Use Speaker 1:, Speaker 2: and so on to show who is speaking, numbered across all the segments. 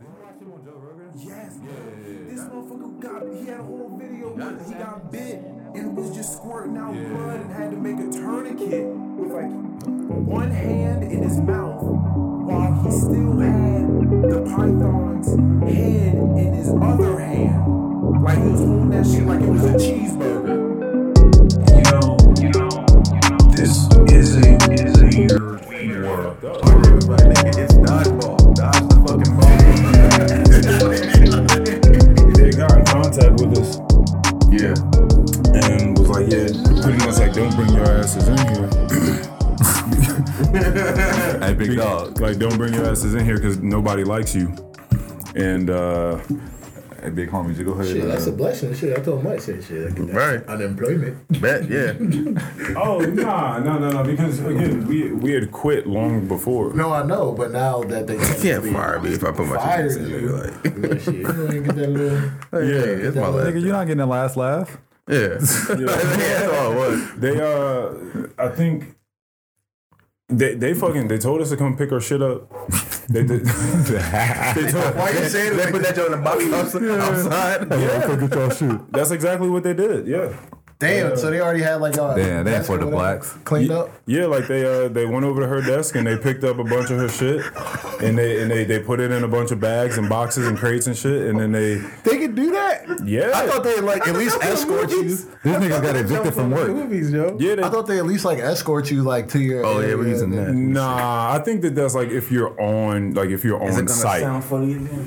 Speaker 1: on Joe Rogan?
Speaker 2: Yes.
Speaker 1: Yeah, yeah, yeah.
Speaker 2: This motherfucker got he had a whole video where
Speaker 1: That's-
Speaker 2: he got bit and was just squirting out
Speaker 1: Yeah.
Speaker 2: blood and had to make a tourniquet with like one hand in his mouth while he still had the python's head in his other hand. Like he was holding that shit like it was a cheeseburger.
Speaker 3: You know, this is a is a weird world. Like, nigga, it's dodgeball. Dodge the fucking ball.
Speaker 4: They got in contact with us
Speaker 3: yeah.
Speaker 4: and was like, yeah, pretty much like, don't bring your asses in here.
Speaker 1: Hey, big dog.
Speaker 4: Like, don't bring your asses in here because nobody likes you. And uh,
Speaker 1: Hey, big homies, you go ahead.
Speaker 5: Shit, that's
Speaker 1: uh,
Speaker 5: a blessing. Shit, I told Mike, shit, shit, I get that
Speaker 3: Right.
Speaker 5: unemployment.
Speaker 3: Bet, yeah.
Speaker 4: oh nah, no, no, no, because again, we we had quit long before.
Speaker 5: No, I know, but now that they
Speaker 3: Can't fire me if I put my
Speaker 5: fired
Speaker 3: shit in
Speaker 5: you,
Speaker 3: there. Like,
Speaker 5: little shit, you know, you get that little.
Speaker 3: yeah, it's my last.
Speaker 1: Nigga, you're not getting the last laugh.
Speaker 3: Yeah. yeah, that's all it was.
Speaker 4: They uh, I think they they fucking they told us to come pick our shit up. They did. they told,
Speaker 3: Why you saying they put that joint in the box outside? outside?
Speaker 1: Yeah, fuck with y'all shoot.
Speaker 4: that's exactly what they did. Yeah.
Speaker 5: Damn, so they already uh, had like a
Speaker 1: Damn, they ain't for the blacks.
Speaker 5: cleaned up.
Speaker 4: Yeah, like they uh they went over to her desk and they picked up a bunch of her shit, and they and they, they put it in a bunch of bags and boxes and crates and shit, and then they
Speaker 3: They could do that.
Speaker 4: yeah
Speaker 3: I thought they like at
Speaker 5: thought
Speaker 3: least
Speaker 5: that was
Speaker 3: escort you.
Speaker 5: movies.
Speaker 1: These niggas got evicted from work.
Speaker 3: Movies, yo.
Speaker 4: yeah they,
Speaker 5: I thought they at least like escort you like to your.
Speaker 3: Oh yeah,
Speaker 5: area
Speaker 3: we're using
Speaker 5: and-
Speaker 3: that.
Speaker 4: nah I think that that's like if you're on like if you're on site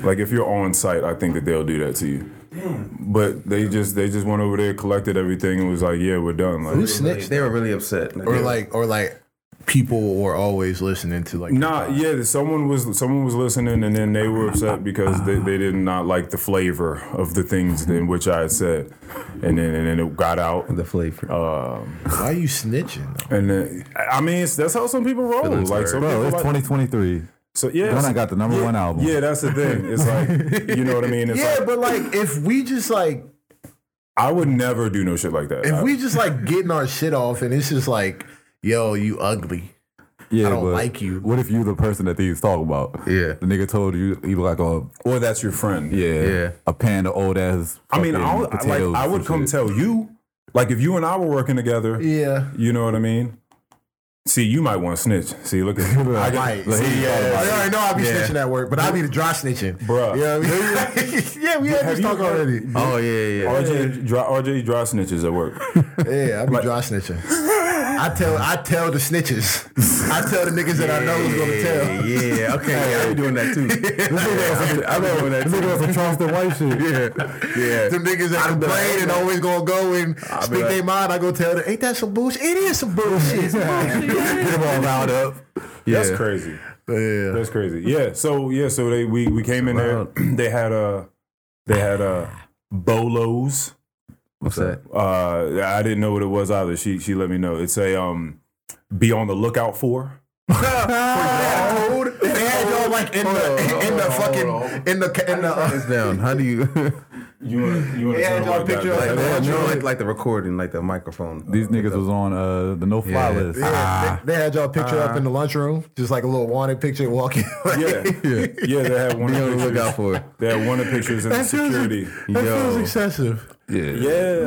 Speaker 4: like if you're on site I think that they'll do that to you. But they just they just went over there collected everything and was like yeah we're done like
Speaker 5: Who snitched?
Speaker 3: They were really upset.
Speaker 5: Or like, or like, people were always listening to like.
Speaker 4: Nah, yeah, someone was someone was listening, and then they were upset because they, they did not like the flavor of the things in which I had said, and then and then it got out.
Speaker 3: the flavor.
Speaker 5: Why you snitching? Though?
Speaker 4: And then, I I mean, it's, that's how some people roll.
Speaker 3: Feelings
Speaker 4: like
Speaker 3: hurt.
Speaker 4: some
Speaker 1: Bro,
Speaker 4: people
Speaker 1: it's
Speaker 4: like-
Speaker 1: 2023.
Speaker 4: So yeah,
Speaker 1: When I
Speaker 4: so-
Speaker 1: got the number
Speaker 4: yeah,
Speaker 1: one album.
Speaker 4: Yeah, that's the thing. It's like you know what I mean. It's
Speaker 5: Yeah,
Speaker 4: like,
Speaker 5: but like, if we just like,
Speaker 4: I would never do no shit like that. I-
Speaker 5: if we just like getting our shit off, and it's just like, yo, you ugly.
Speaker 1: Yeah,
Speaker 5: I don't
Speaker 1: but
Speaker 5: like you.
Speaker 1: What if you the person that these talk about?
Speaker 3: Yeah.
Speaker 1: the nigga told you you look like
Speaker 3: oh,
Speaker 1: a
Speaker 4: or that's your friend.
Speaker 1: yeah,
Speaker 3: Yeah.
Speaker 1: a pan of old ass.
Speaker 4: I mean,
Speaker 1: fucking
Speaker 4: I'll, like
Speaker 1: potatoes
Speaker 4: I
Speaker 1: and
Speaker 4: would come
Speaker 1: shit.
Speaker 4: tell you, like if you and I were working together.
Speaker 5: Yeah.
Speaker 4: You know what I mean? See, you might want to snitch. See, look at I got-
Speaker 5: Right.
Speaker 1: Like,
Speaker 5: See,
Speaker 1: he
Speaker 5: yeah.
Speaker 1: thought about
Speaker 5: I
Speaker 1: it.
Speaker 5: already know I be
Speaker 3: Yeah.
Speaker 5: snitching that work, but I be the dry snitching.
Speaker 4: Bruh.
Speaker 5: You know what I mean? yeah, we had
Speaker 4: Have
Speaker 5: this
Speaker 4: you
Speaker 5: talk
Speaker 4: heard-
Speaker 5: already.
Speaker 3: Oh yeah, yeah.
Speaker 4: RJ dry, RJ dry snitches at work.
Speaker 5: Yeah, I be dry snitching. I tell I tell the snitches. I tell the niggas that I know who's gonna tell.
Speaker 3: Yeah, okay. Yeah, I be doing that too. I be doing that
Speaker 1: This nigga on some
Speaker 3: too.
Speaker 1: Charleston white shit.
Speaker 3: Yeah, yeah.
Speaker 5: Them niggas that complain and always gonna go and speak
Speaker 3: like-
Speaker 5: their mind. I go tell them, ain't that some bullshit? It is some bullshit.
Speaker 3: Get them all riled up. Yeah.
Speaker 4: That's crazy.
Speaker 5: yeah.
Speaker 4: That's crazy. Yeah. So yeah. So they we we came in there. They had uh they had uh bolos.
Speaker 3: What's that?
Speaker 4: Uh, I didn't know what it was either. She she let me know. It's a um, be on the lookout for.
Speaker 5: They had y'all like in
Speaker 3: Hold on,
Speaker 5: the
Speaker 3: hold
Speaker 5: in the
Speaker 3: on, hold on,
Speaker 5: fucking
Speaker 3: hold
Speaker 5: in the in the uh,
Speaker 3: It's down. How do you?
Speaker 4: You want you want
Speaker 5: Yeah, y'all
Speaker 4: to
Speaker 5: picture us-
Speaker 3: like,
Speaker 5: Yeah,
Speaker 3: you
Speaker 5: no.
Speaker 3: like, like the recording, like the microphone.
Speaker 1: These niggas was on uh, the no fly
Speaker 3: Yeah.
Speaker 1: list. Ah,
Speaker 5: Yeah, they, they had y'all picture up in the lunchroom, just like a little wanted picture walking.
Speaker 4: Yeah, yeah, yeah. They had one
Speaker 3: Be
Speaker 4: of
Speaker 3: on
Speaker 4: the
Speaker 3: the lookout
Speaker 4: pictures.
Speaker 3: for it.
Speaker 4: They had one of the pictures in the
Speaker 5: That feels-
Speaker 4: security.
Speaker 5: That
Speaker 3: Yo.
Speaker 5: feels excessive.
Speaker 4: Yeah, I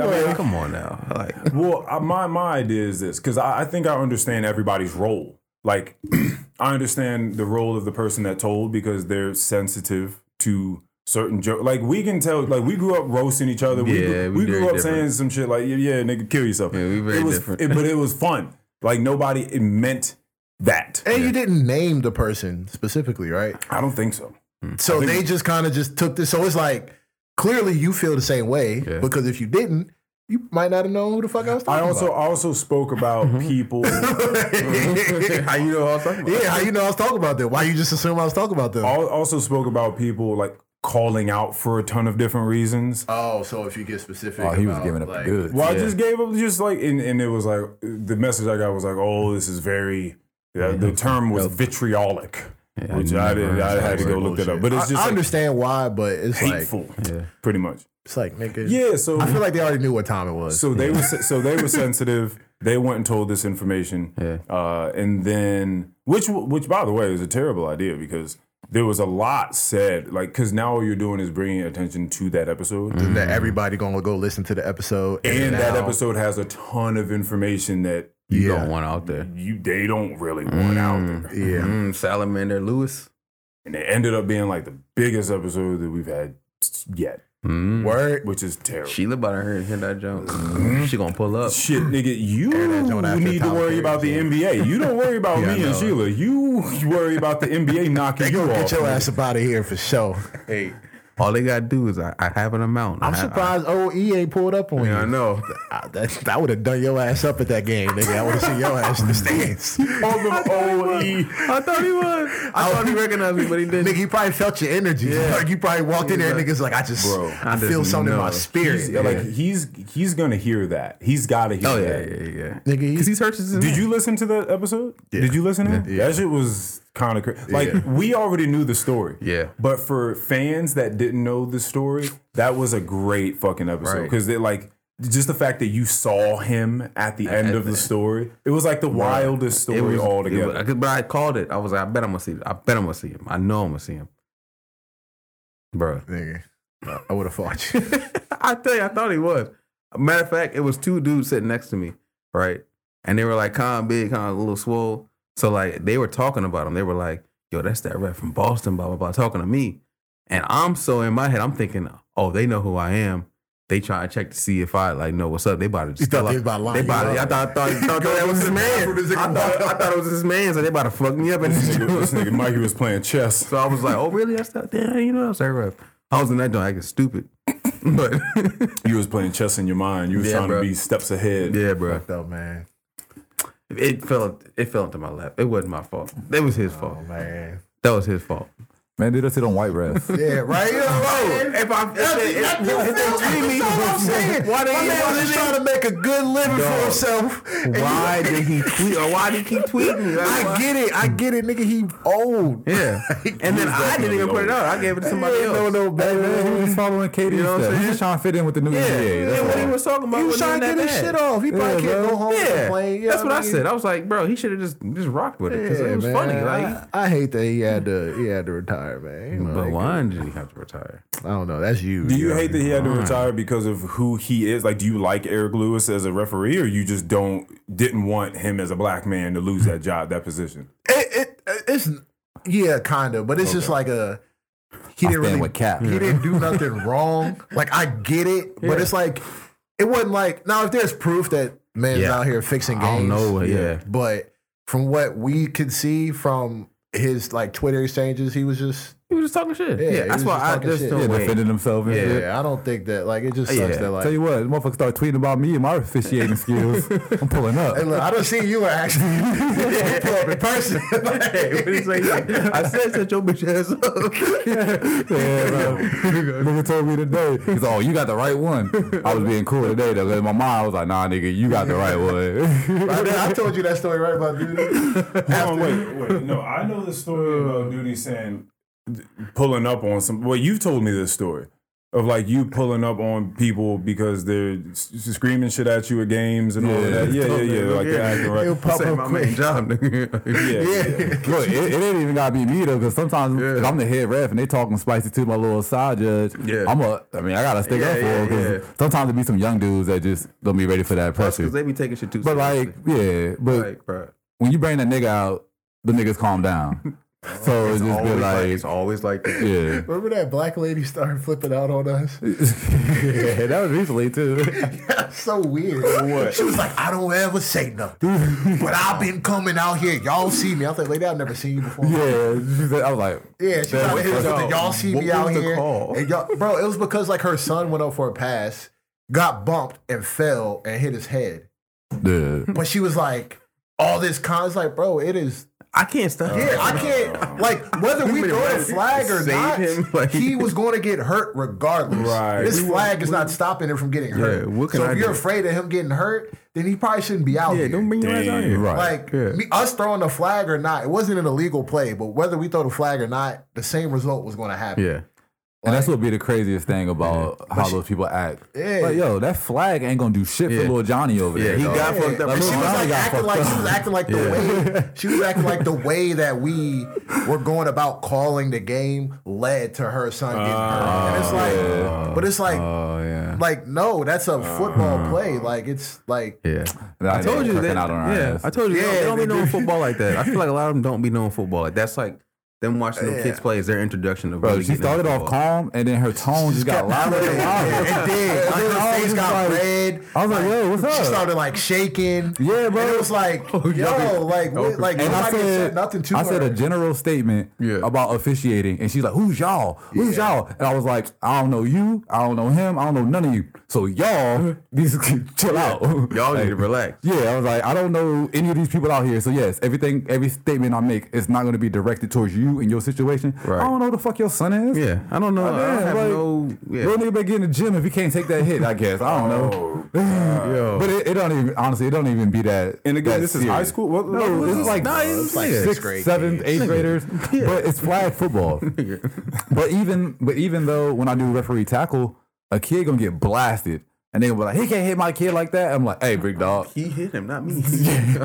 Speaker 4: mean,
Speaker 3: Like, come on now. Like,
Speaker 4: Well, I, my my idea is this because I, I think I understand everybody's role. Like, I understand the role of the person that told because they're sensitive to certain jokes. Like, we can tell. Like, we grew up roasting each other. we,
Speaker 3: Yeah,
Speaker 4: grew-
Speaker 3: we
Speaker 4: we
Speaker 3: very
Speaker 4: grew up
Speaker 3: different.
Speaker 4: saying some shit like, "Yeah, yeah, nigga, kill yourself."
Speaker 3: Yeah, we very
Speaker 4: it was,
Speaker 3: different.
Speaker 4: it- but it was fun. Like nobody it meant that.
Speaker 5: And you didn't name the person specifically, right?
Speaker 4: I don't think so.
Speaker 5: So they just kind of just took this. So it's like clearly you feel the same way
Speaker 3: Yeah.
Speaker 5: because if you didn't, you might not have known who the fuck I was
Speaker 4: I
Speaker 5: talking
Speaker 4: also I also spoke about people.
Speaker 5: about.
Speaker 3: Mm-hmm.
Speaker 4: Mm-hmm.
Speaker 3: how you know what I was talking about?
Speaker 5: yeah, how you know I was talking about them? Why you just assume I was talking about them?
Speaker 4: I also spoke about people like calling out for a ton of different reasons.
Speaker 5: oh, so if you get specific,
Speaker 1: Oh, he was giving up good.
Speaker 4: Well, I just gave up, just like, and, and it was like the message I got was like, "Oh, this is very." Yeah, the term was vitriolic, which I did. I had to go look that up, but
Speaker 5: I,
Speaker 4: it's just
Speaker 5: I
Speaker 4: like,
Speaker 5: understand why, but it's like
Speaker 4: hateful, pretty much.
Speaker 5: it's like nigga.
Speaker 4: Yeah, so
Speaker 5: I feel like they already knew what time it was.
Speaker 4: so they were so they were sensitive. They went and told this information, uh, and then which which by the way is a terrible idea because there was a lot said, like, because now all you're doing is bringing attention to that episode.
Speaker 5: that everybody gonna go listen to the episode.
Speaker 4: And that
Speaker 5: now-
Speaker 4: episode has a ton of information that
Speaker 3: You
Speaker 5: Yeah.
Speaker 3: don't want out there.
Speaker 4: you they don't really want out there.
Speaker 5: Yeah.
Speaker 3: Mm, Salamander Lewis.
Speaker 4: And it ended up being like the biggest episode that we've had s- yet,
Speaker 3: Mm.
Speaker 5: Word.
Speaker 4: which is terrible.
Speaker 3: Sheila about her hit that jump. She gonna pull up.
Speaker 4: Shit, nigga, you
Speaker 5: Air that joint after
Speaker 4: need to
Speaker 5: Tom
Speaker 4: worry
Speaker 5: Perry,
Speaker 4: about the
Speaker 5: yeah.
Speaker 4: NBA. You don't worry about
Speaker 5: Yeah, I
Speaker 4: me and
Speaker 5: know.
Speaker 4: Sheila. You worry about the NBA knocking
Speaker 5: They
Speaker 4: you
Speaker 5: gonna
Speaker 4: off.
Speaker 5: get your ass up out of here for sure.
Speaker 3: Hey, all they gotta do is I, I have an amount.
Speaker 5: I'm
Speaker 3: I-
Speaker 5: surprised OE ain't pulled up on
Speaker 3: I,
Speaker 5: you.
Speaker 3: yeah, I know.
Speaker 5: Uh-uh. I, that, that would have done your ass up at that game, nigga. I would have seen your ass in the stands.
Speaker 4: All them
Speaker 5: E.
Speaker 4: OE.
Speaker 3: I thought he was. I thought he recognized me, but he didn't.
Speaker 5: Nigga, you probably felt your energy. Like you probably walked in there, and niggas like, I just,
Speaker 3: Bro,
Speaker 5: I,
Speaker 3: I just
Speaker 5: feel something in my
Speaker 3: know.
Speaker 5: spirit.
Speaker 4: He's, like he's he's gonna hear that. He's gotta hear
Speaker 3: Oh yeah,
Speaker 4: that.
Speaker 3: yeah, yeah.
Speaker 5: Nigga, he-
Speaker 3: Because he's hurt. his-
Speaker 4: Did you listen to that episode? Did you listen to it? That shit was kind of crazy. Like
Speaker 3: Yeah.
Speaker 4: we already knew the story.
Speaker 3: Yeah.
Speaker 4: But for fans that didn't know the story, that was a great fucking episode
Speaker 3: Right.
Speaker 4: because they like just the fact that you saw him at the end
Speaker 3: at
Speaker 4: of the
Speaker 3: the-
Speaker 4: story. It was like the wildest
Speaker 3: It
Speaker 4: story
Speaker 3: was-
Speaker 4: altogether.
Speaker 3: it was- I could- but I called it. I was like, I bet I'm gonna see it. I bet I'm gonna see him. I know I'm gonna see him, bro.
Speaker 5: nigga, I would have fought you.
Speaker 3: I tell you, I thought he was. Matter of fact, it was two dudes sitting next to me, right? And they were like, kind of big, kind of a little swole. So like, they were talking about him. They were like, "Yo, that's that rep from Boston." Blah blah blah, talking to me. And I'm so in my head, I'm thinking, "Oh, they know who I am." They trying to check to see if I like know what's up. They about to just
Speaker 5: You thought
Speaker 3: like,
Speaker 5: they about to line
Speaker 3: They
Speaker 5: you
Speaker 3: about to- I
Speaker 5: up.
Speaker 3: thought, I thought, I thought that was his man. I thought, I thought it was his man. So they about to fuck me up.
Speaker 4: this,
Speaker 3: And
Speaker 4: nigga, this nigga Mikey was playing chess.
Speaker 3: so I was like, "Oh, really? That's that? Damn, you know that's that rep." I was in that joint acting stupid, but
Speaker 4: You was playing chess in your mind. You was
Speaker 3: Yeah,
Speaker 4: trying
Speaker 3: bro.
Speaker 4: to be steps ahead.
Speaker 3: Yeah, bro.
Speaker 5: Though, man,
Speaker 3: It fell. It fell into my lap. It wasn't my fault. It was his fault.
Speaker 5: man.
Speaker 3: That was his fault.
Speaker 1: Man, they just hit on white refs.
Speaker 5: Yeah, right. You know what I'm saying?
Speaker 3: if I
Speaker 5: That's what I'm saying.
Speaker 3: why did
Speaker 5: My
Speaker 3: he-
Speaker 5: man was just trying to make a good living for
Speaker 3: Dog.
Speaker 5: himself. And you-
Speaker 3: why did he tweet or why did he keep tweeting? Like,
Speaker 5: I
Speaker 3: why-
Speaker 5: get it. I get it, nigga. He old.
Speaker 3: Yeah, and then I didn't even put it out. I gave it to somebody
Speaker 5: He ain't
Speaker 3: else.
Speaker 5: no no
Speaker 1: Hey,
Speaker 5: better.
Speaker 1: man, he was just following KD
Speaker 3: You know what
Speaker 1: stuff.
Speaker 3: I'm
Speaker 1: He
Speaker 3: saying?
Speaker 1: was just trying to fit in with the new
Speaker 3: Yeah,
Speaker 1: NBA. That's
Speaker 3: and what
Speaker 1: all.
Speaker 3: he was talking about
Speaker 5: He was
Speaker 3: wasn't
Speaker 5: trying to
Speaker 3: even
Speaker 5: get
Speaker 3: that
Speaker 5: his
Speaker 3: bad.
Speaker 5: shit off. He probably
Speaker 1: Yeah,
Speaker 5: can't
Speaker 1: bro.
Speaker 5: go home and
Speaker 3: Yeah,
Speaker 5: complain.
Speaker 3: that's what I said. I was like, bro, he should have just just rocked with it because it was funny. Like,
Speaker 5: I, I hate that he had to he had to retire, man.
Speaker 3: but
Speaker 5: Like,
Speaker 3: why did he have to retire?
Speaker 5: I don't know. That's you.
Speaker 4: Do you hate that he had to retire because of who he is? Like, do you like Eric Lewis as a referee, or you just don't didn't want him as a black man to lose that job, that position?
Speaker 5: It, it, it's yeah, kind of, but it's just like a he
Speaker 1: I
Speaker 5: didn't
Speaker 1: stand
Speaker 5: really
Speaker 1: with Cap.
Speaker 5: he
Speaker 1: Yeah.
Speaker 5: didn't do nothing wrong. Like I get it, but
Speaker 3: Yeah.
Speaker 5: it's like it wasn't like now if there's proof that man's
Speaker 3: Yeah.
Speaker 5: out here fixing
Speaker 3: I
Speaker 5: games,
Speaker 3: don't know, yeah.
Speaker 5: But from what we could see from his like Twitter exchanges, he was just
Speaker 3: He was just talking shit.
Speaker 5: Yeah,
Speaker 3: Yeah,
Speaker 5: he was
Speaker 3: that's why
Speaker 5: just
Speaker 3: I
Speaker 5: talking
Speaker 3: just
Speaker 5: shit.
Speaker 3: don't
Speaker 1: Yeah,
Speaker 3: wait.
Speaker 1: defending himself and
Speaker 3: Yeah.
Speaker 1: shit.
Speaker 5: yeah. I don't think that like it just sucks
Speaker 3: Yeah.
Speaker 5: that like.
Speaker 1: Tell you what, motherfuckers start tweeting about me and my officiating skills. I'm pulling up.
Speaker 5: Hey, look, I don't see you actually pull up in person.
Speaker 3: Hey, what he say? I said, set your bitch ass up.
Speaker 1: Yeah, bro. nigga told me today. He's like, oh, you got the right one. I was being cool today though, cause my mom was like, nah, nigga, you got the right one.
Speaker 5: I, mean, I told you that story right about dude.
Speaker 4: Hold on, wait, wait. No, I know the story about Duty saying pulling up on some. Well, you've told me this story of like you pulling up on people because they're s- screaming shit at you at games and all of that. Yeah, yeah, yeah. Like they're acting right.
Speaker 5: He'll pop
Speaker 3: Say
Speaker 5: up
Speaker 3: my
Speaker 5: quick.
Speaker 3: main job, nigga.
Speaker 4: Yeah, yeah.
Speaker 1: Look, it, it ain't even gotta be me though, cause sometimes if I'm the head ref and they talking spicy to my little side judge.
Speaker 3: Yeah.
Speaker 1: I'm a. I mean, I gotta stick
Speaker 3: Yeah,
Speaker 1: up for
Speaker 3: yeah,
Speaker 1: 'em, cause
Speaker 3: yeah.
Speaker 1: sometimes it be some young dudes that just don't be ready for that pressure.
Speaker 3: Because they be taking shit too
Speaker 1: But like,
Speaker 3: seriously.
Speaker 1: yeah, but
Speaker 3: like, bro.
Speaker 1: when you bring that nigga out, the niggas calm down. So it's just
Speaker 3: Always
Speaker 1: been
Speaker 3: like,
Speaker 1: like,
Speaker 3: it's always like that.
Speaker 1: yeah.
Speaker 5: Remember that black lady started flipping out on us?
Speaker 1: yeah, that was recently too.
Speaker 5: so weird. What? She was like, I don't ever say nothing, but I've been coming out here. Y'all see me. I was like, lady, I've never seen you before.
Speaker 1: Yeah, she said- I was like,
Speaker 5: Yeah, she was like, "Here's
Speaker 3: fucked
Speaker 5: something.
Speaker 3: up.
Speaker 5: y'all see
Speaker 3: What
Speaker 5: me out
Speaker 3: was the
Speaker 5: here.
Speaker 3: call?
Speaker 5: And y'all, bro, it was because like her son went up for a pass, got bumped and fell and hit his head.
Speaker 1: dude,
Speaker 5: But she was like, all this con. It's like, bro, it is
Speaker 3: I can't
Speaker 1: Uh,
Speaker 3: stop.
Speaker 5: Yeah, I can't. Like whether we
Speaker 3: Wait a
Speaker 5: throw a
Speaker 3: minute.
Speaker 5: flag or
Speaker 3: Save
Speaker 5: not,
Speaker 3: him, like-
Speaker 5: he was going to get hurt regardless.
Speaker 4: Right.
Speaker 5: This
Speaker 4: We
Speaker 5: flag is not stopping him from getting hurt.
Speaker 3: what can
Speaker 5: so
Speaker 3: I
Speaker 5: if you're
Speaker 3: do?
Speaker 5: afraid of him getting hurt, then he probably shouldn't be out
Speaker 3: Yeah,
Speaker 5: here.
Speaker 3: don't bring your ass out here.
Speaker 1: right?
Speaker 5: like
Speaker 3: Yeah.
Speaker 5: me, us throwing the flag or not, it wasn't an illegal play. But whether we throw the flag or not, the same result was going to happen.
Speaker 3: Yeah.
Speaker 1: And that's what be the craziest thing about how those people act.
Speaker 5: Yeah.
Speaker 1: Like, yo, that flag ain't gonna do shit for
Speaker 3: Yeah.
Speaker 1: little Johnny over
Speaker 3: Yeah,
Speaker 1: there.
Speaker 3: he
Speaker 1: dog.
Speaker 3: got fucked up.
Speaker 1: Like,
Speaker 5: And she
Speaker 1: Lil
Speaker 5: was
Speaker 1: Johnny
Speaker 5: like
Speaker 1: got
Speaker 5: acting
Speaker 1: fucked
Speaker 5: like she
Speaker 1: up.
Speaker 5: was acting like the way she was acting like the way that we were going about calling the game led to her son getting hurt. And it's like but it's like
Speaker 1: Oh yeah. Uh-huh.
Speaker 5: like no, that's a football play. Like it's like
Speaker 3: Yeah,
Speaker 1: Nah,
Speaker 3: I told
Speaker 1: they
Speaker 3: you
Speaker 1: cooking
Speaker 3: that.
Speaker 1: out on our
Speaker 3: yeah,
Speaker 1: ass.
Speaker 3: I told you they don't-
Speaker 5: Yeah,
Speaker 3: they don't be
Speaker 5: they
Speaker 3: knowing
Speaker 5: do.
Speaker 3: football like that. I feel like a lot of them don't be knowing football like that's like them watching them kids play is their introduction to
Speaker 1: Bro,
Speaker 3: really
Speaker 1: she
Speaker 3: getting
Speaker 1: started
Speaker 3: into
Speaker 1: off
Speaker 3: football.
Speaker 1: calm, and then her tone just got louder and
Speaker 5: Yeah, it
Speaker 1: louder.
Speaker 5: did.
Speaker 1: then
Speaker 5: Like,
Speaker 1: I
Speaker 5: her
Speaker 1: was
Speaker 5: face
Speaker 1: just
Speaker 5: got
Speaker 1: like-
Speaker 5: red.
Speaker 1: I was like, yo, what's
Speaker 5: She
Speaker 1: up?
Speaker 5: started like shaking.
Speaker 1: Yeah, bro. Oh,
Speaker 5: And it was like, yo, like, what, like
Speaker 1: and I
Speaker 5: nobody
Speaker 1: said
Speaker 5: said nothing to
Speaker 1: I
Speaker 5: her.
Speaker 1: said a general statement
Speaker 3: Yeah.
Speaker 1: about officiating, and she's like, "Who's y'all? Who's
Speaker 5: Yeah.
Speaker 1: y'all?" And I was like, "I don't know you. I don't know him. I don't know none of you. So y'all, these chill out.
Speaker 3: Y'all
Speaker 1: Like,
Speaker 3: need to relax.
Speaker 1: Yeah, I was like, I don't know any of these people out here. So yes, everything, every statement I make is not going to be directed towards you and your situation.
Speaker 3: Right.
Speaker 1: I don't know who the fuck your son is.
Speaker 3: Yeah, I don't know. I
Speaker 1: Yeah,
Speaker 3: don't have
Speaker 1: like,
Speaker 3: no. Yeah.
Speaker 1: Little nigga better get in the gym if he can't take that hit. I guess I don't know. Oh,
Speaker 3: Yo.
Speaker 1: But it, it don't even honestly, it don't even be that.
Speaker 4: And again,
Speaker 1: that
Speaker 4: this is
Speaker 1: serious.
Speaker 4: high school. What
Speaker 1: No,
Speaker 4: level
Speaker 1: this
Speaker 4: is
Speaker 1: is like
Speaker 3: Nah, it's
Speaker 1: sixth,
Speaker 3: like
Speaker 5: sixth grade
Speaker 1: seventh, eighth graders. But it's flag football. but even but even though when I do referee tackle, a kid gonna get blasted, and they gonna be like, he can't hit my kid like that. I'm like, hey, big dog.
Speaker 3: He hit him, not me.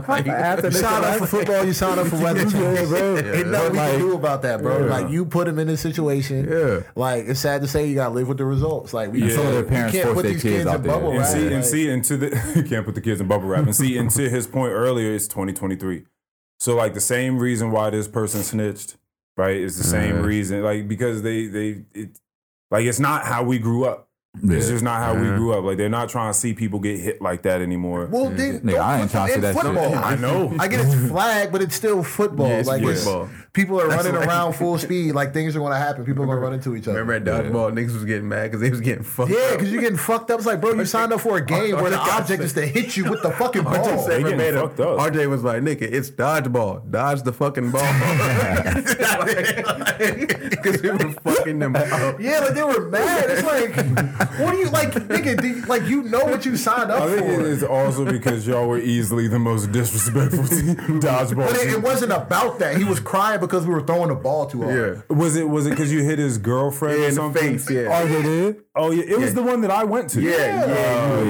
Speaker 1: Like, after
Speaker 5: You
Speaker 1: this-
Speaker 5: signed up for football. You signed up for weather.
Speaker 1: Yeah, bro.
Speaker 5: Ain't nothing we can do about that, bro. Like you put him in this situation.
Speaker 1: Yeah.
Speaker 5: Like it's sad to say you got to live with the results. Like we,
Speaker 1: Some of their
Speaker 5: we
Speaker 1: parents
Speaker 5: can't
Speaker 1: force
Speaker 5: put
Speaker 1: their
Speaker 5: these
Speaker 1: kids
Speaker 5: kids
Speaker 1: out
Speaker 5: in
Speaker 1: there.
Speaker 5: bubble
Speaker 1: And
Speaker 5: wrap.
Speaker 4: And see,
Speaker 5: Like,
Speaker 4: and see, and to the you can't put the kids in bubble wrap. And see, and to his point earlier, it's 2023. So like the same reason why this person snitched, right? Is the same
Speaker 3: Mhm.
Speaker 4: reason, like because they they it, like it's not how we grew up. It's just not how we
Speaker 3: Mhm.
Speaker 4: grew up. Like they're not trying to see people get hit like that anymore.
Speaker 5: well, then
Speaker 1: Nigga,
Speaker 5: don't
Speaker 1: I ain't
Speaker 5: put
Speaker 1: trying to
Speaker 5: them
Speaker 1: see
Speaker 5: in
Speaker 1: that shit.
Speaker 5: football.
Speaker 4: I know.
Speaker 5: I get it's flag, but it's still football.
Speaker 3: Yeah, it's
Speaker 5: Oh, like it's-
Speaker 3: football.
Speaker 5: people are
Speaker 3: That's
Speaker 5: running
Speaker 3: like-
Speaker 5: around full speed. Like things are going to happen. People are going to run into each other.
Speaker 3: Remember at dodgeball, niggas was getting mad because they was getting fucked.
Speaker 5: Yeah,
Speaker 3: up.
Speaker 5: because you're getting fucked up. It's like, bro, you signed up for a game
Speaker 3: I- I
Speaker 5: where the
Speaker 3: think I
Speaker 5: object
Speaker 3: said-
Speaker 5: is to hit you with the fucking
Speaker 3: RJ
Speaker 5: ball.
Speaker 3: said
Speaker 4: getting
Speaker 3: verbatim,
Speaker 4: fucked up.
Speaker 3: RJ was like, nigga, it's dodgeball. Dodge the fucking ball. Because we were fucking them up.
Speaker 5: Yeah, like they were mad. It's like, what do you like, nigga? Do you, like you know what you signed up
Speaker 4: I think it
Speaker 5: for?
Speaker 4: is also because y'all were easily the most disrespectful team. dodgeball.
Speaker 5: But it,
Speaker 4: team.
Speaker 5: it wasn't about that. He was crying because we were throwing the ball too hard.
Speaker 3: Yeah.
Speaker 4: was it was it because you hit his girlfriend
Speaker 3: Yeah,
Speaker 4: or
Speaker 3: in the
Speaker 4: something?
Speaker 3: face, yeah.
Speaker 4: Oh, you did? Oh, yeah. It was the one that I went to.
Speaker 3: Yeah,
Speaker 4: Oh,
Speaker 3: yeah, you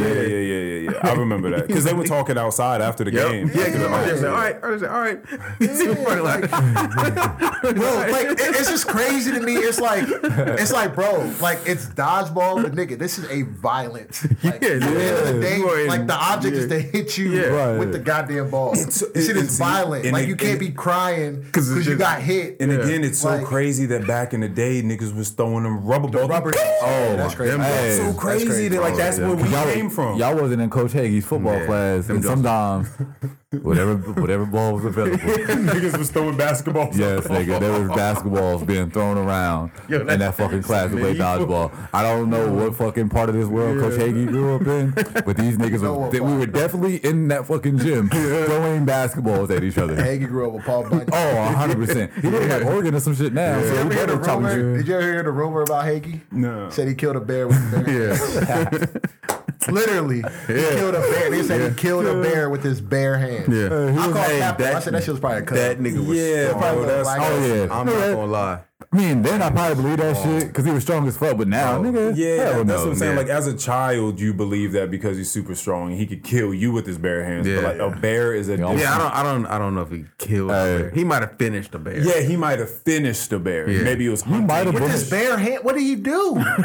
Speaker 4: yeah,
Speaker 3: were
Speaker 4: yeah, yeah, yeah, yeah. I remember that because they were talking outside after the
Speaker 3: Yep.
Speaker 4: game.
Speaker 3: Yeah,
Speaker 4: After
Speaker 3: because
Speaker 4: the
Speaker 3: RJ
Speaker 4: match.
Speaker 3: said, all right, RJ said, all right.
Speaker 5: bro. Like it- it's just crazy to me. It's like, it's like, bro, like it's dodgeball, but nigga, this is a violent. Like,
Speaker 3: Yeah,
Speaker 5: at the end of the
Speaker 3: yeah.
Speaker 5: day,
Speaker 3: You are in-
Speaker 5: like the object is
Speaker 3: yeah.
Speaker 5: to hit you
Speaker 3: Yeah.
Speaker 1: Right.
Speaker 5: with the goddamn ball.
Speaker 4: It's-
Speaker 5: this shit
Speaker 4: and
Speaker 5: is
Speaker 4: see,
Speaker 5: violent.
Speaker 4: and
Speaker 5: Like
Speaker 4: it-
Speaker 5: you can't
Speaker 4: and-
Speaker 5: be crying
Speaker 3: 'Cause
Speaker 5: because
Speaker 3: it's
Speaker 5: you
Speaker 3: just-
Speaker 5: got hit.
Speaker 4: And again, it's so
Speaker 5: Like-
Speaker 4: crazy that back in the day, niggas was throwing them rubber balls.
Speaker 5: rubber.
Speaker 1: Oh,
Speaker 5: that's crazy.
Speaker 1: them
Speaker 5: That's
Speaker 1: balls.
Speaker 4: so
Speaker 1: That's
Speaker 4: crazy,
Speaker 5: crazy.
Speaker 4: that like that's where we
Speaker 1: Y'all-
Speaker 4: came from.
Speaker 1: Y'all wasn't in Coach Hagee's football
Speaker 3: Yeah,
Speaker 1: class,
Speaker 3: them
Speaker 1: and
Speaker 3: jokes.
Speaker 1: sometimes whatever whatever ball was available.
Speaker 4: niggas was throwing basketballs.
Speaker 1: Yes, nigga. There was basketballs being thrown around
Speaker 3: Yo,
Speaker 1: in that
Speaker 3: that's-
Speaker 1: fucking class to play
Speaker 3: Man, you-
Speaker 1: dodgeball. I don't know what fucking part of this world Coach Hagee grew up in, but these niggas,
Speaker 5: No
Speaker 1: was,
Speaker 5: one
Speaker 1: they- we were definitely in that fucking gym throwing basketballs at each other.
Speaker 5: Hagee grew up with Paul Bunyan.
Speaker 1: Oh, 100%. He looked like Oregon or some shit now,
Speaker 5: Did you
Speaker 1: so
Speaker 5: ever
Speaker 1: we
Speaker 5: hear the
Speaker 1: better chop him
Speaker 5: rumor? Did you ever hear the rumor about Hagee?
Speaker 4: No.
Speaker 5: Said he killed a bear with his bear. Literally, he killed a bear. They said he killed a bear with his bare hands.
Speaker 3: Yeah. Uh,
Speaker 5: I called
Speaker 3: hey,
Speaker 5: Captain. I
Speaker 3: that-
Speaker 5: said that shit was probably a cut.
Speaker 3: That nigga was
Speaker 4: Yeah,
Speaker 3: strong.
Speaker 5: Probably
Speaker 4: bro,
Speaker 5: was
Speaker 4: that's-
Speaker 5: black.
Speaker 1: Oh, yeah.
Speaker 3: I'm not gonna lie.
Speaker 1: I mean, then I probably believe that shit because he was strong as fuck, but now, nigga,
Speaker 4: Yeah,
Speaker 1: hell
Speaker 4: that's
Speaker 1: no,
Speaker 4: what I'm saying.
Speaker 1: man.
Speaker 4: Like as a child, you believe that because he's super strong, he could kill you with his bare hands.
Speaker 3: Yeah.
Speaker 4: But like a bear is a
Speaker 1: Yeah.
Speaker 3: Yeah, I don't, I don't, I don't know if he killed. the
Speaker 1: Hey.
Speaker 3: bear. He might have finished the bear.
Speaker 4: Yeah, he might have finished the bear.
Speaker 3: Yeah.
Speaker 4: Maybe it was
Speaker 1: you
Speaker 4: hunting.
Speaker 1: might have
Speaker 5: With his
Speaker 1: been.
Speaker 5: bare hand, what did he do? what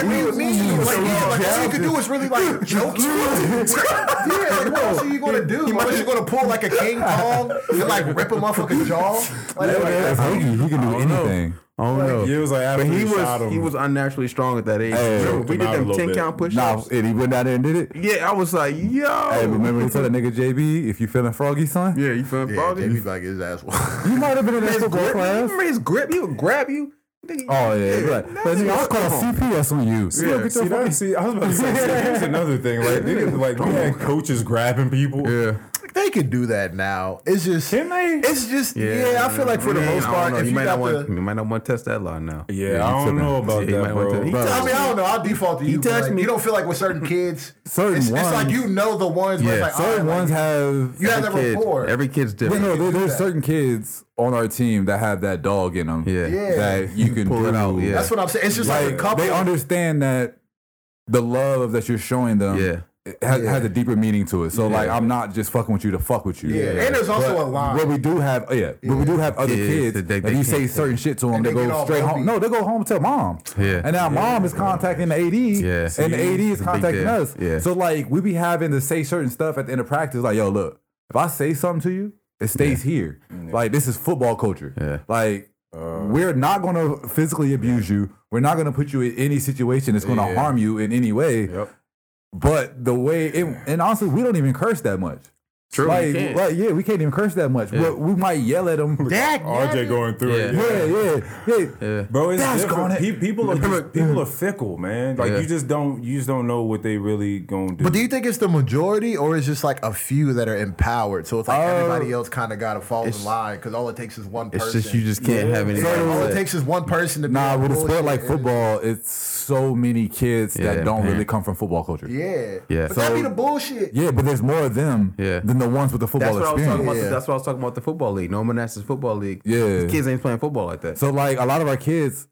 Speaker 5: do you mean? Like, yeah, like, all you could do is really like choke you. yeah, like, what else are you gonna do? Unless you're gonna pull like a King Kong and like rip a motherfucking jaw. Like,
Speaker 1: Yeah, That's Hagee. He can do
Speaker 3: I don't know.
Speaker 1: anything.
Speaker 3: I don't know.
Speaker 4: Yeah, it was like after
Speaker 3: but he
Speaker 4: he shot
Speaker 3: was,
Speaker 4: him.
Speaker 3: he was unnaturally strong at that age.
Speaker 1: Hey.
Speaker 3: Remember, we
Speaker 4: Him
Speaker 3: did
Speaker 4: out a
Speaker 3: them
Speaker 4: little
Speaker 3: ten
Speaker 4: bit.
Speaker 3: count push
Speaker 1: Nah,
Speaker 3: ups.
Speaker 1: and he went out there and did it.
Speaker 3: Yeah, I was like, yo.
Speaker 1: Hey, remember he told that nigga JB, if you feeling froggy, son,
Speaker 3: Yeah, you feel
Speaker 5: yeah,
Speaker 3: froggy?
Speaker 5: JB like his asshole.
Speaker 1: you might have been in that
Speaker 3: his
Speaker 1: football
Speaker 3: grip,
Speaker 1: class.
Speaker 3: remember his grip? He would grab you. Nigga,
Speaker 1: Oh yeah, he's like,
Speaker 3: that
Speaker 1: but nigga, I'll
Speaker 3: nigga-
Speaker 1: call CPS on you.
Speaker 3: Yeah,
Speaker 1: Yeah,
Speaker 4: See, that, see, I was about to say, see, here's another thing. Like, niggas, like we had coaches grabbing people.
Speaker 3: Yeah.
Speaker 5: They could do that now. It's just
Speaker 4: Can they?
Speaker 5: it's just yeah, I feel like for the
Speaker 3: I
Speaker 5: most
Speaker 3: don't
Speaker 5: part,
Speaker 3: know.
Speaker 5: if
Speaker 3: you,
Speaker 5: you,
Speaker 3: might
Speaker 5: got
Speaker 3: not
Speaker 5: the,
Speaker 3: want, you might not want to test that law now.
Speaker 4: Yeah,
Speaker 1: you
Speaker 4: I don't
Speaker 1: tripping.
Speaker 4: know about
Speaker 3: He
Speaker 4: that,
Speaker 3: might want
Speaker 4: bro.
Speaker 3: to-
Speaker 4: Bro,
Speaker 5: I mean, I don't know. I'll default to you. but,
Speaker 3: touched
Speaker 5: like,
Speaker 3: me.
Speaker 5: You don't feel like with certain kids,
Speaker 1: Certain
Speaker 5: it's, it's
Speaker 1: ones-
Speaker 5: like you know the ones. Where it's
Speaker 3: Yeah.
Speaker 5: like, all
Speaker 1: Certain
Speaker 5: right, like,
Speaker 1: ones have.
Speaker 5: you have that
Speaker 3: Every kid-
Speaker 5: rapport.
Speaker 3: Every kid's
Speaker 1: Yeah,
Speaker 3: different.
Speaker 1: no, there, there's
Speaker 5: that.
Speaker 1: certain kids on our team that have that dog in them.
Speaker 3: Yeah.
Speaker 5: Yeah.
Speaker 1: That you can
Speaker 3: Pull it
Speaker 1: do-
Speaker 3: out, yeah.
Speaker 5: That's what I'm saying. It's just like, a
Speaker 1: Like,
Speaker 5: couple.
Speaker 1: they understand that the love that you're showing them
Speaker 3: Yeah.
Speaker 1: it has,
Speaker 5: Yeah.
Speaker 1: has a deeper meaning to it. So like, I'm not just fucking with you to fuck with you.
Speaker 5: yeah. and there's also a line.
Speaker 1: But we do have, oh, yeah, but we do have other
Speaker 3: Yeah,
Speaker 1: kids.
Speaker 3: that they-
Speaker 1: that
Speaker 3: they
Speaker 1: you say
Speaker 3: can't-
Speaker 1: certain shit to them,
Speaker 5: And
Speaker 1: they,
Speaker 5: they get
Speaker 1: go
Speaker 5: all
Speaker 1: straight
Speaker 5: grumpy.
Speaker 1: home. No, they go home to mom.
Speaker 3: Yeah.
Speaker 1: And now mom is contacting the AD,
Speaker 3: Yeah.
Speaker 1: and the AD is
Speaker 3: Big
Speaker 1: contacting
Speaker 3: deal.
Speaker 1: us.
Speaker 3: Yeah.
Speaker 1: So like, we be having to say certain stuff at the end of practice. Like, yo, look, if I say something to you, it stays here. Like, this is football culture.
Speaker 3: Yeah.
Speaker 1: Like. We're not going to physically abuse you. We're not going to put you in any situation that's going to
Speaker 3: Yeah.
Speaker 1: harm you in any way. But the way it, and honestly, we don't even curse that much.
Speaker 3: True.
Speaker 1: Like,
Speaker 3: you can't.
Speaker 1: like, yeah, we can't even curse that much. But we might yell at them.
Speaker 5: Dad,
Speaker 4: RJ going through it.
Speaker 3: Yeah.
Speaker 1: Yeah, yeah, yeah.
Speaker 3: yeah.
Speaker 4: Bro, it's
Speaker 1: That's
Speaker 4: different.
Speaker 1: gone it.
Speaker 4: Pe- people are
Speaker 3: Remember-
Speaker 4: just, people are fickle, man. Like
Speaker 3: Yeah.
Speaker 4: you just don't you just don't know what they really gonna do.
Speaker 5: But do you think it's the majority, or it's just like a few that are empowered? So it's like
Speaker 1: Uh,
Speaker 5: everybody else kind of got to fall in line because all it takes is one
Speaker 3: It's
Speaker 5: person.
Speaker 3: just you just can't have any.
Speaker 5: Like, all it
Speaker 3: outlet.
Speaker 5: takes is one person to be
Speaker 1: Nah,
Speaker 5: on
Speaker 1: with a sport
Speaker 5: bullshit.
Speaker 1: like football, it's so many kids
Speaker 3: Yeah,
Speaker 1: that don't
Speaker 3: man.
Speaker 1: really come from football culture.
Speaker 5: Yeah,
Speaker 3: Yeah.
Speaker 5: But that be the bullshit.
Speaker 1: Yeah, but there's more of them
Speaker 3: Yeah.
Speaker 1: than the ones with the football
Speaker 3: That's what I was
Speaker 1: experience.
Speaker 3: talking about.
Speaker 5: Yeah.
Speaker 3: That's what I was talking about. The football league, No Manassas football league.
Speaker 1: Yeah.
Speaker 3: These kids ain't playing football like that.
Speaker 1: So like a lot of our kids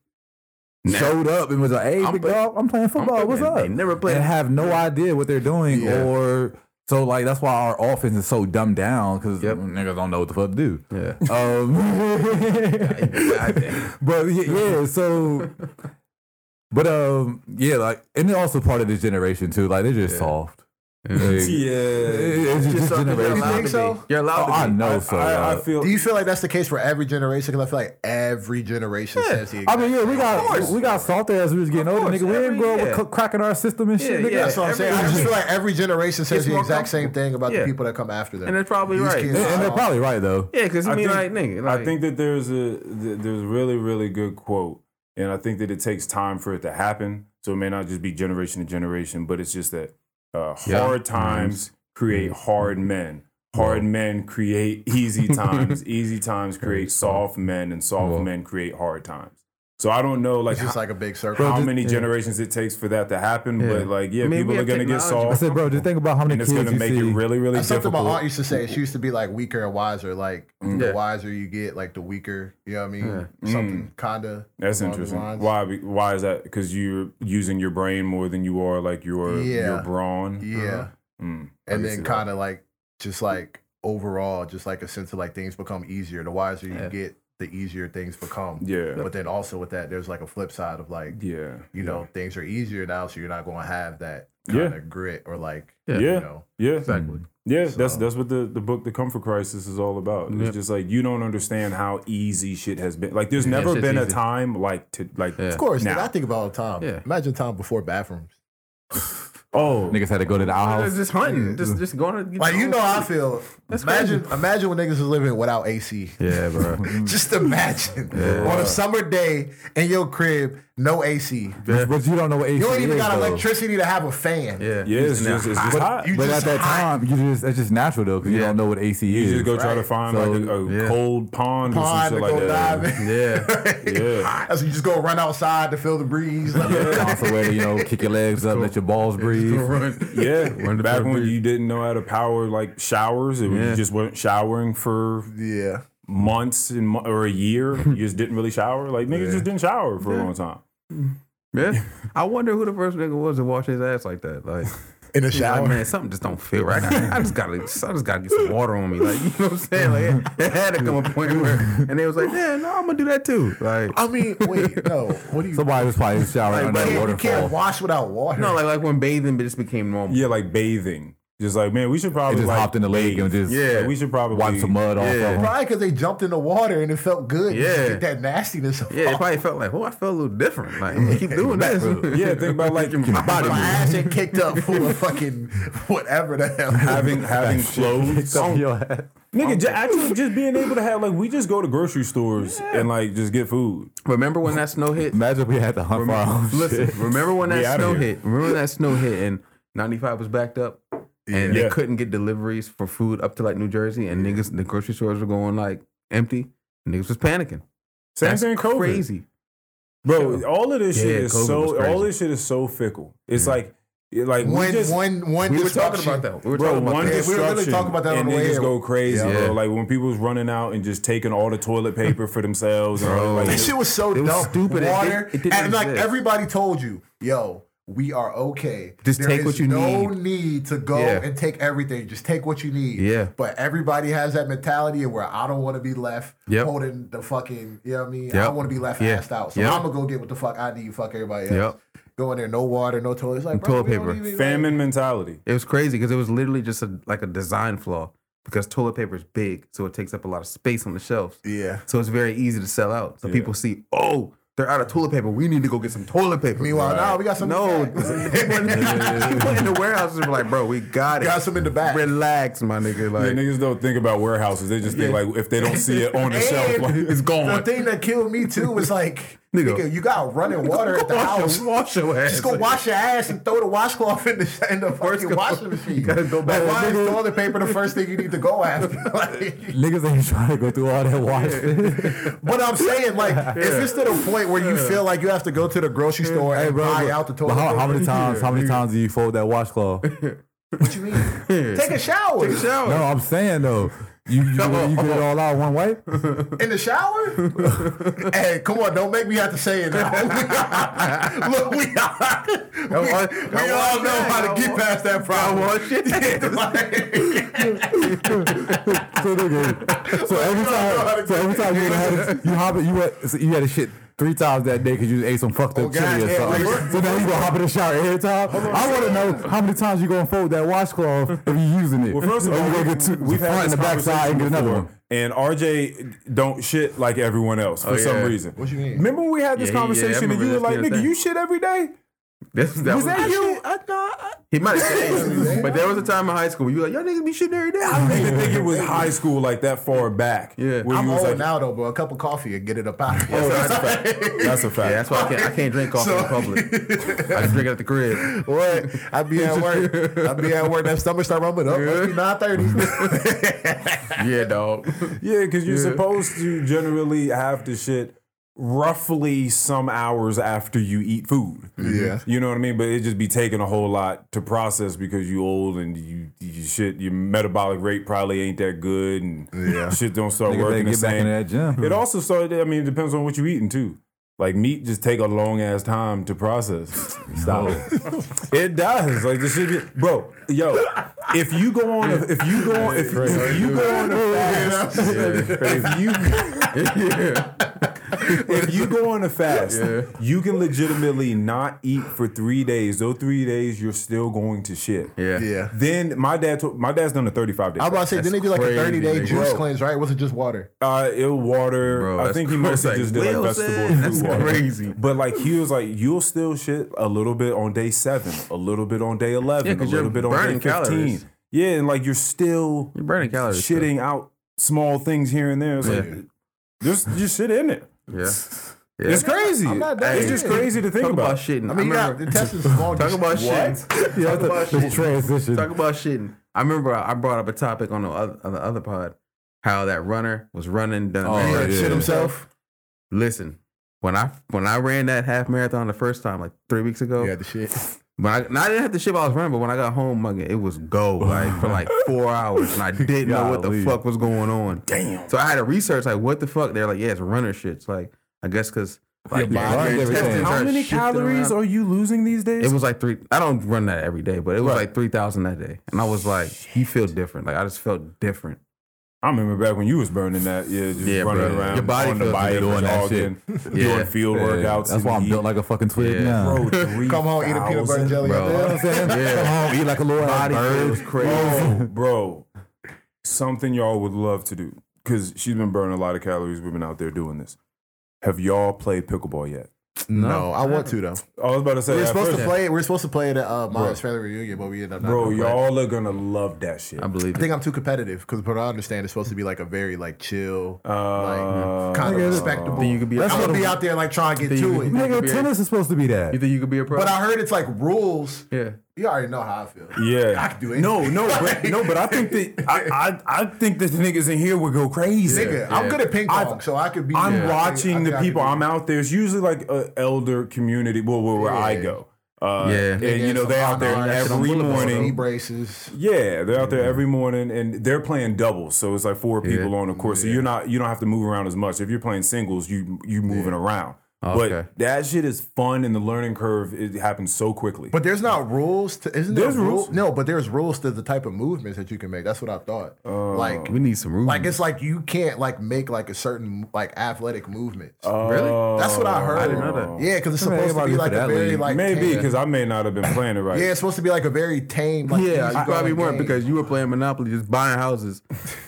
Speaker 1: showed up and was like, "Hey,
Speaker 3: I'm
Speaker 1: big
Speaker 3: play-
Speaker 1: dog, I'm playing football.
Speaker 3: playing-
Speaker 1: What's up?"
Speaker 3: they never played-
Speaker 1: and have no idea what they're doing
Speaker 3: Yeah.
Speaker 1: or. So like that's why our offense is so dumbed down because
Speaker 3: Yep.
Speaker 1: niggas don't know what the fuck to do.
Speaker 3: yeah.
Speaker 1: Um, but yeah, yeah, so but um yeah, like and they're also part of this generation too. Like they're just soft. Like,
Speaker 4: yeah.
Speaker 1: it- it's just, this
Speaker 3: something
Speaker 1: generation.
Speaker 5: You
Speaker 3: allowed
Speaker 5: think
Speaker 3: to
Speaker 5: so?
Speaker 3: be. You're allowed
Speaker 1: Oh, I
Speaker 3: to be.
Speaker 1: know
Speaker 4: uh, I,
Speaker 1: so.
Speaker 4: I, I
Speaker 1: uh,
Speaker 4: feel
Speaker 5: Do you feel like that's the case for every generation? Because I feel like every generation says the
Speaker 1: I
Speaker 5: exact
Speaker 1: mean, yeah, we got
Speaker 3: course.
Speaker 1: we got soft as we was getting
Speaker 3: Of
Speaker 1: older,
Speaker 3: course,
Speaker 1: nigga. We
Speaker 3: every-
Speaker 1: didn't grow up
Speaker 3: yeah.
Speaker 1: with c- cracking our system and shit,
Speaker 3: Yeah,
Speaker 1: nigga.
Speaker 3: yeah.
Speaker 5: That's what I'm
Speaker 3: Every
Speaker 5: saying. I just
Speaker 3: generation.
Speaker 5: feel like every generation says
Speaker 3: It's
Speaker 5: the
Speaker 3: more
Speaker 5: exact same thing about the
Speaker 3: Yeah.
Speaker 5: people that come after them.
Speaker 3: And that's probably
Speaker 5: These
Speaker 3: right.
Speaker 5: kids
Speaker 1: And,
Speaker 5: are
Speaker 1: and they're
Speaker 5: soft.
Speaker 1: probably right though.
Speaker 3: Yeah, because I
Speaker 4: I
Speaker 3: mean,
Speaker 4: think-
Speaker 3: like, nigga,
Speaker 4: I
Speaker 3: like-
Speaker 4: think that there's a th- there's a really really good quote, and I think that it takes time for it to happen. So it may not just be generation to generation, but it's just that uh,
Speaker 3: Yeah.
Speaker 4: hard times create hard men. Hard men create easy times. easy times create soft men, and soft men create hard times. So I don't know, like.
Speaker 5: It's just
Speaker 4: how-
Speaker 5: like a big circle.
Speaker 4: how many generations it takes for that to happen, but like, yeah,
Speaker 3: I mean, we
Speaker 4: people are
Speaker 3: have
Speaker 4: gonna get
Speaker 3: technology.
Speaker 1: I
Speaker 4: soft,
Speaker 1: said, bro, just think about how many
Speaker 4: and it's
Speaker 1: kids
Speaker 4: gonna
Speaker 1: you
Speaker 4: make
Speaker 1: see.
Speaker 4: it really, really
Speaker 5: That's something
Speaker 4: difficult.
Speaker 5: my aunt used to say. She used to be like weaker and wiser. Like
Speaker 3: Yeah.
Speaker 5: the wiser you get, like the weaker. You know what I mean? Something kinda.
Speaker 4: That's
Speaker 5: along the
Speaker 4: interesting.
Speaker 5: lines.
Speaker 4: Why? be- Why is that? Because you're using your brain more than you are like your
Speaker 5: Yeah.
Speaker 4: your brawn.
Speaker 5: Yeah,
Speaker 4: Mm. I
Speaker 5: and
Speaker 4: can
Speaker 5: then
Speaker 4: see that.
Speaker 5: kind of like just like overall, just like a sense of like things become easier. The wiser you
Speaker 3: Yeah.
Speaker 5: get, the easier things become.
Speaker 4: Yeah.
Speaker 5: But then also with that, there's like a flip side of like
Speaker 4: Yeah.
Speaker 5: you know things are easier now, so you're not going to have that
Speaker 4: Yeah.
Speaker 5: kind of grit or like
Speaker 3: Yeah.
Speaker 5: you
Speaker 4: Yeah.
Speaker 5: know.
Speaker 4: Yeah. Mm.
Speaker 3: exactly.
Speaker 4: Yeah. That's that's what the, the book The Comfort Crisis is all about. It's just like you don't understand how easy shit has been. Like there's never
Speaker 3: shit's
Speaker 4: been a
Speaker 3: easy.
Speaker 4: time like to like
Speaker 3: Yeah.
Speaker 5: Of course,
Speaker 4: now.
Speaker 5: nigga, I think about all the time.
Speaker 3: Yeah.
Speaker 5: Imagine time before bathrooms.
Speaker 4: oh
Speaker 1: Niggas had to go to the outhouse.
Speaker 3: It's just hunting, just just going. To,
Speaker 5: Like you know, how I feel. imagine, imagine when niggas was living without AC.
Speaker 3: Yeah, bro.
Speaker 5: Just imagine on a summer day in your crib, no AC.
Speaker 1: But, but you don't know what AC
Speaker 5: You don't even
Speaker 1: is,
Speaker 5: got
Speaker 1: though.
Speaker 5: electricity to have a fan.
Speaker 3: Yeah.
Speaker 4: yeah, it's just it's just hot.
Speaker 5: You
Speaker 4: You
Speaker 1: But
Speaker 5: just
Speaker 1: at that
Speaker 5: hot.
Speaker 1: time, you just that's just natural though, because you
Speaker 3: Yeah.
Speaker 1: don't know what AC is.
Speaker 4: just go try to find like a, a
Speaker 3: yeah.
Speaker 4: cold pond,
Speaker 5: Pond
Speaker 4: or some
Speaker 5: to
Speaker 4: shit like
Speaker 5: go
Speaker 4: that.
Speaker 5: dive in.
Speaker 3: Yeah.
Speaker 4: Yeah.
Speaker 5: That's- you just go run outside to feel the breeze. Like,
Speaker 1: somewhere to you know kick your legs up, let your balls breathe.
Speaker 4: Yeah,
Speaker 3: Run to
Speaker 4: back
Speaker 3: the
Speaker 4: when
Speaker 3: beach.
Speaker 4: you didn't know how to power like showers, it was, you
Speaker 3: Yeah.
Speaker 4: just weren't showering for
Speaker 5: yeah.
Speaker 4: months and mo- or a year. You just didn't really shower. Like niggas just didn't shower for a long time.
Speaker 3: Yeah. I wonder who the first nigga was to wash his ass like that. Like,
Speaker 5: In the
Speaker 3: like,
Speaker 5: shower.
Speaker 3: man, something just don't feel right. I, I just gotta, I just gotta get some water on me. Like, you know what I'm saying? Like, it had to come a point where, and they was like, yeah, no, I'm gonna do that too. Like,
Speaker 5: I mean, wait, no. What do you?
Speaker 1: Somebody was probably showering
Speaker 5: you
Speaker 1: under that
Speaker 5: can't, you can't
Speaker 1: waterfall.
Speaker 5: wash without water.
Speaker 3: no, like, like when bathing just became normal.
Speaker 4: Yeah, like bathing. Just like man, we should
Speaker 1: They
Speaker 4: probably
Speaker 1: just
Speaker 4: like,
Speaker 1: hopped in the lake and just
Speaker 3: Yeah.
Speaker 4: like, we should probably
Speaker 1: wiped some mud off.
Speaker 3: Yeah.
Speaker 1: of 'em.
Speaker 5: Probably because they jumped in the water and it felt good. You just
Speaker 3: Yeah.
Speaker 5: get that nastiness. off.
Speaker 3: Yeah, it probably felt like, oh, I felt a little different. Like, I'm gonna keep doing this.
Speaker 4: Yeah, think about like
Speaker 5: My ass ain't kicked up full of fucking whatever the hell.
Speaker 4: having having clothes.
Speaker 1: Up
Speaker 4: on.
Speaker 1: your ass.
Speaker 4: Nigga, ju- actually just being able to have like we just go to grocery stores and like just get food.
Speaker 3: Remember when that snow hit?
Speaker 1: Imagine if we had to hunt for our own
Speaker 3: Listen,
Speaker 1: shit.
Speaker 3: remember when
Speaker 4: We
Speaker 3: that
Speaker 4: outta
Speaker 3: snow
Speaker 4: here.
Speaker 3: hit? Remember when that snow hit and 95 was backed up? and
Speaker 4: Yeah.
Speaker 3: they couldn't get deliveries for food up to like New Jersey, and niggas the grocery stores were going like empty. Niggas was panicking.
Speaker 4: Same
Speaker 3: That's
Speaker 4: thing. COVID.
Speaker 3: crazy.
Speaker 4: bro. All of this
Speaker 3: Yeah,
Speaker 4: shit is
Speaker 3: COVID was
Speaker 4: so.
Speaker 3: crazy.
Speaker 4: All this shit is so fickle. It's like, it- like we
Speaker 5: One,
Speaker 4: just-
Speaker 5: one, one.
Speaker 3: We were talking
Speaker 5: disruption.
Speaker 3: about that. We were
Speaker 4: Bro,
Speaker 3: talking about
Speaker 4: one
Speaker 5: Yeah,
Speaker 3: that.
Speaker 5: we were literally
Speaker 4: disruption
Speaker 5: talking about that on
Speaker 4: and
Speaker 5: the way
Speaker 4: niggas
Speaker 5: here.
Speaker 4: go crazy,
Speaker 3: Yeah.
Speaker 4: bro. Like when people was running out and just taking all the toilet paper for themselves. and
Speaker 3: Bro.
Speaker 4: like,
Speaker 5: That shit was so
Speaker 3: It was
Speaker 5: dumb.
Speaker 3: stupid. It
Speaker 5: Water.
Speaker 3: did- it didn't
Speaker 5: and like
Speaker 3: exist.
Speaker 5: everybody told you, yo, we are okay.
Speaker 3: Just take
Speaker 5: is
Speaker 3: what you
Speaker 5: no
Speaker 3: need.
Speaker 5: need to go
Speaker 3: Yeah.
Speaker 5: and take everything. Just take what you need.
Speaker 3: Yeah.
Speaker 5: But everybody has that mentality of where I don't want to be left
Speaker 3: Yep.
Speaker 5: holding the fucking, you know what I mean? I
Speaker 3: Yep.
Speaker 5: don't want to be left
Speaker 3: Yeah.
Speaker 5: assed out. So
Speaker 3: Yep.
Speaker 5: I'm going to go get what the fuck I need. Fuck everybody else.
Speaker 3: Yep.
Speaker 5: Go in there, no water, no toilet. It's like,
Speaker 3: And
Speaker 5: bro,
Speaker 3: toilet
Speaker 5: we don't
Speaker 3: paper.
Speaker 5: even-
Speaker 4: famine mentality.
Speaker 3: It was crazy because it was literally just a, like a design flaw because toilet paper is big, so it takes up a lot of space on the shelves.
Speaker 5: Yeah.
Speaker 3: So it's very easy to sell out. So people see, oh, they're out of toilet paper. We need to go get some toilet paper.
Speaker 5: Meanwhile, nah, we got some.
Speaker 3: no, people in the warehouses were like, bro, we got it.
Speaker 5: Got some in the back.
Speaker 3: Relax, my nigga.
Speaker 4: Yeah,
Speaker 3: Like,
Speaker 4: niggas don't think about warehouses. They just think like if they don't see it on the shelf,
Speaker 5: And
Speaker 4: like,
Speaker 5: The
Speaker 4: it's gone.
Speaker 5: thing that killed me too was like,
Speaker 3: Nigga.
Speaker 5: nigga, you got running water at the
Speaker 3: wash,
Speaker 5: house.
Speaker 3: your, wash your ass.
Speaker 5: Just go
Speaker 3: Like,
Speaker 5: wash your ass and throw the washcloth in the in the fucking
Speaker 3: go-
Speaker 5: washing machine.
Speaker 3: you gotta go back.
Speaker 5: Like, why is toilet paper the first thing you need to go after? Like,
Speaker 1: Niggas ain't trying to go through all that washing.
Speaker 5: but I'm saying, like, if it's to the point where you feel like you have to go to the grocery store and buy
Speaker 1: but-
Speaker 5: out the toilet
Speaker 1: but how, how
Speaker 5: paper,
Speaker 1: many times? How many times do you fold that washcloth?
Speaker 5: what you mean? Take a shower
Speaker 3: shower.
Speaker 1: No, I'm saying though, you you, you get it all out in one wipe.
Speaker 5: in the shower. hey, come on! Don't make me have to say it. Now. Look, we, we,
Speaker 3: I wa-
Speaker 5: we
Speaker 3: I
Speaker 5: all
Speaker 3: wash
Speaker 5: know
Speaker 3: it.
Speaker 5: how
Speaker 3: I
Speaker 5: to get
Speaker 3: wa-
Speaker 5: past that
Speaker 3: I
Speaker 5: problem.
Speaker 3: wash it.
Speaker 1: So, nigga, so every time, so every time you had you hop it, you had, so you had to shit three times that day because you ate some
Speaker 4: Oh,
Speaker 1: fucked up chili or
Speaker 5: goddamn,
Speaker 1: something.
Speaker 5: nigga.
Speaker 1: So now you gonna hop in the shower every time. I want to know how many times you gonna fold that washcloth if you using it.
Speaker 4: Well, first of
Speaker 1: Or
Speaker 4: all,
Speaker 1: you gonna get two,
Speaker 4: we've had
Speaker 1: front and
Speaker 4: this
Speaker 1: the back side
Speaker 4: conversation
Speaker 1: and get another
Speaker 4: before,
Speaker 1: one.
Speaker 4: And RJ don't shit like everyone else for
Speaker 3: Oh,
Speaker 4: some
Speaker 3: yeah.
Speaker 4: reason. What
Speaker 5: you mean?
Speaker 4: Remember when we had this
Speaker 3: Yeah, he- yeah, I
Speaker 4: conversation and
Speaker 3: remember
Speaker 4: you were
Speaker 3: this
Speaker 4: like,
Speaker 3: being a
Speaker 4: nigga,
Speaker 3: thing.
Speaker 4: you shit every day?
Speaker 3: That's- that
Speaker 4: Was that you?
Speaker 3: He might have changed. but there was a time in high school where you were like, y'all niggas be shitting every day.
Speaker 4: I don't even think it was high school like that far back.
Speaker 3: Yeah.
Speaker 4: Where
Speaker 5: I'm
Speaker 4: you was
Speaker 5: old
Speaker 4: like,
Speaker 5: now though, bro. A cup of coffee and get it up out of here.
Speaker 3: that's a
Speaker 4: Oh, that's a fact.
Speaker 3: Yeah, that's why I can't, I can't drink coffee in public. I drink it at the crib.
Speaker 5: What? I be at work. I be at work. That stomach start rumbling up. Must be nine thirty.
Speaker 3: Yeah, dog.
Speaker 4: Yeah, because you're supposed to generally have to shit roughly some hours after you eat food.
Speaker 5: Yeah.
Speaker 4: You know what I mean? But it just be taking a whole lot to process because you old and you, you shit, your metabolic rate probably ain't that good and shit don't start
Speaker 1: Nigga, better
Speaker 4: working the
Speaker 1: get back into
Speaker 4: same.
Speaker 1: that gym.
Speaker 3: Hmm.
Speaker 4: It also started, I mean, it depends on what you eating too. Like meat just take a long ass time to process. Stop it. It does. Like this shit, be- bro. Yo, if you go on, a, if you go on, if, if you go on a fast, if you
Speaker 3: yeah.
Speaker 4: if you go on a fast, you can legitimately not eat for three days. Those three days, you're still going to shit.
Speaker 3: Yeah.
Speaker 4: Then my dad told my dad's done a 35 day.
Speaker 5: I'm about to say, didn't they do like a
Speaker 3: crazy,
Speaker 5: 30 day
Speaker 3: nigga.
Speaker 5: juice
Speaker 3: Bro.
Speaker 5: cleanse, right? Was it just water?
Speaker 4: Uh, it was water.
Speaker 3: Bro,
Speaker 4: I
Speaker 3: that's
Speaker 4: think he
Speaker 3: crazy.
Speaker 4: mostly just did like
Speaker 3: Wilson,
Speaker 4: vegetable and
Speaker 3: that's
Speaker 4: fruit water.
Speaker 3: crazy.
Speaker 4: But like he was like, you'll still shit a little bit on day seven, a little bit on day
Speaker 3: Yeah,
Speaker 4: eleven, a
Speaker 3: 'cause
Speaker 4: little
Speaker 3: you're
Speaker 4: bit on day
Speaker 3: burning
Speaker 4: fifteen.
Speaker 3: calories.
Speaker 4: Yeah, and like you're still
Speaker 3: You're burning calories.
Speaker 4: shitting out small things here and there. It's
Speaker 3: Yeah.
Speaker 4: like there's just shit in it.
Speaker 3: though. Yeah.
Speaker 4: It's crazy.
Speaker 5: I'm not that
Speaker 4: it's just
Speaker 5: big.
Speaker 4: crazy to think
Speaker 3: Talk about
Speaker 4: about.
Speaker 3: shitting.
Speaker 5: I mean,
Speaker 3: I
Speaker 5: yeah,
Speaker 3: remember,
Speaker 5: the intestines is small.
Speaker 3: talk about shitting.
Speaker 1: Yeah,
Speaker 3: talk
Speaker 1: the,
Speaker 3: about
Speaker 1: the
Speaker 3: shit.
Speaker 1: transition.
Speaker 3: Talk about shitting. I remember I I brought up a topic on the other, on the other pod how that runner was running, done.
Speaker 1: Oh,
Speaker 3: ran.
Speaker 1: yeah.
Speaker 5: shit himself.
Speaker 3: Listen, when I when I ran that half marathon the first time, like three weeks ago,
Speaker 5: the shit.
Speaker 3: When I, and I didn't have to shit while I was running, but when I got home, my nigga, it was go like for like four hours, and I didn't know what the
Speaker 1: Golly.
Speaker 3: fuck was going on. Damn. So I had to research like what the fuck. They're like, yeah, it's runner shit. It's like I guess because like
Speaker 1: Yeah,
Speaker 3: your
Speaker 1: body and
Speaker 3: intestines
Speaker 1: everything.
Speaker 3: are
Speaker 4: How many
Speaker 3: shifting
Speaker 4: calories
Speaker 3: around.
Speaker 4: are you losing these days?
Speaker 3: It was like three. I don't run that every day, but it was like three thousand that day, and I was like, you feel different. Like I just felt different.
Speaker 4: I remember back when you was burning that, yeah, just
Speaker 3: Yeah,
Speaker 4: running
Speaker 3: bro.
Speaker 4: around
Speaker 3: Your body
Speaker 4: on the
Speaker 3: feels
Speaker 4: bike,
Speaker 1: different doing that
Speaker 4: jogging,
Speaker 3: Yeah.
Speaker 4: doing field
Speaker 3: Yeah.
Speaker 4: workouts.
Speaker 1: That's why
Speaker 4: in
Speaker 1: I'm
Speaker 4: the
Speaker 1: built
Speaker 4: heat.
Speaker 1: like a fucking twig
Speaker 3: Yeah.
Speaker 1: now.
Speaker 4: Bro,
Speaker 5: Come home, eat a peanut butter and
Speaker 4: 3,000.
Speaker 5: jelly.
Speaker 3: Bro.
Speaker 5: up there.
Speaker 1: You know what I'm saying?
Speaker 3: Yeah.
Speaker 1: Come home, eat like a little ass
Speaker 3: Body
Speaker 1: bird.
Speaker 3: feels crazy.
Speaker 4: Bro, bro, something y'all would love to do because she's been burning a lot of calories. We've been out there doing this. Have y'all played pickleball yet?
Speaker 5: No, I want to though.
Speaker 4: I was about to say,
Speaker 5: We were
Speaker 4: at
Speaker 5: supposed to
Speaker 4: first,
Speaker 5: play it. We were supposed to play it at uh, Mom's family reunion, but we ended up not.
Speaker 4: bro.
Speaker 5: gonna play.
Speaker 4: Y'all are gonna love that shit.
Speaker 3: I believe
Speaker 5: I
Speaker 3: it.
Speaker 5: think I'm too competitive because, what I understand, it's supposed to be like a very like chill,
Speaker 4: Uh,
Speaker 5: like kind of
Speaker 1: Nigga,
Speaker 5: respectable.
Speaker 3: Think you could be a
Speaker 5: I'm gonna
Speaker 3: pro?
Speaker 5: be out there like trying to get
Speaker 3: Think you
Speaker 5: to
Speaker 3: could-
Speaker 5: it.
Speaker 1: Nigga, tennis is supposed to be that.
Speaker 3: You think you could be a pro?
Speaker 5: But I heard it's like rules
Speaker 3: yeah.
Speaker 5: You already know how I feel.
Speaker 4: Yeah.
Speaker 5: I can do anything.
Speaker 4: No, no, but no, but I think that I, I, I think that the niggas in here would go crazy.
Speaker 5: Nigga, I'm good at ping pong,
Speaker 4: I-
Speaker 5: so I could be.
Speaker 4: I'm
Speaker 5: I-
Speaker 4: watching
Speaker 5: I think
Speaker 4: the
Speaker 5: I could
Speaker 4: people.
Speaker 5: do-
Speaker 4: I'm out there. It's usually like a elder community. Well, where, where I
Speaker 5: Yeah.
Speaker 4: go. Uh,
Speaker 3: Yeah.
Speaker 4: and
Speaker 5: Nigga,
Speaker 4: you know they're out there
Speaker 5: some Arnold, some
Speaker 4: every
Speaker 5: Boulevard, knee
Speaker 4: morning.
Speaker 5: braces.
Speaker 4: Yeah, they're out there every morning, and they're playing doubles. So it's like four people on the court. So you're not you don't have to move around as much. If you're playing singles, you you moving around.
Speaker 5: Oh,
Speaker 3: Okay.
Speaker 4: But that shit is fun, and the learning curve it happens so quickly.
Speaker 5: But there's not rules to isn't there
Speaker 4: There's
Speaker 5: rule-
Speaker 4: rules.
Speaker 5: No, but there's rules to the type of movements that you can make. That's what I thought. like
Speaker 3: Oh, We need some room.
Speaker 5: like it's like you can't like make like a certain like athletic movement.
Speaker 3: really? Oh,
Speaker 5: That's what I heard.
Speaker 3: I didn't know that.
Speaker 5: Yeah, because it's
Speaker 1: I mean,
Speaker 5: supposed to
Speaker 1: everybody
Speaker 5: be
Speaker 1: for
Speaker 5: like a
Speaker 1: that
Speaker 5: very
Speaker 1: league.
Speaker 5: like
Speaker 4: Maybe
Speaker 5: tame-
Speaker 4: because I may not have been playing it right.
Speaker 5: yeah, it's supposed to be like a very tame. Like,
Speaker 3: Yeah, you
Speaker 5: easygoing
Speaker 3: probably weren't
Speaker 5: game.
Speaker 3: because you were playing Monopoly, just buying houses,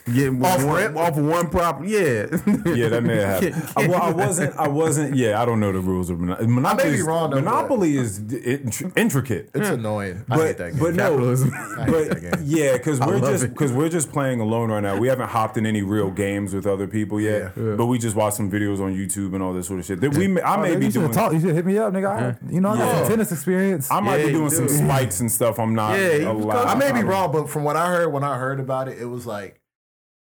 Speaker 3: getting with
Speaker 5: Off
Speaker 3: one,
Speaker 5: rip?
Speaker 3: off of one property. Oh, Yeah,
Speaker 4: Yeah, that may have
Speaker 3: Can't-
Speaker 4: happened. I, well, I wasn't. I wasn't. Yeah, I don't know the rules of Monopoly. Monopoly is-
Speaker 5: wrong, though, but- Hmm.
Speaker 4: Monopoly is it, intricate.
Speaker 5: it's annoying. I hate
Speaker 4: But,
Speaker 5: that game.
Speaker 4: but no,
Speaker 3: Capitalism.
Speaker 4: but yeah, because we're
Speaker 3: love
Speaker 4: just
Speaker 3: it.
Speaker 4: because we're just playing alone right now. We haven't hopped in any real games with other people yet, but we just watched some videos on YouTube and all this sort of shit. That we, may- I may
Speaker 1: Nigga,
Speaker 4: be
Speaker 1: you
Speaker 4: doing,
Speaker 1: should talk. You should hit me up, nigga. I, you know, I got
Speaker 4: Yeah.
Speaker 1: some tennis experience.
Speaker 4: I might
Speaker 3: Yeah,
Speaker 4: be
Speaker 3: you
Speaker 4: doing some
Speaker 3: do.
Speaker 4: spikes and stuff. I'm not
Speaker 3: Yeah, you-
Speaker 4: allowed.
Speaker 5: I may be wrong, but from what I heard when I heard about it, it was like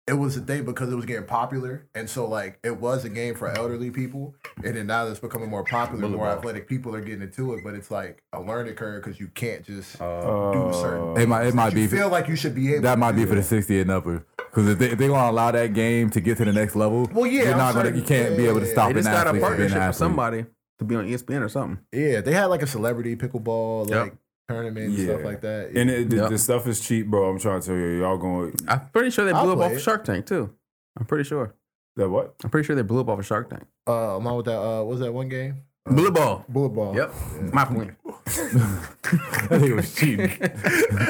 Speaker 5: it was a thing because it was getting popular, and so like it was a game for elderly people, and then now that it's becoming more popular, more athletic people are getting into it, but it's like a learning curve because you can't just do certain.
Speaker 1: it might, it might be
Speaker 5: You feel like you should be able.
Speaker 1: that
Speaker 5: to
Speaker 1: might
Speaker 5: do
Speaker 1: be
Speaker 5: it.
Speaker 1: for the sixty and upper. Because if they, if they want to allow that game to get to the next level,
Speaker 5: Well, yeah,
Speaker 1: you're
Speaker 5: I'm
Speaker 1: not gonna,
Speaker 5: saying-
Speaker 1: you can't
Speaker 5: yeah,
Speaker 1: be able to
Speaker 5: yeah,
Speaker 1: stop
Speaker 3: they
Speaker 1: an
Speaker 3: just got
Speaker 1: athlete
Speaker 3: a
Speaker 1: from being an
Speaker 3: partnership with
Speaker 1: athlete.
Speaker 3: somebody to be on E ESPN or something.
Speaker 5: Yeah, they had like a celebrity pickleball
Speaker 3: Yep.
Speaker 5: like tournament and stuff
Speaker 4: Yeah.
Speaker 5: like that.
Speaker 4: And it, the,
Speaker 3: Yep.
Speaker 4: the stuff is cheap, bro. I'm trying to tell you, y'all going
Speaker 3: I'm pretty sure they
Speaker 5: I'll
Speaker 3: blew up
Speaker 5: play
Speaker 3: off of
Speaker 5: it.
Speaker 3: Shark Tank too. I'm pretty sure.
Speaker 4: that what?
Speaker 3: I'm pretty sure they blew up off of Shark Tank.
Speaker 5: uh, along with that, uh, what was that one game?
Speaker 3: Bullet Uh, ball.
Speaker 5: Bullet ball.
Speaker 3: Yep, my point.
Speaker 1: That nigga was cheating.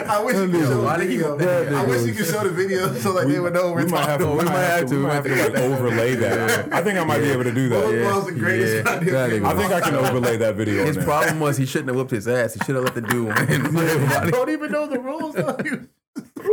Speaker 5: I wish you could show
Speaker 3: Why
Speaker 5: the
Speaker 3: did he-
Speaker 5: video.
Speaker 3: Yeah,
Speaker 5: I wish you could show the video so like they would know what we're
Speaker 4: We might
Speaker 5: talking
Speaker 4: have to.
Speaker 5: about.
Speaker 4: We might have to. We might have to like overlay that. I think I might be able to do that.
Speaker 5: Bullet ball's the greatest
Speaker 3: Yeah.
Speaker 5: idea.
Speaker 1: That nigga
Speaker 4: I think I can overlay that video.
Speaker 3: His
Speaker 4: on there.
Speaker 3: problem was he shouldn't have whipped his ass. He should have let the dude
Speaker 5: I
Speaker 3: win.
Speaker 5: don't even know the rules. though.
Speaker 3: he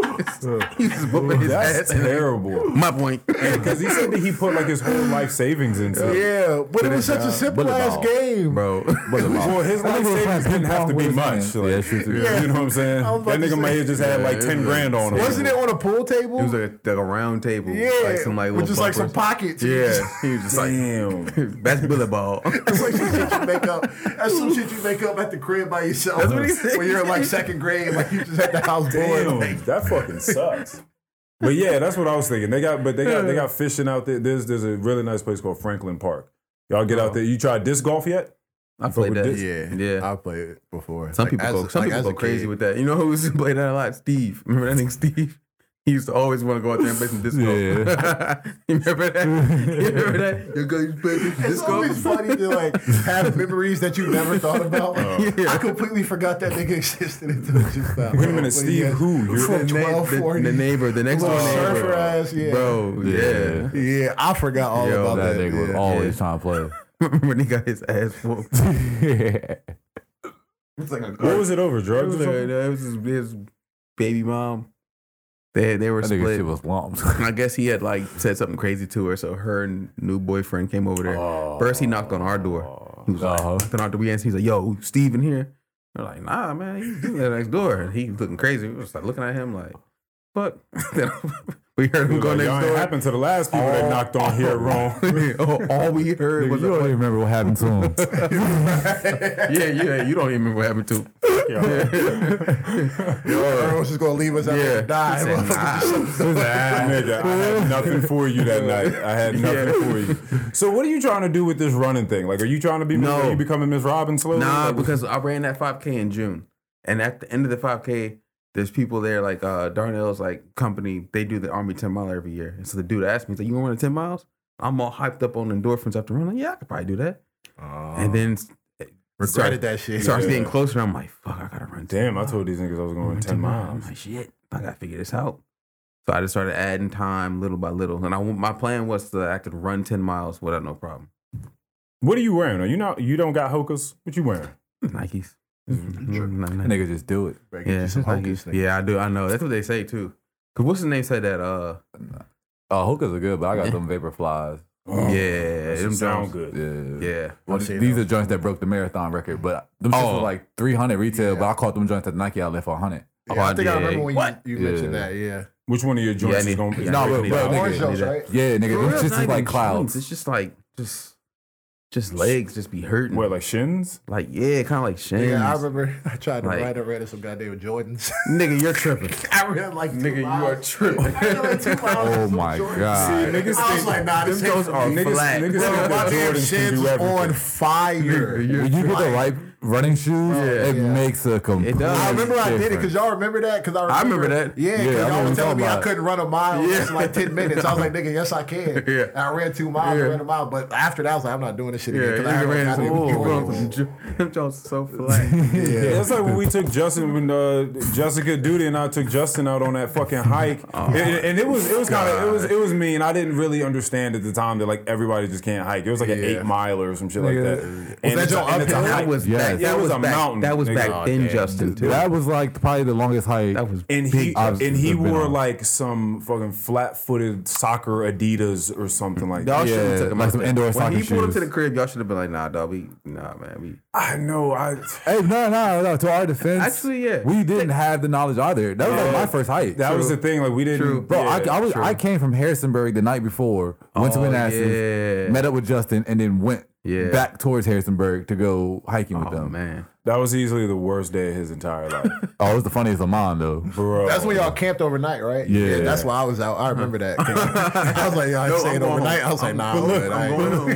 Speaker 3: was whooping his ass.
Speaker 4: That's terrible.
Speaker 3: My point.
Speaker 4: Because he said that he put like his whole life savings into it.
Speaker 5: yeah, but it was such a simple
Speaker 1: bullet
Speaker 5: ass
Speaker 1: ball.
Speaker 5: game.
Speaker 3: Bro,
Speaker 4: Well, his life
Speaker 1: was
Speaker 4: savings
Speaker 1: playing
Speaker 4: didn't have to
Speaker 1: ping
Speaker 4: be
Speaker 1: pong with
Speaker 4: much.
Speaker 1: his
Speaker 4: Like,
Speaker 1: hands. Yeah, true, true.
Speaker 4: You know what I'm saying?
Speaker 5: I was about
Speaker 4: That
Speaker 5: to
Speaker 4: nigga may
Speaker 5: say.
Speaker 4: have just had like 10 grand on him.
Speaker 5: Wasn't it on a pool table?
Speaker 3: it was like a, like a round table.
Speaker 5: yeah,
Speaker 3: like some like
Speaker 5: with
Speaker 3: little
Speaker 5: just like some
Speaker 3: bumpers.
Speaker 5: pockets.
Speaker 3: Yeah, he was just like
Speaker 4: Damn.
Speaker 3: that's bullet ball.
Speaker 5: That's like some shit you make up. That's some shit you make up at the crib by yourself.
Speaker 3: That's what he said.
Speaker 5: When you're in like second grade, like you just at the house bored. Like,
Speaker 4: Damn. That fucking sucks. But yeah, that's what I was thinking. They got, but they got, they got fishing out there. There's, there's a really nice place called Franklin Park. Y'all get out there. You tried disc golf yet?
Speaker 3: I played
Speaker 4: with
Speaker 3: that.
Speaker 4: this-
Speaker 3: yeah.
Speaker 5: I played it before.
Speaker 3: Some
Speaker 5: Like,
Speaker 3: people
Speaker 5: as
Speaker 3: go,
Speaker 5: a-
Speaker 3: some
Speaker 5: like, as
Speaker 3: people
Speaker 5: a
Speaker 3: go crazy
Speaker 5: kid.
Speaker 3: with that. You know who used to play that a lot? Steve. Remember that nigga Steve? He used to always want to go out there and play some disco. you remember that? You remember that? You go you play some
Speaker 5: It's
Speaker 3: disco.
Speaker 5: always funny to like have memories that you never thought about. Like,
Speaker 3: Yeah.
Speaker 5: Oh. I completely forgot that nigga existed until just now.
Speaker 4: Wait a minute, Steve who? You're-
Speaker 5: from
Speaker 3: the, na-
Speaker 5: twelve
Speaker 3: the,
Speaker 5: forty.
Speaker 3: the neighbor, the next door
Speaker 5: Little
Speaker 3: neighbor,
Speaker 5: surfer ass, yeah.
Speaker 3: bro. Yeah,
Speaker 1: Yeah.
Speaker 5: Yeah, I forgot all
Speaker 3: Yo,
Speaker 5: about
Speaker 1: That
Speaker 5: that.
Speaker 1: nigga was
Speaker 5: yeah.
Speaker 1: always trying to play.
Speaker 3: when he got his ass whooped.
Speaker 5: It's like a
Speaker 4: What was it over?
Speaker 3: It
Speaker 4: Drugs
Speaker 3: was,
Speaker 4: or
Speaker 3: like,
Speaker 4: something?
Speaker 3: that was his, his baby mom. They they were
Speaker 1: That nigga
Speaker 3: split.
Speaker 1: shit was lumped.
Speaker 3: I guess he had like said something crazy to her, so her n- new boyfriend came over there.
Speaker 5: Oh.
Speaker 3: First, he knocked on our door. He was like,
Speaker 1: Uh-huh.
Speaker 3: knocked on our door. We answered. He's like, "Yo, Steve in here?" They're like, "Nah, man, he's doing that next door." And he was looking crazy. We was like looking at him like, "Fuck." Then we heard him
Speaker 4: Like,
Speaker 3: go
Speaker 4: y'all
Speaker 3: next
Speaker 4: ain't
Speaker 3: door.
Speaker 4: happened to the last people that knocked on here wrong.
Speaker 3: all, all we heard
Speaker 1: Nigga,
Speaker 3: was,
Speaker 1: you don't even remember what happened to him.
Speaker 3: "Yeah, yeah, you don't even remember what happened to."
Speaker 5: Everyone's just gonna leave us out there
Speaker 3: Yeah,
Speaker 5: to die.
Speaker 3: He said, "Nah."
Speaker 4: Ah, nigga, I had nothing for you that night. I had nothing for you. So what are you trying to do with this running thing? Like, are you trying to be?
Speaker 3: No.
Speaker 4: Are you becoming Miss Robin slowly?
Speaker 3: Nah,
Speaker 4: Like,
Speaker 3: because I ran that 5K in June, and at the end of the 5K, there's people there like uh, Darnell's like company. They do the Army 10 mile every year, and so the dude asked me, "So you want to run a 10 miles?" I'm all hyped up on endorphins after running. Like, yeah, I could probably do that. and then
Speaker 5: Regretted that shit.
Speaker 3: It starts getting closer. And I'm like, "Fuck, I gotta run." 10
Speaker 4: damn, I told these niggas I was going
Speaker 3: miles.
Speaker 4: ten
Speaker 3: I'm
Speaker 4: miles.
Speaker 3: like, shit, I gotta figure this out. So I just started adding time little by little, and I my plan was to I could run 10 miles without no problem.
Speaker 4: What are you wearing? Are you not? You don't got hokas? What you wearing?
Speaker 3: Nikes. Mm,
Speaker 1: That nigga just do it.
Speaker 3: Yeah, Nikes. yeah, I do. I know. That's what they say too. Cause what's the name said that? Uh,
Speaker 1: Uh, hookers are good, but I got them vapor flies.
Speaker 3: Yeah, them
Speaker 4: Oh, sound
Speaker 3: sound
Speaker 4: good.
Speaker 1: Yeah.
Speaker 3: Yeah.
Speaker 1: Well,
Speaker 5: I've seen
Speaker 1: these are joints that broke the marathon record, but them shits
Speaker 3: Oh.
Speaker 1: were like 300 retail,
Speaker 5: Yeah.
Speaker 1: but I caught them joints at the Nike outlet for 100.
Speaker 5: Yeah, I think I remember when
Speaker 3: What?
Speaker 5: you, you
Speaker 1: Yeah.
Speaker 5: mentioned that. Yeah.
Speaker 4: Which one of your joints
Speaker 3: Yeah,
Speaker 4: is going
Speaker 3: I
Speaker 4: to
Speaker 3: need-
Speaker 4: be?
Speaker 1: Nah, but-
Speaker 3: need
Speaker 1: but
Speaker 3: that.
Speaker 1: nigga,
Speaker 5: Orange
Speaker 3: need
Speaker 5: Jones,
Speaker 3: that.
Speaker 5: right?
Speaker 1: Yeah, nigga,
Speaker 3: For real,
Speaker 1: them
Speaker 3: it's
Speaker 1: shits
Speaker 3: not
Speaker 1: is like
Speaker 3: even
Speaker 1: clouds.
Speaker 3: joints, It's just like just just legs just be hurting.
Speaker 4: What, like shins?
Speaker 3: Like yeah, kind of like shins.
Speaker 5: Yeah, I remember I tried to
Speaker 3: Like-
Speaker 5: ride a red some goddamn Jordans.
Speaker 3: nigga, you're tripping.
Speaker 5: I ran like nigga,
Speaker 3: you are tripping.
Speaker 1: Oh my God.
Speaker 4: Niggas
Speaker 5: I was
Speaker 4: think-
Speaker 5: like, nah, this
Speaker 3: Them
Speaker 5: goes
Speaker 3: joints are
Speaker 5: on.
Speaker 4: Niggas,
Speaker 3: flat.
Speaker 4: niggas
Speaker 5: Bro,
Speaker 4: think
Speaker 5: my
Speaker 4: that
Speaker 5: damn
Speaker 4: Jordans can
Speaker 5: shins
Speaker 4: do
Speaker 5: on
Speaker 4: everything.
Speaker 5: fire.
Speaker 1: When you get the right running shoes, it
Speaker 5: Yeah.
Speaker 1: makes a complete.
Speaker 3: does.
Speaker 5: I remember I did it because
Speaker 1: difference.
Speaker 5: y'all remember that because I remember,
Speaker 3: I remember that.
Speaker 5: Yeah,
Speaker 1: Yeah, I
Speaker 5: because
Speaker 1: know
Speaker 5: y'all
Speaker 1: what
Speaker 5: was
Speaker 1: you're
Speaker 5: telling me
Speaker 1: talking
Speaker 5: I
Speaker 1: about.
Speaker 5: couldn't run a mile
Speaker 3: Yeah.
Speaker 5: in like ten minutes. I was like, nigga, yes I can.
Speaker 3: Yeah.
Speaker 5: And I ran two miles,
Speaker 3: Yeah.
Speaker 5: I ran a mile, but after that I was like, I'm not doing this shit
Speaker 3: Yeah,
Speaker 5: again. 'cause I
Speaker 3: nigga
Speaker 5: already
Speaker 3: ran
Speaker 5: got
Speaker 3: some
Speaker 5: it.
Speaker 3: oh, bro, some jo- them joints so flat.
Speaker 4: Yeah, that's like when we took Justin when uh, Jessica Duty and I took Justin out on that fucking hike, and, and it was it was kind of it was it was mean. I didn't really understand at the time that like everybody just can't hike. It was like an eight miler or some shit like that. And
Speaker 5: that
Speaker 4: it's a-
Speaker 5: your
Speaker 4: and it's a
Speaker 5: uphill?
Speaker 3: That
Speaker 4: hike.
Speaker 3: was
Speaker 1: Yes.
Speaker 3: back.
Speaker 1: Yeah,
Speaker 4: it
Speaker 3: That
Speaker 4: was
Speaker 3: was
Speaker 4: a
Speaker 3: back.
Speaker 4: mountain,
Speaker 3: That was
Speaker 4: nigga.
Speaker 3: back
Speaker 4: Oh,
Speaker 3: then, Justin. Too.
Speaker 1: That was like probably the longest hike.
Speaker 3: That was
Speaker 4: And he
Speaker 1: I've-
Speaker 4: and he
Speaker 1: I've been
Speaker 4: wore
Speaker 1: on.
Speaker 4: like some fucking flat footed soccer Adidas or something like that.
Speaker 3: Y'all
Speaker 1: Yeah,
Speaker 3: should have took him
Speaker 1: like
Speaker 3: out
Speaker 1: some
Speaker 3: there.
Speaker 1: indoor
Speaker 3: when
Speaker 1: soccer
Speaker 3: he pulled up
Speaker 1: shoes.
Speaker 3: to the crib, y'all should have been like, "Nah, dog, we nah, man, we
Speaker 4: I know. I
Speaker 1: Hey, no, no, no. To our defense,
Speaker 3: Actually, yeah.
Speaker 1: we didn't have the knowledge either. That was like my first hike.
Speaker 4: that was the thing. Like we didn't.
Speaker 3: True.
Speaker 1: bro. I,
Speaker 4: yeah,
Speaker 1: I was
Speaker 4: true.
Speaker 1: I came from Harrisonburg the night before, went to
Speaker 3: Oh,
Speaker 1: Manassas,
Speaker 3: yeah.
Speaker 1: met up with Justin, and then went
Speaker 3: Yeah.
Speaker 1: back towards Harrisonburg to go hiking with
Speaker 3: Oh
Speaker 1: them.
Speaker 3: man,
Speaker 4: that was easily the worst day of his entire life,
Speaker 1: Oh, it was the funniest of mine though.
Speaker 4: bro.
Speaker 5: That's when y'all camped overnight, right?
Speaker 1: Yeah.
Speaker 5: that's why I was out. I remember that. 'Cause I was like, yo, I stayed overnight. I was like, nah, I'm, good. I ain't going
Speaker 3: home.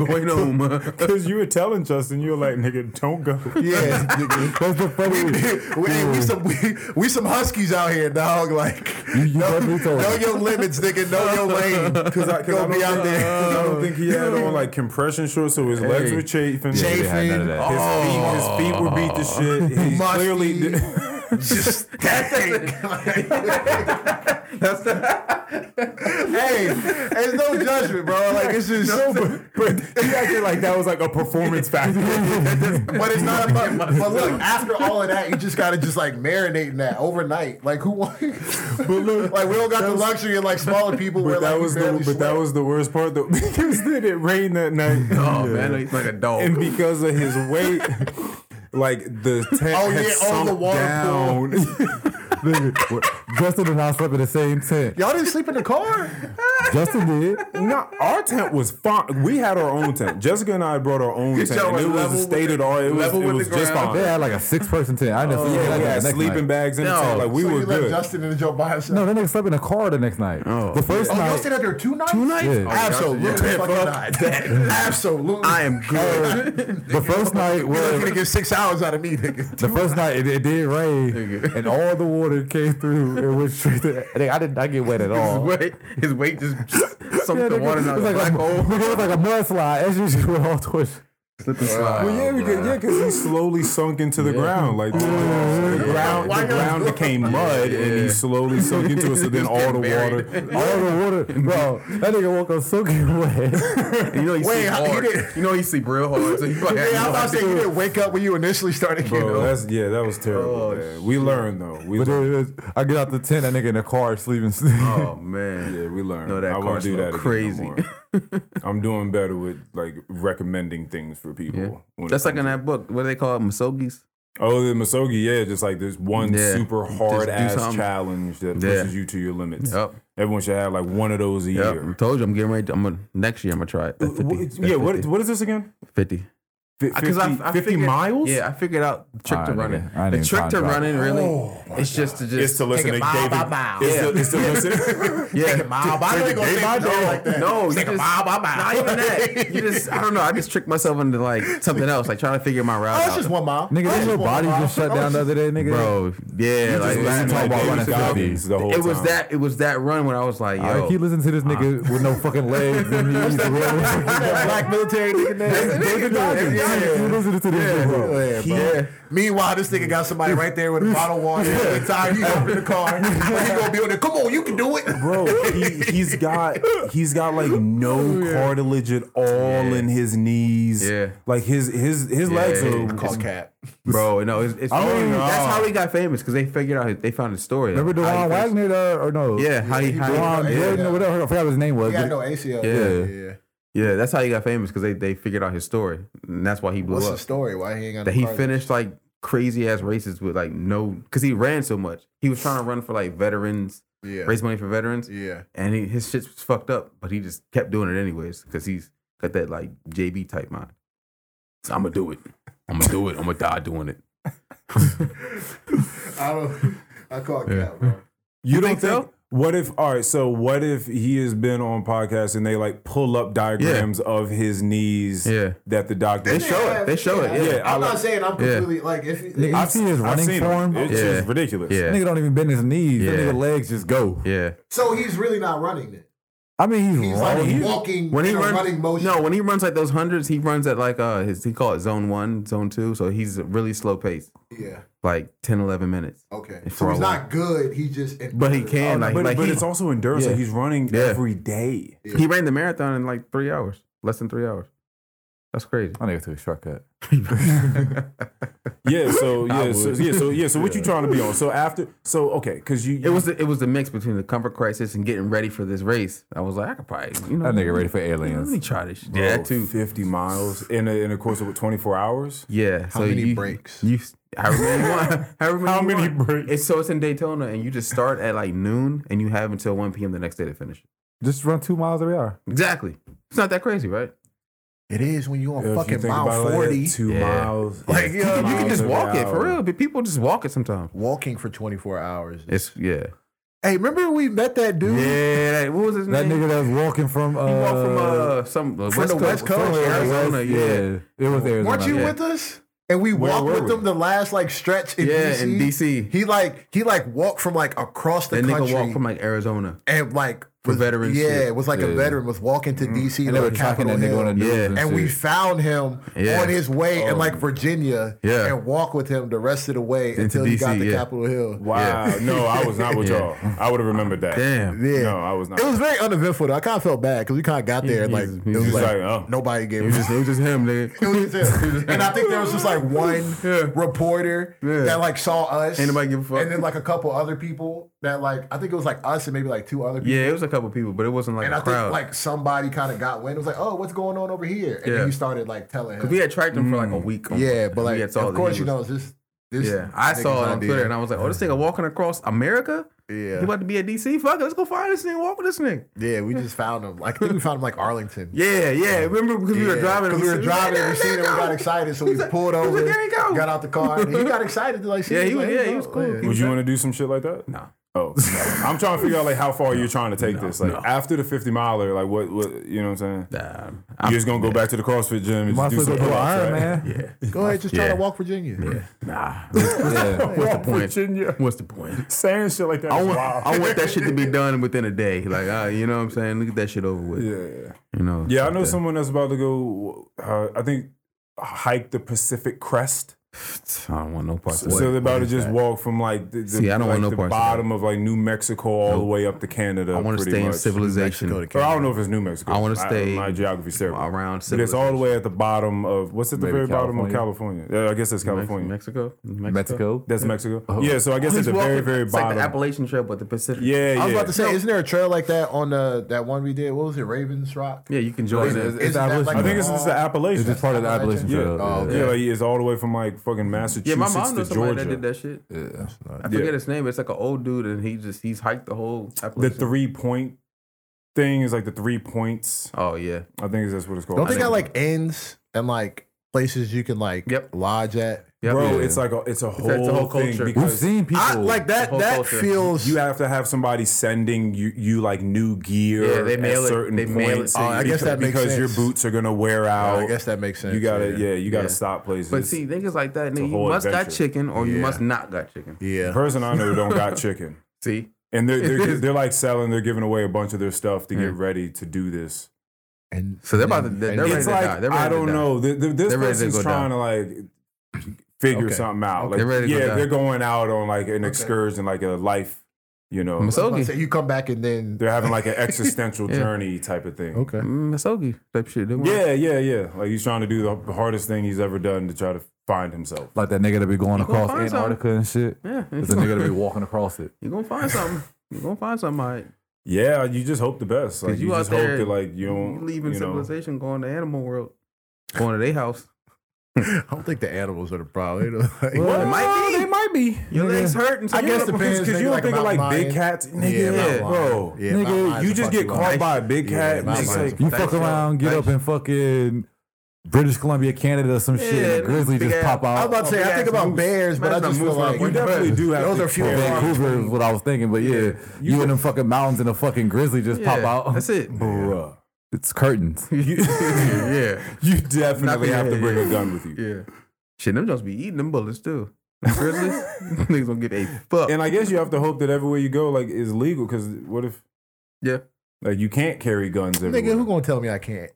Speaker 3: I'm going home.
Speaker 4: Because you were telling Justin, you were like, nigga, don't go.
Speaker 5: Yeah, nigga.
Speaker 1: That's the funniest.
Speaker 5: we, hey, we some we, we some huskies out here, dog. Like,
Speaker 1: You, you definitely told
Speaker 5: know
Speaker 1: me.
Speaker 5: your limits, nigga. Know your lane. Cause I,
Speaker 4: Cause I
Speaker 5: be
Speaker 4: don't-
Speaker 5: out there.
Speaker 4: I don't think he had on like compression shorts, so his legs were chafing.
Speaker 1: Yeah, we had none of that.
Speaker 4: His, feet, his feet were beat to shit. He
Speaker 5: Musty.
Speaker 4: clearly did.
Speaker 5: Just that thing.
Speaker 3: That's the,
Speaker 5: hey, there's no judgment, bro. Like it's just,
Speaker 4: But he acted like that was like a performance factor.
Speaker 5: but it's not. About, but look, after all of that, you just gotta just like marinate in that overnight. Like who? but look, like we don't got the luxury of like smaller people. where
Speaker 4: But that
Speaker 5: like, we
Speaker 4: was the
Speaker 5: barely
Speaker 4: but
Speaker 5: sweat.
Speaker 4: that was the worst part though because then it rained that night.
Speaker 3: oh man, he's like a dog.
Speaker 4: and because of his weight, like the tent
Speaker 5: Oh,
Speaker 4: had
Speaker 5: yeah, oh,
Speaker 4: sunk
Speaker 5: the water pool.
Speaker 4: down.
Speaker 1: Nigga, Justin and I slept in the same tent.
Speaker 5: Y'all didn't sleep in the car.
Speaker 1: Justin did.
Speaker 4: No, our tent was fine. We had our own tent. Jessica and I brought our own tent.
Speaker 3: y'all
Speaker 4: And
Speaker 3: was
Speaker 4: it
Speaker 3: level
Speaker 4: was
Speaker 3: with
Speaker 4: stated
Speaker 3: the-
Speaker 4: all. It was,
Speaker 3: level
Speaker 4: it
Speaker 3: with
Speaker 4: was
Speaker 3: the
Speaker 4: just
Speaker 3: ground.
Speaker 1: They
Speaker 4: fine.
Speaker 1: had like a six person tent. I
Speaker 3: Oh,
Speaker 1: never.
Speaker 4: Yeah, we had
Speaker 1: next
Speaker 4: sleeping
Speaker 1: night.
Speaker 4: bags in the
Speaker 3: No.
Speaker 4: tent. Like we
Speaker 5: so
Speaker 4: were
Speaker 5: you left
Speaker 4: good.
Speaker 5: Justin and Joe by himself.
Speaker 1: No, that nigga slept in a car the next night. the first
Speaker 5: Oh, y'all
Speaker 1: night.
Speaker 5: stayed out there two nights.
Speaker 3: Two nights?
Speaker 1: Yeah.
Speaker 3: Oh,
Speaker 5: Absolutely.
Speaker 3: Justin, yeah.
Speaker 5: fucking not. Absolutely.
Speaker 3: I am good.
Speaker 1: The first night
Speaker 5: You're
Speaker 1: was
Speaker 5: gonna get six hours out of me, nigga.
Speaker 1: The first night it, it did rain,
Speaker 3: Nigga.
Speaker 1: and all the water came through. It was straight. To, I think I did not get wet at
Speaker 3: his
Speaker 1: all.
Speaker 3: weight, his weight just
Speaker 1: Yeah,
Speaker 3: sunk the
Speaker 1: nigga,
Speaker 3: water
Speaker 1: it
Speaker 3: down
Speaker 1: was
Speaker 3: the
Speaker 1: like
Speaker 3: black
Speaker 1: a,
Speaker 3: hole.
Speaker 1: nigga, it was like a mudslide. As usual, went all towards.
Speaker 3: Slip and slide.
Speaker 4: Well, yeah, because yeah, 'cause he slowly sunk into the ground. Like the, the ground, the ground became mud, and he
Speaker 3: Yeah.
Speaker 4: slowly sunk into it. So then
Speaker 3: Just
Speaker 4: all the
Speaker 3: getting buried.
Speaker 4: water.
Speaker 1: All the water, bro. That nigga woke up soaking wet.
Speaker 3: You know he
Speaker 5: Wait,
Speaker 3: sleep
Speaker 5: how- he
Speaker 3: hard.
Speaker 5: did-
Speaker 3: You know he sleep real hard. So he probably
Speaker 5: Yeah,
Speaker 3: had
Speaker 5: I
Speaker 3: no
Speaker 5: was about to say
Speaker 3: idea.
Speaker 5: you didn't wake up when you initially started getting
Speaker 4: Bro,
Speaker 5: over.
Speaker 4: that's yeah, that was terrible.
Speaker 3: Oh,
Speaker 4: man. We learned though. We
Speaker 1: But
Speaker 4: learned.
Speaker 1: it was- I get out the tent. That nigga in the car sleeping.
Speaker 3: Oh man.
Speaker 4: Yeah, we learned.
Speaker 3: No, that
Speaker 4: I
Speaker 3: car
Speaker 4: won't do
Speaker 3: smell
Speaker 4: that
Speaker 3: crazy.
Speaker 4: crazy. I'm doing better with like recommending things for people. when it
Speaker 3: That's like
Speaker 4: comes
Speaker 3: in that book. What do they call it? Masogis?
Speaker 4: Oh, the Masogi, yeah, just like this one
Speaker 3: Yeah.
Speaker 4: super
Speaker 3: Just
Speaker 4: hard
Speaker 3: do
Speaker 4: ass
Speaker 3: something.
Speaker 4: challenge that
Speaker 3: Yeah.
Speaker 4: pushes you to your limits.
Speaker 3: Yep.
Speaker 4: Everyone should have like one of those a
Speaker 3: Yep. I
Speaker 4: year.
Speaker 3: told you I'm getting ready. To, I'm gonna, next year I'm gonna try it. That 50,
Speaker 4: What-
Speaker 3: that
Speaker 4: yeah, what,
Speaker 3: 50,
Speaker 4: what is this again?
Speaker 3: 50.
Speaker 4: Fi- 50, 50 miles?
Speaker 3: Yeah, I figured out the trick
Speaker 1: All
Speaker 3: to
Speaker 1: right,
Speaker 3: running.
Speaker 1: nigga. I
Speaker 3: The
Speaker 1: didn't
Speaker 3: trick to
Speaker 1: find out.
Speaker 3: running really, it's just to just
Speaker 4: It's to listen to
Speaker 5: mile by
Speaker 4: David.
Speaker 5: mile.
Speaker 4: It's to, it's to listen.
Speaker 3: yeah.
Speaker 5: Mile by mile.
Speaker 4: Day by day.
Speaker 3: No, you
Speaker 5: Take a
Speaker 3: just-
Speaker 5: mile by mile.
Speaker 3: Not even that. You just I don't know. I just tricked myself into like something else, like trying to figure my route
Speaker 5: Oh,
Speaker 3: out.
Speaker 5: it's just one mile.
Speaker 1: nigga,
Speaker 5: Oh,
Speaker 1: that
Speaker 5: it's
Speaker 1: your
Speaker 5: one
Speaker 1: body
Speaker 5: mile.
Speaker 1: just shut
Speaker 5: Oh,
Speaker 1: down
Speaker 5: it's
Speaker 1: the other day, nigga.
Speaker 3: Bro, yeah,
Speaker 1: just
Speaker 3: like
Speaker 1: listen
Speaker 3: man,
Speaker 1: to talk
Speaker 4: Like
Speaker 1: about
Speaker 4: David
Speaker 1: running 50.
Speaker 4: Goggins the whole
Speaker 3: it was
Speaker 4: time.
Speaker 3: that. It was that run when I was like,
Speaker 1: I
Speaker 3: yo,
Speaker 1: keep listening to this nigga with no fucking legs. and he- he's
Speaker 5: that black military nigga name.
Speaker 1: David Goggins.
Speaker 5: Yeah.
Speaker 1: You listening to this nigga, bro.
Speaker 5: Yeah, bro.
Speaker 3: Yeah.
Speaker 5: Meanwhile, this nigga got somebody right there with a bottle of water. Every time he opened the car, he gonna be on there. Come on, you can do it.
Speaker 4: Bro, he, he's got he's got like no cartilage at all in his knees.
Speaker 3: Oh, Yeah.
Speaker 4: Like his his his legs
Speaker 3: Yeah.
Speaker 4: are
Speaker 5: Call Cap.
Speaker 3: bro, no, it's, it's
Speaker 1: I mean,
Speaker 3: that's how he got famous because they figured out his- they found his story.
Speaker 1: Remember
Speaker 3: How he
Speaker 1: Dewan
Speaker 3: first-
Speaker 1: Wagner uh, or no?
Speaker 3: Yeah, how he,
Speaker 5: he
Speaker 3: how
Speaker 5: blew
Speaker 3: he
Speaker 5: up.
Speaker 1: Dewan
Speaker 5: Yeah,
Speaker 1: Jordan
Speaker 5: yeah.
Speaker 1: or whatever. I forgot what his name was.
Speaker 5: Yeah,
Speaker 1: but-
Speaker 5: no ACL.
Speaker 3: Yeah.
Speaker 5: Yeah, yeah.
Speaker 3: Yeah, that's how he got famous because they, they figured out his story, and that's why he blew
Speaker 5: What's
Speaker 3: up.
Speaker 5: the story? Why he ain't got
Speaker 3: that
Speaker 5: no
Speaker 3: he
Speaker 5: cardio?
Speaker 3: finished like crazy ass races with like no because he ran so much. He was trying to run for like veterans,
Speaker 5: Yeah.
Speaker 3: raise money for veterans,
Speaker 5: Yeah.
Speaker 3: and he, his shit was fucked up. But he just kept doing it anyways because he's got that like JB type mind. So I'm gonna do it. I'm gonna do it. I'm gonna die doing it.
Speaker 5: I don't. I caught
Speaker 3: Yeah.
Speaker 5: Cal, bro.
Speaker 4: You, don't
Speaker 3: think
Speaker 4: think,
Speaker 3: so?
Speaker 4: What if? All right. So what if he has been on podcasts and they like pull up diagrams of his knees
Speaker 3: Yeah.
Speaker 4: that the doctor.
Speaker 3: They show it. They show it.
Speaker 4: Yeah.
Speaker 3: Yeah.
Speaker 4: I
Speaker 5: I'm not
Speaker 4: like-
Speaker 5: saying I'm
Speaker 3: Yeah.
Speaker 5: completely like if
Speaker 1: Nigga,
Speaker 5: if-
Speaker 1: you see his running
Speaker 4: seen
Speaker 1: form.
Speaker 4: It. It's
Speaker 3: Yeah.
Speaker 4: just ridiculous.
Speaker 3: Yeah.
Speaker 1: Nigga don't even bend his knees. That
Speaker 3: Yeah.
Speaker 1: nigga legs just go.
Speaker 3: Yeah.
Speaker 5: so he's really not running it.
Speaker 1: I mean, he's,
Speaker 5: He's
Speaker 1: running.
Speaker 5: like
Speaker 4: he-
Speaker 5: walking
Speaker 3: When he
Speaker 5: in a
Speaker 3: runs,
Speaker 5: running motion.
Speaker 3: no, when he runs like those hundreds, he runs at like uh, his he call it zone one, zone two. So he's a really slow pace,
Speaker 5: Yeah.
Speaker 3: like 10, 11 minutes.
Speaker 5: Okay.
Speaker 3: It's
Speaker 5: So he's
Speaker 3: raw.
Speaker 5: not good. He just.
Speaker 3: But he
Speaker 4: Oh,
Speaker 3: can,
Speaker 4: no,
Speaker 3: like,
Speaker 4: but
Speaker 3: like
Speaker 4: but
Speaker 3: he,
Speaker 4: it's also endurance.
Speaker 3: Yeah.
Speaker 4: Like he's running
Speaker 3: Yeah.
Speaker 4: every day.
Speaker 3: he ran the marathon in like three hours, less than three hours. That's crazy.
Speaker 1: I nigga took a shortcut.
Speaker 4: Yeah. So
Speaker 3: I
Speaker 4: yeah. So
Speaker 3: would.
Speaker 4: yeah. So yeah. So what you trying to be on? So after. So okay. Because you.
Speaker 3: It was the, it was the mix between the comfort crisis and getting ready for this race. I was like, I could probably, you know,
Speaker 1: That nigga ready for
Speaker 3: Let me
Speaker 1: aliens.
Speaker 3: try this. Shit.
Speaker 4: Bro,
Speaker 3: Yeah, that too.
Speaker 4: Fifty miles in a, in a course of what twenty four hours.
Speaker 3: Yeah.
Speaker 5: How
Speaker 3: so
Speaker 5: many
Speaker 3: you,
Speaker 5: breaks?
Speaker 3: You however many you want. However many
Speaker 4: How
Speaker 3: you
Speaker 4: many
Speaker 3: want.
Speaker 4: breaks?
Speaker 3: It's so it's in Daytona, and you just start at like noon, and you have until one p.m. the next day to finish.
Speaker 1: Just run two miles every hour.
Speaker 3: Exactly. It's not that crazy, right?
Speaker 5: It is when you on
Speaker 4: If you
Speaker 5: fucking
Speaker 4: think
Speaker 5: mile
Speaker 4: about it like that,
Speaker 5: forty,
Speaker 4: two
Speaker 3: Yeah.
Speaker 4: miles.
Speaker 5: Like, yo,
Speaker 4: yeah, two
Speaker 5: you can
Speaker 3: You
Speaker 4: miles
Speaker 3: can just
Speaker 4: every
Speaker 3: walk it for
Speaker 4: hour.
Speaker 3: real. But people just walk it sometimes.
Speaker 5: walking for twenty four hours.
Speaker 3: It's yeah.
Speaker 5: hey, remember we met that dude?
Speaker 3: Yeah. Like, what was his
Speaker 1: That
Speaker 3: name?
Speaker 1: nigga that was walking from uh,
Speaker 3: he walked from uh some uh,
Speaker 5: from the West Coast,
Speaker 1: somewhere in the
Speaker 3: Arizona.
Speaker 1: West.
Speaker 3: yeah.
Speaker 1: it was Arizona.
Speaker 5: Weren't you
Speaker 1: yeah.
Speaker 5: with us? And we
Speaker 4: Where
Speaker 5: walked
Speaker 4: were
Speaker 5: with
Speaker 4: we?
Speaker 5: him the last like stretch in
Speaker 3: Yeah,
Speaker 5: DC.
Speaker 3: in DC.
Speaker 5: He like he like walked from like across the
Speaker 3: That nigga
Speaker 5: country
Speaker 3: walked from like Arizona.
Speaker 5: and like
Speaker 3: For
Speaker 5: was-
Speaker 3: veterans,
Speaker 5: Yeah,
Speaker 3: yeah.
Speaker 5: was like a
Speaker 1: Yeah.
Speaker 5: veteran was walking
Speaker 4: Mm-hmm.
Speaker 5: to DC
Speaker 1: And they
Speaker 5: to
Speaker 1: were
Speaker 5: the
Speaker 1: talking
Speaker 5: Capitol
Speaker 1: that nigga
Speaker 5: Hill.
Speaker 1: on the news.
Speaker 3: Yeah.
Speaker 1: And,
Speaker 5: and we
Speaker 1: shit.
Speaker 5: found him
Speaker 3: Yeah.
Speaker 5: on his way
Speaker 4: Oh.
Speaker 5: in like Virginia
Speaker 3: Yeah.
Speaker 5: and walked with him the rest of the way until he
Speaker 3: DC,
Speaker 5: got to
Speaker 3: yeah.
Speaker 5: Capitol Hill.
Speaker 4: Wow. No, I was not with y'all. I would have remembered that.
Speaker 3: Damn.
Speaker 5: Yeah.
Speaker 4: No, I was not.
Speaker 5: It was very uneventful though. I kind of felt bad because we kind of got there and like
Speaker 3: he's-
Speaker 5: it was
Speaker 4: just
Speaker 5: like,
Speaker 4: like, oh.
Speaker 5: nobody gave
Speaker 3: It
Speaker 5: us
Speaker 3: was just, it was just him,
Speaker 5: It
Speaker 3: nigga.
Speaker 5: was just him. and I think there was just like one
Speaker 3: Yeah.
Speaker 5: reporter
Speaker 3: Yeah.
Speaker 5: that like saw us.
Speaker 3: Ain't nobody give a fuck.
Speaker 5: And then like a couple other people that like I think it was like us and maybe like two other people.
Speaker 3: Yeah, it was a couple people, but it wasn't like
Speaker 5: And
Speaker 3: a
Speaker 5: I
Speaker 3: crowd.
Speaker 5: think like somebody kind of got wind. It was like, oh, what's going on over here? And
Speaker 3: Yeah.
Speaker 5: then you started like telling him.
Speaker 3: Because we had tracked him for like a week.
Speaker 5: yeah, but
Speaker 3: We
Speaker 5: like
Speaker 3: had saw
Speaker 5: of
Speaker 3: that
Speaker 5: course you
Speaker 3: he was-
Speaker 5: know it's this. This
Speaker 3: Yeah, I
Speaker 5: nigga's
Speaker 3: saw it on
Speaker 5: idea.
Speaker 3: Twitter and I was like, "Oh, this nigga walking across America. He
Speaker 5: Yeah,
Speaker 3: about to be at DC. Fuck it, let's go find this nigga. Walk with this nigga.
Speaker 5: yeah, we just found him. Like, I think we found him like Arlington.
Speaker 3: Yeah, yeah. Remember because we were
Speaker 5: Yeah,
Speaker 3: driving.
Speaker 5: 'cause
Speaker 3: and
Speaker 5: we were
Speaker 3: said,
Speaker 5: driving
Speaker 3: "Man,
Speaker 5: and we
Speaker 3: there
Speaker 5: seen
Speaker 3: they
Speaker 5: it. We
Speaker 3: go."
Speaker 5: got excited, so we
Speaker 3: He's like-
Speaker 5: pulled
Speaker 3: he's like,
Speaker 5: over,
Speaker 3: "There you go."
Speaker 5: got out the car, and he got excited to like see.
Speaker 3: Yeah,
Speaker 5: it.
Speaker 3: he was-
Speaker 5: like,
Speaker 3: yeah,
Speaker 5: "Hey,
Speaker 3: he was
Speaker 5: go."
Speaker 3: cool.
Speaker 5: Yeah.
Speaker 4: Would you want to do some shit like that?
Speaker 3: Nah.
Speaker 4: Oh, no. I'm trying to figure out like how far you're trying to take this. Like after the 50 miler, like what, what, you know what I'm saying?
Speaker 3: Nah,
Speaker 4: You're
Speaker 3: I'm-
Speaker 4: just gonna go back to the CrossFit gym and
Speaker 1: Might
Speaker 4: just
Speaker 1: as well go
Speaker 4: do some
Speaker 1: to
Speaker 4: pull-ups,
Speaker 1: Iron
Speaker 4: right?
Speaker 1: Man.
Speaker 5: Go ahead, just try
Speaker 3: Yeah.
Speaker 5: to walk Virginia.
Speaker 3: Nah.
Speaker 1: Yeah.
Speaker 3: What's the point?
Speaker 4: Virginia.
Speaker 3: What's the point?
Speaker 4: Saying shit like that
Speaker 3: I
Speaker 4: is
Speaker 3: want,
Speaker 4: wild.
Speaker 3: I want that shit to be done within a day. Like, uh, you know what I'm saying? Look at that shit over with.
Speaker 4: yeah, yeah.
Speaker 3: You know.
Speaker 4: Yeah, I know someone that's about to go, uh, I think, hike the Pacific Crest.
Speaker 3: I don't want no parts of that.
Speaker 4: so they're about to just walk from like the, the,
Speaker 3: See, I don't
Speaker 4: like,
Speaker 3: want no
Speaker 4: the
Speaker 3: parts of that.
Speaker 4: bottom of like New Mexico all the way up to Canada.
Speaker 3: I want to
Speaker 4: pretty
Speaker 3: stay in
Speaker 4: much.
Speaker 3: civilization.
Speaker 4: Or I don't know if it's New Mexico.
Speaker 3: I wanna stay
Speaker 4: My geography's terrible.
Speaker 3: around
Speaker 4: But it's all the way at the bottom of what's at the
Speaker 1: Maybe
Speaker 4: very bottom of California? Yeah, I guess that's California.
Speaker 3: Mexico, Mexico.
Speaker 1: Mexico.
Speaker 4: that's Mexico. Yeah, so I guess
Speaker 3: He's
Speaker 4: at the very,
Speaker 3: walking-
Speaker 4: very
Speaker 3: it's
Speaker 4: bottom.
Speaker 3: like the Appalachian Trail, but the Pacific.
Speaker 4: yeah, yeah.
Speaker 5: I was about to say, isn't there a trail like that on the that one we did? What was it, Ravens Rock?
Speaker 3: yeah. You can join
Speaker 1: It's-
Speaker 3: it.
Speaker 1: it's
Speaker 5: Isn't that
Speaker 1: Appalachian.
Speaker 5: like
Speaker 4: I think it's, it's the Appalachian.
Speaker 1: It's just part of the Appalachian
Speaker 4: yeah.
Speaker 1: Trail.
Speaker 5: Oh,
Speaker 1: yeah.
Speaker 4: Oh, yeah, like it's all the way from like fucking Massachusetts
Speaker 3: Yeah, my mom
Speaker 4: to
Speaker 3: knows somebody
Speaker 4: Georgia.
Speaker 3: that did that shit. I
Speaker 4: Yeah.
Speaker 3: forget his name. But it's like an old dude, and he just he's hiked the whole.
Speaker 4: The
Speaker 3: Appalachian.
Speaker 4: three point thing is like the three points.
Speaker 3: Oh yeah.
Speaker 4: I think that's what it's called.
Speaker 5: Don't they got like inns and like places you can like
Speaker 3: Yep.
Speaker 5: lodge at?
Speaker 3: Yep.
Speaker 4: bro,
Speaker 1: Yeah.
Speaker 4: it's like a it's a whole,
Speaker 3: like the whole
Speaker 4: thing
Speaker 3: culture.
Speaker 1: We've
Speaker 4: because
Speaker 1: seen people
Speaker 5: I, like that.
Speaker 3: whole
Speaker 5: That
Speaker 3: culture.
Speaker 5: feels.
Speaker 4: you have to have somebody sending you you like new gear.
Speaker 3: Yeah, they mail
Speaker 4: at
Speaker 3: it-
Speaker 4: certain
Speaker 3: they mail it
Speaker 4: points
Speaker 3: to you. Oh, I
Speaker 5: guess
Speaker 4: because-
Speaker 5: that makes
Speaker 4: because your
Speaker 5: sense.
Speaker 4: boots are gonna wear out.
Speaker 5: I guess that makes sense.
Speaker 4: you gotta
Speaker 5: yeah.
Speaker 4: yeah, you gotta
Speaker 3: Yeah.
Speaker 4: stop places.
Speaker 3: But see, niggas like that,
Speaker 4: a
Speaker 3: nigga, you
Speaker 4: whole
Speaker 3: must got
Speaker 4: adventure.
Speaker 3: chicken or you
Speaker 5: Yeah.
Speaker 3: must not got chicken.
Speaker 4: the
Speaker 5: Yeah.
Speaker 4: person I know don't got chicken.
Speaker 3: See,
Speaker 4: And they're
Speaker 3: It
Speaker 4: they're,
Speaker 3: is.
Speaker 4: they're like selling, they're giving away a bunch of their stuff
Speaker 5: Hmm.
Speaker 4: to get ready to do this.
Speaker 5: And
Speaker 3: so they're about to. They're,
Speaker 5: It's
Speaker 3: they're ready
Speaker 4: it's
Speaker 3: to
Speaker 4: like
Speaker 3: die. They're ready
Speaker 4: I
Speaker 3: to
Speaker 4: don't
Speaker 3: die.
Speaker 4: know. Th- th- This
Speaker 3: They're ready to
Speaker 4: person's
Speaker 3: go
Speaker 4: trying
Speaker 3: down.
Speaker 4: to like figure
Speaker 5: Okay.
Speaker 4: something out. Like,
Speaker 3: They're ready to go
Speaker 4: yeah,
Speaker 3: down.
Speaker 4: they're going out on like an excursion, like a life. You know,
Speaker 3: Masogi,
Speaker 5: you come back and then.
Speaker 4: they're having like an existential journey type of thing.
Speaker 5: Okay.
Speaker 3: Masogi Mm, type shit. They want-
Speaker 4: Yeah, yeah, yeah. Like he's trying to do the hardest thing he's ever done to try to find himself.
Speaker 1: like that nigga that be going
Speaker 3: gonna
Speaker 1: across
Speaker 3: find
Speaker 1: Antarctica and shit.
Speaker 3: yeah.
Speaker 1: There's a nigga that be walking across it.
Speaker 3: You gonna find something. You gonna find something. all right.
Speaker 4: Yeah, you just hope the best. Like
Speaker 3: Cause you
Speaker 4: you,
Speaker 3: out
Speaker 4: just hope
Speaker 3: there,
Speaker 4: that like you
Speaker 3: You
Speaker 4: don't
Speaker 3: leaving
Speaker 4: you know.
Speaker 3: civilization, going to animal world, going to their house.
Speaker 5: I don't think the animals are the problem. You know, like-
Speaker 3: It might be. They might be. Your legs hurt.
Speaker 5: I
Speaker 3: Until
Speaker 5: guess the
Speaker 3: the
Speaker 4: Because
Speaker 5: fans
Speaker 4: you
Speaker 5: nigga
Speaker 4: don't
Speaker 5: like
Speaker 4: think of
Speaker 5: about
Speaker 4: like big
Speaker 5: lions.
Speaker 4: cats,
Speaker 5: Yeah,
Speaker 4: nigga,
Speaker 5: about
Speaker 4: bro.
Speaker 5: lions. Yeah, about
Speaker 4: nigga,
Speaker 5: lions
Speaker 4: you
Speaker 5: the
Speaker 4: just
Speaker 5: fuck
Speaker 4: get
Speaker 5: you
Speaker 4: caught
Speaker 5: want.
Speaker 4: by a big
Speaker 5: Yeah,
Speaker 4: cat.
Speaker 5: about
Speaker 4: and it's
Speaker 5: lions.
Speaker 4: like,
Speaker 1: You
Speaker 3: Thanks,
Speaker 1: fuck around, get
Speaker 3: thanks.
Speaker 1: up in fucking British Columbia, Canada, or some shit, and
Speaker 3: Yeah,
Speaker 1: the grizzly
Speaker 3: big
Speaker 1: just
Speaker 3: ass-
Speaker 1: pop out.
Speaker 5: I was about to say, I think about bears, but I
Speaker 3: Imagine
Speaker 5: just
Speaker 3: a
Speaker 5: feel
Speaker 3: moose
Speaker 5: like
Speaker 3: around
Speaker 4: you definitely do have
Speaker 5: Those
Speaker 4: to
Speaker 5: are few
Speaker 4: care.
Speaker 5: and far
Speaker 1: Vancouver is what I was thinking, but yeah, you, in them fucking mountains and a fucking grizzly just
Speaker 3: Yeah,
Speaker 1: pop out.
Speaker 3: That's it.
Speaker 4: Bruh.
Speaker 1: It's curtains.
Speaker 3: yeah.
Speaker 4: You definitely
Speaker 3: Not-
Speaker 4: have to
Speaker 3: yeah,
Speaker 4: bring
Speaker 3: yeah.
Speaker 4: a gun with you.
Speaker 3: Yeah. Shit, them just be eating them bullets too. Grizzlies, niggas don't give a fuck.
Speaker 4: And I guess you have to hope that everywhere you go, like, is legal. Because what if,
Speaker 3: yeah,
Speaker 4: like, you can't carry guns
Speaker 5: nigga,
Speaker 4: everywhere?
Speaker 5: who gonna tell me I can't?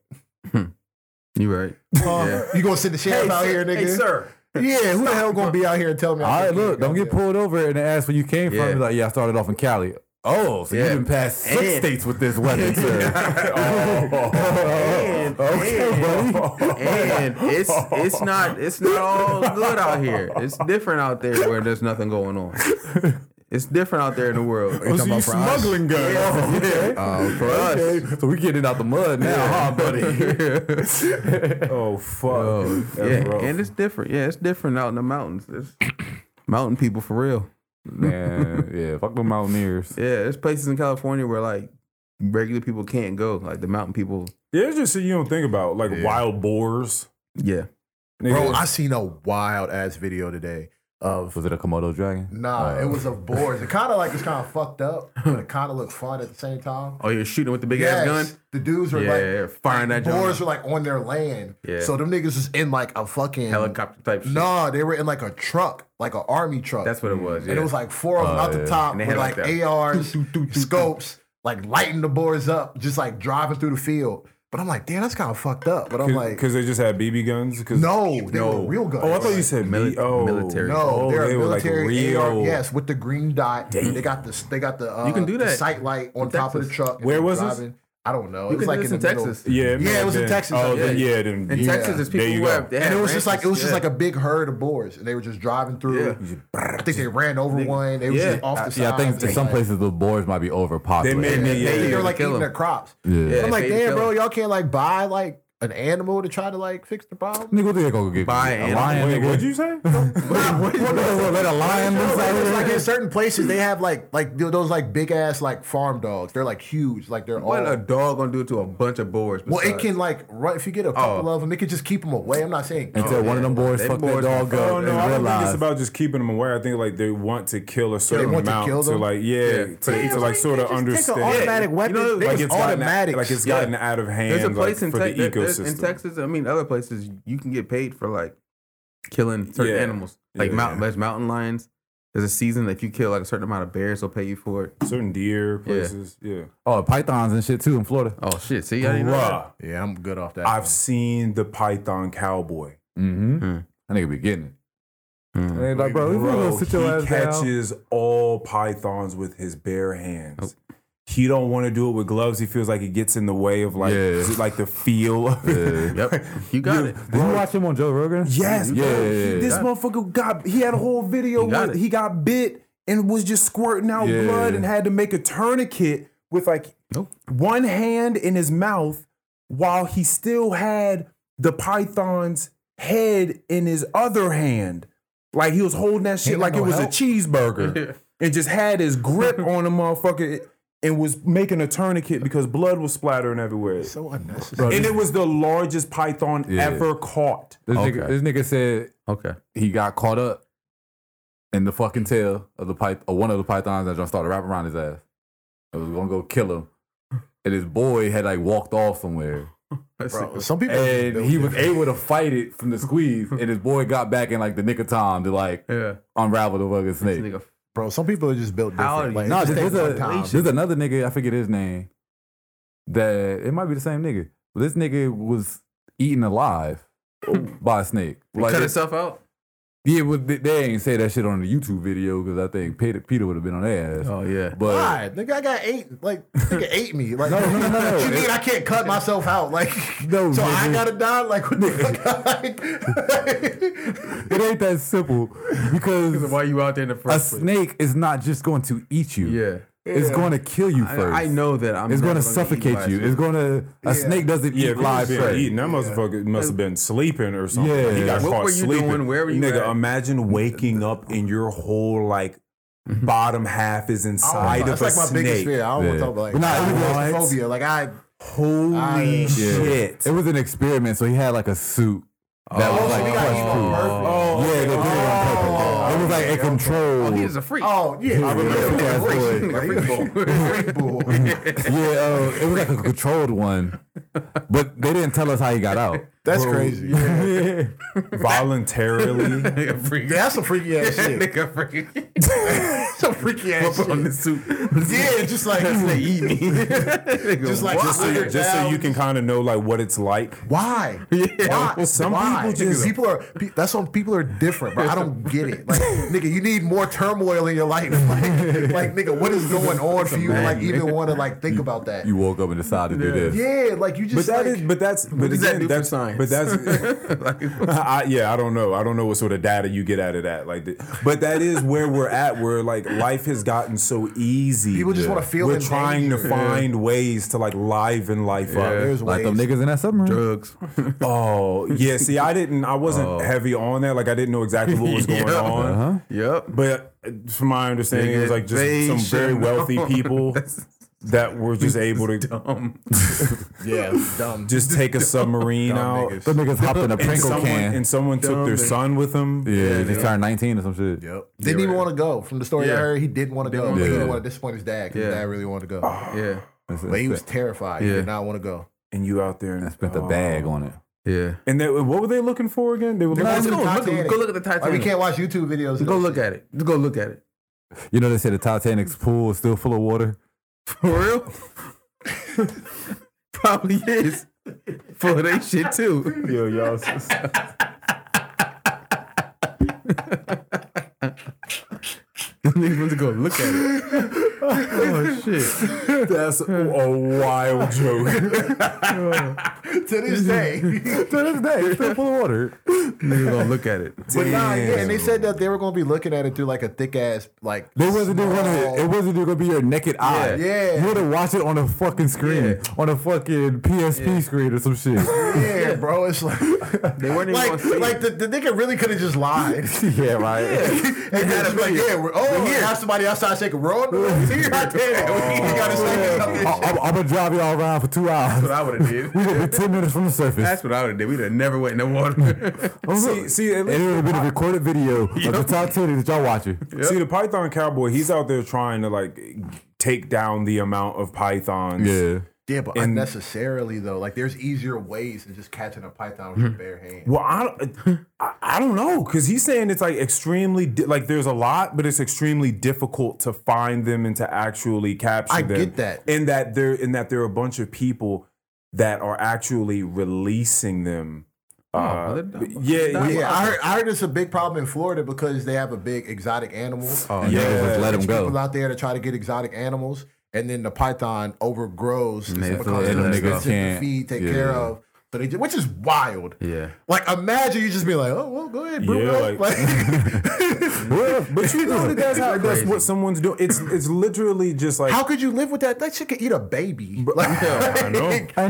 Speaker 3: you right.
Speaker 5: Huh? You gonna send the sheriff out here, nigga?
Speaker 3: sir.
Speaker 5: Yeah, who the hell gonna be out here and tell me? I
Speaker 1: All right,
Speaker 5: can't
Speaker 1: look, don't
Speaker 5: goddamn-
Speaker 1: get pulled over and ask where you came
Speaker 3: Yeah.
Speaker 1: from. You're like, yeah, I started off in Cali. Oh, so
Speaker 3: Yeah.
Speaker 1: you've been past six
Speaker 3: And-
Speaker 1: states with this weapon, sir. oh, okay, buddy.
Speaker 3: And it's it's not it's not all good out here. It's different out there where there's nothing going on. It's different out there in the world.
Speaker 5: You talking
Speaker 1: you
Speaker 5: about fries?
Speaker 1: smuggling guns.
Speaker 3: Yeah.
Speaker 1: okay.
Speaker 3: Uh, for us,
Speaker 1: Okay, so we getting out the mud now, huh, buddy?
Speaker 4: Oh, fuck. That's
Speaker 3: yeah,
Speaker 4: rough.
Speaker 3: and it's different. Yeah, it's different out in the mountains. It's mountain people for real.
Speaker 4: Man, yeah, fuck them mountaineers.
Speaker 3: Yeah, there's places in California where like regular people can't go. Like the mountain people.
Speaker 4: Yeah, it's just shit you don't think about. Like, wild boars.
Speaker 3: Yeah.
Speaker 5: Bro,
Speaker 4: Nigga.
Speaker 5: I seen a wild ass video today of
Speaker 1: Was it a Komodo dragon?
Speaker 5: nah,
Speaker 1: Uh.
Speaker 5: it was of boars. It kind of like it's kind of fucked up, but it kind of looked fun at the same time.
Speaker 3: Oh, you're shooting with the big
Speaker 5: Yes,
Speaker 3: ass gun.
Speaker 5: The dudes were
Speaker 3: Yeah,
Speaker 5: like
Speaker 3: yeah, firing that joint.
Speaker 5: Boars were like on their land.
Speaker 3: Yeah.
Speaker 5: So them niggas was in like a fucking
Speaker 3: Helicopter type. Shit.
Speaker 5: Nah, they were in like a truck, like an army truck.
Speaker 3: that's what it was. Yeah. Oh,
Speaker 5: And it was like four of them out the top
Speaker 3: And they
Speaker 5: with
Speaker 3: had
Speaker 5: like,
Speaker 3: like that-
Speaker 5: ARs, scopes, like lighting the boards up, just like driving through the field. But I'm like, damn, that's kind of fucked up. But I'm like,
Speaker 4: Because they just had BB guns? 'Cause-
Speaker 5: no, they were real guns.
Speaker 4: Oh, I thought you said
Speaker 3: Mili-
Speaker 4: mili- oh,
Speaker 3: military.
Speaker 5: no,
Speaker 4: Oh,
Speaker 5: they're
Speaker 4: they
Speaker 5: a
Speaker 4: were like
Speaker 5: military AR.
Speaker 4: real.
Speaker 5: Yes, with the green dot. They got this. They got the. Uh,
Speaker 3: You can do
Speaker 5: the
Speaker 3: that.
Speaker 5: sight light on
Speaker 3: In
Speaker 5: top of the
Speaker 3: Texas.
Speaker 5: truck. and
Speaker 4: Where
Speaker 5: they're
Speaker 4: was this?
Speaker 5: I don't know.
Speaker 3: you
Speaker 5: It was
Speaker 3: can
Speaker 5: like
Speaker 3: do
Speaker 5: in
Speaker 3: this
Speaker 5: the
Speaker 3: in
Speaker 5: middle.
Speaker 3: Texas.
Speaker 4: Yeah, it
Speaker 5: Yeah,
Speaker 4: might
Speaker 5: it was
Speaker 4: have
Speaker 5: in
Speaker 4: been.
Speaker 5: Texas,
Speaker 4: Oh,
Speaker 5: I
Speaker 4: then,
Speaker 3: think.
Speaker 4: yeah, then
Speaker 3: In
Speaker 4: yeah.
Speaker 3: Texas, there's
Speaker 4: There
Speaker 3: people
Speaker 4: you
Speaker 3: who
Speaker 4: go.
Speaker 3: have. They have
Speaker 5: And it was just like it was just like
Speaker 3: ranches.
Speaker 5: a big herd of boars, and they were just driving through. I think they ran over one. They were
Speaker 3: Yeah.
Speaker 5: just off the side.
Speaker 1: Yeah, I think
Speaker 5: They
Speaker 1: in some
Speaker 5: like-
Speaker 1: places the boars might be
Speaker 4: They
Speaker 1: overpopulated.
Speaker 4: made me, yeah.
Speaker 5: I think
Speaker 3: yeah,
Speaker 5: they're
Speaker 3: to
Speaker 5: like
Speaker 3: kill
Speaker 5: eating
Speaker 3: 'em.
Speaker 5: their crops.
Speaker 1: Yeah.
Speaker 3: Yeah,
Speaker 5: I'm like,
Speaker 3: they to
Speaker 5: damn,
Speaker 3: kill
Speaker 5: bro,
Speaker 3: 'em.
Speaker 5: y'all can't like buy like an animal to try to like fix the problem.
Speaker 1: Nigga, what they gonna get?
Speaker 3: Buy
Speaker 1: a
Speaker 3: animal.
Speaker 1: lion?
Speaker 4: Wait,
Speaker 1: nigga?
Speaker 4: what'd you say?
Speaker 1: What, let a lion loose out
Speaker 5: It's
Speaker 1: here?
Speaker 5: like in certain places they have like like th- those like big ass like farm dogs. They're like huge. Like they're
Speaker 3: What a
Speaker 5: all.
Speaker 3: dog gonna do to a bunch of boars?
Speaker 5: Well, it
Speaker 3: besides-
Speaker 5: can like run if you get a couple
Speaker 3: Oh.
Speaker 5: of them. It can just keep them away. I'm not saying.
Speaker 1: Until one of them boys
Speaker 3: They
Speaker 1: fuck that
Speaker 3: boys
Speaker 1: dog
Speaker 3: be-
Speaker 1: up
Speaker 4: Oh
Speaker 1: and
Speaker 4: no, I don't think it's
Speaker 1: realize.
Speaker 4: about just keeping them away. I think like they want to kill a certain
Speaker 5: want to
Speaker 4: amount
Speaker 5: kill them?
Speaker 4: like yeah, to,
Speaker 3: Yeah,
Speaker 4: to like sort of understand.
Speaker 5: automatic weapon.
Speaker 3: know,
Speaker 5: They
Speaker 4: like
Speaker 5: was
Speaker 4: it's gotten
Speaker 5: automatics.
Speaker 4: like it's
Speaker 3: Yeah.
Speaker 4: gotten out of hand.
Speaker 3: There's a place
Speaker 4: like,
Speaker 3: in,
Speaker 4: for
Speaker 3: Tex
Speaker 4: the
Speaker 3: there- there's- in
Speaker 4: ecosystem.
Speaker 3: Texas. I mean, other places you can get paid for like killing certain
Speaker 4: Yeah.
Speaker 3: animals, like
Speaker 4: Yeah.
Speaker 3: mountain there's mountain lions. There's a season that if you kill like a certain amount of bears, they'll pay you for it.
Speaker 4: Certain deer places. Yeah,
Speaker 1: Oh, pythons and shit too in Florida.
Speaker 3: Oh shit! See, I didn't know that.
Speaker 4: bruh,
Speaker 5: Yeah, I'm good off that.
Speaker 4: I've seen the python cowboy.
Speaker 1: Mm-hmm.
Speaker 3: Hmm.
Speaker 1: That nigga be getting it.
Speaker 3: Hmm.
Speaker 1: They like, bro, we gonna sit your
Speaker 4: he
Speaker 1: ass down.
Speaker 4: catches all pythons with his bare hands. He don't want to do it with gloves. He feels like it gets in the way of like
Speaker 1: Yeah.
Speaker 4: like the feel. Of it.
Speaker 3: Yep, you got it.
Speaker 1: Did you watch him on Joe Rogan?
Speaker 4: Yes,
Speaker 1: yeah.
Speaker 4: bro.
Speaker 1: yeah, yeah.
Speaker 4: This motherfucker got he had a whole video
Speaker 3: He got
Speaker 4: where
Speaker 3: it.
Speaker 4: he got bit and was just squirting out
Speaker 1: Yeah.
Speaker 4: blood and had to make a tourniquet with like
Speaker 3: Nope.
Speaker 4: one hand in his mouth while he still had the python's head in his other hand. Like he was holding that shit like it was a cheeseburger and just had his grip on the motherfucker and was making a tourniquet because blood was splattering everywhere.
Speaker 5: so unnecessary.
Speaker 1: Bro,
Speaker 4: and
Speaker 1: this,
Speaker 4: it was the largest python
Speaker 1: Yeah.
Speaker 4: ever caught.
Speaker 1: this nigga,
Speaker 3: Okay.
Speaker 1: this nigga said
Speaker 3: Okay,
Speaker 1: he got caught up in the fucking tail of the pyth- or one of the pythons that just started wrapping around his ass. It was gonna go kill him. And his boy had like walked off somewhere.
Speaker 5: Bro, some people.
Speaker 1: And he was able to fight it from the squeeze. And his boy got back in like the nick of time to like
Speaker 3: yeah.
Speaker 1: unravel the fucking
Speaker 3: This
Speaker 1: snake.
Speaker 3: nigga,
Speaker 5: bro, some people are just built
Speaker 3: How
Speaker 5: different.
Speaker 3: do
Speaker 5: Like,
Speaker 3: you-
Speaker 5: it
Speaker 1: No,
Speaker 5: just
Speaker 1: there's,
Speaker 5: takes
Speaker 1: there's
Speaker 5: one time.
Speaker 1: a, there's another nigga, I forget his name, that it might be the same nigga. But this nigga was eaten alive by a snake. Like,
Speaker 3: cut
Speaker 1: it-
Speaker 3: itself out.
Speaker 1: yeah, but they- they ain't say that shit on the YouTube video because I think Peter, Peter would have been on their ass.
Speaker 3: Oh yeah.
Speaker 1: But
Speaker 5: Why? Nigga, I got eight. Like, nigga ate me. Like,
Speaker 1: No, no, no, no,
Speaker 5: you
Speaker 1: no.
Speaker 5: mean I can't cut myself out? Like,
Speaker 1: No,
Speaker 5: so I
Speaker 1: nigga.
Speaker 5: gotta die? Like, what the fuck?
Speaker 1: it ain't that simple because
Speaker 3: Why you out there in the
Speaker 1: a
Speaker 3: first place?
Speaker 1: snake is not just going to eat you.
Speaker 3: Yeah.
Speaker 1: It's going to kill you first.
Speaker 3: I, I know that I'm.
Speaker 1: It's
Speaker 3: never
Speaker 1: going to
Speaker 3: gonna eat
Speaker 1: suffocate
Speaker 3: last
Speaker 1: you.
Speaker 3: year.
Speaker 1: It's going to. A snake doesn't eat
Speaker 4: Yeah, if he was
Speaker 1: live
Speaker 4: being
Speaker 1: prey.
Speaker 4: eaten, that motherfucker must have been sleeping or something.
Speaker 1: Yeah.
Speaker 4: he got
Speaker 3: What
Speaker 4: caught
Speaker 3: were you
Speaker 4: sleeping.
Speaker 3: doing? Where were you
Speaker 4: Nigga,
Speaker 3: at?
Speaker 4: imagine waking up and your whole like bottom half is
Speaker 5: I
Speaker 4: inside
Speaker 5: don't,
Speaker 4: of
Speaker 5: that's
Speaker 4: a
Speaker 5: like my
Speaker 4: snake.
Speaker 5: biggest fear. I don't want
Speaker 1: Yeah.
Speaker 5: to talk about like
Speaker 1: But nah, it was-
Speaker 5: phobia. Like I
Speaker 4: Holy
Speaker 5: I, yeah.
Speaker 4: shit!
Speaker 1: It was an experiment, so he had like a suit that was like
Speaker 5: we Oh, got
Speaker 1: crush
Speaker 5: Evo
Speaker 1: proof.
Speaker 5: Murphy.
Speaker 1: Yeah, they did it on purpose.
Speaker 5: Oh,
Speaker 1: it was like a control.
Speaker 3: He is a freak.
Speaker 5: Oh yeah, I remember
Speaker 1: Yeah,
Speaker 5: that.
Speaker 1: that's what-
Speaker 5: Freak- Freak bull. Freak bull.
Speaker 1: yeah, uh, it was like a controlled one, but they didn't tell us how he got out.
Speaker 5: That's crazy.
Speaker 4: Voluntarily,
Speaker 3: Nigga freak.
Speaker 5: That's some freaky ass shit.
Speaker 3: Nigga freak.
Speaker 5: Some freaky ass
Speaker 3: Put on
Speaker 5: shit.
Speaker 3: this suit.
Speaker 5: Yeah, just like
Speaker 3: They eat me.
Speaker 5: Just
Speaker 3: Just
Speaker 5: like-
Speaker 4: just so, you- just so you can kind of know like what it's like.
Speaker 5: why? Why?
Speaker 4: Some
Speaker 5: Why?
Speaker 4: people
Speaker 5: Nigga,
Speaker 4: just-
Speaker 5: people are pe- that's what people are different, bro. I don't get it. Like, nigga, you need more turmoil in your life. Like, like nigga, what is going on for you? to, Like, even want to like think about that?
Speaker 1: You woke up and decided to do this.
Speaker 5: Yeah, like you
Speaker 4: But
Speaker 5: just
Speaker 4: that
Speaker 5: like,
Speaker 4: is, but that's, but
Speaker 3: does that
Speaker 4: again,
Speaker 3: do for
Speaker 4: that's
Speaker 3: science?
Speaker 4: But that's, I, yeah, I don't know. I don't know what sort of data you get out of that. Like, th- but that is where we're at. Where like life has gotten so easy.
Speaker 5: People just wanna feel
Speaker 4: We're
Speaker 5: in
Speaker 4: trying to find ways to like liven life up.
Speaker 5: there's
Speaker 1: Like
Speaker 5: ways.
Speaker 1: them niggas in that submarine.
Speaker 3: Drugs.
Speaker 4: Oh yeah. See, I didn't. I wasn't heavy on that. Like I didn't know exactly what was going
Speaker 3: Oh. Yeah.
Speaker 4: on.
Speaker 3: Yep.
Speaker 4: But uh, from my understanding, it was like just
Speaker 3: They
Speaker 4: some very
Speaker 3: should
Speaker 4: wealthy
Speaker 3: know.
Speaker 4: people that were just able to
Speaker 3: Um,
Speaker 5: yeah, dumb.
Speaker 4: just take a submarine out.
Speaker 5: niggas.
Speaker 1: Them niggas hopped in a
Speaker 4: And
Speaker 1: Pringle
Speaker 4: someone,
Speaker 1: can.
Speaker 4: and someone took their son with them.
Speaker 1: yeah, they turned 19 or some shit.
Speaker 5: Yep. Didn't even want to go. From the story I
Speaker 3: Yeah.
Speaker 5: heard, he didn't want to go.
Speaker 3: wanna
Speaker 5: He
Speaker 1: go.
Speaker 5: didn't want to disappoint his dad because his
Speaker 3: Yeah. Oh,
Speaker 5: dad really wanted to go.
Speaker 3: yeah.
Speaker 5: But he was terrified. He
Speaker 3: Yeah.
Speaker 5: did not want to go.
Speaker 4: And you out there and
Speaker 1: I spent the bag on it.
Speaker 3: Yeah.
Speaker 4: And they, what were they looking for again? They were looking.
Speaker 5: Nah,
Speaker 3: Just
Speaker 5: it's
Speaker 3: Go
Speaker 5: the
Speaker 3: look, at-
Speaker 5: Titanic.
Speaker 3: go look at the
Speaker 5: Like, we
Speaker 3: Titanic.
Speaker 5: can't watch YouTube videos. of
Speaker 3: go
Speaker 5: that
Speaker 3: look
Speaker 5: shit.
Speaker 3: at it. Just go look at it.
Speaker 1: You know they said the Titanic's pool is still full of water.
Speaker 3: For real? Probably is. For they shit too.
Speaker 4: Yo, y'all.
Speaker 3: Niggas want to go look at it. Oh shit.
Speaker 4: That's a wild joke.
Speaker 5: to this day.
Speaker 1: to this day, it's still full of water.
Speaker 3: Niggas gonna look at it.
Speaker 5: But nah, yeah, and they said that they were gonna be looking at it through like a thick ass like.
Speaker 1: They wasn't doing it. It wasn't gonna be your naked eye.
Speaker 5: Yeah.
Speaker 1: you would have watched it on a fucking screen,
Speaker 3: Yeah.
Speaker 1: on a fucking PSP screen or some shit.
Speaker 5: Yeah, bro, it's like
Speaker 3: They weren't even gonna
Speaker 5: like
Speaker 3: see
Speaker 5: like
Speaker 3: it.
Speaker 5: the, the nigga really could have just lied.
Speaker 1: yeah, right.
Speaker 5: and then it's like, yeah, we're oh, we have somebody outside shaking road. Here, I did. We got to say something.
Speaker 1: I, am gonna drive y'all around for two hours.
Speaker 3: That's what I would have did.
Speaker 1: We gonna be ten minutes from the surface.
Speaker 3: That's what I would have did. We'd have never went in the water.
Speaker 1: Oh,
Speaker 4: see,
Speaker 1: look.
Speaker 4: see, at
Speaker 1: and it
Speaker 4: least-
Speaker 1: would have been a recorded video of the Titanic that y'all watching.
Speaker 4: see, the Python Cowboy, he's out there trying to like take down the amount of pythons.
Speaker 1: Yeah,
Speaker 5: Yeah, but unnecessarily though. Like, there's easier ways than just catching a python with your bare hand.
Speaker 4: Well, I don't, I- I don't know because he's saying it's like extremely di- like there's a lot, but it's extremely difficult to find them and to actually capture
Speaker 5: I
Speaker 4: them.
Speaker 5: get that.
Speaker 4: in that there in that there are a bunch of people that are actually releasing them. Uh,
Speaker 3: they're-
Speaker 4: yeah,
Speaker 5: Yeah, I heard. I heard it's a big problem in Florida because they have a big exotic animal.
Speaker 3: Oh,
Speaker 1: And
Speaker 4: yeah.
Speaker 1: niggas just let
Speaker 5: There's
Speaker 1: him
Speaker 5: People
Speaker 1: go.
Speaker 5: out there to try to get exotic animals, and then the python overgrows
Speaker 3: they
Speaker 5: because
Speaker 3: throw it
Speaker 5: it's
Speaker 3: in,
Speaker 5: expensive
Speaker 1: niggas
Speaker 5: to
Speaker 1: can't-
Speaker 5: feed, take
Speaker 1: yeah.
Speaker 5: care of. So they just, which is wild.
Speaker 3: Yeah.
Speaker 5: Like imagine you just be like, oh well, go ahead, bro.
Speaker 4: Yeah,
Speaker 5: like,
Speaker 4: like- Well, but you know that that's how that's what someone's doing. It's it's literally just like
Speaker 5: how could you live with that? That shit could eat a baby. Like,
Speaker 4: I know, I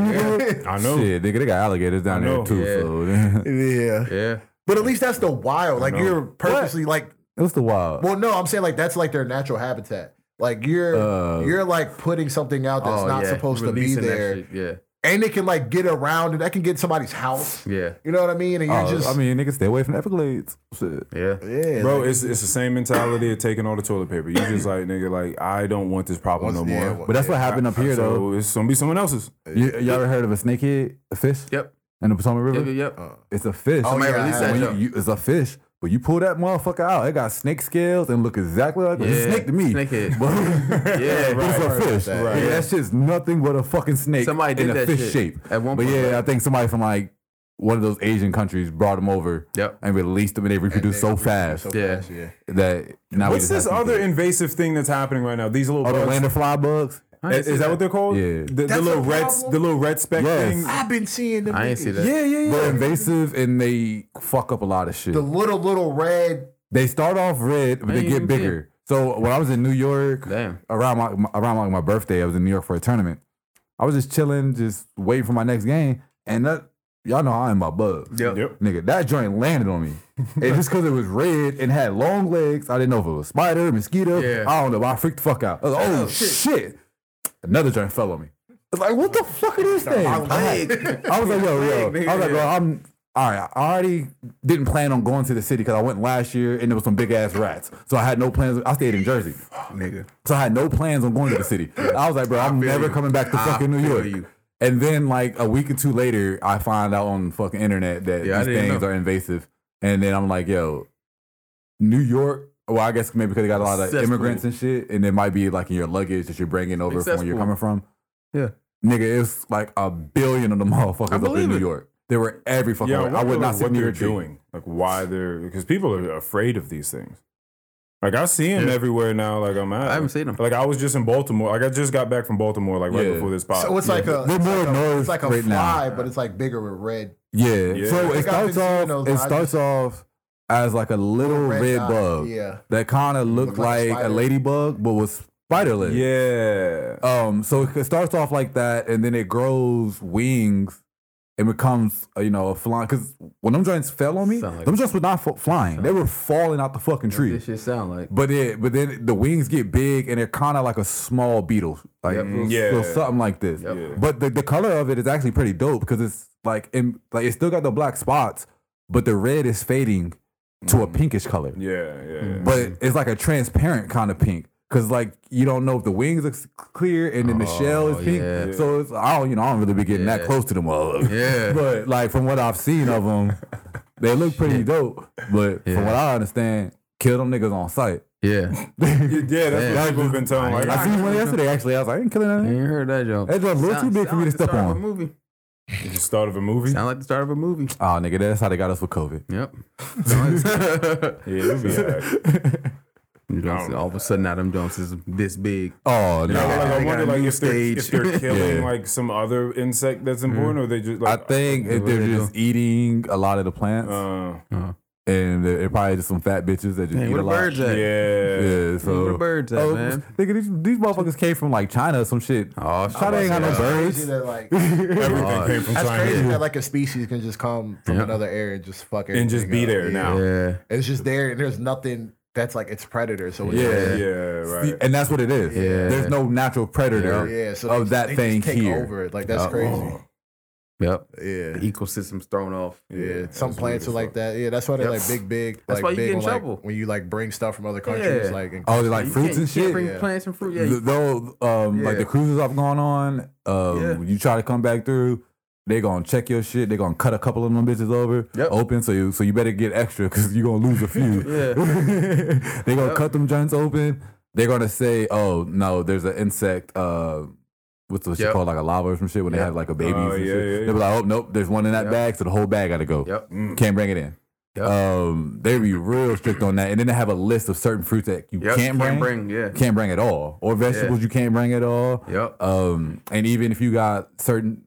Speaker 4: know.
Speaker 1: Shit, nigga, they got alligators down
Speaker 4: I
Speaker 1: there
Speaker 4: know.
Speaker 1: too.
Speaker 3: Yeah.
Speaker 1: So
Speaker 5: yeah.
Speaker 3: Yeah.
Speaker 5: But at least that's the wild. Like
Speaker 4: know.
Speaker 5: you're purposely like,
Speaker 1: it was the wild.
Speaker 5: well, no, I'm saying like that's like their natural habitat. Like you're
Speaker 1: Uh,
Speaker 5: you're like putting something out that's
Speaker 3: Oh,
Speaker 5: not
Speaker 3: yeah.
Speaker 5: supposed
Speaker 3: Releasing
Speaker 5: to be
Speaker 3: that
Speaker 5: there,
Speaker 3: shit. Yeah.
Speaker 5: and it can like get around and that can get somebody's house.
Speaker 3: Yeah.
Speaker 5: You know what I mean? And you're
Speaker 1: Oh,
Speaker 5: just
Speaker 1: I mean, nigga, stay away from the Everglades. Shit.
Speaker 3: Yeah.
Speaker 5: yeah,
Speaker 4: Bro, it's it's the same mentality of taking all the toilet paper. You just like nigga, like I don't want this problem no more.
Speaker 5: yeah,
Speaker 1: But that's what happened up here though.
Speaker 4: so it's gonna be someone else's.
Speaker 1: You, you ever heard of a snakehead, a fish
Speaker 3: Yep.
Speaker 1: in the Potomac River?
Speaker 3: Yep. Yep. yep.
Speaker 1: It's a fish.
Speaker 3: Somebody
Speaker 5: yeah,
Speaker 3: Oh, release
Speaker 5: I-
Speaker 3: that
Speaker 1: When you-
Speaker 3: joke.
Speaker 1: you- it's a fish, but you pull that motherfucker out. It got snake scales and look exactly like it's a
Speaker 3: Yeah.
Speaker 1: snake to me.
Speaker 3: Snakehead.
Speaker 1: But,
Speaker 3: Yeah.
Speaker 1: but it's a fish.
Speaker 5: that.
Speaker 1: Yeah, that shit's nothing but a fucking snake
Speaker 3: Somebody did
Speaker 1: in a
Speaker 3: that
Speaker 1: fish
Speaker 3: shit
Speaker 1: shape.
Speaker 3: at one
Speaker 1: but
Speaker 3: point,
Speaker 1: yeah,
Speaker 3: right?
Speaker 1: I think somebody from like one of those Asian countries brought them over
Speaker 3: Yep.
Speaker 1: and released them, and they reproduced so fast
Speaker 3: Yeah.
Speaker 5: yeah.
Speaker 1: that now we
Speaker 4: What's
Speaker 1: just
Speaker 4: this
Speaker 1: have to
Speaker 4: other
Speaker 1: eat it.
Speaker 4: invasive thing that's happening right now? These little
Speaker 1: Oh, the
Speaker 4: bugs.
Speaker 1: land of fly bugs.
Speaker 3: I ain't
Speaker 4: Is,
Speaker 3: see
Speaker 4: is that what they're called?
Speaker 1: Yeah.
Speaker 4: The, the
Speaker 5: That's
Speaker 4: little
Speaker 5: a
Speaker 4: red,
Speaker 5: problem?
Speaker 4: the little red speck
Speaker 1: Yes.
Speaker 4: thing.
Speaker 5: I've been seeing them.
Speaker 3: I ain't
Speaker 5: niggas.
Speaker 3: see that.
Speaker 4: Yeah, yeah, yeah.
Speaker 1: They're invasive and they fuck up a lot of shit.
Speaker 5: The little little red.
Speaker 1: They start off red, but they
Speaker 3: ain't
Speaker 1: get
Speaker 3: even see it.
Speaker 1: bigger. So when I was in New York,
Speaker 3: Damn.
Speaker 1: around my, my- around like my birthday, I was in New York for a tournament. I was just chilling, just waiting for my next game, and that y'all know I am my bug.
Speaker 3: Yep.
Speaker 4: Yep.
Speaker 1: Nigga, that joint landed on me. and just because it was red and had long legs, I didn't know if it was spider, mosquito.
Speaker 3: Yeah.
Speaker 1: I don't know. But I freaked the fuck out. I was like, oh, shit. Another joint fell on me. I was like, what the fuck are these things? I had- I was like, yo, yo. I was like, bro, I'm all right. I already didn't plan on going to the city because I went last year and there was some big ass rats. So I had no plans. I stayed in Jersey.
Speaker 3: Nigga.
Speaker 1: So I had no plans on going to the city. I was like, bro, I'm never
Speaker 3: you.
Speaker 1: coming back to
Speaker 3: I
Speaker 1: fucking New
Speaker 3: feel
Speaker 1: York.
Speaker 3: you.
Speaker 1: And then like a week or two later, I find out on fucking internet that
Speaker 3: Yeah, I
Speaker 1: these
Speaker 3: didn't
Speaker 1: things
Speaker 3: know.
Speaker 1: are invasive. And then I'm like, yo, New York. Well, I guess maybe because they got a lot of
Speaker 3: Cesspool.
Speaker 1: immigrants and shit, and it might be like in your luggage that you're bringing over from where you're
Speaker 3: Cesspool.
Speaker 1: coming from.
Speaker 3: Yeah.
Speaker 1: nigga, it's like a billion of them
Speaker 3: I
Speaker 1: motherfuckers up in
Speaker 3: believe
Speaker 1: New
Speaker 3: it.
Speaker 1: York. They were every fucking.
Speaker 4: Yeah,
Speaker 1: way. I would not sit
Speaker 4: what
Speaker 1: near
Speaker 4: they're
Speaker 1: a tree.
Speaker 4: doing, like why they're because people are afraid of these things. Like I see them everywhere now. Like I'm at.
Speaker 3: I haven't seen them.
Speaker 4: Like I was just in Baltimore. Like I just got back from Baltimore. Like right
Speaker 1: Yeah.
Speaker 4: before this podcast.
Speaker 5: So it's like a
Speaker 1: They're
Speaker 5: it's
Speaker 1: more
Speaker 5: like a,
Speaker 1: annoyed
Speaker 5: it's like a
Speaker 1: right now.
Speaker 5: fly, but it's like bigger with red.
Speaker 1: Yeah.
Speaker 4: Yeah.
Speaker 1: So
Speaker 5: They
Speaker 1: it
Speaker 5: got
Speaker 1: starts off.
Speaker 5: Vincinos,
Speaker 1: It
Speaker 5: I
Speaker 1: starts off as like a little red,
Speaker 5: red dot,
Speaker 1: bug.
Speaker 5: yeah.
Speaker 1: That kind of looked
Speaker 5: Looked like
Speaker 1: like,
Speaker 5: a
Speaker 1: a
Speaker 5: spider.
Speaker 1: ladybug, but was spider leg.
Speaker 4: yeah.
Speaker 1: Um. So it starts off like that, and then it grows wings. and becomes, uh, you know, a flying. Because when them joints fell on me,
Speaker 3: Sound like-
Speaker 1: them joints were not f- flying. They were falling out the fucking tree.
Speaker 3: This shit sound like.
Speaker 1: But it, but then the wings get big and they're kind of like a small beetle, like
Speaker 3: Yep.
Speaker 1: little-
Speaker 4: Yeah.
Speaker 1: little something like this.
Speaker 4: Yeah.
Speaker 1: But the, the color of it is actually pretty dope because it's like in, like it's still got the black spots, but the red is fading to a pinkish color.
Speaker 4: Yeah. Yeah. yeah.
Speaker 1: But
Speaker 3: Mm-hmm.
Speaker 1: it's like a transparent kind of pink because like you don't know if the wings are c- clear and then the shell is
Speaker 3: Oh,
Speaker 1: pink.
Speaker 3: yeah.
Speaker 1: So it's I don't you know I don't really be getting that
Speaker 3: Yeah.
Speaker 1: close to them all.
Speaker 3: Yeah.
Speaker 1: But like from what I've seen of them, they look pretty dope. But from
Speaker 3: Yeah.
Speaker 1: what I understand, kill them niggas on sight.
Speaker 3: Yeah.
Speaker 4: Yeah, that's
Speaker 3: Yeah.
Speaker 4: what people have been telling. Like,
Speaker 1: I seen one yesterday. Actually, I was like, I didn't kill
Speaker 3: I
Speaker 1: anything.
Speaker 3: ain't heard that joke.
Speaker 1: It's a little
Speaker 3: Sound-
Speaker 1: too big for me to
Speaker 3: sound like the
Speaker 1: step
Speaker 3: start of
Speaker 1: on.
Speaker 3: a movie.
Speaker 4: it's the start of a movie.
Speaker 3: Sound like the start of a movie.
Speaker 1: Oh, nigga, that's how they got us with COVID.
Speaker 3: Yep. Sound like-
Speaker 4: Yeah, it'll be all right.
Speaker 3: You don't see- all of a sudden, now them Jones is this big.
Speaker 1: Oh no,
Speaker 4: Yeah,
Speaker 3: Yeah,
Speaker 4: like,
Speaker 3: they
Speaker 4: I
Speaker 3: got
Speaker 4: wonder
Speaker 3: a
Speaker 4: like
Speaker 3: new
Speaker 4: if they're, if
Speaker 3: stage.
Speaker 4: they're killing
Speaker 1: Yeah.
Speaker 4: like some other insect that's important, or they just
Speaker 1: I
Speaker 4: like
Speaker 1: think if they're
Speaker 3: they
Speaker 1: just eating a lot of the plants,
Speaker 4: uh,
Speaker 1: and they're, they're probably just some fat bitches that just
Speaker 3: Hey,
Speaker 1: eat
Speaker 3: where
Speaker 1: a
Speaker 3: the
Speaker 1: lot.
Speaker 3: birds at?
Speaker 4: yeah.
Speaker 1: Yeah, so
Speaker 3: Where the birds at,
Speaker 1: oh,
Speaker 3: man?
Speaker 1: Nigga, these, these motherfuckers came from like China or some shit.
Speaker 3: Oh, shit.
Speaker 1: China ain't got no
Speaker 3: Yeah.
Speaker 5: Crazy
Speaker 1: birds.
Speaker 5: that like
Speaker 4: Everything came from
Speaker 5: that's
Speaker 4: China
Speaker 5: crazy that like a species can just come from another area and just fuck
Speaker 4: and just
Speaker 5: everything
Speaker 4: be
Speaker 5: up.
Speaker 4: there
Speaker 5: Yeah.
Speaker 4: now.
Speaker 3: Yeah.
Speaker 5: It's just there, and there's nothing that's like its predator. So it's
Speaker 1: Yeah.
Speaker 5: like-
Speaker 4: Yeah, right.
Speaker 1: And that's what it is.
Speaker 3: Yeah.
Speaker 1: There's no natural predator
Speaker 5: yeah. So
Speaker 1: of
Speaker 5: they-
Speaker 1: that
Speaker 5: they
Speaker 1: thing
Speaker 5: just take
Speaker 1: here.
Speaker 5: over it. Like that's
Speaker 3: Oh.
Speaker 5: crazy.
Speaker 3: Yep.
Speaker 5: Yeah.
Speaker 3: The ecosystem's thrown off.
Speaker 5: Yeah, some
Speaker 4: that's
Speaker 5: plants are
Speaker 4: weird as
Speaker 5: like that. Yeah, that's why they're
Speaker 3: Yep.
Speaker 5: like big, big.
Speaker 3: That's
Speaker 5: like
Speaker 3: why you
Speaker 5: big
Speaker 3: get in
Speaker 5: on, like,
Speaker 3: trouble.
Speaker 5: when you like bring stuff from other countries.
Speaker 3: Yeah.
Speaker 5: Like, and
Speaker 1: Oh, they're like
Speaker 3: You
Speaker 1: fruits
Speaker 3: can't-
Speaker 1: and
Speaker 3: you can't
Speaker 1: shit.
Speaker 3: Bring
Speaker 5: Yeah.
Speaker 3: plants and fruit. Yeah.
Speaker 1: Th-
Speaker 3: you-
Speaker 1: Though, um, like
Speaker 3: Yeah.
Speaker 1: the cruises I've gone on, um,
Speaker 3: Yeah.
Speaker 1: you try to come back through, they gonna check your shit. They gonna cut a couple of them bitches over,
Speaker 3: Yep.
Speaker 1: open. So you, so you better get extra because you gonna lose a few. they gonna
Speaker 3: Yep.
Speaker 1: cut them joints open. They're gonna say, "Oh no, there's an insect." Uh, what's the shit
Speaker 3: Yep.
Speaker 1: called, like a larva or some shit? When they
Speaker 3: Yep.
Speaker 1: have like a baby,
Speaker 4: Oh,
Speaker 1: and
Speaker 4: yeah,
Speaker 1: shit.
Speaker 4: yeah,
Speaker 1: they be like, "Oh nope, there's one in that
Speaker 3: Yep.
Speaker 1: bag, so the whole bag gotta go."
Speaker 3: Yep.
Speaker 1: Can't bring it in.
Speaker 3: Yep.
Speaker 1: Um, they be real strict on that, and then they have a list of certain fruits that you
Speaker 3: Yep.
Speaker 1: can't, bring
Speaker 3: Yeah.
Speaker 1: can't bring at all, or vegetables you can't bring at all.
Speaker 3: Yep.
Speaker 1: Um, and even if you got certain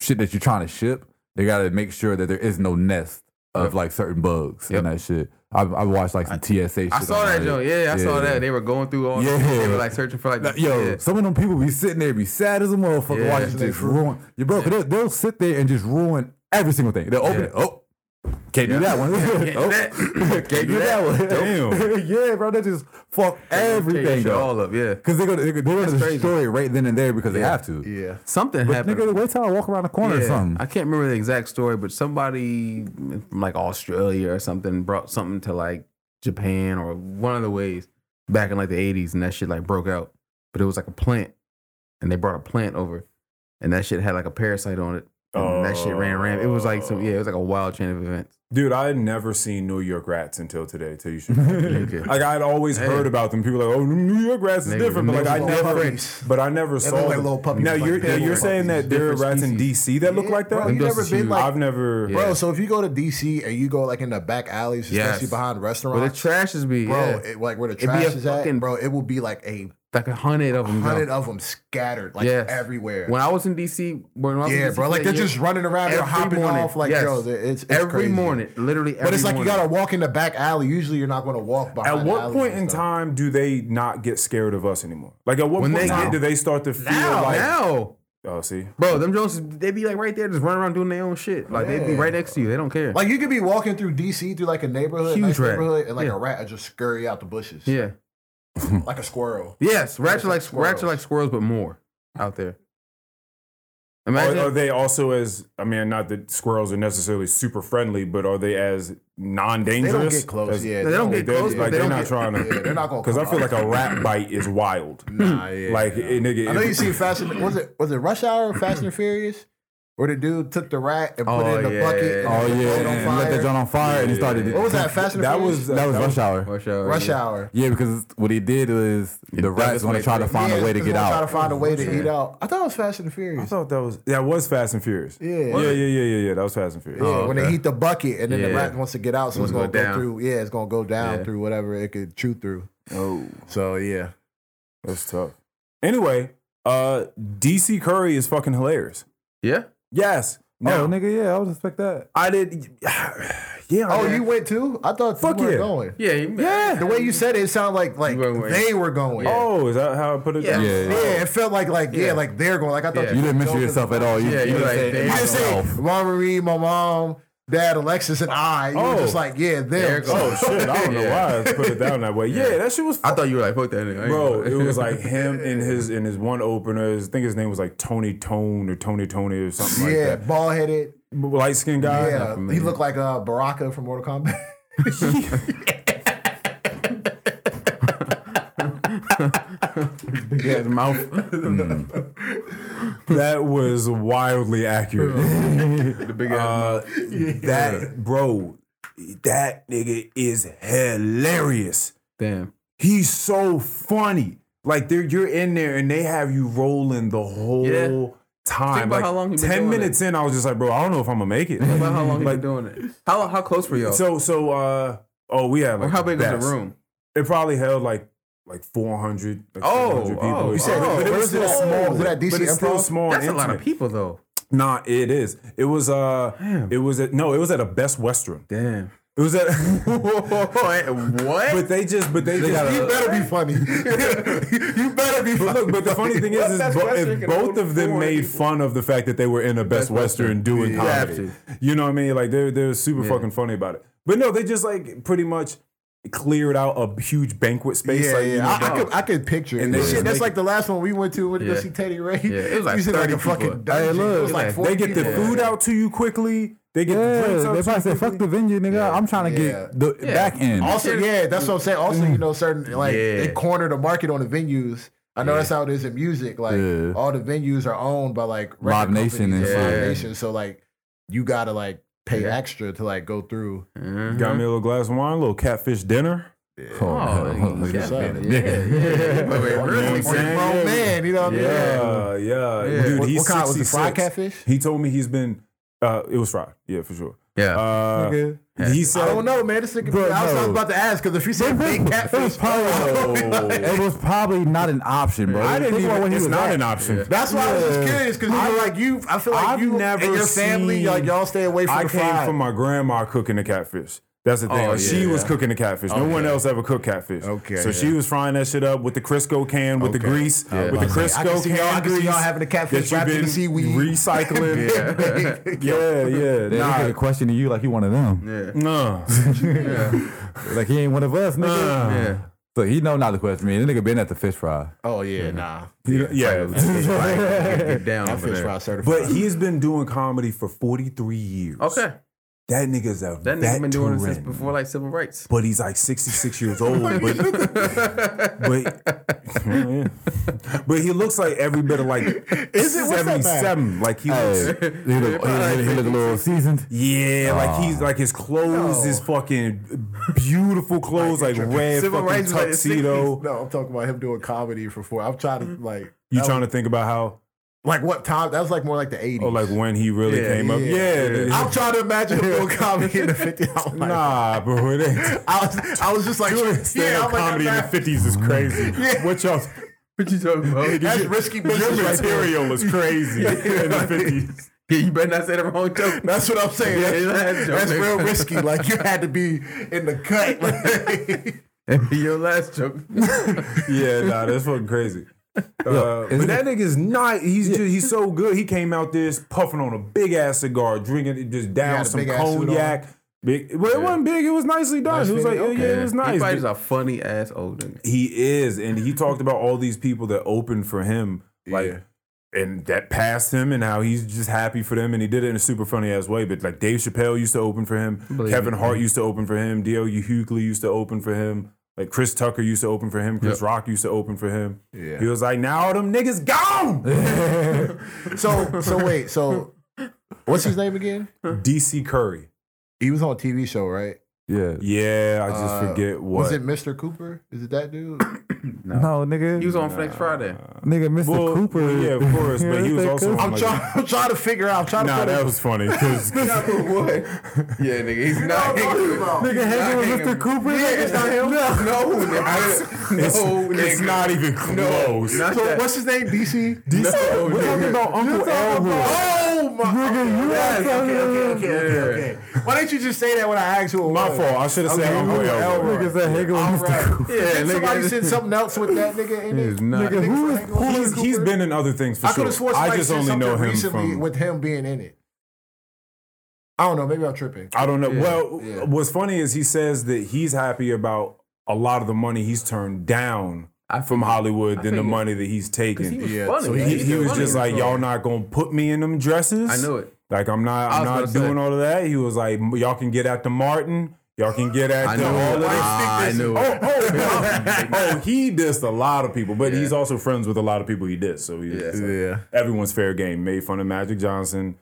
Speaker 1: shit that you're trying to ship, they got to make sure that there is no nest of
Speaker 3: Yep.
Speaker 1: like certain bugs and
Speaker 3: Yep.
Speaker 1: that shit. I, I watched like some TSA. shit
Speaker 3: I saw
Speaker 1: on
Speaker 3: that
Speaker 1: it.
Speaker 3: joke. Yeah, I saw that. They were going through all.
Speaker 1: Yeah.
Speaker 3: Yeah. They were like searching for like.
Speaker 1: Like, Yo,
Speaker 3: yeah.
Speaker 1: some of them people be sitting there, be sad as a motherfucker,
Speaker 3: Yeah.
Speaker 1: watching just ruin. You bro, 'cause they'll, they'll sit there and just ruin every single thing. They'll open
Speaker 3: Yeah.
Speaker 1: it. Oh, can't do that one.
Speaker 3: do
Speaker 1: Oh,
Speaker 3: that.
Speaker 1: can't do that one. yeah, bro, they just fuck everything
Speaker 3: Shit
Speaker 1: up.
Speaker 3: all up. Yeah.
Speaker 1: Because they're gonna, they're gonna
Speaker 3: That's
Speaker 1: destroy
Speaker 3: crazy.
Speaker 1: it right then and there because they have to.
Speaker 5: yeah,
Speaker 3: Something
Speaker 1: But
Speaker 3: happened.
Speaker 1: nigga, wait till I walk around the corner or
Speaker 3: Yeah,
Speaker 1: something.
Speaker 3: I can't remember the exact story, but somebody from like Australia or something brought something to like Japan or one of the ways back in like the eighties, and that shit like broke out. But it was like a plant, and they brought a plant over, and that shit had like a parasite on it. And that shit ran rampant. It was like some yeah, it was like a wild chain of events.
Speaker 4: Dude, I had never seen New York rats until today. Till you should.
Speaker 3: Nigga.
Speaker 4: like I'd always
Speaker 3: Hey.
Speaker 4: heard about them. People were like, oh, New York rats is
Speaker 3: Nigga,
Speaker 4: different, but like
Speaker 3: niggas
Speaker 4: I
Speaker 5: little
Speaker 4: never,
Speaker 5: puppies.
Speaker 4: but I
Speaker 5: They
Speaker 4: never saw
Speaker 5: look like
Speaker 4: them.
Speaker 5: little puppies.
Speaker 4: Now
Speaker 5: like
Speaker 4: you're
Speaker 5: pig
Speaker 4: you're
Speaker 5: puppies.
Speaker 4: saying that there are
Speaker 3: Different
Speaker 4: rats in
Speaker 3: species.
Speaker 4: DC that look
Speaker 5: Yeah,
Speaker 4: like that.
Speaker 5: bro, you
Speaker 3: Them
Speaker 5: never
Speaker 3: dust
Speaker 5: been
Speaker 3: is
Speaker 5: like,
Speaker 4: I've never.
Speaker 3: Yeah.
Speaker 5: bro. So if you go to DC and you go like in the back alleys,
Speaker 3: Yes.
Speaker 5: especially behind
Speaker 3: But the
Speaker 5: restaurants,
Speaker 3: trash is be
Speaker 5: bro,
Speaker 3: yeah.
Speaker 5: it, like where the
Speaker 3: It'd be
Speaker 5: trash
Speaker 3: a
Speaker 5: is at,
Speaker 3: fucking-
Speaker 5: bro, it will be like a
Speaker 3: like a hundred of them.
Speaker 5: hundred of them scattered like
Speaker 3: Yes.
Speaker 5: everywhere.
Speaker 3: When I was in DC, when I was in
Speaker 5: yeah,
Speaker 3: DC
Speaker 5: bro. Like
Speaker 3: that
Speaker 5: they're
Speaker 3: year,
Speaker 5: just running around, they're
Speaker 3: every
Speaker 5: hopping
Speaker 3: morning.
Speaker 5: off. Like
Speaker 3: Yes.
Speaker 5: yo, it's, it's
Speaker 3: every
Speaker 5: crazy.
Speaker 3: morning, literally.
Speaker 5: But
Speaker 3: every
Speaker 5: it's like
Speaker 3: morning.
Speaker 5: you gotta walk in the back alley. Usually, you're not gonna walk behind.
Speaker 4: At what
Speaker 5: alleys
Speaker 4: point
Speaker 5: and
Speaker 4: in
Speaker 5: stuff.
Speaker 4: time do they not get scared of us anymore? Like at what
Speaker 3: When
Speaker 4: point in
Speaker 3: they
Speaker 4: time
Speaker 3: get-
Speaker 4: do they start to feel
Speaker 3: now,
Speaker 4: like
Speaker 3: now,
Speaker 4: oh see
Speaker 3: bro. Them Jones, they be like right there, just running around doing their own shit. Like they be right next to you. They don't care.
Speaker 5: Like you could be walking through DC through like a neighborhood,
Speaker 3: Huge
Speaker 5: nice
Speaker 3: rat.
Speaker 5: neighborhood, and like
Speaker 3: Yeah.
Speaker 5: a rat would just scurry out the bushes,
Speaker 3: yeah.
Speaker 5: like a squirrel.
Speaker 3: Yes, rats are like
Speaker 5: squirrels.
Speaker 3: rats are like squirrels, but more out there.
Speaker 4: are,
Speaker 3: Imagine
Speaker 4: are they also as I mean not that squirrels are necessarily super friendly, but are they as
Speaker 5: They
Speaker 4: non-dangerous?
Speaker 5: don't get close.
Speaker 4: As-
Speaker 5: Yeah,
Speaker 3: oh, they don't get
Speaker 4: They're,
Speaker 3: close,
Speaker 4: like,
Speaker 3: but they
Speaker 4: they're
Speaker 3: don't
Speaker 4: not
Speaker 3: get-
Speaker 4: trying to.
Speaker 5: Yeah, they're not gonna
Speaker 4: Because I
Speaker 5: come
Speaker 4: feel
Speaker 5: out.
Speaker 4: like a rat bite is wild.
Speaker 5: Nah, yeah.
Speaker 4: like it, nigga.
Speaker 5: I know
Speaker 4: if-
Speaker 5: you seen Fast. And, was it was it Rush Hour or Fast and Furious? Where the dude took the rat and put
Speaker 3: Oh,
Speaker 5: it in the
Speaker 3: yeah.
Speaker 5: bucket. And
Speaker 1: Oh
Speaker 5: it
Speaker 1: yeah,
Speaker 5: caught on
Speaker 1: and let that
Speaker 5: fire?
Speaker 1: joint on fire, and he started.
Speaker 5: What was that? Fast and
Speaker 4: that
Speaker 5: Furious?
Speaker 4: was
Speaker 1: That was rush hour.
Speaker 3: rush hour.
Speaker 5: Rush
Speaker 3: yeah.
Speaker 5: Hour.
Speaker 1: Yeah, because what he did is the rat's
Speaker 3: that's
Speaker 1: gonna
Speaker 3: way
Speaker 1: try to
Speaker 3: through.
Speaker 1: find
Speaker 5: Yeah,
Speaker 1: a way to
Speaker 5: just
Speaker 1: get
Speaker 5: wanna Try to
Speaker 1: out.
Speaker 5: find a way to eat out. I thought it was Fast and the Furious.
Speaker 4: I thought that was that was Fast and Furious.
Speaker 5: Yeah.
Speaker 4: yeah, yeah, yeah, yeah. yeah. That was Fast and Furious.
Speaker 5: Yeah, when they heat the bucket and then the
Speaker 3: Yeah.
Speaker 5: rat wants to get out, so
Speaker 3: Wants
Speaker 5: it's
Speaker 3: to
Speaker 5: gonna
Speaker 3: go
Speaker 5: go,
Speaker 3: down.
Speaker 5: through. Yeah, it's gonna go down
Speaker 3: Yeah.
Speaker 5: through whatever it could chew through.
Speaker 4: Oh,
Speaker 5: So yeah,
Speaker 4: that's tough. Anyway, uh, DC Curry is fucking hilarious.
Speaker 3: Yeah.
Speaker 4: Yes.
Speaker 1: Oh
Speaker 4: No,
Speaker 1: nigga, yeah, I would expect that.
Speaker 4: I did. Yeah. I
Speaker 5: Oh,
Speaker 4: did.
Speaker 5: you went too? I thought
Speaker 4: Fuck
Speaker 5: you were
Speaker 4: yeah.
Speaker 5: going.
Speaker 3: Yeah.
Speaker 4: Yeah.
Speaker 5: The way you said it, it sounded like like
Speaker 3: You weren't-
Speaker 5: they were going. Yeah.
Speaker 4: Oh, is that how I put it?
Speaker 3: Yeah.
Speaker 4: down?
Speaker 1: Yeah, yeah.
Speaker 5: it felt like like yeah,
Speaker 3: Yeah.
Speaker 5: like they're going. Like I thought
Speaker 3: Yeah.
Speaker 1: You didn't mention
Speaker 5: joking.
Speaker 1: yourself at all. You,
Speaker 3: Yeah,
Speaker 1: you
Speaker 3: you
Speaker 1: just
Speaker 3: like,
Speaker 1: said
Speaker 3: they-
Speaker 5: You didn't say
Speaker 1: myself.
Speaker 5: Mom Marie, my mom, Dad, Alexis, and I. You were
Speaker 4: Oh.
Speaker 5: just like yeah, they're
Speaker 3: They're
Speaker 5: going.
Speaker 3: going.
Speaker 4: Oh shit! I don't know
Speaker 3: Yeah.
Speaker 4: why I put it down that way. Yeah, that shit was.
Speaker 3: I thought you were like fuck that nigga. I ain't
Speaker 4: Bro,
Speaker 3: gonna-
Speaker 4: it was like him and his and his one opener. I think his name was like Tony Tone or Tony Tony or something like
Speaker 5: yeah,
Speaker 4: that.
Speaker 5: bald headed.
Speaker 4: Light skinned guy.
Speaker 5: Yeah, he looked like uh, Baraka from Mortal Kombat.
Speaker 3: big ass mouth.
Speaker 4: That was wildly accurate.
Speaker 3: the big ass
Speaker 4: Uh, that bro, that nigga is hilarious.
Speaker 3: Damn.
Speaker 4: He's so funny. Like they're you're in there and they have you rolling the whole
Speaker 3: Yeah.
Speaker 4: time.
Speaker 3: Think about
Speaker 4: like
Speaker 3: how long you been
Speaker 4: ten
Speaker 3: doing
Speaker 4: minutes in, I was just like, bro, I don't know if I'm gonna make it.
Speaker 3: Think about how long you
Speaker 4: Like-
Speaker 3: been doing it. How how close were y'all?
Speaker 4: so so uh oh we had
Speaker 3: or
Speaker 4: like
Speaker 3: how big
Speaker 4: the
Speaker 3: was the
Speaker 4: best.
Speaker 3: room?
Speaker 4: It probably held like like 400, like
Speaker 3: Oh,
Speaker 4: 400 people.
Speaker 3: oh,
Speaker 4: or
Speaker 3: you
Speaker 4: something.
Speaker 3: said-
Speaker 4: but it was
Speaker 5: where's
Speaker 4: still
Speaker 5: that-
Speaker 4: small.
Speaker 5: oh. was it at DC
Speaker 4: but it's still
Speaker 5: Improv?
Speaker 4: small.
Speaker 3: That's
Speaker 4: and
Speaker 3: a lot of
Speaker 4: intimate.
Speaker 3: people though.
Speaker 4: Nah, it is. It was uh,
Speaker 3: Damn.
Speaker 4: it was at no, it was at a Best Western.
Speaker 3: Damn.
Speaker 4: It was at,
Speaker 3: Oh, eh, what?
Speaker 4: but they just, but they, just.
Speaker 5: you better be funny. you better be
Speaker 4: But
Speaker 5: funny.
Speaker 4: look, but the funny thing is, is
Speaker 3: Best
Speaker 4: bo-
Speaker 3: Western
Speaker 4: if
Speaker 3: can
Speaker 4: both
Speaker 3: hold
Speaker 4: of them
Speaker 3: 400
Speaker 4: made
Speaker 3: people.
Speaker 4: fun of the fact that they were in a Best,
Speaker 3: Best
Speaker 4: Western,
Speaker 3: Western.
Speaker 4: doing
Speaker 3: Yeah.
Speaker 4: comedy. You know what I mean? Like they're they're super fucking funny about it. But no, they just like pretty much cleared out a huge banquet space.
Speaker 5: Yeah,
Speaker 4: like,
Speaker 5: yeah.
Speaker 4: You know,
Speaker 5: I,
Speaker 4: down-
Speaker 5: I could, I could picture it.
Speaker 4: And they
Speaker 5: Shit,
Speaker 4: just
Speaker 5: that's
Speaker 4: make
Speaker 5: like the last one we went to when we
Speaker 3: Yeah.
Speaker 5: go see Teddy Ray.
Speaker 3: Yeah, it was like
Speaker 5: You said
Speaker 3: 30
Speaker 5: a fucking
Speaker 3: people.
Speaker 5: dungeon. it was
Speaker 1: look,
Speaker 5: like
Speaker 3: like,
Speaker 5: 40
Speaker 4: they get the
Speaker 5: people.
Speaker 4: food out to you quickly. They get the
Speaker 1: Yeah,
Speaker 4: drinks out
Speaker 1: they
Speaker 4: to you
Speaker 1: probably said fuck
Speaker 4: quickly.
Speaker 1: the venue, nigga. I'm trying to
Speaker 5: Yeah.
Speaker 1: get the
Speaker 3: Yeah.
Speaker 1: back end.
Speaker 5: Also, yeah, that's what I'm saying. Also, you know, certain like
Speaker 3: Yeah.
Speaker 5: they corner the market on the venues. I know that's how it is in music. Like
Speaker 1: Yeah.
Speaker 5: all the venues are owned by like record
Speaker 1: Live Nation and
Speaker 5: companies,
Speaker 3: shit.
Speaker 5: Live
Speaker 3: Yeah.
Speaker 5: Nation. So like you gotta like pay
Speaker 3: Yeah.
Speaker 5: extra to like go through.
Speaker 3: Mhm.
Speaker 4: Got me a little glass of wine, a little catfish dinner.
Speaker 3: Oh,
Speaker 1: look
Speaker 3: yeah,
Speaker 1: at that.
Speaker 3: yeah, yeah. Wait, wait,
Speaker 5: Or you-
Speaker 3: really?
Speaker 5: or you
Speaker 4: saying?
Speaker 5: grown
Speaker 4: Yeah.
Speaker 5: man, you know what I mean?
Speaker 4: Yeah, Uh, yeah.
Speaker 3: Yeah.
Speaker 4: Dude,
Speaker 5: What,
Speaker 4: he's
Speaker 5: what kind was it?
Speaker 4: 66.
Speaker 5: Fried catfish?
Speaker 4: He told me he's been. Uh, it was fried. Yeah, for sure.
Speaker 3: Yeah.
Speaker 4: Uh, He said.
Speaker 5: I don't know, man. This nigga,
Speaker 1: Bro,
Speaker 5: I was I was
Speaker 1: no.
Speaker 5: about to ask because if you say big
Speaker 1: It was
Speaker 5: catfish,
Speaker 1: probably, it was probably not an option, bro.
Speaker 4: I didn't
Speaker 1: Think about
Speaker 4: even.
Speaker 1: when he
Speaker 4: It's
Speaker 1: was
Speaker 4: not
Speaker 1: at.
Speaker 4: an option.
Speaker 5: that's why I was just curious because I like you. I feel like
Speaker 4: I've
Speaker 5: you
Speaker 4: never
Speaker 5: and your family,
Speaker 4: seen-
Speaker 5: like y'all stay away from
Speaker 4: I
Speaker 5: the
Speaker 4: came
Speaker 5: fried.
Speaker 4: from my grandma cooking the catfish. That's the thing.
Speaker 3: Oh,
Speaker 4: Like, she
Speaker 3: yeah.
Speaker 4: was cooking the catfish. no one else ever cooked catfish.
Speaker 5: Oh, Okay,
Speaker 4: So she was frying that shit up with the Crisco can, with the grease, with the
Speaker 5: about to say, I can
Speaker 4: Crisco
Speaker 5: see y'all- I
Speaker 4: can
Speaker 5: can see
Speaker 4: grease.
Speaker 5: y'all having the catfish
Speaker 4: that you've
Speaker 5: wrapped in
Speaker 4: been
Speaker 5: the seaweed.
Speaker 4: Recycling. yeah, yeah.
Speaker 1: They look at
Speaker 4: Nah,
Speaker 1: the question to you like you one of them.
Speaker 3: Yeah.
Speaker 4: nah.
Speaker 1: Like he ain't one of us, nigga.
Speaker 3: Yeah.
Speaker 1: So he know not the question. Man, the nigga been at the fish fry.
Speaker 5: Oh yeah, nah.
Speaker 4: You know- Yeah.
Speaker 3: Get down
Speaker 5: That
Speaker 3: over
Speaker 5: fish
Speaker 3: there.
Speaker 5: fry certified.
Speaker 4: But he's been doing comedy for 43 years.
Speaker 3: Okay.
Speaker 4: That nigga's a
Speaker 3: That nigga been doing it since
Speaker 4: veteran.
Speaker 3: before like Oh civil rights.
Speaker 4: but he's like 66 years old. but, but, Yeah. but he looks like every bit of like
Speaker 5: Is it? What's that man?
Speaker 4: 77. Like he
Speaker 1: Hey, he
Speaker 4: looks.
Speaker 1: look, he look, he look a little seasoned.
Speaker 4: Yeah, like
Speaker 3: Ah.
Speaker 4: he's like his clothes is fucking beautiful clothes, like, red
Speaker 3: Civil
Speaker 4: fucking
Speaker 3: rights was like the
Speaker 4: tuxedo.
Speaker 5: no, I'm talking about him doing comedy for four. I'm trying to like,
Speaker 4: You trying to think about how
Speaker 5: like what time? That was like more like the '80s.
Speaker 4: oh like when he really
Speaker 3: Yeah,
Speaker 4: came up?
Speaker 5: yeah,
Speaker 4: Yeah,
Speaker 5: I'm trying to imagine him doing comedy in the '50s. I'm like,
Speaker 4: nah, bro, it ain't.
Speaker 5: I was, I was just like,
Speaker 4: Doing
Speaker 5: yeah,
Speaker 4: stand-up
Speaker 5: I'm like,
Speaker 4: comedy
Speaker 5: I'm
Speaker 4: in the
Speaker 5: not-
Speaker 4: fifties is crazy. What y'all?
Speaker 3: What you talking about?
Speaker 4: That's
Speaker 3: risky
Speaker 4: Your material was crazy in the fifties.
Speaker 3: Yeah, you better not say the wrong joke.
Speaker 5: That's what I'm saying.
Speaker 3: Yeah,
Speaker 5: that's,
Speaker 3: that's-
Speaker 5: that's real risky. Like you had to be in the cut. Like,
Speaker 3: That'd be your last joke.
Speaker 4: Yeah, nah, that's fucking crazy. Uh, but
Speaker 1: isn't
Speaker 4: that nigga's not. He's just, he's so good. He came out this puffing on a big ass cigar, drinking it just down
Speaker 5: a
Speaker 4: some
Speaker 5: big-ass suit
Speaker 4: cognac. Big, well, it wasn't big. It was nicely done. it was like, oh, yeah, it was nice.
Speaker 3: He probably
Speaker 4: but-
Speaker 3: just a funny ass old nigga.
Speaker 4: He is, and he talked about all these people that opened for him, like, and that passed him, and how he's just happy for them, and he did it in a super funny ass way. But like Dave Chappelle used to open for him, Kevin Hart used to open for him, D.O. Hughley used to open for him, like Chris Tucker used to open for him, Chris Rock used to open for him. Yeah. He was like, now all them niggas gone.
Speaker 5: so so wait. So what's his name again?
Speaker 4: DC Curry.
Speaker 5: He was on a TV show, right?
Speaker 1: Yeah.
Speaker 4: Yeah, I just
Speaker 5: Uh,
Speaker 4: forget what.
Speaker 5: Was it Mr. Cooper? Is it that dude?
Speaker 1: No, nigga.
Speaker 3: He was on Flex Friday.
Speaker 1: nigga, Mr.
Speaker 4: Well,
Speaker 1: Cooper.
Speaker 4: yeah, of course, but he was
Speaker 1: Mr.
Speaker 4: also
Speaker 1: Cooper.
Speaker 4: on like,
Speaker 5: I'm trying to figure out. I'm trying
Speaker 4: nah, that was funny because
Speaker 3: what? Yeah, nigga, he's not hanging.
Speaker 1: Nigga, hanging with Mr. Cooper.
Speaker 3: Yeah, it's not him. No, nigga.
Speaker 4: it's,
Speaker 3: no,
Speaker 4: it's
Speaker 3: nigga.
Speaker 4: not even
Speaker 3: No,
Speaker 4: close.
Speaker 3: not
Speaker 5: So
Speaker 3: that.
Speaker 5: what's his name? DC.
Speaker 4: No,
Speaker 1: We're
Speaker 4: nigga.
Speaker 1: talking about Uncle Elwood.
Speaker 5: Oh my!
Speaker 1: Nigga, you
Speaker 5: Yes,
Speaker 1: are talking
Speaker 5: okay, okay,
Speaker 1: about.
Speaker 5: okay, okay, okay. Why didn't you just say that when I asked you?
Speaker 4: My fault. I should have said Uncle Elroy.
Speaker 1: Nigga said hanging with Mr. Cooper.
Speaker 3: Yeah,
Speaker 5: Somebody
Speaker 3: nigga.
Speaker 5: said something else with that nigga in it.
Speaker 3: He's not.
Speaker 1: Nigga, who is
Speaker 3: oh,
Speaker 5: He's-
Speaker 1: pulling
Speaker 4: He's, he's been in other things for
Speaker 5: I could
Speaker 4: sure.
Speaker 5: have sworn
Speaker 4: I
Speaker 5: somebody
Speaker 4: just
Speaker 5: said
Speaker 4: only know
Speaker 5: something
Speaker 4: him
Speaker 5: recently
Speaker 4: from.
Speaker 5: with him being in it. I don't know. Maybe I'm tripping.
Speaker 4: I don't know. well,
Speaker 5: yeah.
Speaker 4: what's funny is he says that he's happy about a lot of the money he's turned down
Speaker 3: I
Speaker 4: from Hollywood than the
Speaker 3: figured.
Speaker 4: money that he's
Speaker 3: He
Speaker 4: taken.
Speaker 3: was
Speaker 5: Yeah,
Speaker 3: funny.
Speaker 5: so
Speaker 4: He,
Speaker 3: He's
Speaker 4: he was
Speaker 3: funny.
Speaker 4: just like, y'all not gonna put me in them dresses.
Speaker 3: I knew it.
Speaker 4: Like I'm not, I'm
Speaker 3: I
Speaker 4: not
Speaker 3: was gonna
Speaker 4: doing
Speaker 3: say.
Speaker 4: all of that. He was like, y'all can get at the Martin. Y'all can get at
Speaker 3: I
Speaker 4: the
Speaker 3: knew
Speaker 4: all of
Speaker 3: it.
Speaker 4: this.
Speaker 3: Ah, I knew it.
Speaker 4: oh, oh, he dissed a lot of people, but he's also friends with a lot of people he dissed. So he, it's like,
Speaker 3: Yeah.
Speaker 4: everyone's fair game. Made fun of Magic Johnson.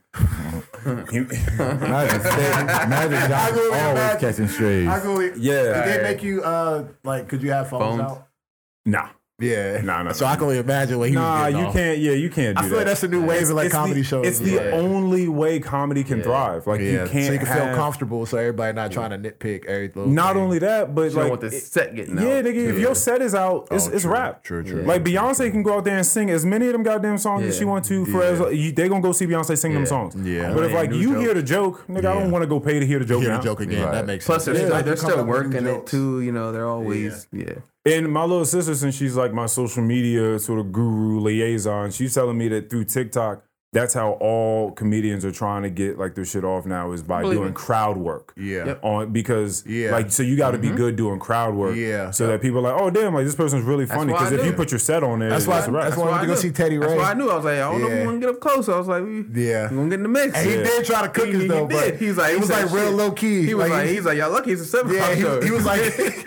Speaker 4: He-
Speaker 1: Magic, Stan- Magic Johnson
Speaker 5: really
Speaker 1: always
Speaker 5: imagine-
Speaker 1: catching strays.
Speaker 5: I go. Did
Speaker 4: yeah,
Speaker 5: they make you uh like? Could you have phones,
Speaker 3: Phones.
Speaker 5: out?
Speaker 4: nah,
Speaker 5: Yeah.
Speaker 4: nah, nah.
Speaker 5: So I can only imagine what he
Speaker 4: nah,
Speaker 5: was
Speaker 4: you
Speaker 5: getting off.
Speaker 4: can't. Yeah, you can't. Do
Speaker 5: I feel
Speaker 4: that.
Speaker 5: like that's the new wave of like
Speaker 4: It's
Speaker 5: comedy
Speaker 4: the,
Speaker 5: shows.
Speaker 4: It's the
Speaker 5: Yeah.
Speaker 4: only way comedy can thrive. Like
Speaker 5: yeah.
Speaker 4: you can't.
Speaker 5: so you can feel
Speaker 4: have-
Speaker 5: comfortable, so everybody not trying to nitpick every little.
Speaker 4: Not
Speaker 5: thing.
Speaker 4: only that, but
Speaker 3: I
Speaker 4: like
Speaker 3: want this set getting out.
Speaker 4: Yeah, nigga, if your set is out, it's, it's rap.
Speaker 5: Oh, True, true.
Speaker 4: Like Beyonce can go out there and sing as many of them goddamn songs as
Speaker 3: Yeah.
Speaker 4: she wants to. For as you, they gonna go see Beyonce sing them songs.
Speaker 5: Yeah.
Speaker 4: but if like
Speaker 3: New
Speaker 4: you
Speaker 3: joke.
Speaker 4: hear the joke, nigga, I don't want to go pay to hear the joke.
Speaker 5: Hear
Speaker 4: now.
Speaker 5: the joke again. That makes
Speaker 3: Plus,
Speaker 5: sense.
Speaker 3: they're, like, they're
Speaker 5: Come
Speaker 3: still
Speaker 5: up with new
Speaker 3: working it
Speaker 5: jokes.
Speaker 3: too. You know, they're always yeah.
Speaker 4: And my little sister, since she's like my social media sort of guru liaison, she's telling me that through TikTok, that's how all comedians are trying to get like their shit off now is by
Speaker 3: Believe
Speaker 4: doing
Speaker 3: it.
Speaker 4: crowd work.
Speaker 5: Yeah. Yep.
Speaker 4: On because
Speaker 5: Yeah.
Speaker 4: like so you got to
Speaker 3: Mm-hmm.
Speaker 4: be good doing crowd work.
Speaker 5: Yeah.
Speaker 4: So that people are like, oh damn, like this person's really funny
Speaker 3: why I
Speaker 4: because if
Speaker 3: do
Speaker 4: you
Speaker 3: it.
Speaker 4: put your set on there,
Speaker 5: That's
Speaker 4: it's
Speaker 5: why-
Speaker 4: a wrap.
Speaker 5: that's why- I wanted to
Speaker 3: I
Speaker 5: go
Speaker 3: knew.
Speaker 5: see Teddy
Speaker 3: That's
Speaker 5: Ray.
Speaker 3: why I knew. I was like, I don't know if
Speaker 5: Yeah.
Speaker 3: we want to get up close. I was like, we,
Speaker 5: Yeah.
Speaker 3: we gonna get in the mix.
Speaker 5: And he
Speaker 3: Yeah.
Speaker 5: did try to cook
Speaker 3: He-
Speaker 5: us
Speaker 3: he
Speaker 5: though,
Speaker 3: did.
Speaker 5: but
Speaker 3: He was like,
Speaker 5: it was like real low key.
Speaker 3: He was like, he's like, y'all lucky it's a seven.
Speaker 5: Yeah,
Speaker 3: o'clock
Speaker 5: he,
Speaker 3: show.
Speaker 5: he was like,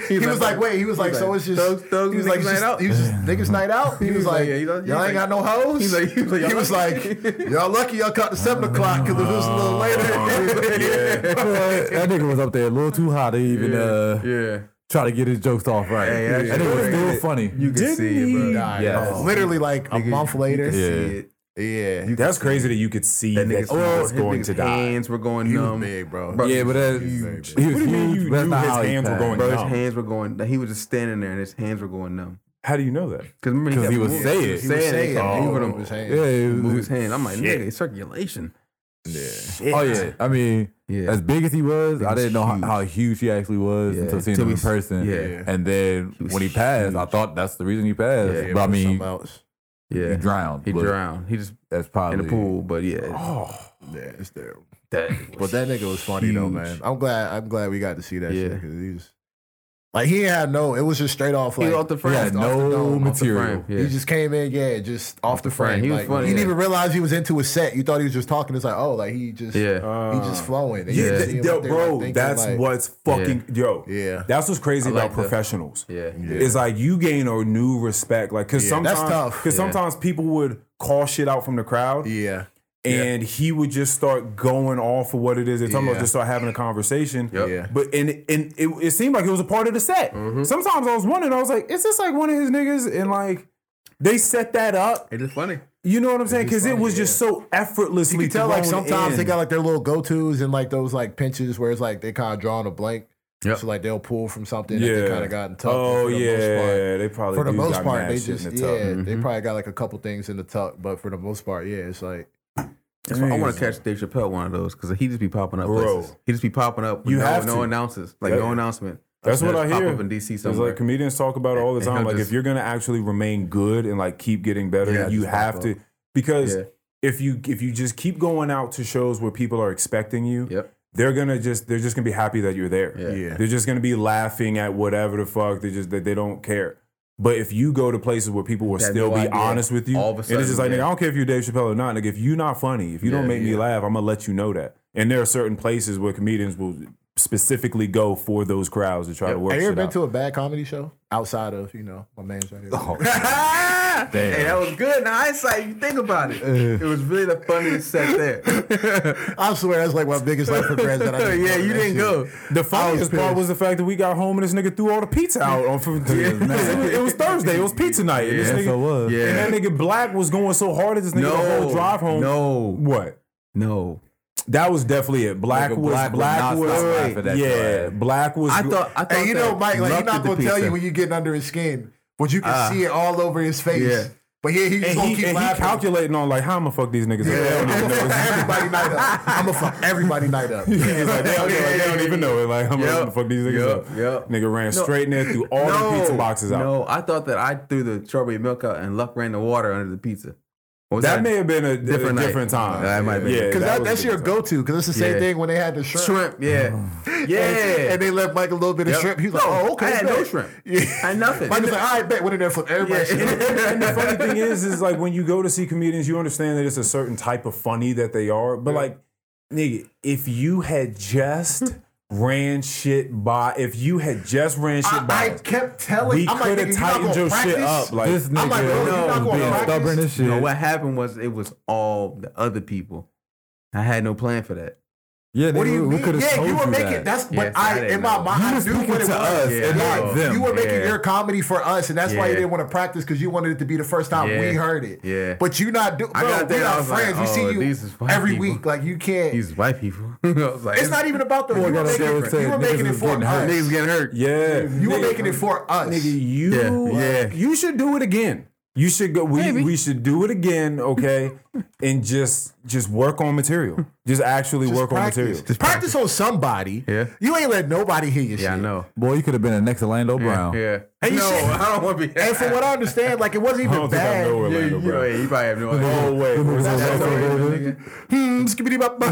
Speaker 5: he was like, wait, he was like, so it's just,
Speaker 3: thugs, thugs,
Speaker 5: he was like,
Speaker 3: niggas
Speaker 5: it's just-
Speaker 3: night out.
Speaker 5: he was just niggas night out. He was like,
Speaker 3: yeah, he's
Speaker 5: y'all
Speaker 3: like-
Speaker 5: ain't
Speaker 3: he's like-
Speaker 5: got no hoes.
Speaker 3: he's like- he was like,
Speaker 5: he
Speaker 3: y'all
Speaker 5: was like, y'all lucky y'all caught the seven o'clock because it was a little later.
Speaker 1: that nigga was up there a little too high to even uh,
Speaker 3: yeah,
Speaker 1: try to get his jokes off right.
Speaker 3: Hey, that
Speaker 1: that
Speaker 3: shit
Speaker 1: nigga was
Speaker 3: was
Speaker 1: still
Speaker 3: good.
Speaker 1: funny.
Speaker 3: you can see it, bro.
Speaker 1: Yes.
Speaker 5: Literally like a month later.
Speaker 1: Yeah.
Speaker 5: Yeah,
Speaker 4: That's crazy that you could see that,
Speaker 3: That nigga's
Speaker 4: he was
Speaker 5: Oh,
Speaker 3: his
Speaker 4: going
Speaker 3: nigga's
Speaker 4: to die.
Speaker 3: hands were going
Speaker 5: he
Speaker 3: numb.
Speaker 5: was big, bro.
Speaker 3: Bro,
Speaker 1: Yeah, but that, he was
Speaker 4: What do you mean
Speaker 1: huge.
Speaker 4: you
Speaker 1: but that's
Speaker 4: knew
Speaker 1: not
Speaker 4: his
Speaker 1: how he
Speaker 4: hands were
Speaker 1: passed.
Speaker 4: going
Speaker 3: Bro, his
Speaker 4: numb?
Speaker 3: hands were going. He was just standing there, and his hands were going numb.
Speaker 4: How do you know that?
Speaker 3: Because remember,
Speaker 1: 'Cause
Speaker 3: kept
Speaker 1: he would
Speaker 3: moving-
Speaker 1: say it.
Speaker 3: He was
Speaker 1: He
Speaker 5: would
Speaker 3: saying
Speaker 5: say
Speaker 3: it.
Speaker 5: it.
Speaker 3: He kept
Speaker 5: Oh.
Speaker 3: moving him.
Speaker 5: Move his hand.
Speaker 1: Yeah, it
Speaker 3: Move
Speaker 1: was-
Speaker 3: his hand. I'm like, nigga, it's circulation.
Speaker 1: oh yeah. I mean,
Speaker 3: Yeah.
Speaker 1: as big as he was, I
Speaker 3: was
Speaker 1: didn't know
Speaker 3: huge.
Speaker 1: how, how huge he actually was
Speaker 3: Yeah.
Speaker 1: until seeing
Speaker 3: Till
Speaker 1: him
Speaker 3: we
Speaker 1: in
Speaker 3: s-
Speaker 1: person.
Speaker 3: yeah.
Speaker 1: And then when he passed, I thought that's the reason he passed.
Speaker 3: Yeah,
Speaker 1: but I mean,
Speaker 5: something else.
Speaker 1: he
Speaker 3: Yeah,
Speaker 1: drowned.
Speaker 3: he
Speaker 1: but
Speaker 3: drowned. He just
Speaker 1: That's probably
Speaker 3: in the pool, but
Speaker 5: Oh,
Speaker 3: yeah,
Speaker 5: Yeah, it's terrible.
Speaker 3: that
Speaker 5: But that nigga was funny though, man. I'm glad. I'm glad we got to see that
Speaker 3: Yeah.
Speaker 5: shit because he's like he had no. It was just straight off.
Speaker 3: He
Speaker 5: Like,
Speaker 3: was off the frame.
Speaker 1: Yeah,
Speaker 3: Off the
Speaker 1: no
Speaker 3: dome, off the
Speaker 1: material.
Speaker 3: frame, Yeah.
Speaker 5: He just came in, yeah, just off, the frame.
Speaker 3: frame. He was
Speaker 5: like, You
Speaker 3: funny,
Speaker 5: didn't
Speaker 3: yeah.
Speaker 5: even realize he was into a set. You thought he was just talking. It's like, oh, like he just,
Speaker 3: yeah.
Speaker 5: he just flowing. And
Speaker 4: Uh, Yeah,
Speaker 5: you
Speaker 3: Yeah.
Speaker 5: just
Speaker 4: th-
Speaker 5: see him
Speaker 4: yo,
Speaker 5: up there, like,
Speaker 4: bro,
Speaker 5: thinking,
Speaker 4: that's
Speaker 5: like,
Speaker 4: what's fucking yo.
Speaker 5: Yeah.
Speaker 4: that's what's crazy
Speaker 3: I like
Speaker 4: about
Speaker 3: that.
Speaker 4: professionals.
Speaker 3: Yeah.
Speaker 4: it's like you gain a new respect, like because sometimes
Speaker 5: that's tough.
Speaker 4: Because sometimes people would call shit out from the crowd,
Speaker 5: Yeah,
Speaker 4: and he would just start going off of what it is they're talking about,
Speaker 5: Yeah.
Speaker 4: just start having a conversation.
Speaker 5: Yeah.
Speaker 4: But and and it, it seemed like it was a part of the set.
Speaker 5: Mm-hmm.
Speaker 4: Sometimes I was wondering, I was like, is this like one of his niggas? And like they set that up.
Speaker 3: It is funny.
Speaker 4: You know what I'm saying? Because it was just so effortlessly.
Speaker 5: you can tell like
Speaker 4: thrown
Speaker 5: sometimes
Speaker 4: in.
Speaker 5: they got like their little go tos and like those like pinches where it's like they kind of drawing a blank.
Speaker 3: Yep.
Speaker 5: So like they'll pull from something that
Speaker 4: Yeah.
Speaker 5: they kind of got in tuck.
Speaker 4: Oh
Speaker 5: and for the most part-
Speaker 4: yeah, they probably
Speaker 5: for the
Speaker 4: do
Speaker 5: most
Speaker 4: got
Speaker 5: part,
Speaker 4: mad
Speaker 5: they
Speaker 4: shit in
Speaker 5: just
Speaker 4: the
Speaker 5: yeah,
Speaker 4: tub.
Speaker 5: they
Speaker 3: Mm-hmm.
Speaker 5: probably got like a couple things in the tuck, but for the most part, yeah, it's like
Speaker 3: That's why I want to
Speaker 4: Crazy.
Speaker 3: catch Dave Chappelle one of those because he just be popping up.
Speaker 4: Bro.
Speaker 3: places. He just be popping up. With
Speaker 4: You
Speaker 3: no,
Speaker 4: have
Speaker 3: no
Speaker 4: to.
Speaker 3: announces, like
Speaker 4: Yeah.
Speaker 3: no announcement.
Speaker 4: That's what
Speaker 3: Just
Speaker 4: I
Speaker 3: pop
Speaker 4: hear.
Speaker 3: up in DC
Speaker 4: Because
Speaker 3: somewhere.
Speaker 4: like comedians talk about it all the
Speaker 3: And
Speaker 4: time.
Speaker 3: he'll
Speaker 4: Like if
Speaker 3: just-
Speaker 4: you're gonna actually remain good and like keep getting better,
Speaker 3: Yeah,
Speaker 4: you
Speaker 3: just
Speaker 4: have
Speaker 3: pop
Speaker 4: to
Speaker 3: up.
Speaker 4: because
Speaker 3: Yeah.
Speaker 4: if you if you just keep going out to shows where people are expecting you,
Speaker 3: Yep.
Speaker 4: they're gonna just they're just gonna be happy that you're there.
Speaker 3: Yeah.
Speaker 5: Yeah.
Speaker 4: They're just gonna be laughing at whatever the fuck. They just they, they don't care. But if you go to places where people will
Speaker 3: They have
Speaker 4: still
Speaker 3: no
Speaker 4: be
Speaker 3: idea.
Speaker 4: honest with you,
Speaker 3: All of a
Speaker 4: and it's just like
Speaker 3: sudden,
Speaker 4: nigga,
Speaker 3: yeah.
Speaker 4: I don't care if you're Dave Chappelle or not. Like if you're not funny, if you don't
Speaker 3: Yeah,
Speaker 4: make me
Speaker 3: yeah.
Speaker 4: laugh, I'm gonna let you know that. And there are certain places where comedians will specifically go for those crowds to try to work.
Speaker 5: Have you ever
Speaker 4: shit
Speaker 5: been
Speaker 4: out. Oh,
Speaker 5: to a bad comedy show outside of you know my man's right here?
Speaker 3: Ah! Hey, that was good. Now hindsight, you think about it. It was really the funniest set there.
Speaker 5: I swear that's like my biggest life regret that I didn't
Speaker 3: yeah,
Speaker 5: go to
Speaker 3: you
Speaker 5: that
Speaker 3: didn't
Speaker 5: shit.
Speaker 3: go.
Speaker 4: The funniest part was the fact that we got home and this nigga threw all the pizza out on. it, was, it was Thursday. It was pizza night. and this
Speaker 1: Yes,
Speaker 4: nigga,
Speaker 1: I was.
Speaker 3: Yeah.
Speaker 4: And that nigga Black was going so hard at this nigga the
Speaker 3: No,
Speaker 4: whole drive home.
Speaker 3: no,
Speaker 4: What?
Speaker 3: no.
Speaker 4: That was definitely it. Black
Speaker 1: Nigga,
Speaker 4: was
Speaker 1: Black
Speaker 4: Black,
Speaker 1: would not
Speaker 4: was
Speaker 1: stop laughing at
Speaker 4: yeah.
Speaker 1: your ass.
Speaker 4: Black was.
Speaker 3: I thought I thought
Speaker 5: And you know,
Speaker 3: that
Speaker 5: Mike, like he's
Speaker 3: looked at
Speaker 5: not
Speaker 3: the
Speaker 5: gonna tell
Speaker 3: pizza.
Speaker 5: you when you getting under his skin, but you can see it all over his face.
Speaker 3: yeah.
Speaker 5: But yeah, he's
Speaker 4: and
Speaker 5: gonna
Speaker 4: he,
Speaker 5: keep
Speaker 4: and he
Speaker 5: laughing.
Speaker 4: calculating on like how I'm gonna fuck these niggas. up. They
Speaker 5: I'm
Speaker 4: don't even
Speaker 5: gonna fuck
Speaker 4: know.
Speaker 5: everybody night up. I'm gonna fuck everybody night up.
Speaker 4: He's like, they don't, they don't- they don't even know it. Like I'm
Speaker 3: Yep.
Speaker 4: gonna fuck these niggas
Speaker 3: Yep.
Speaker 4: up.
Speaker 3: Yep.
Speaker 4: Nigga ran straight in there, threw all the pizza boxes out.
Speaker 3: No, I thought that I threw the strawberry milk out and Luck ran the water under the pizza. Or was
Speaker 4: That may have been a
Speaker 3: Different
Speaker 4: different,
Speaker 3: night.
Speaker 4: different time.
Speaker 3: That might have been.
Speaker 4: Yeah,
Speaker 5: Because that,
Speaker 4: was a
Speaker 5: that's your
Speaker 4: different time.
Speaker 5: go-to. Because it's the same
Speaker 3: Yeah.
Speaker 5: thing when they had the shrimp.
Speaker 3: shrimp? Yeah, yeah.
Speaker 5: And, and they left Mike a little bit of
Speaker 3: Yep.
Speaker 5: shrimp. He was like,
Speaker 3: No,
Speaker 5: "Oh, okay."
Speaker 3: I had
Speaker 5: bet."
Speaker 3: no shrimp.
Speaker 5: Yeah.
Speaker 3: I had nothing.
Speaker 5: Mike was like, "All right, bet." Went in there and flipped everybody's
Speaker 3: Yeah.
Speaker 5: shrimp.
Speaker 4: and the funny thing is, is like when you go to see comedians, you understand that it's a certain type of funny that they are. But like, nigga, if you had just ran shit by, if you had just ran shit by,
Speaker 5: I, I kept telling.
Speaker 4: we
Speaker 5: I'm like,
Speaker 4: could have
Speaker 5: "Nigga, you not
Speaker 4: tightened
Speaker 5: gonna
Speaker 4: your
Speaker 5: practice?
Speaker 4: shit up. Like,
Speaker 1: this nigga
Speaker 5: I'm like, bro,
Speaker 3: you're not
Speaker 1: is
Speaker 3: gonna
Speaker 1: being
Speaker 3: practice?
Speaker 1: stubborn as shit.
Speaker 3: No, what happened was it was all the other people. I had no plan for that.
Speaker 1: yeah,
Speaker 5: What
Speaker 1: they-
Speaker 5: do you
Speaker 1: we
Speaker 5: mean?
Speaker 1: could have
Speaker 5: Yeah,
Speaker 1: told
Speaker 5: you were making
Speaker 1: that.
Speaker 5: that's
Speaker 3: Yes,
Speaker 5: but I
Speaker 3: I didn't
Speaker 5: in my
Speaker 3: know.
Speaker 5: mind
Speaker 1: You
Speaker 5: I
Speaker 1: was
Speaker 5: knew
Speaker 1: speaking
Speaker 5: what it
Speaker 1: to
Speaker 5: was.
Speaker 1: us
Speaker 3: and
Speaker 5: Yeah.
Speaker 3: not
Speaker 1: them.
Speaker 5: You were making
Speaker 3: Yeah.
Speaker 5: your comedy for us, and that's why you
Speaker 3: Yeah.
Speaker 5: didn't want to practice because you wanted it to be the first time
Speaker 3: Yeah.
Speaker 5: we heard it.
Speaker 3: Yeah.
Speaker 5: But you not do
Speaker 3: I
Speaker 5: bro,
Speaker 3: got
Speaker 5: we
Speaker 3: there, I
Speaker 5: not
Speaker 3: was like,
Speaker 5: friends. we
Speaker 3: "Oh,
Speaker 5: see
Speaker 3: these is
Speaker 5: you
Speaker 3: white
Speaker 5: every
Speaker 3: people."
Speaker 5: week. Like you can't
Speaker 3: These white people. I was like,
Speaker 5: it's not even about the you
Speaker 1: Boy,
Speaker 5: were
Speaker 1: got up
Speaker 5: making,
Speaker 1: there and
Speaker 5: you
Speaker 1: said
Speaker 5: were
Speaker 1: niggas
Speaker 5: making it
Speaker 1: was
Speaker 5: for
Speaker 1: getting hurt.
Speaker 5: us.
Speaker 3: Niggas getting hurt.
Speaker 4: yeah,
Speaker 5: You were making it for us.
Speaker 4: nigga, you,
Speaker 3: Yeah, yeah.
Speaker 4: you should do it again. You should go. We, we should do it again, okay? and just just work on material. Just actually work on material.
Speaker 5: Just practice on somebody.
Speaker 3: Yeah.
Speaker 5: You ain't let nobody hear your
Speaker 3: Yeah, I
Speaker 5: shit.
Speaker 3: know.
Speaker 1: Boy, you could have been the next Orlando Brown.
Speaker 3: Yeah.
Speaker 5: And you
Speaker 3: no,
Speaker 5: said-
Speaker 3: I don't want to be.
Speaker 5: And from what I understand, like it wasn't
Speaker 4: I
Speaker 5: even
Speaker 4: don't think I
Speaker 5: bad.
Speaker 4: know
Speaker 3: yeah,
Speaker 4: Orlando,
Speaker 3: you,
Speaker 4: bro.
Speaker 3: know, yeah, you probably have no idea.
Speaker 4: No way.
Speaker 3: That's all right, nigga.
Speaker 5: Hmm, skibbity bop bop.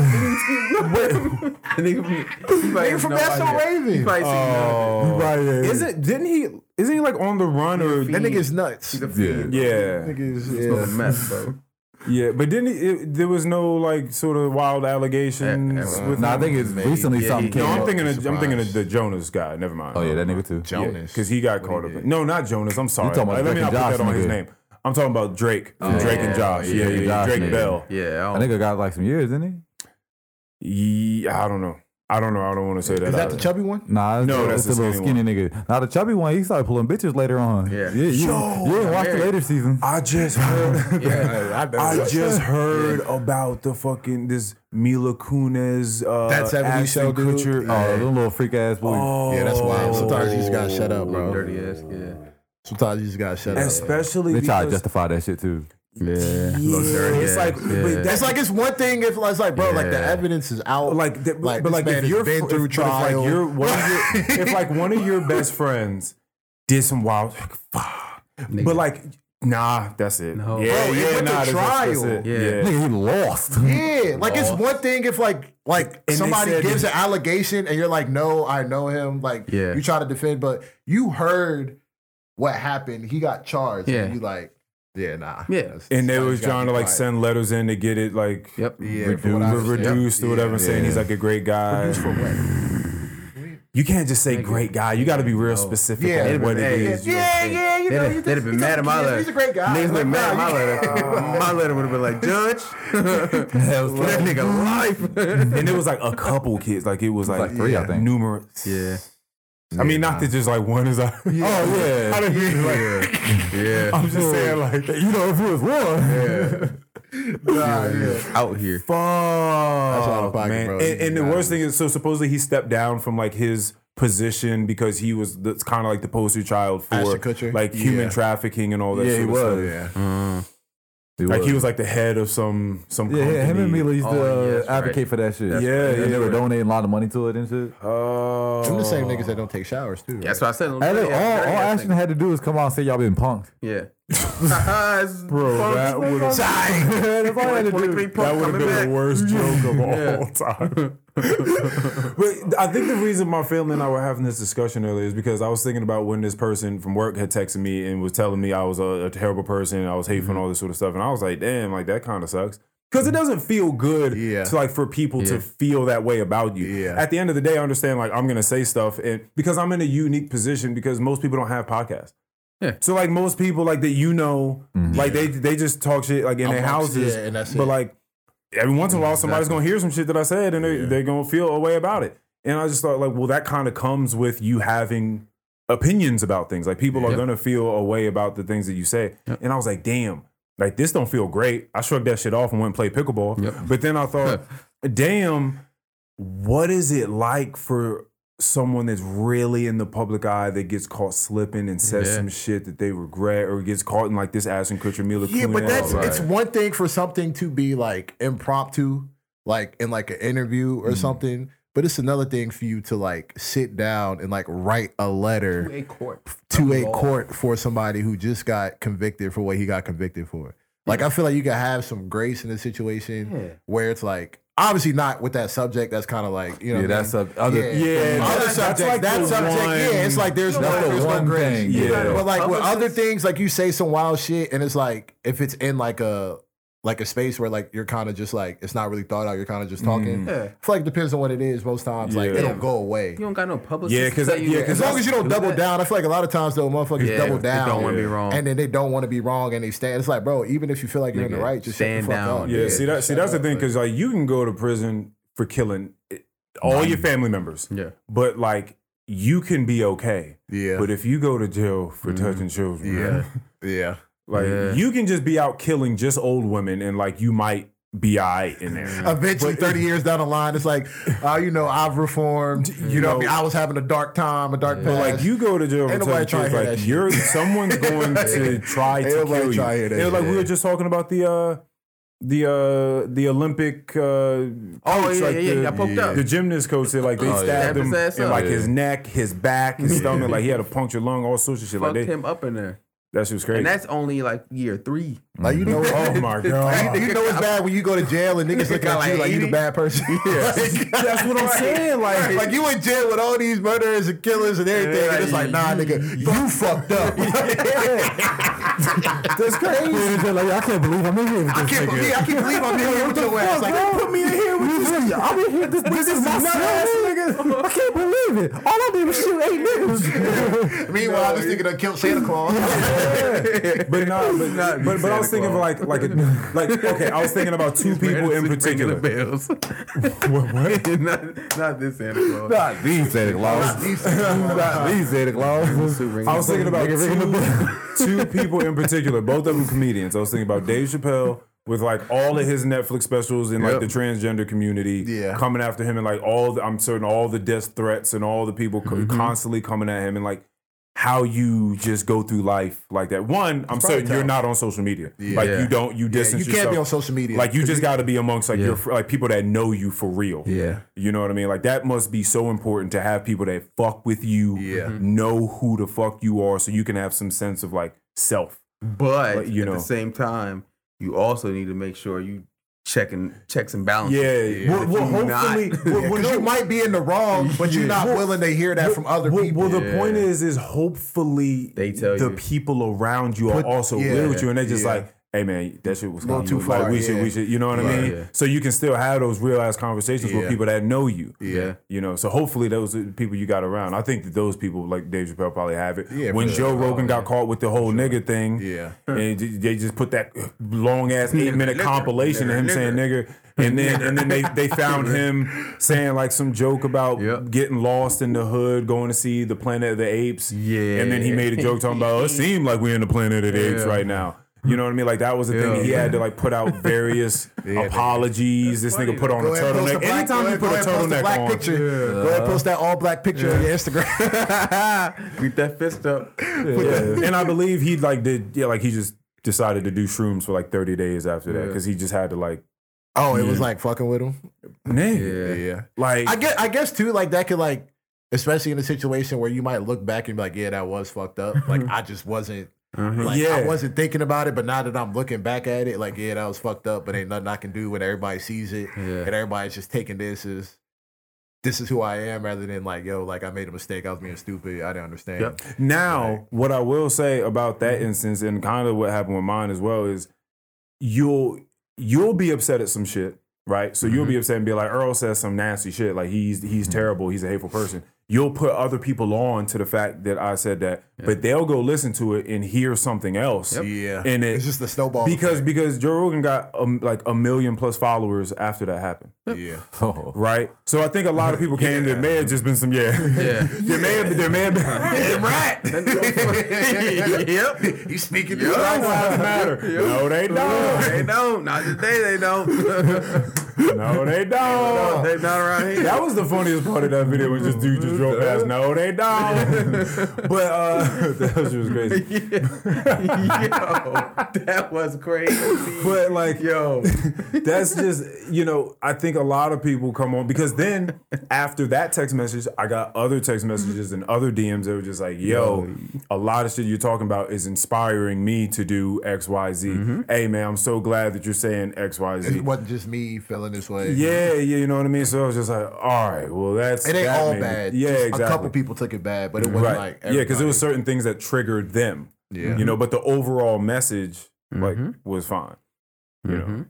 Speaker 3: Nigga
Speaker 5: from That's So Raven.
Speaker 3: You probably seen none of it.
Speaker 1: Right, yeah.
Speaker 4: Is it? Didn't he? Isn't he like on the run or?
Speaker 5: That nigga's nuts.
Speaker 3: He's a fiend.
Speaker 4: Yeah,
Speaker 5: Nigga's-
Speaker 3: It's a mess, bro.
Speaker 4: yeah, but didn't he, it, there was no like sort of wild allegations
Speaker 3: Eh, eh,
Speaker 4: with?
Speaker 1: No, I
Speaker 4: him?
Speaker 1: think it's recently
Speaker 3: Yeah,
Speaker 1: something
Speaker 3: he-
Speaker 1: came
Speaker 4: No, I'm
Speaker 1: up.
Speaker 4: thinking. Of, I'm thinking of the Jonas guy. Never mind.
Speaker 1: oh yeah, that nigga too.
Speaker 5: Jonas.
Speaker 4: because he got caught up. in- No, not Jonas. I'm sorry.
Speaker 1: talking about
Speaker 4: Like, let me
Speaker 1: Drake
Speaker 4: not
Speaker 1: and
Speaker 4: put that
Speaker 1: Josh,
Speaker 4: on his
Speaker 1: nigga.
Speaker 4: name. I'm talking about Drake. from
Speaker 3: Oh,
Speaker 4: Drake
Speaker 3: yeah,
Speaker 4: and Josh.
Speaker 3: yeah,
Speaker 4: Yeah, yeah,
Speaker 1: yeah,
Speaker 4: yeah.
Speaker 1: Josh
Speaker 4: Drake
Speaker 1: nigga.
Speaker 4: Bell.
Speaker 3: Yeah. I
Speaker 1: That
Speaker 3: don't-
Speaker 1: nigga got like some years, didn't he?
Speaker 4: Yeah, I don't know. I don't know. I don't want to say that.
Speaker 5: Is that
Speaker 4: either.
Speaker 5: the chubby one?
Speaker 1: Nah,
Speaker 4: No,
Speaker 1: no,
Speaker 4: that's
Speaker 1: that's
Speaker 4: the
Speaker 1: the little
Speaker 4: skinny
Speaker 1: skinny nigga. Now the chubby one, he started pulling bitches later on.
Speaker 3: Yeah.
Speaker 1: yeah. You,
Speaker 4: Yo, Oh,
Speaker 1: you didn't watch the
Speaker 3: married.
Speaker 1: later season.
Speaker 4: I just heard.
Speaker 3: Yeah.
Speaker 4: I just heard about the fucking this Mila Kunis. Uh,
Speaker 5: That 70s show,
Speaker 4: Ashton
Speaker 5: dude.
Speaker 4: Kutcher-
Speaker 1: Oh, them little freak ass boy.
Speaker 4: Oh,
Speaker 5: Yeah, that's wild. Sometimes you just gotta shut up, bro.
Speaker 3: Dirty ass. Yeah.
Speaker 5: Sometimes you just gotta shut up.
Speaker 4: Especially
Speaker 1: They try to
Speaker 4: because
Speaker 1: justify that shit too.
Speaker 3: Yeah.
Speaker 4: it's like but
Speaker 5: It's
Speaker 4: that's
Speaker 5: like it's one thing if it's like, bro, like the
Speaker 3: Yeah.
Speaker 5: evidence is out.
Speaker 4: like that,
Speaker 5: Like,
Speaker 4: but
Speaker 5: this
Speaker 4: like
Speaker 5: man
Speaker 4: if
Speaker 5: has
Speaker 4: you're
Speaker 5: been
Speaker 4: if,
Speaker 5: through
Speaker 4: but, like
Speaker 5: trial.
Speaker 4: you're one of your, if like one of your best friends did some wild like, fuck, but like nah, that's it.
Speaker 3: No.
Speaker 4: Yeah,
Speaker 5: Bro, it
Speaker 4: yeah,
Speaker 5: went to
Speaker 4: nah, that's, that's
Speaker 5: trial.
Speaker 4: it.
Speaker 3: Yeah.
Speaker 4: Yeah.
Speaker 1: Nigga, he lost.
Speaker 5: yeah, like it's one thing if like like
Speaker 4: they
Speaker 5: somebody
Speaker 4: said-
Speaker 5: gives an allegation and you're like, no, I know him. Like
Speaker 3: Yeah.
Speaker 5: you try to defend, but you heard what happened. He got charged.
Speaker 3: Yeah.
Speaker 5: And you like, yeah, nah.
Speaker 3: Yeah.
Speaker 5: That's-
Speaker 4: And they
Speaker 5: that's
Speaker 4: was
Speaker 5: gotta
Speaker 4: trying
Speaker 5: be
Speaker 4: to like
Speaker 5: quiet.
Speaker 4: send letters in to get it like
Speaker 3: Yep. Yeah.
Speaker 5: Yeah, from what I
Speaker 4: re-
Speaker 5: understand.
Speaker 4: reduced or whatever,
Speaker 5: Yeah.
Speaker 4: saying he's like a great guy. You can't just say great guy. You got to be real specific
Speaker 5: Yeah.
Speaker 4: on what it
Speaker 3: Yeah.
Speaker 4: is.
Speaker 3: Yeah.
Speaker 5: Yeah, yeah, you
Speaker 3: They'd
Speaker 5: know,
Speaker 3: have-
Speaker 5: you
Speaker 3: they'd have
Speaker 5: just-
Speaker 3: been
Speaker 5: he's
Speaker 3: mad
Speaker 5: a-
Speaker 3: at my
Speaker 5: he's-
Speaker 3: letter.
Speaker 5: he's a great guy.
Speaker 3: Niggas
Speaker 5: Like,
Speaker 3: been mad at
Speaker 5: nah,
Speaker 3: my
Speaker 5: you-
Speaker 3: letter. My letter would have been like, Judge, that nigga life.
Speaker 4: And it was like a couple kids. Like it was like,
Speaker 1: like three, I think.
Speaker 4: numerous.
Speaker 3: Yeah.
Speaker 4: I mean, not that just like one is like, oh yeah. I didn't mean like,
Speaker 3: Yeah.
Speaker 4: I'm just saying like,
Speaker 1: you know, if it was one,
Speaker 3: Yeah. out here.
Speaker 1: Oh.
Speaker 4: Fuck,
Speaker 5: out of pocket,
Speaker 4: Oh, man.
Speaker 5: bro.
Speaker 4: And, and the worst thing is, so supposedly he stepped down from like his position because he was the, kind of like the poster child for
Speaker 5: Ashton Kutcher?
Speaker 4: like human
Speaker 5: Yeah.
Speaker 4: trafficking and all that.
Speaker 5: Yeah,
Speaker 4: sort
Speaker 5: he
Speaker 4: of
Speaker 5: was.
Speaker 4: stuff.
Speaker 5: Yeah.
Speaker 4: Like he was like the head of some some
Speaker 1: Yeah,
Speaker 4: company.
Speaker 1: yeah, him and Mila used to
Speaker 3: Oh,
Speaker 1: uh,
Speaker 3: yes, right.
Speaker 1: advocate for that shit.
Speaker 4: Yeah, right.
Speaker 1: and they
Speaker 4: yeah,
Speaker 1: were
Speaker 4: right.
Speaker 1: donating a lot of money to it and shit.
Speaker 4: Oh.
Speaker 5: I'm the same niggas that don't take showers too.
Speaker 3: That's what I said.
Speaker 1: Hey, look,
Speaker 3: Yeah,
Speaker 1: all,
Speaker 3: dirty
Speaker 1: all
Speaker 3: ass
Speaker 1: Ashton
Speaker 3: nigga.
Speaker 1: had to do was come out and say y'all been punked.
Speaker 3: Yeah. Bro,
Speaker 4: that would have
Speaker 1: That's all I had to do.
Speaker 4: that would have been the worst joke of all time. but I think the reason my family and I were having this discussion earlier is because I was thinking about when this person from work had texted me and was telling me I was a, a terrible person, I was hateful and all this sort of stuff, and I was like, damn, like that kind of sucks. Because it doesn't feel good
Speaker 5: Yeah.
Speaker 4: to like for people to feel that way about you.
Speaker 5: Yeah.
Speaker 4: At the end of the day, I understand like I'm gonna say stuff and because I'm in a unique position because most people don't have podcasts.
Speaker 3: Yeah.
Speaker 4: So like most people like that you know, like they they just talk shit like in their
Speaker 5: Amongst-
Speaker 4: houses.
Speaker 5: yeah, and that's
Speaker 4: but
Speaker 5: it.
Speaker 4: like every once in a while somebody's gonna hear some shit that I said and they, they're gonna feel a way about it. And I just thought like, well, that kind of comes with you having opinions about things. Like people are gonna feel a way about the things that you say. And I was like, damn, like this don't feel great. I shrugged that shit off and went and played pickleball.
Speaker 3: Yep.
Speaker 4: But then I thought, damn, what is it like for someone that's really in the public eye that gets caught slipping and says
Speaker 3: Yeah.
Speaker 4: some shit that they regret or gets caught in like this ass and Kutcher Mila
Speaker 5: Yeah, but
Speaker 4: Kunis.
Speaker 5: that's
Speaker 4: Like,
Speaker 5: it's one thing for something to be like impromptu, like in like an interview or something. But it's another thing for you to like sit down and like write a letter to a court for somebody who just got convicted for what he got convicted for. Like I feel like you can have some grace in a situation where it's like obviously not with that subject. That's kind of like you know
Speaker 1: Yeah,
Speaker 5: what I
Speaker 1: that's
Speaker 5: mean?
Speaker 1: a other.
Speaker 5: Yeah.
Speaker 4: yeah,
Speaker 5: Other
Speaker 4: that's, that's
Speaker 5: subject,
Speaker 4: like
Speaker 5: that
Speaker 4: the
Speaker 5: subject, yeah, it's
Speaker 4: one-
Speaker 5: like there's no,
Speaker 1: That's the
Speaker 5: there's no
Speaker 1: one
Speaker 5: grace.
Speaker 1: thing.
Speaker 4: Yeah.
Speaker 5: But like with other things, like you say some wild shit, and it's like if it's in like a like a space where like you're kind of just like it's not really thought out, you're kind of just
Speaker 1: Mm.
Speaker 5: talking.
Speaker 3: Yeah.
Speaker 5: It's like depends on what it is. Most times, like
Speaker 4: Yeah.
Speaker 5: it'll go away.
Speaker 3: You don't got no public.
Speaker 4: Yeah, 'cause that- yeah,
Speaker 5: As
Speaker 4: 'cause
Speaker 5: long as you don't double
Speaker 3: that.
Speaker 5: down, I feel like a lot of times though, motherfuckers
Speaker 3: Yeah,
Speaker 5: double
Speaker 3: they
Speaker 5: down.
Speaker 3: don't wanna be wrong.
Speaker 5: and then they don't want to be wrong, and they stand. It's like, bro, even if you feel like you're in the
Speaker 3: Nigga,
Speaker 5: right, just stand
Speaker 3: stand
Speaker 5: the fuck
Speaker 3: down.
Speaker 5: Up.
Speaker 4: Yeah, see that.
Speaker 5: just
Speaker 4: See
Speaker 5: shut
Speaker 4: that's the
Speaker 5: up.
Speaker 4: thing because like you can go to prison for killing it- all your family members.
Speaker 3: Yeah.
Speaker 4: but like you can be okay.
Speaker 5: Yeah.
Speaker 4: But if you go to jail for touching children,
Speaker 5: Yeah. Yeah,
Speaker 4: like
Speaker 3: Yeah.
Speaker 4: you can just be out killing just old women and like you might be alright in
Speaker 5: Mm-hmm.
Speaker 4: there.
Speaker 5: eventually, thirty years down the line, it's like, oh, you know, I've reformed. You know, what I, mean? I was having a dark time, a dark
Speaker 4: But
Speaker 5: past.
Speaker 4: like you go to jail for
Speaker 5: Ain't nobody
Speaker 4: touching
Speaker 5: trying
Speaker 4: kids,
Speaker 5: to hear
Speaker 4: like
Speaker 5: that shit.
Speaker 4: you're someone's going to try to
Speaker 5: Ain't nobody
Speaker 4: kill you.
Speaker 5: trying to hear that
Speaker 4: It was like
Speaker 5: shit.
Speaker 4: we were just talking about the uh the uh the Olympic uh
Speaker 3: Oh
Speaker 4: coach, like
Speaker 3: yeah, yeah, yeah.
Speaker 4: the-
Speaker 3: I poked up.
Speaker 4: The gymnast coach said like they stabbed
Speaker 3: Stabbed
Speaker 4: him
Speaker 3: his ass
Speaker 4: in
Speaker 3: up.
Speaker 4: like his neck, his back, his stomach. Like he had a punctured lung, all sorts of shit.
Speaker 3: Fucked
Speaker 4: Like they,
Speaker 3: him up in there,
Speaker 4: that shit was crazy.
Speaker 3: and that's only like year three.
Speaker 5: Like you know,
Speaker 4: oh my god,
Speaker 5: you know it's bad when you go to jail and niggas look
Speaker 3: Got
Speaker 5: at you
Speaker 3: like
Speaker 5: like you the
Speaker 3: 80?
Speaker 5: bad person.
Speaker 4: that's what I'm saying. Like,
Speaker 5: like you in jail with all these murderers and killers and everything, and it's like, nah, nigga, you fucked up.
Speaker 1: That's crazy. like, I can't believe I'm in here with this
Speaker 5: I can't
Speaker 1: nigga.
Speaker 5: believe, I can't believe I'm here with your ass. Like,
Speaker 1: put me in here with this nigga. I'm in here. This, this, is my nigga. I can't believe it. All I did was shoot eight niggas.
Speaker 5: meanwhile, this nigga done killed Santa Claus.
Speaker 4: but no, but
Speaker 3: not
Speaker 4: but, but I was
Speaker 3: Santa
Speaker 4: thinking of like like a, like okay, I was thinking about two people in particular.
Speaker 3: Bells.
Speaker 4: What- what?
Speaker 3: not, not this Santa Claus.
Speaker 1: Not these Santa Claus. Not these Santa Claus.
Speaker 4: I was thinking about
Speaker 1: Nigga, ringing
Speaker 4: two, two people in particular, both of them comedians. I was thinking about Dave Chappelle with like all of his Netflix specials and like
Speaker 3: Yep.
Speaker 4: the transgender community
Speaker 5: Yeah.
Speaker 4: coming after him and like all the, I'm certain all the death threats and all the people co- constantly coming at him and like how you just go through life like that. One, I'm certain you're not on social media. Like
Speaker 3: Yeah.
Speaker 4: you don't you
Speaker 5: you
Speaker 4: distance
Speaker 5: can't
Speaker 4: yourself.
Speaker 5: be on social media.
Speaker 4: Like you just got to be amongst like your fr- like people that know you for real.
Speaker 3: Yeah.
Speaker 4: You know what I mean? Like that must be so important to have people that fuck with you,
Speaker 5: Yeah.
Speaker 4: know who the fuck you are, so you can have some sense of like self.
Speaker 3: But,
Speaker 4: But, you
Speaker 3: at
Speaker 4: know.
Speaker 3: the same time, you also need to make sure you check and checks and
Speaker 5: Oh,
Speaker 3: balances.
Speaker 4: Yeah. Well,
Speaker 3: If
Speaker 4: well,
Speaker 3: you not-
Speaker 4: hopefully, well, well,
Speaker 5: because you might be in the wrong, but you're not willing to hear that from other
Speaker 4: well,
Speaker 5: people.
Speaker 4: well, the point is, is hopefully
Speaker 3: They tell
Speaker 4: the
Speaker 3: you.
Speaker 4: people around you are also
Speaker 5: yeah,
Speaker 4: real with you, and they just
Speaker 5: yeah.
Speaker 4: like, hey man, that shit was
Speaker 5: Little
Speaker 4: kinda
Speaker 5: too
Speaker 4: you. Like,
Speaker 5: far,
Speaker 4: we
Speaker 5: yeah.
Speaker 4: should, we should, you know what I
Speaker 3: Right.
Speaker 4: mean?
Speaker 3: Yeah.
Speaker 4: So you can still have those real ass conversations with
Speaker 5: Yeah.
Speaker 4: people that know you.
Speaker 3: Yeah.
Speaker 4: You know, so hopefully those are the people you got around. I think that those people like Dave Chappelle probably have it.
Speaker 5: Yeah,
Speaker 4: when
Speaker 5: for
Speaker 4: Joe Rogan got caught with the whole nigga thing,
Speaker 5: Yeah.
Speaker 4: and ju- they just put that long ass eight minute
Speaker 3: nigga,
Speaker 4: compilation of him
Speaker 3: nigga.
Speaker 4: saying nigga, and then and then they they found him saying like some joke about
Speaker 3: Yep.
Speaker 4: getting lost in the hood, going to see the Planet of the Apes,
Speaker 3: Yeah.
Speaker 4: and then he made a joke talking about "Oh, it seemed like we're in the Planet of the Apes right now. You know what I mean? Like that was the thing. He had to like put out various apologies. This nigga put on a
Speaker 5: Go ahead, post
Speaker 4: turtleneck.
Speaker 5: black- go
Speaker 4: Anytime you
Speaker 5: ahead-
Speaker 4: put
Speaker 5: go
Speaker 4: a
Speaker 5: ahead, post
Speaker 4: turtleneck
Speaker 5: black
Speaker 4: on,
Speaker 5: picture. Go ahead, post that all black picture on your Instagram.
Speaker 3: Beat that fist up.
Speaker 4: Yeah. and I believe he like did yeah like he just decided to do shrooms for like 30 days after that because he just had to like
Speaker 5: Oh, it was like fucking with him.
Speaker 4: nigga
Speaker 5: Yeah.
Speaker 4: like
Speaker 5: I guess I guess too, like that could like especially in a situation where you might look back and be like, yeah, that was fucked up. Like I just wasn't
Speaker 3: Uh-huh.
Speaker 5: like I
Speaker 4: Yeah.
Speaker 5: wasn't thinking about it, but now that I'm looking back at it, like, yeah, that was fucked up, but ain't nothing I can do when everybody sees it and everybody's just taking this as this is who I am rather than like, yo, like I made a mistake, I was being stupid, I didn't understand.
Speaker 3: Yep.
Speaker 4: now what I will say about
Speaker 5: Mm-hmm.
Speaker 4: that instance and kind of what happened with mine as well is you'll you'll be upset at some shit right so you'll be
Speaker 5: Mm-hmm.
Speaker 4: upset and be like Earl says some nasty shit like he's he's terrible he's a hateful person you'll put other people on to the fact that I said that but they'll go listen to it and hear something else
Speaker 5: Yeah.
Speaker 4: and it,
Speaker 5: It's just the snowball.
Speaker 4: because because Joe Rogan got um, like a million plus followers after that happened,
Speaker 5: yeah.
Speaker 1: Oh.
Speaker 4: right? So I think a lot of people came. There may have just been some yeah.
Speaker 3: Yeah.
Speaker 4: there may have there may have been.
Speaker 3: yep.
Speaker 5: He's speaking to
Speaker 4: That's
Speaker 5: us.
Speaker 4: not the matter. No, they don't.
Speaker 3: They don't. Not today. They don't.
Speaker 4: No, they
Speaker 3: they
Speaker 4: don't.
Speaker 3: not around here.
Speaker 4: That was the funniest part of that video was just dude just drove past. No, they don't. But uh, that was just crazy.
Speaker 3: Yo, that was crazy.
Speaker 4: But like
Speaker 3: Yo,
Speaker 4: That's just, you know, I think a lot of people come on because then after that text message, I got other text messages and other DMs that were just like, yo, a lot of shit you're talking about is inspiring me to do XYZ. Hey, man, I'm so glad that you're saying
Speaker 5: It
Speaker 4: XYZ.
Speaker 5: wasn't just me feeling this way.
Speaker 4: Yeah, yeah, you know what I mean? So I was just like, all right, well, that's.
Speaker 5: It ain't
Speaker 4: that
Speaker 5: all
Speaker 4: made it-
Speaker 5: bad.
Speaker 4: Yeah,
Speaker 5: Just
Speaker 4: exactly.
Speaker 5: A couple people took it bad, but it wasn't
Speaker 4: Right.
Speaker 5: like
Speaker 4: yeah, because there was certain things that triggered them.
Speaker 5: Yeah. Mm-hmm.
Speaker 4: You know, but the overall message like was fine. You know.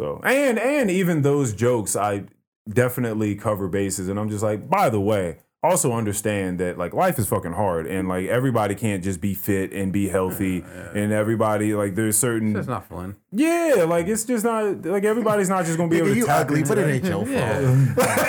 Speaker 4: So and and even those jokes I definitely cover bases and I'm just like, by the way, also understand that like life is fucking hard and like everybody can't just be fit and be healthy and everybody like there's certain
Speaker 3: that's not fun.
Speaker 4: Yeah, like it's just not like everybody's not just gonna be able
Speaker 5: Nigga,
Speaker 4: to
Speaker 5: you
Speaker 4: tap
Speaker 5: ugly,
Speaker 4: into
Speaker 5: but it
Speaker 4: that.
Speaker 5: ain't your fault.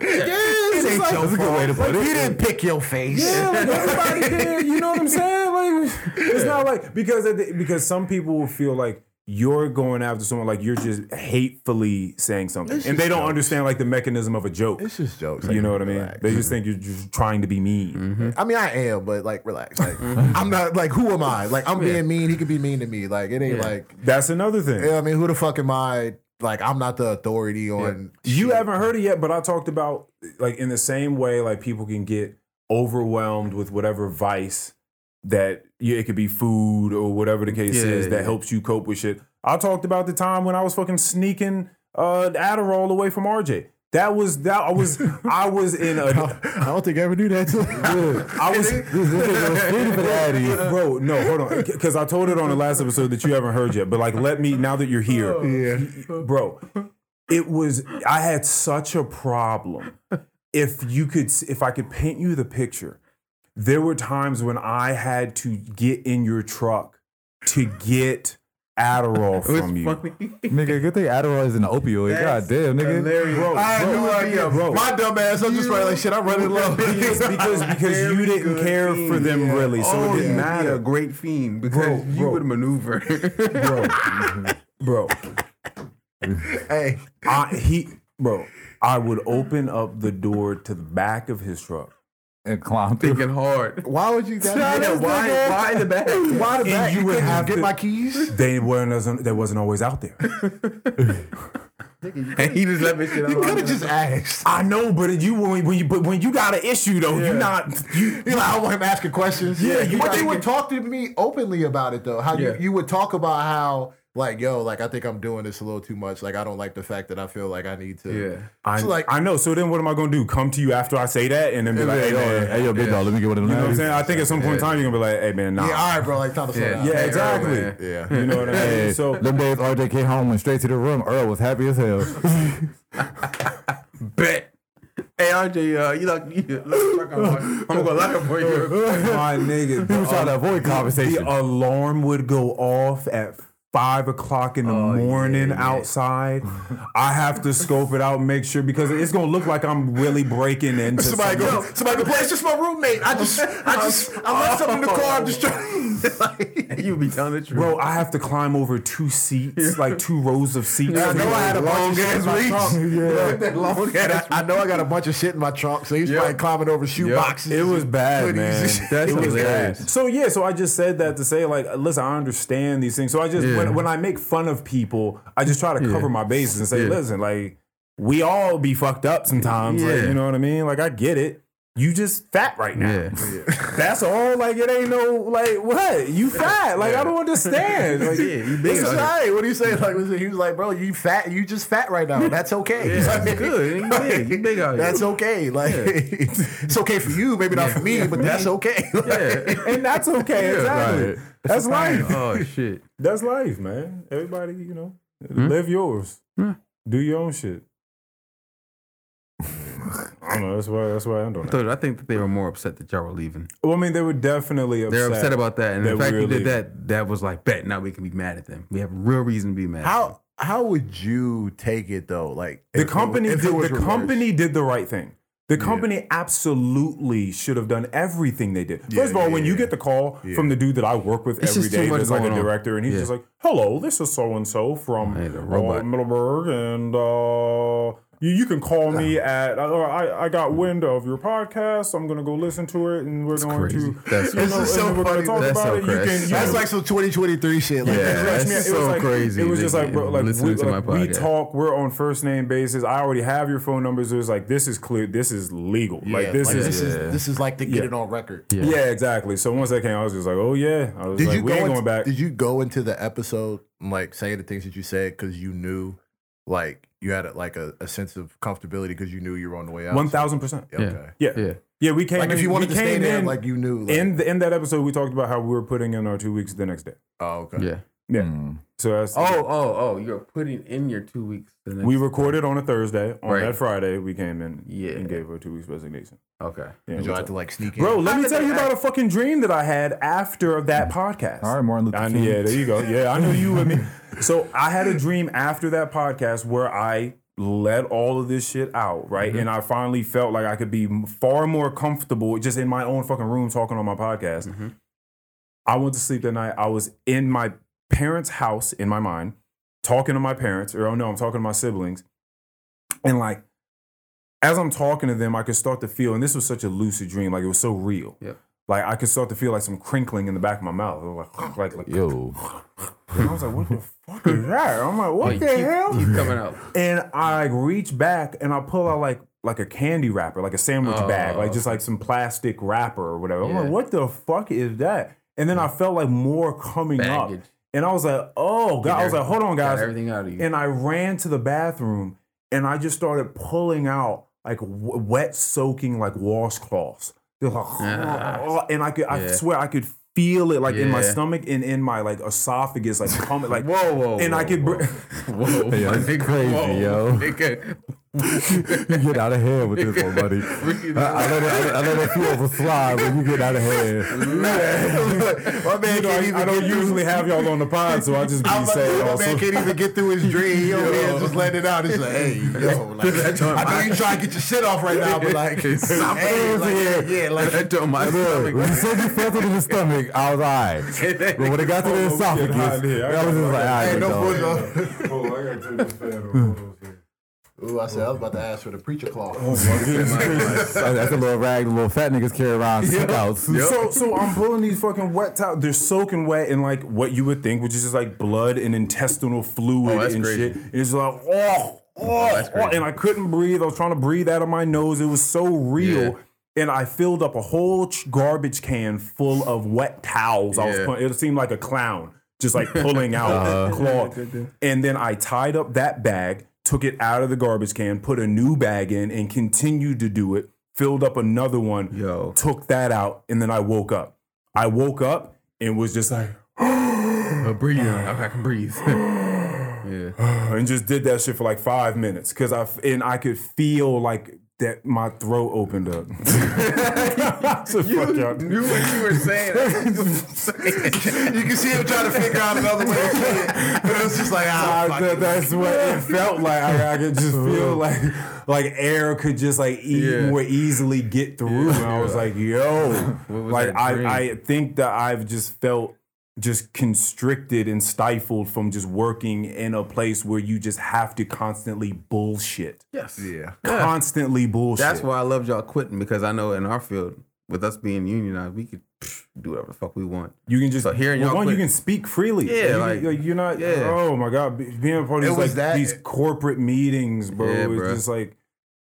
Speaker 3: It ain't your fault.
Speaker 5: Like, you didn't pick your face.
Speaker 4: Yeah, like everybody did. You know what I'm saying? Like it's not like because at the, because some people will feel like you're going after someone like you're just hatefully saying something, and they don't understand like the mechanism of a joke.
Speaker 5: It's just jokes.
Speaker 4: You know what I mean?
Speaker 5: Relax. Mm-hmm.
Speaker 4: They just think you're just trying to be mean.
Speaker 5: I mean, I am, but like, relax. Like,
Speaker 4: Mm-hmm.
Speaker 5: I'm not like, who am I? Like, I'm being mean. He could be mean to me. Like, it ain't like,
Speaker 4: That's another thing.
Speaker 5: you know what I mean, who the fuck am I? Like, I'm not the authority on.
Speaker 4: You haven't heard it yet, but I talked about like in the same way like people can get overwhelmed with whatever vice that yeah, it could be food or whatever the case
Speaker 3: Yeah,
Speaker 4: is that
Speaker 3: yeah.
Speaker 4: helps you cope with shit. I talked about the time when I was fucking sneaking uh Adderall away from RJ. That was that I was I was in a
Speaker 5: I don't think I ever do that.
Speaker 4: I was bro no hold on because I told it on the last episode that you haven't heard yet but like let me now that you're here bro it was i had such a problem if you could if i could paint you the picture there were times when i had to get in your truck to get adderall from you
Speaker 1: nigga, good thing Adderall isn't an opioid. God damn, nigga.
Speaker 4: Bro, bro, bro.
Speaker 5: dumb ass, I'm just probably like, shit, I'm running low.
Speaker 4: because because, because you didn't care for them really so
Speaker 5: Oh,
Speaker 3: Oh,
Speaker 4: it didn't matter
Speaker 3: a great fiend because
Speaker 4: Bro,
Speaker 3: you
Speaker 4: bro.
Speaker 3: would maneuver.
Speaker 4: bro
Speaker 1: Mm-hmm.
Speaker 4: bro
Speaker 5: hey,
Speaker 4: I, he bro i would open up the door to the back of his truck
Speaker 1: And climb through.
Speaker 3: Thinking hard.
Speaker 5: why would you guys?
Speaker 3: Yeah, why, why in the back?
Speaker 5: Why the
Speaker 4: And
Speaker 5: back?
Speaker 4: you would
Speaker 5: couldn't
Speaker 4: have
Speaker 5: get
Speaker 4: to-
Speaker 5: my keys.
Speaker 4: they weren't as they wasn't always out there
Speaker 3: And he just left his shit
Speaker 5: You could
Speaker 3: alone.
Speaker 5: have just asked.
Speaker 4: I know, but you when, when you but when you got an issue though, you're not you
Speaker 5: You know, I want him asking questions.
Speaker 4: Yeah, you
Speaker 5: you but
Speaker 4: gotta
Speaker 5: you would
Speaker 4: get-
Speaker 5: talk to me openly about it though. How
Speaker 3: Yeah.
Speaker 5: you, you would talk about how like yo, like I think I'm doing this a little too much. Like I don't like the fact that I feel like I need to.
Speaker 3: Yeah.
Speaker 4: I,
Speaker 5: So, like-
Speaker 4: I know. So then what am I gonna do? Come to you after I say that and then be like, hey, man.
Speaker 1: Hey, yo, big dog, let me get one of them.
Speaker 4: You know what I'm
Speaker 1: Addies.
Speaker 4: saying? I think at some point in time you're gonna be like, hey man, nah.
Speaker 5: Yeah, all right, bro. Like time to slow
Speaker 3: Yeah.
Speaker 5: down.
Speaker 4: Yeah,
Speaker 3: Hey,
Speaker 4: exactly.
Speaker 3: Earl, man.
Speaker 5: Yeah.
Speaker 4: You know what I mean?
Speaker 1: Hey,
Speaker 4: So
Speaker 1: them days RJ came home, went straight to the room. Earl was happy as hell.
Speaker 3: Bet. Hey RJ, uh, you lock you lock the truck up. I'm gonna go lock up for you.
Speaker 4: my nigga,
Speaker 1: He was trying to avoid
Speaker 4: the
Speaker 1: conversation.
Speaker 4: alarm would go off at five o'clock in the morning outside. I have to scope it out, make sure because it's gonna look like I'm really breaking into
Speaker 6: Somebody
Speaker 4: something.
Speaker 6: go. Somebody go. Play. It's just my roommate. I just, I just, I left something in the car. I'm just trying.
Speaker 3: And you be telling the truth.
Speaker 4: Bro, I have to climb over two seats, like two rows of seats.
Speaker 6: I know I had a bunch of shit in my trunk.
Speaker 5: I know I got a bunch of shit in my trunk, so he's probably climbing over shoe boxes.
Speaker 4: It was bad, man.
Speaker 3: That's
Speaker 4: It was
Speaker 3: hilarious.
Speaker 4: bad. So yeah, so I just said that to say like, listen, I understand these things. So I just when, when I make fun of people, I just try to cover my bases and say, listen, like we all be fucked up sometimes. Like,
Speaker 3: Yeah.
Speaker 4: you know what I mean? Like I get it. You just fat right now.
Speaker 3: Yeah.
Speaker 4: That's all. Like it ain't no like what you fat. Like I don't understand. Like,
Speaker 3: Yeah, you big.
Speaker 5: This is all right. What do you say? Like, listen, he was like, "Bro, you fat. You just fat right now. That's okay.
Speaker 3: Yeah, that's good. You big. You big out here.
Speaker 5: That's okay. Like, it's okay for you, maybe not for me, but that's okay. Like,
Speaker 3: yeah.
Speaker 4: and that's okay. exactly.
Speaker 3: right.
Speaker 4: That's life.
Speaker 3: Oh shit.
Speaker 4: That's life, man. Everybody, you know, live yours. Do your own shit. I don't know. That's why. That's why I don't. Know.
Speaker 3: So I think that they were more upset that y'all were leaving.
Speaker 4: Well, I mean, they were definitely upset.
Speaker 3: They're upset about that, and
Speaker 4: that
Speaker 3: the
Speaker 4: we
Speaker 3: fact
Speaker 4: were
Speaker 3: you did
Speaker 4: leaving.
Speaker 3: that, that was like, bet now we can be mad at them. We have real reason to be mad. at
Speaker 5: how how would you take it though? Like,
Speaker 4: the
Speaker 5: if it-
Speaker 4: company.
Speaker 5: if it
Speaker 4: did,
Speaker 5: was
Speaker 4: the
Speaker 5: reversed?
Speaker 4: company did the right thing. The company absolutely should have done everything they did. First of all, when you get the call from the dude that I work with
Speaker 3: It's
Speaker 4: every
Speaker 3: just too
Speaker 4: day,
Speaker 3: much
Speaker 4: that's like a
Speaker 3: going on.
Speaker 4: director, and he's
Speaker 3: Yeah.
Speaker 4: just like, "Hello, this is so and so from
Speaker 3: Hey, the
Speaker 4: uh,
Speaker 3: robot.
Speaker 4: Middleburg, and uh, you, you can call
Speaker 3: Ah.
Speaker 4: me at. Uh, I I got wind of your podcast. I'm gonna go listen to it, and we're going
Speaker 3: crazy.
Speaker 4: to.
Speaker 3: That's
Speaker 4: you know,
Speaker 3: crazy.
Speaker 4: and we're gonna talk
Speaker 3: That's so
Speaker 4: about it. You
Speaker 3: crazy.
Speaker 4: can. You
Speaker 5: That's
Speaker 4: can-
Speaker 5: like some 2023 shit. Like,
Speaker 3: Yeah.
Speaker 4: it was
Speaker 3: that's
Speaker 4: me- it was
Speaker 3: so
Speaker 4: like-
Speaker 3: crazy
Speaker 4: It was
Speaker 3: that
Speaker 4: just like, bro,
Speaker 3: you
Speaker 4: like, we,
Speaker 3: listening to
Speaker 4: like,
Speaker 3: my
Speaker 4: we
Speaker 3: podcast.
Speaker 4: talk. We're on first name basis. I already have your phone numbers. It was like this is clear. This is legal. like this
Speaker 5: like,
Speaker 4: is.
Speaker 5: this
Speaker 3: yeah.
Speaker 5: is this is like to get it on record.
Speaker 4: yeah. exactly. So once that came, I was just like, oh yeah. I was
Speaker 5: Did
Speaker 4: like,
Speaker 5: you
Speaker 4: we
Speaker 5: go
Speaker 4: ain't
Speaker 5: into,
Speaker 4: going back.
Speaker 5: Did you go into the episode and like say the things that you said because you knew, like you had a, like a, a sense of comfortability because you knew you were on the way out.
Speaker 4: One thousand percent.
Speaker 5: Yeah, Okay.
Speaker 4: Yeah.
Speaker 3: Yeah.
Speaker 4: Yeah, we came.
Speaker 5: Like if
Speaker 4: in-
Speaker 5: you wanted
Speaker 4: we
Speaker 5: to stay
Speaker 4: came
Speaker 5: there,
Speaker 4: in-
Speaker 5: like you knew. Like,
Speaker 4: in the in that episode, we talked about how we were putting in our two weeks the next day.
Speaker 5: oh, okay.
Speaker 3: you. Yeah.
Speaker 4: Yeah. So that's
Speaker 3: Oh, oh, oh! You're putting in your two weeks. The next
Speaker 4: we recorded on a Thursday. On
Speaker 3: Right.
Speaker 4: that Friday, we came in
Speaker 3: Yeah.
Speaker 4: and gave her two weeks resignation.
Speaker 3: Okay.
Speaker 4: Yeah,
Speaker 5: Did
Speaker 4: we
Speaker 5: you have
Speaker 4: talked-
Speaker 5: to like sneak in?
Speaker 4: Bro, let me tell you about a fucking dream that I had after that podcast.
Speaker 1: All right, Martin Luther
Speaker 4: I
Speaker 1: King.
Speaker 4: knew, yeah, there you go. Yeah, I knew you with me. So I had a dream after that podcast where I let all of this shit out, right? And I finally felt like I could be m- far more comfortable just in my own fucking room talking on my podcast. I went to sleep that night. I was in my parents' house in my mind, talking to my parents, or oh no, I'm talking to my siblings. And like, as I'm talking to them, I could start to feel, and this was such a lucid dream, like it was so real.
Speaker 3: Yep.
Speaker 4: Like I could start to feel like some crinkling in the back of my mouth. It was like, like, like
Speaker 1: Yo.
Speaker 4: and I was like, what the fuck is that? I'm like, what the hell?
Speaker 3: Keep coming out.
Speaker 4: And I like, reach back and I pull out like like a candy wrapper, like a sandwich
Speaker 3: Oh,
Speaker 4: bag, like just like some plastic wrapper or whatever. I'm like,
Speaker 3: Yeah.
Speaker 4: what the fuck is that? And then I felt like more coming
Speaker 3: Baggage.
Speaker 4: up. And I was like, oh God. I was like, hold on,
Speaker 3: Got
Speaker 4: guys.
Speaker 3: everything out of you.
Speaker 4: And I ran to the bathroom and I just started pulling out like w- wet soaking like washcloths. They're like,
Speaker 3: Ah.
Speaker 4: and I could, I
Speaker 3: Yeah.
Speaker 4: swear I could feel it like in my
Speaker 3: Yeah.
Speaker 4: stomach and in my like esophagus, like coming, like,
Speaker 3: whoa, whoa,
Speaker 4: and I
Speaker 3: whoa,
Speaker 4: could, br-
Speaker 3: whoa, whoa,
Speaker 1: Yeah,
Speaker 3: my
Speaker 1: that's
Speaker 3: nigga,
Speaker 1: crazy,
Speaker 3: whoa,
Speaker 1: yo.
Speaker 3: nigga.
Speaker 1: get out of hand with this one, buddy.
Speaker 3: Freaking-
Speaker 1: I, I let it, I let- I let it feel the slide when you get out of hand.
Speaker 5: My man
Speaker 4: you know,
Speaker 5: can't
Speaker 4: I, I
Speaker 5: even get
Speaker 4: don't
Speaker 5: through.
Speaker 4: usually have y'all on the pod, so I just be
Speaker 5: I'm about to say,
Speaker 4: saying
Speaker 5: my
Speaker 4: all
Speaker 5: man
Speaker 4: sorts-
Speaker 5: can't even get through his dream. He over here just letting it out. He's like, hey, yo, like, I know you trying to get your shit off right now, but like,
Speaker 3: Stop
Speaker 5: hey,
Speaker 3: it.
Speaker 5: like yeah, like
Speaker 3: That don't my
Speaker 1: Look, when you said you felt it in the stomach, I was all right. But when it got to the
Speaker 4: Oh, we getting hot
Speaker 1: esophagus,
Speaker 4: in here. I
Speaker 1: I was just like, all right, good dog.
Speaker 5: hey, no bullshit.
Speaker 7: Oh, I gotta turn this fan
Speaker 4: Hmm.
Speaker 7: on.
Speaker 5: Ooh, I said I was about to ask for the preacher
Speaker 4: Oh,
Speaker 5: claw.
Speaker 1: That's that's a little rag the little fat niggas carry around to cookouts.
Speaker 4: So, so I'm pulling these fucking wet towels. They're soaking wet in like what you would think, which is just like blood and intestinal fluid
Speaker 3: Oh, that's
Speaker 4: and
Speaker 3: crazy.
Speaker 4: shit. And it's like, oh, oh,
Speaker 3: that's
Speaker 4: oh,
Speaker 3: crazy.
Speaker 4: and I couldn't breathe. I was trying to breathe out of my nose. It was so real.
Speaker 3: Yeah.
Speaker 4: And I filled up a whole ch- garbage can full of wet towels. I was
Speaker 3: Yeah. Uh-huh.
Speaker 4: pulling, it seemed like a clown, just like pulling out cloth. And then I tied up that bag, took it out of the garbage can, put a new bag in, and continued to do it. Filled up another one
Speaker 3: Yo.
Speaker 4: took that out, and then I woke up. I woke up and was just like,
Speaker 3: Uh, breathe. I I can breathe. yeah.
Speaker 4: and just did that shit for like five minutes because I and I could feel like that my throat opened up. so fuck y'all.
Speaker 3: knew what you were saying.
Speaker 6: you can see him trying to figure out another way to say it, but it was just like, ah,
Speaker 4: I-
Speaker 6: fuck
Speaker 4: that-
Speaker 6: it.
Speaker 4: that's what it felt like. I, I could just feel like like air could just like e-
Speaker 3: Uh-huh. Yeah.
Speaker 4: more easily get through. and I was like, yo,
Speaker 3: was
Speaker 4: like
Speaker 3: that dream?
Speaker 4: I, I think that I've just felt just constricted and stifled from just working in a place where you just have to constantly bullshit,
Speaker 3: yes. Yeah.
Speaker 4: constantly bullshit.
Speaker 3: That's why I loved y'all quitting because I know in our field, with us being unionized, we could pff, do whatever the fuck we want.
Speaker 4: You can just
Speaker 3: So hearing
Speaker 4: well,
Speaker 3: y'all
Speaker 4: one,
Speaker 3: quit-
Speaker 4: you can speak freely.
Speaker 3: Yeah,
Speaker 4: you
Speaker 3: like-
Speaker 4: are not.
Speaker 3: yeah.
Speaker 4: Oh my god, be- being a part
Speaker 5: It
Speaker 4: of these,
Speaker 5: was
Speaker 4: like
Speaker 5: that-
Speaker 4: these corporate meetings, bro.
Speaker 3: Yeah,
Speaker 4: it's
Speaker 3: bruh.
Speaker 4: just like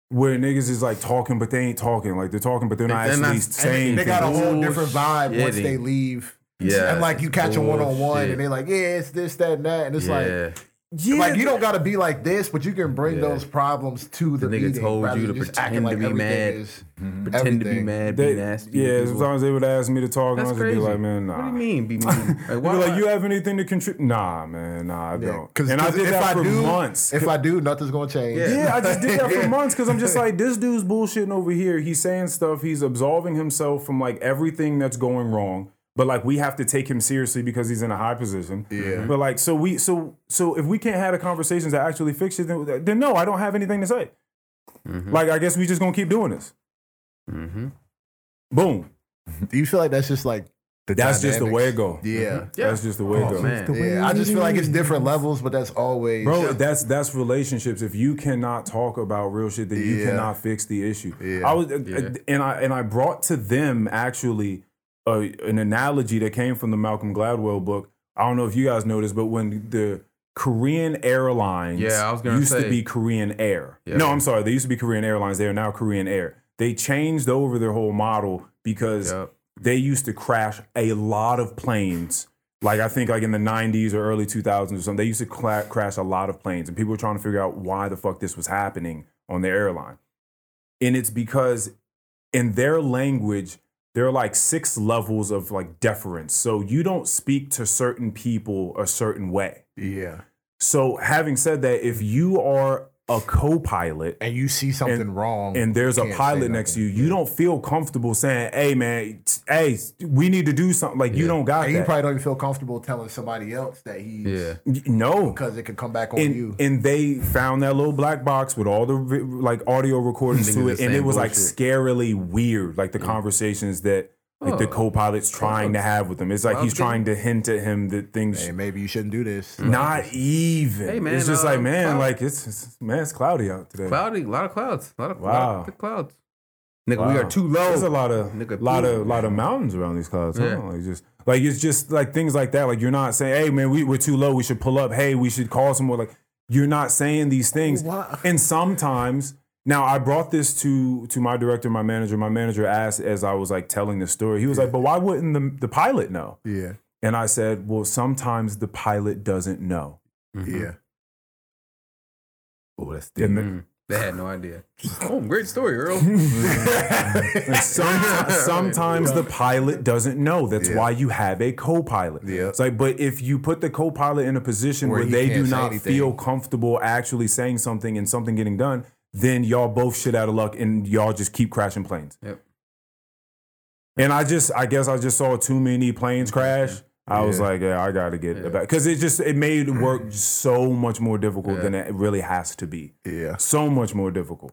Speaker 4: where niggas is like talking, but they ain't talking. Like they're talking, but they're not
Speaker 3: They're
Speaker 4: actually
Speaker 3: not- and
Speaker 4: saying.
Speaker 5: They got a
Speaker 4: things.
Speaker 5: whole different vibe once
Speaker 3: Bullshitting.
Speaker 5: they leave.
Speaker 3: Yeah,
Speaker 5: and like you catch them one on one,
Speaker 3: bullshit.
Speaker 5: and they like, yeah, it's this, that, and that, and it's like,
Speaker 3: yeah.
Speaker 4: yeah,
Speaker 5: like you don't got to be like this, but you can bring
Speaker 3: Yeah.
Speaker 5: those problems to the,
Speaker 3: nigga
Speaker 5: meeting
Speaker 3: told
Speaker 5: rather
Speaker 3: you
Speaker 5: than
Speaker 3: to
Speaker 5: just acting
Speaker 3: pretend
Speaker 5: like
Speaker 3: to be
Speaker 5: everything
Speaker 3: mad.
Speaker 5: is-
Speaker 3: pretend to be
Speaker 5: everything.
Speaker 3: mad,
Speaker 4: They-
Speaker 3: be nasty. to
Speaker 4: yeah,
Speaker 3: people.
Speaker 4: sometimes they would ask me to talk, and I
Speaker 3: That's
Speaker 4: would just be
Speaker 3: crazy.
Speaker 4: like, man, nah.
Speaker 3: What do you mean, be mean? Like,
Speaker 4: They'd
Speaker 3: why
Speaker 4: be like, you have anything to contribute? Nah, man, nah, I don't.
Speaker 5: 'cause-
Speaker 4: and I
Speaker 5: 'cause
Speaker 4: did
Speaker 5: if
Speaker 4: that
Speaker 5: I
Speaker 4: for
Speaker 5: do-
Speaker 4: months.
Speaker 5: If I do, nothing's gonna change.
Speaker 4: Yeah, I just did that for months because I'm just like, this dude's bullshitting over here. He's saying stuff. He's absolving himself from like everything that's going wrong. But like, we have to take him seriously because he's in a high position. Yeah. But like, so we, so, so if we can't have the conversations that actually fix it, then, then no, I don't have anything to say. Like, I guess we just gonna keep doing this.
Speaker 3: Mhm.
Speaker 4: Boom.
Speaker 5: Do you feel like that's just like the
Speaker 4: That's just the
Speaker 5: dynamic?
Speaker 4: way it go.
Speaker 5: Yeah.
Speaker 4: That's just the way it
Speaker 3: Oh,
Speaker 4: go.
Speaker 3: man.
Speaker 5: Yeah, I just feel like it's different levels, but that's always
Speaker 4: Bro, that's that's relationships. If you cannot talk about real shit, then you
Speaker 5: Yeah.
Speaker 4: cannot fix the issue.
Speaker 5: Yeah.
Speaker 4: I was, uh,
Speaker 3: Yeah.
Speaker 4: and I and I brought to them actually uh, an analogy that came from the Malcolm Gladwell book. I don't know if you guys know this, but when the Korean Airlines
Speaker 3: Yeah, I was gonna
Speaker 4: used to
Speaker 3: say.
Speaker 4: be Korean Air.
Speaker 3: Yeah.
Speaker 4: No, I'm sorry, they used to be Korean Airlines. They are now Korean Air. They changed over their whole model because
Speaker 3: Yup.
Speaker 4: they used to crash a lot of planes. Like I think like in the 90s or early 2000s or something, they used to cla crash a lot of planes, and people were trying to figure out why the fuck this was happening on their airline. And it's because in their language, there are like six levels of like deference. So you don't speak to certain people a certain way.
Speaker 5: yeah.
Speaker 4: So having said that, if you are a co-pilot
Speaker 5: And you see something wrong,
Speaker 4: and there's a
Speaker 5: can't say
Speaker 4: pilot next to you, you don't feel comfortable saying, "Hey, man, t- hey, s- we need to do something." Like you don't got
Speaker 5: and you
Speaker 4: that.
Speaker 5: probably don't even feel comfortable telling somebody else that he's
Speaker 3: Yeah.
Speaker 4: Y- no,
Speaker 5: because it could come back on you.
Speaker 4: and, and they found that little black box with all the vi- like audio recordings to
Speaker 3: Niggas
Speaker 4: it,
Speaker 3: the
Speaker 4: and it
Speaker 3: same
Speaker 4: was like
Speaker 3: bullshit.
Speaker 4: scarily weird, like the conversations that like the
Speaker 3: Oh.
Speaker 4: co-pilot's trying to have with him. It's like
Speaker 3: Well,
Speaker 4: he's
Speaker 3: then-
Speaker 4: trying to hint at him that things
Speaker 5: hey, maybe you shouldn't do this.
Speaker 4: not even.
Speaker 3: Hey, man,
Speaker 4: it's just
Speaker 3: uh,
Speaker 4: like man,
Speaker 3: cloud-
Speaker 4: like it's, it's man, it's cloudy out today.
Speaker 3: Cloudy, a lot of clouds, a lot of,
Speaker 4: Wow.
Speaker 3: lot of thick clouds. Nigga,
Speaker 4: Wow.
Speaker 3: we are too low.
Speaker 1: Oh,
Speaker 4: There's a lot of
Speaker 3: Nigga,
Speaker 4: lot
Speaker 3: cool.
Speaker 4: of lot of mountains around these clouds. huh?
Speaker 3: Yeah.
Speaker 4: Like just like it's just like things like that. Like you're not saying, "Hey man, we, we're too low. We should pull up. Hey, we should call someone." Like you're not saying these things. And sometimes now I brought this to to my director, my manager. My manager asked as I was like telling this story. He was like, "But why wouldn't the the pilot know?"
Speaker 5: Yeah,
Speaker 4: And I said, "Well, sometimes the pilot doesn't know."
Speaker 5: yeah.
Speaker 1: Oh, that's deep.
Speaker 4: And the-
Speaker 3: Mm. They had no idea. Oh, great story, Earl.
Speaker 4: Some- sometimes the pilot doesn't know. That's why you have a co-pilot.
Speaker 5: Yeah.
Speaker 4: It's like, but if you put the co-pilot in a position
Speaker 5: Where
Speaker 4: where,
Speaker 5: he
Speaker 4: they do
Speaker 5: can't say
Speaker 4: not
Speaker 5: anything.
Speaker 4: feel comfortable actually saying something and something getting done, then y'all both shit out of luck and y'all just keep crashing planes.
Speaker 3: Yep.
Speaker 4: And I just, I guess I just saw too many planes
Speaker 5: Mm-hmm.
Speaker 4: crash. I was like, yeah, I gotta get
Speaker 3: Yeah.
Speaker 4: back because it just it made work so much more difficult
Speaker 3: Yeah.
Speaker 4: than it really has to be
Speaker 5: Yeah.
Speaker 4: so much more difficult.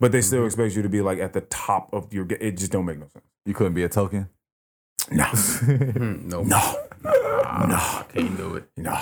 Speaker 4: But they
Speaker 5: Mm-hmm.
Speaker 4: still expect you to be like at the top of your. ga- It just don't make no sense.
Speaker 1: You couldn't be a token.
Speaker 4: No,
Speaker 3: Mm, no,
Speaker 4: no, no,
Speaker 3: can't do it.
Speaker 4: no.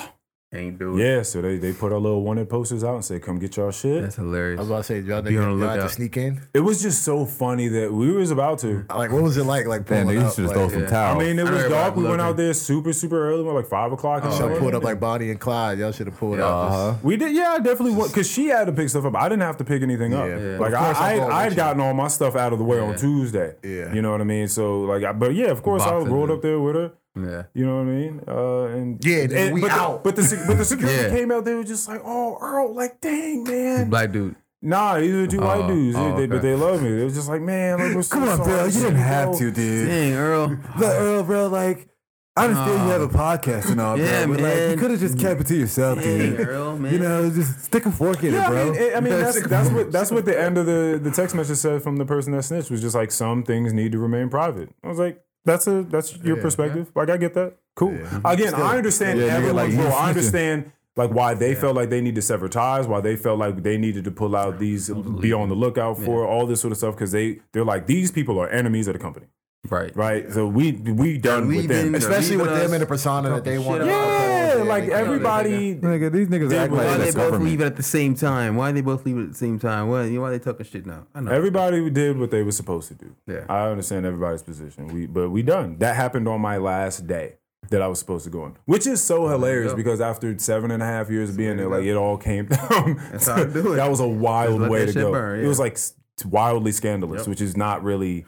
Speaker 3: Can't do it.
Speaker 4: Yeah, so they they put our little wanted posters out and say, "Come get y'all shit."
Speaker 3: That's hilarious.
Speaker 5: I was about to say, y'all,
Speaker 3: Be on
Speaker 5: niggas-
Speaker 3: the
Speaker 5: y'all had to
Speaker 3: lookout.
Speaker 5: sneak in.
Speaker 4: It was just so funny that we was about to.
Speaker 5: Like, what was it like? Like
Speaker 1: Damn,
Speaker 5: pulling
Speaker 1: nigga, you
Speaker 5: up,
Speaker 1: should have
Speaker 5: like,
Speaker 1: stole some
Speaker 3: yeah.
Speaker 1: towels.
Speaker 4: I mean, it was
Speaker 3: remember
Speaker 4: dark. We went
Speaker 3: looking.
Speaker 4: out there super super early, like five o'clock. in the
Speaker 5: y'all
Speaker 4: morning.
Speaker 5: Oh, pulled up like Bonnie and Clyde. Y'all should have pulled
Speaker 3: Yeah.
Speaker 5: up.
Speaker 1: uh huh.
Speaker 4: We did, yeah, I definitely went because she had to pick stuff up. I didn't have to pick anything up.
Speaker 5: Yeah.
Speaker 3: Yeah.
Speaker 4: Like
Speaker 5: Of course,
Speaker 4: I,
Speaker 5: I'm going
Speaker 4: I, I had
Speaker 5: with
Speaker 4: gotten all my stuff out of the way on
Speaker 3: Yeah.
Speaker 4: Tuesday.
Speaker 5: Yeah.
Speaker 4: you know what I mean. So like, I, but yeah, of course, I
Speaker 3: Boxing
Speaker 4: rolled
Speaker 3: day.
Speaker 4: up there with her.
Speaker 3: yeah.
Speaker 4: You know what I mean? Uh, and
Speaker 5: Yeah, nigga, we
Speaker 4: but
Speaker 5: out.
Speaker 4: The, but the sec- but the security
Speaker 3: Yeah.
Speaker 4: came out. They were just like, "Oh, Earl, like, dang, man."
Speaker 3: Black dude.
Speaker 4: nah, these are two white
Speaker 3: Oh,
Speaker 4: dudes,
Speaker 3: oh,
Speaker 4: they, but
Speaker 3: okay.
Speaker 4: they love me. They were just like, "Man, like, we're so
Speaker 1: Come on,
Speaker 4: sorry,
Speaker 1: bro. You
Speaker 4: man,
Speaker 1: didn't have
Speaker 4: bro."
Speaker 1: to, dude.
Speaker 3: Dang, Earl.
Speaker 1: But Earl, bro, like I understand you have a podcast and all,
Speaker 3: Yeah,
Speaker 1: yeah, but like you
Speaker 3: man.
Speaker 1: could have just kept it to yourself, dude.
Speaker 3: girl, man.
Speaker 1: You know, just stick a fork in
Speaker 4: Yeah,
Speaker 1: it, bro.
Speaker 4: I mean, it- I mean that's, that's what that's what the end of the, the text message said from the person that snitched was just like some things need to remain private. I was like, that's a that's your perspective. Like I get that. Cool. Again, I understand
Speaker 1: Yeah, nigga, like,
Speaker 4: everyone's
Speaker 1: you
Speaker 4: role. I
Speaker 1: snitching.
Speaker 4: understand like why they felt like they need to sever ties, why they felt like they needed to pull out these, be on the lookout for all this sort of stuff because they they're like these people are enemies of the company,
Speaker 3: Right.
Speaker 4: right? So we we done with them.
Speaker 3: leaving-
Speaker 5: Especially with
Speaker 3: leaving
Speaker 5: them
Speaker 3: us
Speaker 5: in the persona that they
Speaker 3: shit
Speaker 5: want.
Speaker 3: out.
Speaker 4: Yeah,
Speaker 5: uphold.
Speaker 4: like
Speaker 5: they can't do that.
Speaker 4: everybody.
Speaker 1: Nigga, these niggas
Speaker 4: Dude,
Speaker 1: act
Speaker 4: why
Speaker 1: like
Speaker 3: Why
Speaker 1: it's
Speaker 3: they
Speaker 1: a
Speaker 3: both
Speaker 1: government.
Speaker 3: leave it at the same time? Why they both leave it at the same time? Why, why they talking shit now? I know.
Speaker 4: Everybody did what they were supposed to do.
Speaker 3: Yeah.
Speaker 4: I understand everybody's position. We but we done. That happened on my last day that I was supposed to go on. Which is so hilarious because after seven and a half years of being there, like it all came down.
Speaker 3: That's how I do it.
Speaker 4: That was a wild
Speaker 3: let
Speaker 4: way
Speaker 3: that
Speaker 4: to
Speaker 3: shit
Speaker 4: go.
Speaker 3: burn,
Speaker 4: It
Speaker 3: yeah.
Speaker 4: was like s- wildly scandalous, which is not really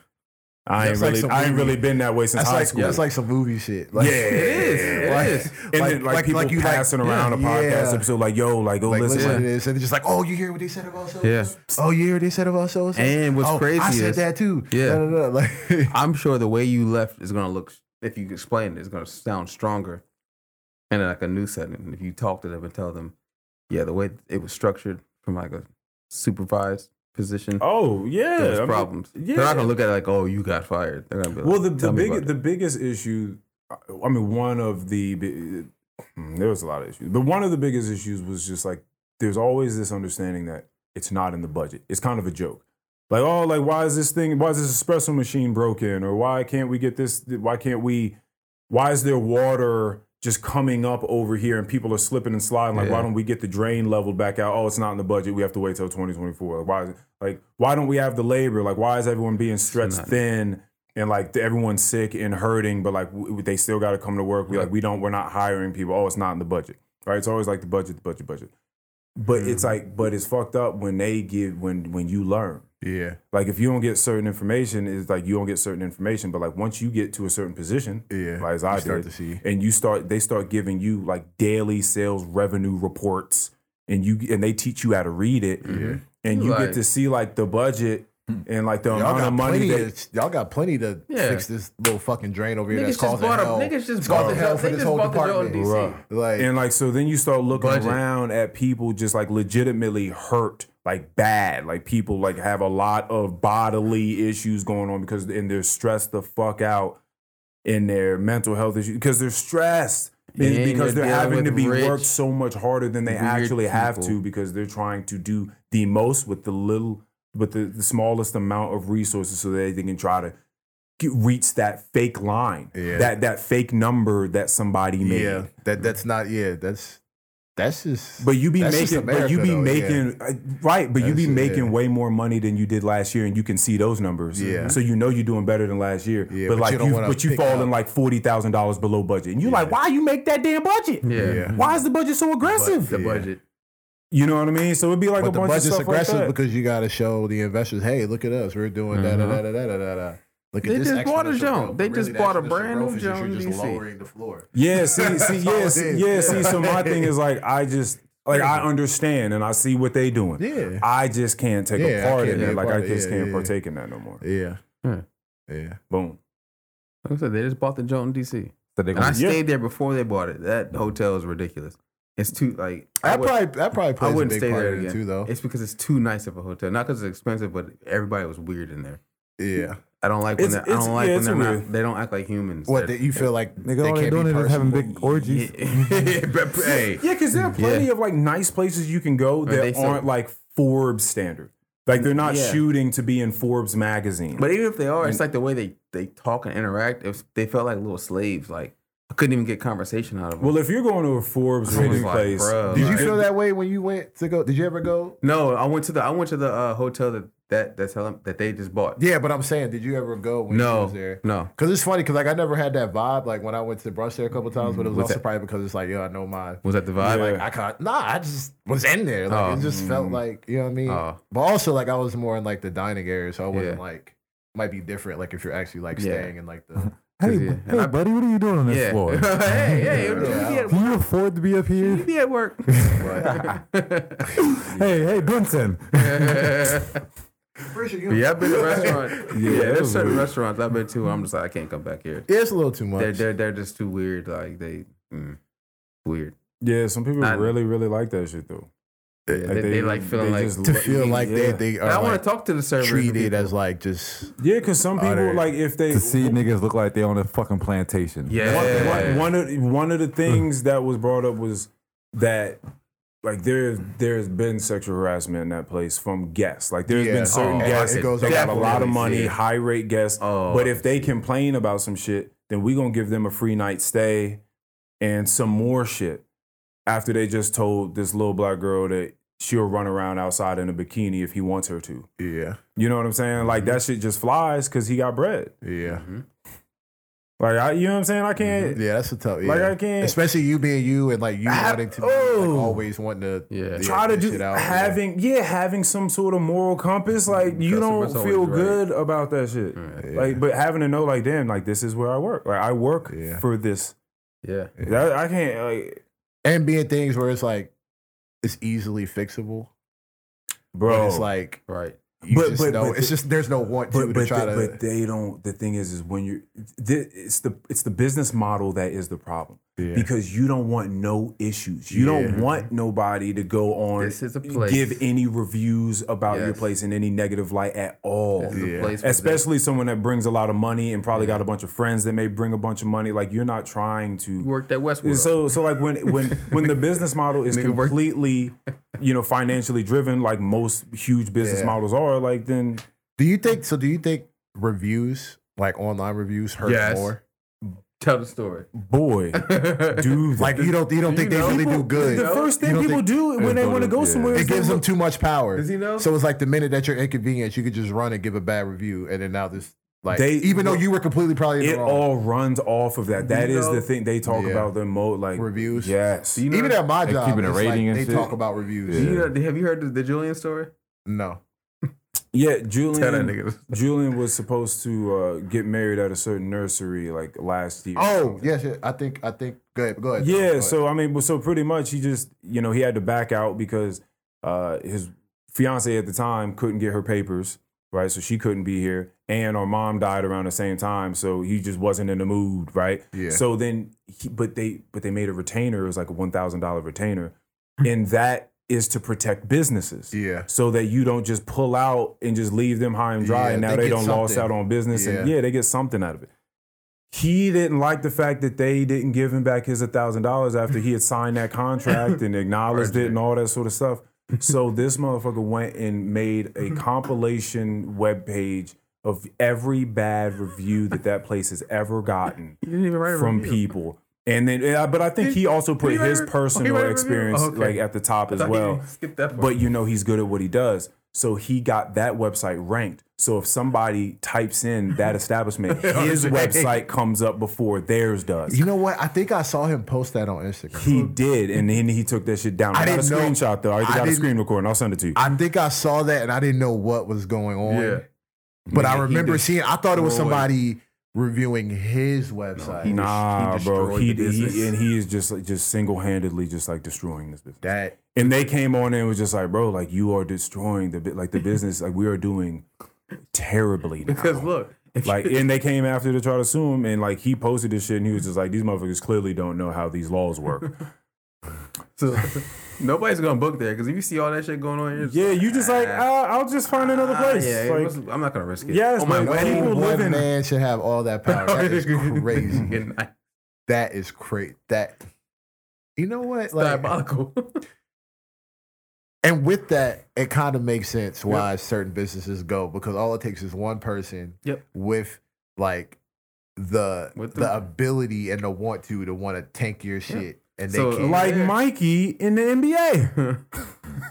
Speaker 4: I ain't
Speaker 5: like
Speaker 4: really
Speaker 5: some
Speaker 4: I ain't
Speaker 5: movie.
Speaker 4: really been that way since
Speaker 5: That's
Speaker 4: high
Speaker 5: like,
Speaker 4: school.
Speaker 5: that's like some movie shit.
Speaker 4: yeah,
Speaker 5: Like,
Speaker 3: It
Speaker 4: Like,
Speaker 3: is.
Speaker 4: and then, like, people passing
Speaker 5: yeah,
Speaker 4: around a podcast
Speaker 5: yeah.
Speaker 4: episode, like, yo, like, go
Speaker 5: Like,
Speaker 4: listen.
Speaker 5: listen to this, and they're just like, "Oh, you hear what they said about so?
Speaker 3: Yeah.
Speaker 5: Oh, you hear what they said about so?
Speaker 3: And what's
Speaker 5: oh,
Speaker 3: crazy
Speaker 5: I said
Speaker 3: is-
Speaker 5: that too.
Speaker 3: Yeah.
Speaker 5: Da, da, da, like,
Speaker 3: I'm sure the way you left is gonna look. If you explain it, it's gonna sound stronger, in like a new setting. And if you talk to them and tell them, yeah, the way it was structured from like a supervised position,
Speaker 4: Oh, yeah.
Speaker 3: there's
Speaker 4: I mean,
Speaker 3: problems.
Speaker 4: Yeah.
Speaker 3: They're not gonna look at it like, oh, you got fired. They're gonna be like,
Speaker 4: Well, the, the
Speaker 3: tell me
Speaker 4: big
Speaker 3: about
Speaker 4: the biggest issue, I mean, one of the bi- hmm, there was a lot of issues, but one of the biggest issues was just like there's always this understanding that it's not in the budget. It's kind of a joke. Like, oh, like why is this thing? Why is this espresso machine broken? Or why can't we get this? Why can't we? Why is there water just coming up over here and people are slipping and sliding? Like, why
Speaker 3: Yeah.
Speaker 4: don't we get the drain leveled back out? Oh, it's not in the budget. We have to wait till 2024. Like, why? Is it, like, why don't we have the labor? Like, why is everyone being stretched
Speaker 3: not-
Speaker 4: thin? and like the- everyone's sick and hurting, but like w- they still got to come to work. We like we don't. We're not hiring people. Oh, it's not in the budget, right? It's always like the budget, the budget, budget. But it's like, but it's fucked up when they give when when you learn.
Speaker 5: yeah,
Speaker 4: Like if you don't get certain information, it's like you don't get certain information. But like once you get to a certain position,
Speaker 5: Yeah,
Speaker 4: like as I
Speaker 5: you start
Speaker 4: did,
Speaker 5: to see.
Speaker 4: and you start they start giving you like daily sales revenue reports, and you and they teach you how to read it, and you
Speaker 3: Like-
Speaker 4: get to see like the budget and like the
Speaker 5: y'all
Speaker 4: amount
Speaker 5: got
Speaker 4: of money
Speaker 5: plenty.
Speaker 4: that
Speaker 5: to, y'all got plenty to
Speaker 3: Yeah.
Speaker 5: fix this little fucking drain over here
Speaker 3: Niggas
Speaker 5: that's
Speaker 3: just
Speaker 5: causing
Speaker 3: bought a-
Speaker 5: hell.
Speaker 3: niggas just
Speaker 5: It's
Speaker 3: bought
Speaker 5: causing
Speaker 3: the
Speaker 5: hell
Speaker 3: hell-
Speaker 5: for
Speaker 3: they
Speaker 5: this
Speaker 3: just
Speaker 5: whole
Speaker 3: bought the hell in
Speaker 5: department.
Speaker 3: DC.
Speaker 5: Like,
Speaker 4: and like so then you start looking
Speaker 3: Budget.
Speaker 4: around at people just like legitimately hurt like bad like people like have a lot of bodily issues going on because and they're stressed the fuck out in their mental health issues because they're stressed
Speaker 3: And
Speaker 4: Be- because
Speaker 3: they're
Speaker 4: they're having
Speaker 3: dealing
Speaker 4: to
Speaker 3: with
Speaker 4: be
Speaker 3: rich,
Speaker 4: worked so much harder than they
Speaker 3: weird
Speaker 4: actually have
Speaker 3: people.
Speaker 4: to because they're trying to do the most with the little with the, the smallest amount of resources so that they can try to get, reach that fake line
Speaker 5: Yeah.
Speaker 4: that that fake number that somebody made
Speaker 5: yeah, that that's not. Yeah, that's that's just.
Speaker 4: but you be
Speaker 5: That's just
Speaker 4: making, but you
Speaker 5: America,
Speaker 4: be
Speaker 5: though, yeah.
Speaker 4: making, uh, right? But you
Speaker 5: That's
Speaker 4: be
Speaker 5: it,
Speaker 4: making
Speaker 5: yeah.
Speaker 4: way more money than you did last year, and you can see those numbers.
Speaker 5: Yeah.
Speaker 4: So you know you're doing better than last year.
Speaker 5: Yeah,
Speaker 4: but,
Speaker 5: but
Speaker 4: like
Speaker 5: you don't
Speaker 4: you,
Speaker 5: wanna
Speaker 4: but you
Speaker 5: pick
Speaker 4: falling
Speaker 5: up-
Speaker 4: like forty thousand dollars below budget, and you're like, why you make that damn budget?
Speaker 3: it. yeah,
Speaker 5: yeah.
Speaker 4: Why is the budget so aggressive?
Speaker 3: the budget.
Speaker 4: You know what I mean? So it'd be like a
Speaker 5: but the
Speaker 4: bunch of
Speaker 5: budget's
Speaker 4: stuff
Speaker 5: aggressive
Speaker 4: like that.
Speaker 5: because you got to show the investors, hey, look at us, we're doing da da da da da da da da. Look at
Speaker 3: They
Speaker 5: this
Speaker 3: just bought a
Speaker 5: exponential
Speaker 3: joint.
Speaker 5: growth,
Speaker 3: They
Speaker 5: but
Speaker 3: just
Speaker 5: really
Speaker 3: bought a
Speaker 5: the exponential
Speaker 3: brand new
Speaker 5: growth is just
Speaker 3: joint in
Speaker 5: you're just
Speaker 3: DC.
Speaker 5: lowering the floor.
Speaker 4: Yeah, see, see,
Speaker 5: all
Speaker 4: yeah,
Speaker 5: it
Speaker 4: see,
Speaker 5: is.
Speaker 4: yeah, see. So my thing is like, I just like I understand and I see what they doing.
Speaker 5: Yeah.
Speaker 4: I just can't take
Speaker 5: Yeah,
Speaker 4: a
Speaker 5: I
Speaker 4: part
Speaker 5: can't
Speaker 4: in
Speaker 5: be
Speaker 4: it.
Speaker 5: a
Speaker 4: Like
Speaker 5: part
Speaker 4: I
Speaker 5: of-
Speaker 4: just
Speaker 5: yeah,
Speaker 4: can't
Speaker 5: yeah, yeah.
Speaker 4: partake in that no more.
Speaker 5: Yeah.
Speaker 3: Hmm.
Speaker 5: Yeah.
Speaker 4: Boom.
Speaker 3: Like I said, they just bought the joint in DC.
Speaker 1: So they
Speaker 3: And I
Speaker 1: gonna-
Speaker 4: Yeah.
Speaker 3: stayed there before they bought it. That hotel is ridiculous. It's too like
Speaker 5: That
Speaker 3: would-
Speaker 5: probably that probably
Speaker 3: I
Speaker 5: plays a
Speaker 3: wouldn't
Speaker 5: big
Speaker 3: stay
Speaker 5: part
Speaker 3: there
Speaker 5: in
Speaker 3: again.
Speaker 5: it too, though.
Speaker 3: It's because it's too nice of a hotel. Not because it's expensive, but everybody was weird in there.
Speaker 5: Yeah.
Speaker 3: I don't like when
Speaker 4: It's-
Speaker 3: they're, I
Speaker 4: it's-
Speaker 3: don't like
Speaker 4: yeah,
Speaker 3: when
Speaker 4: it's
Speaker 3: they're
Speaker 4: weird.
Speaker 3: not, they don't act like humans.
Speaker 5: What
Speaker 3: They're-
Speaker 5: that you feel like they
Speaker 1: nigga, all they
Speaker 5: can't
Speaker 1: doing
Speaker 5: be
Speaker 1: is just having
Speaker 5: personable.
Speaker 1: big orgies.
Speaker 3: Yeah, but- hey,
Speaker 4: Yeah, because there are plenty of like nice places you can go that
Speaker 3: Mm, they so-
Speaker 4: aren't like Forbes standard. Like they're not
Speaker 3: Yeah.
Speaker 4: shooting to be in Forbes magazine.
Speaker 3: but even if they
Speaker 5: Mm.
Speaker 3: are, it's like the way they they talk and interact. If they felt like little slaves, like I couldn't even get conversation out of them.
Speaker 4: well, if you're going to a Forbes
Speaker 3: I was
Speaker 4: rated
Speaker 3: like,
Speaker 4: place,
Speaker 3: bruh,
Speaker 5: Did you
Speaker 3: like-
Speaker 5: feel that way when you went to go? Did you ever go?
Speaker 3: no, I went to the I went to the uh, hotel that that that's how, that they just bought.
Speaker 5: Yeah, but I'm saying, did you ever go when you
Speaker 3: no,
Speaker 5: was there?
Speaker 3: no,
Speaker 5: Cause it's funny, cause like I never had that vibe. Like when I went to brush there a couple times, but it was also probably because it's like, yo, I know my
Speaker 3: was that the vibe?
Speaker 4: Yeah.
Speaker 5: Like I can't. Nah, I just was in there. Like
Speaker 3: Oh.
Speaker 5: it just
Speaker 4: Mm.
Speaker 5: felt like you know what I mean.
Speaker 3: Oh.
Speaker 5: But also like I was more in like the dining area, so I wasn't
Speaker 3: Yeah.
Speaker 5: like might be different. Like if you're actually like
Speaker 3: Yeah.
Speaker 5: staying in like the
Speaker 1: Hey,
Speaker 3: yeah.
Speaker 1: bu-
Speaker 3: And I-
Speaker 1: hey, buddy, what are you doing on this
Speaker 3: yeah.
Speaker 1: floor?
Speaker 3: hey, hey, you be at-
Speaker 1: Can you afford to be up
Speaker 3: you
Speaker 1: here?
Speaker 3: be at work.
Speaker 1: hey, hey, Benson.
Speaker 3: Yeah, I've been to restaurants. Yeah,
Speaker 4: that
Speaker 3: there's
Speaker 4: was
Speaker 3: certain
Speaker 4: weird.
Speaker 3: restaurants I've been to. Where I'm just like, I can't come back here.
Speaker 5: Yeah, it's a little too
Speaker 3: They're
Speaker 5: much.
Speaker 3: they're, they're just too weird. Like they mm, weird.
Speaker 4: Yeah, some people
Speaker 3: Not-
Speaker 4: really, really like that shit though.
Speaker 3: Yeah, they, they like feeling like.
Speaker 4: just
Speaker 5: to
Speaker 4: lo-
Speaker 5: feel like they
Speaker 4: yeah.
Speaker 5: they
Speaker 3: I
Speaker 5: are
Speaker 3: want
Speaker 5: like,
Speaker 3: to talk to the server.
Speaker 5: treated as like just
Speaker 4: Yeah, because some people
Speaker 5: Utter-
Speaker 4: like if they
Speaker 1: To see niggas look like they on a fucking plantation.
Speaker 3: yeah.
Speaker 4: one, one- one of one
Speaker 3: Hmm.
Speaker 4: of the things that was brought up was that like there there's been sexual harassment in that place from guests. Like there's
Speaker 5: Yeah.
Speaker 4: been certain
Speaker 5: Oh,
Speaker 4: guests
Speaker 5: it goes
Speaker 4: that got a
Speaker 5: up.
Speaker 4: lot of money,
Speaker 3: Yeah.
Speaker 4: high rate guests.
Speaker 3: Oh,
Speaker 4: but
Speaker 3: I
Speaker 4: if they complain about some shit, then we gonna give them a free night stay and some more shit. After they just told this little black girl that she'll run around outside in a bikini if he wants her to.
Speaker 5: yeah
Speaker 4: You know what I'm saying? Like that shit just flies because he got bread.
Speaker 5: yeah
Speaker 4: Like I, you know what I'm saying? I can't.
Speaker 5: yeah. That's a tough. Yeah.
Speaker 4: Like I can't
Speaker 5: especially you being you and like you
Speaker 4: I-
Speaker 5: wanting to be, like,
Speaker 4: oh.
Speaker 5: always wanting to
Speaker 3: Yeah.
Speaker 4: try to
Speaker 5: get
Speaker 4: do
Speaker 5: shit out,
Speaker 4: having yeah. having some sort of moral compass. Like you
Speaker 3: Customer's
Speaker 4: don't
Speaker 3: always
Speaker 4: feel
Speaker 3: right. Mm-hmm.
Speaker 4: good about that shit. Like but having to know like damn like this is where I work. Like I work
Speaker 5: Yeah.
Speaker 4: for this.
Speaker 3: yeah.
Speaker 4: That, I can't like
Speaker 5: and being things where it's like it's easily fixable.
Speaker 4: bro.
Speaker 5: But it's like
Speaker 3: Right.
Speaker 5: you
Speaker 4: But-
Speaker 5: just
Speaker 4: but-
Speaker 5: know
Speaker 4: but
Speaker 5: it's
Speaker 4: the-
Speaker 5: just there's no want to,
Speaker 4: but,
Speaker 5: to
Speaker 4: but,
Speaker 5: try
Speaker 4: the-
Speaker 5: to
Speaker 4: but they don't. The thing is, is when you th- it's the it's the business model that is the problem because you don't want no issues. You don't
Speaker 5: Yeah.
Speaker 4: want nobody to go on
Speaker 3: This is a place.
Speaker 4: give any reviews about your
Speaker 3: Yes.
Speaker 4: place in any negative light at all.
Speaker 3: This is a
Speaker 5: Yeah.
Speaker 3: place where
Speaker 4: Especially someone that brings a lot of money and probably got a bunch of friends that may bring a bunch of money. Like you're not trying to
Speaker 3: they worked at Westwood.
Speaker 4: so so like when when when the business model is
Speaker 3: Nigga work-
Speaker 4: completely you know financially driven like most huge business
Speaker 5: Yeah.
Speaker 4: models are like then
Speaker 5: Do you think so? Do you think reviews like online reviews hurt
Speaker 3: Yes.
Speaker 5: more?
Speaker 3: Tell the story.
Speaker 4: boy dude
Speaker 5: Like you don't you don't think they really do good.
Speaker 4: the first
Speaker 5: You
Speaker 4: thing
Speaker 5: don't
Speaker 4: people
Speaker 5: think-
Speaker 4: do when they want to go somewhere
Speaker 5: it
Speaker 4: is they
Speaker 5: gives them
Speaker 4: look-
Speaker 5: too much power.
Speaker 3: Does he know?
Speaker 5: So it's like the minute that you're inconvenienced, you could just run and give a bad review, and then now this like
Speaker 4: They-
Speaker 5: even though you were completely probably in the
Speaker 4: it
Speaker 5: wrong.
Speaker 4: all runs off of that. That is
Speaker 3: know-
Speaker 4: the thing they talk
Speaker 5: Yeah.
Speaker 4: about the mo like
Speaker 5: Reviews?
Speaker 4: Yes,
Speaker 3: you know,
Speaker 5: even at my
Speaker 1: Like
Speaker 5: job,
Speaker 1: keeping a
Speaker 5: it's
Speaker 1: rating and
Speaker 5: like they
Speaker 1: shit?
Speaker 5: talk about reviews.
Speaker 3: do you know- have you heard the, the Julian story?
Speaker 5: No,
Speaker 4: yeah.
Speaker 3: Tell that
Speaker 4: Julian
Speaker 3: nigga.
Speaker 4: Julian was supposed to uh, get married at a certain nursery like last year.
Speaker 5: Oh yes, yeah, I think I think. Go ahead, go ahead.
Speaker 4: Yeah,
Speaker 5: Go ahead.
Speaker 4: so I mean, well, so pretty much he just, you know, he had to back out because uh, his fiance at the time couldn't get her papers, right? So she couldn't be here, and our mom died around the same time, so he just wasn't in the mood, right?
Speaker 5: Yeah.
Speaker 4: So then, he, but they, but they made a retainer. It was like a one thousand dollar retainer, and that is to protect businesses.
Speaker 5: Hmm. yeah,
Speaker 4: So that you don't just pull out and just leave them high and dry,
Speaker 5: Yeah,
Speaker 4: and now
Speaker 5: they
Speaker 4: they,
Speaker 5: get
Speaker 4: don't lost out
Speaker 5: something.
Speaker 4: on business, and
Speaker 5: Yeah.
Speaker 4: yeah, they get something out of it he didn't like the fact that they didn't give him back his thousand dollars after he had signed that contract and acknowledged it and all that sort of stuff. So this motherfucker went and made a compilation webpage of every bad review that that place has ever gotten
Speaker 3: didn't even write a
Speaker 4: from
Speaker 3: review.
Speaker 4: people. And then, yeah, but I think he also put
Speaker 3: did he write
Speaker 4: his
Speaker 3: a- oh, he
Speaker 4: personal
Speaker 3: wrote a review?
Speaker 4: experience
Speaker 3: Oh, okay.
Speaker 4: like at the top as
Speaker 3: thought he
Speaker 4: well.
Speaker 3: skipped that part.
Speaker 4: But you know he's good at what he does. So he got that website ranked. So if somebody types in that establishment, his website comes up before theirs does.
Speaker 5: you know what? I think I saw him post that on Instagram.
Speaker 4: He did, and then he took that shit down. I,
Speaker 5: I
Speaker 4: got a
Speaker 5: didn't know-
Speaker 4: screenshot though. I,
Speaker 5: I
Speaker 4: got a
Speaker 5: didn't-
Speaker 4: screen recording. I'll send it to you.
Speaker 5: I think I saw that and I didn't know what was going on.
Speaker 3: Yeah.
Speaker 5: But I
Speaker 3: Yeah, he
Speaker 5: remember
Speaker 3: just
Speaker 5: seeing. I thought it was
Speaker 3: destroyed-
Speaker 5: somebody reviewing his website.
Speaker 4: nah, bro.
Speaker 3: destroyed
Speaker 4: He,
Speaker 3: the
Speaker 4: he
Speaker 3: business.
Speaker 4: and he is just like just single handedly just like destroying this business.
Speaker 5: that
Speaker 4: And they came on and was just like, bro, like you are destroying the bit like the business. Like we are doing terribly now.
Speaker 3: because look, if
Speaker 4: Like,
Speaker 3: you,
Speaker 4: and they came after to try to sue him, and like he posted this shit, and he was just like, "These motherfuckers clearly don't know how these laws work."
Speaker 3: so, nobody's gonna book there because if you see all that shit going on, you're just
Speaker 4: yeah, you just like, ah, I'll just find another
Speaker 3: ah,
Speaker 4: place.
Speaker 3: yeah, it
Speaker 4: like,
Speaker 3: was- I'm not gonna risk it.
Speaker 4: Yes,
Speaker 3: on my
Speaker 4: but-
Speaker 3: wedding.
Speaker 4: People
Speaker 5: Only one
Speaker 4: living-
Speaker 5: man should have all that power. That is crazy.
Speaker 3: Good night.
Speaker 5: that is crazy. That you know what? Like,
Speaker 3: Diabolical.
Speaker 5: and with that, it kind of makes sense why certain businesses go because all it takes is one person
Speaker 3: Yep.
Speaker 5: with like the
Speaker 3: With
Speaker 5: the,
Speaker 3: the-
Speaker 5: ability and the want to to want to tank your shit. And they
Speaker 3: So,
Speaker 5: can't.
Speaker 4: like
Speaker 3: Yeah.
Speaker 4: Mikey in the NBA.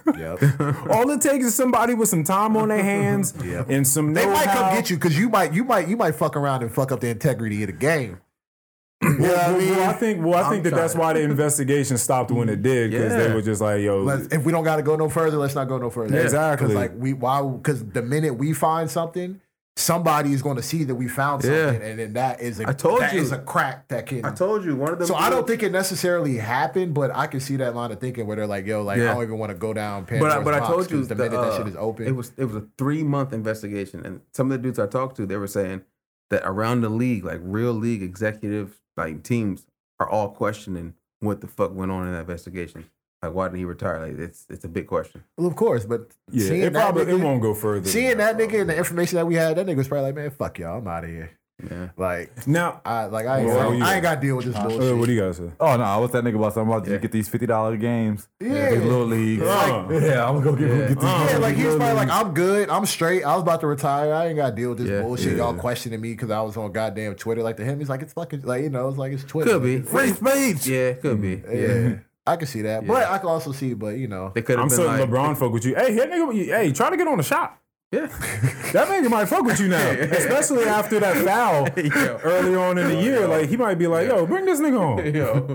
Speaker 4: All it takes is somebody with some time on their hands
Speaker 5: Yep.
Speaker 4: and some.
Speaker 5: They might
Speaker 4: know-how.
Speaker 5: come get you because you might you might you might fuck around and fuck up the integrity of the game. You know what I
Speaker 4: Well,
Speaker 5: mean?
Speaker 4: well, I think. Well, I think that that's why the investigation stopped when it did because they
Speaker 3: Yeah.
Speaker 4: were just like, "Yo,
Speaker 5: Let's- if we don't got to go no further, let's not go no further.
Speaker 4: Exactly.
Speaker 5: Because like we why because the minute we find something, somebody is going to see that we found
Speaker 3: Yeah.
Speaker 5: something, and then that is a
Speaker 3: I told
Speaker 5: that
Speaker 3: you.
Speaker 5: is a crack that can.
Speaker 3: I told you one of them.
Speaker 5: so I don't think it necessarily happened, but I can see that line of thinking where they're like, "Yo, like
Speaker 3: Yeah.
Speaker 5: I don't even want to go down."
Speaker 3: But I,
Speaker 5: Pandora's
Speaker 3: but I
Speaker 5: box
Speaker 3: told you
Speaker 5: 'cause the, minute that
Speaker 3: uh,
Speaker 5: shit is open,
Speaker 3: It was it was a three month investigation, and some of the dudes I talked to, they were saying that around the league, like real league executive like teams, are all questioning what the fuck went on in that investigation. Like, why did he retire? Like, it's it's a big question.
Speaker 5: well, of course, but
Speaker 4: Yeah,
Speaker 5: seeing
Speaker 4: it
Speaker 5: that
Speaker 4: probably it
Speaker 5: nigga-
Speaker 4: won't go further. than
Speaker 5: Seeing that nigga and
Speaker 4: probably.
Speaker 5: the information that we had, that nigga was probably like, "Man, fuck y'all, I'm out of here."
Speaker 3: Yeah.
Speaker 5: Like,
Speaker 4: now,
Speaker 5: I like I ain't,
Speaker 4: Well,
Speaker 5: I,
Speaker 4: yeah.
Speaker 5: ain't got to deal with this bullshit.
Speaker 4: uh, what do you guys say?
Speaker 1: Oh no, what's that nigga about? Something about
Speaker 3: Yeah.
Speaker 1: you get these fifty dollar games.
Speaker 5: Yeah.
Speaker 1: These little leagues.
Speaker 4: Uh.
Speaker 1: yeah, I'm gonna go get,
Speaker 3: Yeah.
Speaker 1: get these.
Speaker 4: Uh.
Speaker 3: Uh-huh.
Speaker 5: Yeah,
Speaker 1: these
Speaker 5: like he was
Speaker 1: little
Speaker 5: probably like,
Speaker 1: leagues.
Speaker 5: I'm good, I'm straight, I was about to retire, I ain't got to deal with this
Speaker 3: Yeah,
Speaker 5: bullshit.
Speaker 3: yeah.
Speaker 5: Y'all questioning me because I was on goddamn Twitter. Like to him, he's like, it's fucking like you know, it's like it's Twitter.
Speaker 3: Could be.
Speaker 1: free speech.
Speaker 3: Yeah, it could be.
Speaker 5: Yeah,
Speaker 3: Yeah,
Speaker 5: I can see that, but I can also see, but you know,
Speaker 3: they could
Speaker 4: I'm
Speaker 3: have been
Speaker 4: certain
Speaker 3: like,
Speaker 4: LeBron fuck with you. Hey, that nigga, hey, try to get on the shot.
Speaker 3: yeah,
Speaker 4: That nigga might fuck with you now, especially after that foul
Speaker 3: Yo.
Speaker 4: earlier on in the year. Like he might be like, "Yo, bring this nigga on.
Speaker 3: yo,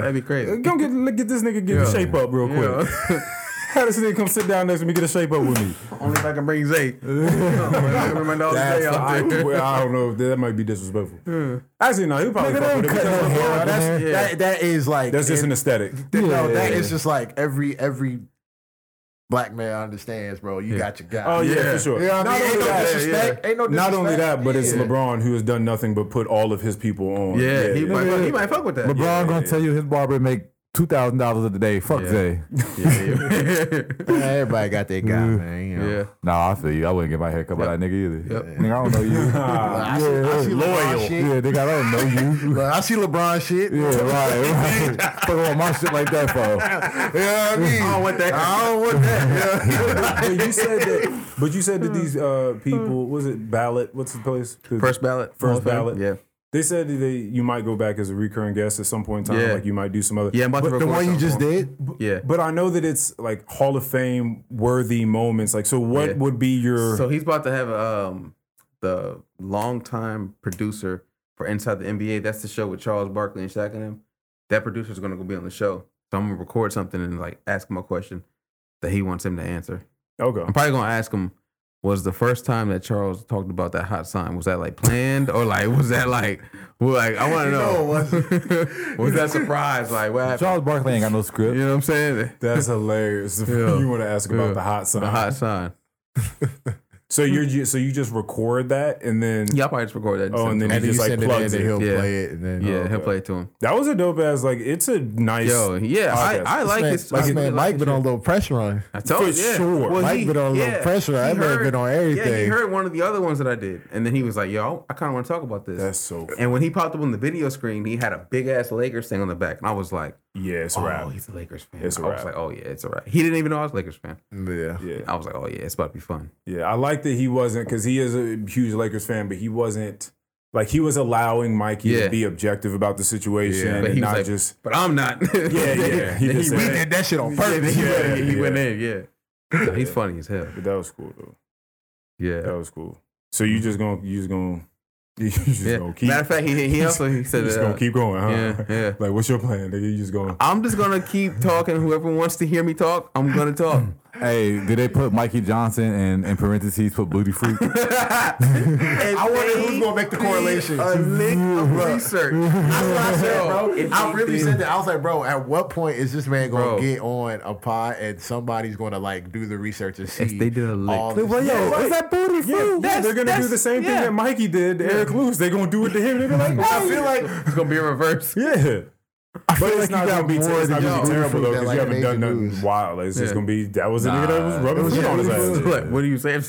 Speaker 3: that'd be crazy.
Speaker 4: Come get get this nigga get a shape up real
Speaker 3: Yeah.
Speaker 4: quick. Have this nigga come sit down next to me, get a shape up with me."
Speaker 3: Only if I can bring Zay. Remember my dog
Speaker 4: That's-
Speaker 3: Zay out
Speaker 4: I,
Speaker 3: there.
Speaker 4: well, I don't know. That might be disrespectful.
Speaker 3: Hmm.
Speaker 4: Actually, no, he probably
Speaker 1: Nigga,
Speaker 4: fuck
Speaker 1: they
Speaker 4: with it.
Speaker 1: cut
Speaker 4: because
Speaker 1: no hair
Speaker 4: LeBron-
Speaker 1: out
Speaker 4: that's-
Speaker 1: there.
Speaker 3: Yeah.
Speaker 5: that that is like
Speaker 4: That's just an aesthetic.
Speaker 5: no, that
Speaker 1: Yeah.
Speaker 5: is just like every every black man understands, bro. You got your guy.
Speaker 4: Oh yeah,
Speaker 3: Yeah.
Speaker 4: for sure.
Speaker 5: You know what I
Speaker 4: Not
Speaker 5: mean? Ain't
Speaker 4: only
Speaker 5: no
Speaker 4: that-
Speaker 5: disrespect. Ain't no
Speaker 4: Not
Speaker 5: disrespect.
Speaker 4: only that, but it's
Speaker 5: Yeah.
Speaker 4: LeBron who has done nothing but put all of his people on.
Speaker 3: Yeah, he,
Speaker 4: yeah.
Speaker 3: Might, fuck- he might fuck with that.
Speaker 1: LeBron gonna tell you his barber make two thousand dollars a day. Fuck
Speaker 3: Yeah.
Speaker 1: Zay.
Speaker 3: Yeah, yeah.
Speaker 5: Yeah, everybody got their guy, man. You know.
Speaker 3: yeah.
Speaker 1: Nah, I feel you. I wouldn't get my hair cut by that nigga either.
Speaker 3: Yep.
Speaker 1: Nigga, I don't know you.
Speaker 5: I see, I see LeBron shit.
Speaker 1: yeah, nigga, I don't know you.
Speaker 5: Look, I see LeBron shit.
Speaker 1: yeah, right, right. Fuck on my shit like that for.
Speaker 5: You know what I mean? I don't want that. I don't want that.
Speaker 4: but you said that. But you said that these uh, people was it ballot? What's the place? The-
Speaker 3: First ballot.
Speaker 4: First ballot.
Speaker 3: Yeah.
Speaker 4: They said that they, you might go back as a recurring guest at some point in time.
Speaker 3: Yeah.
Speaker 4: Like you might do some other.
Speaker 3: Yeah, I'm about to
Speaker 4: But,
Speaker 3: record
Speaker 5: The one you
Speaker 3: something
Speaker 5: just
Speaker 3: for him.
Speaker 5: did.
Speaker 3: Yeah.
Speaker 4: but I know that it's like Hall of Fame worthy moments. Like, so what
Speaker 3: Yeah.
Speaker 4: would be your?
Speaker 3: So he's about to have um the longtime producer for Inside the NBA. That's the show with Charles Barkley and Shaq and him. That producer's gonna go be on the show. So I'm gonna record something and like ask him a question that he wants him to answer. I'm
Speaker 4: okay.
Speaker 3: probably gonna ask him. Was the first time that Charles talked about that hot sign? Was that like planned or like was that like well, like I want to know? was that surprise? Like what happened?
Speaker 1: Charles Barkley ain't got no script.
Speaker 3: You know what I'm saying?
Speaker 4: That's hilarious.
Speaker 3: Yeah.
Speaker 4: You want to ask about
Speaker 3: Yeah.
Speaker 4: the hot sign?
Speaker 3: The hot sign.
Speaker 4: So you're ju- so you just record that and then
Speaker 3: Yeah, I'll probably just record that.
Speaker 4: Oh, and then
Speaker 3: send it
Speaker 4: he just like plugs it.
Speaker 3: to him. yeah,
Speaker 5: Play it and then. uh,
Speaker 3: yeah,
Speaker 4: Oh,
Speaker 3: he'll
Speaker 4: okay.
Speaker 3: play it to him.
Speaker 4: That was a dope ass. Like it's a nice.
Speaker 3: Yo, yeah,
Speaker 4: Podcast.
Speaker 3: I, I like
Speaker 5: Man,
Speaker 3: his.
Speaker 5: my
Speaker 3: I really
Speaker 5: man,
Speaker 3: like
Speaker 5: Mike
Speaker 3: his
Speaker 5: been on a
Speaker 3: shit.
Speaker 5: little pressure on.
Speaker 3: I told you,
Speaker 4: for
Speaker 3: yeah.
Speaker 4: sure.
Speaker 3: Well,
Speaker 5: Mike
Speaker 3: he-
Speaker 5: been on a little
Speaker 3: yeah,
Speaker 5: pressure.
Speaker 3: he
Speaker 5: That man
Speaker 3: heard-
Speaker 5: been on
Speaker 3: Yeah, he
Speaker 5: everything.
Speaker 3: heard one of the other ones that I did, and then he was like, "Yo, I kind of want to talk about this."
Speaker 4: that's so
Speaker 3: and when he popped up on the video screen, he had a big ass Lakers thing on the back, and I was like,
Speaker 4: yeah. It's a
Speaker 3: "Oh,
Speaker 4: wrap.
Speaker 3: he's a Lakers fan."
Speaker 4: It's a
Speaker 3: I
Speaker 4: wrap.
Speaker 3: was like, "Oh yeah, it's a wrap." He didn't even know I was a Lakers fan.
Speaker 5: Yeah.
Speaker 4: Yeah.
Speaker 3: I was like, "Oh yeah, it's about to be fun."
Speaker 4: Yeah, I like that he wasn't because he is a huge Lakers fan, but he wasn't like he was allowing Mikey
Speaker 3: Yeah.
Speaker 4: to be objective about the situation
Speaker 3: but
Speaker 4: and
Speaker 3: he was
Speaker 4: not
Speaker 3: like,
Speaker 4: just
Speaker 3: "But I'm not."
Speaker 4: yeah, yeah. He just
Speaker 3: Then he
Speaker 4: said,
Speaker 3: went-
Speaker 5: Did that shit on
Speaker 3: yeah,
Speaker 5: purpose.
Speaker 3: then he
Speaker 4: Yeah,
Speaker 3: went- he went
Speaker 4: yeah.
Speaker 3: in. Yeah, No, he's funny as hell.
Speaker 4: But that was cool though. That
Speaker 3: Yeah.
Speaker 4: was cool. So you just gonna you just gonna you just
Speaker 3: Yeah.
Speaker 4: gonna keep
Speaker 3: Matter of fact, he, he also he
Speaker 4: you
Speaker 3: said
Speaker 4: just
Speaker 3: that,
Speaker 4: gonna
Speaker 3: uh,
Speaker 4: keep going, huh?
Speaker 3: yeah, Oh, yeah.
Speaker 4: Like, what's your plan? Nigga? You just going?
Speaker 3: I'm just gonna keep talking. Whoever wants to hear me talk, I'm gonna talk.
Speaker 1: Hey, did they put Mikey Johnson and in parentheses put Booty Freak?
Speaker 3: I
Speaker 5: wonder who's gonna make the correlation.
Speaker 3: A lick of research. That's what I said, bro. If
Speaker 5: I
Speaker 3: they
Speaker 5: really
Speaker 3: did-
Speaker 5: said that. I was like, bro, at what point is this man
Speaker 3: Bro.
Speaker 5: gonna get on a pod and somebody's gonna like do the research and see?
Speaker 3: Yes, they did a lick.
Speaker 5: all
Speaker 1: well,
Speaker 5: this-
Speaker 1: yo,
Speaker 5: Yeah,
Speaker 1: is that Booty Freak?
Speaker 4: Yeah, yeah,
Speaker 3: that's-
Speaker 4: they're gonna do
Speaker 3: that's-
Speaker 4: the same
Speaker 3: yeah.
Speaker 4: thing that Mikey did, to Eric Lewis. They're gonna do it to him. They're gonna be like,
Speaker 3: I feel like it's gonna be in reverse.
Speaker 4: yeah. But it's not gonna be,
Speaker 1: more
Speaker 4: it's not
Speaker 1: than
Speaker 4: gonna be
Speaker 1: just
Speaker 4: terrible though,
Speaker 5: that,
Speaker 4: because
Speaker 5: like,
Speaker 4: you haven't
Speaker 5: made
Speaker 4: done
Speaker 5: the
Speaker 4: nothing
Speaker 5: news.
Speaker 4: wild. Like, it's just
Speaker 3: Yeah.
Speaker 4: gonna be that was a nigga that was rubbing food on his ass.
Speaker 3: Like, what do you say?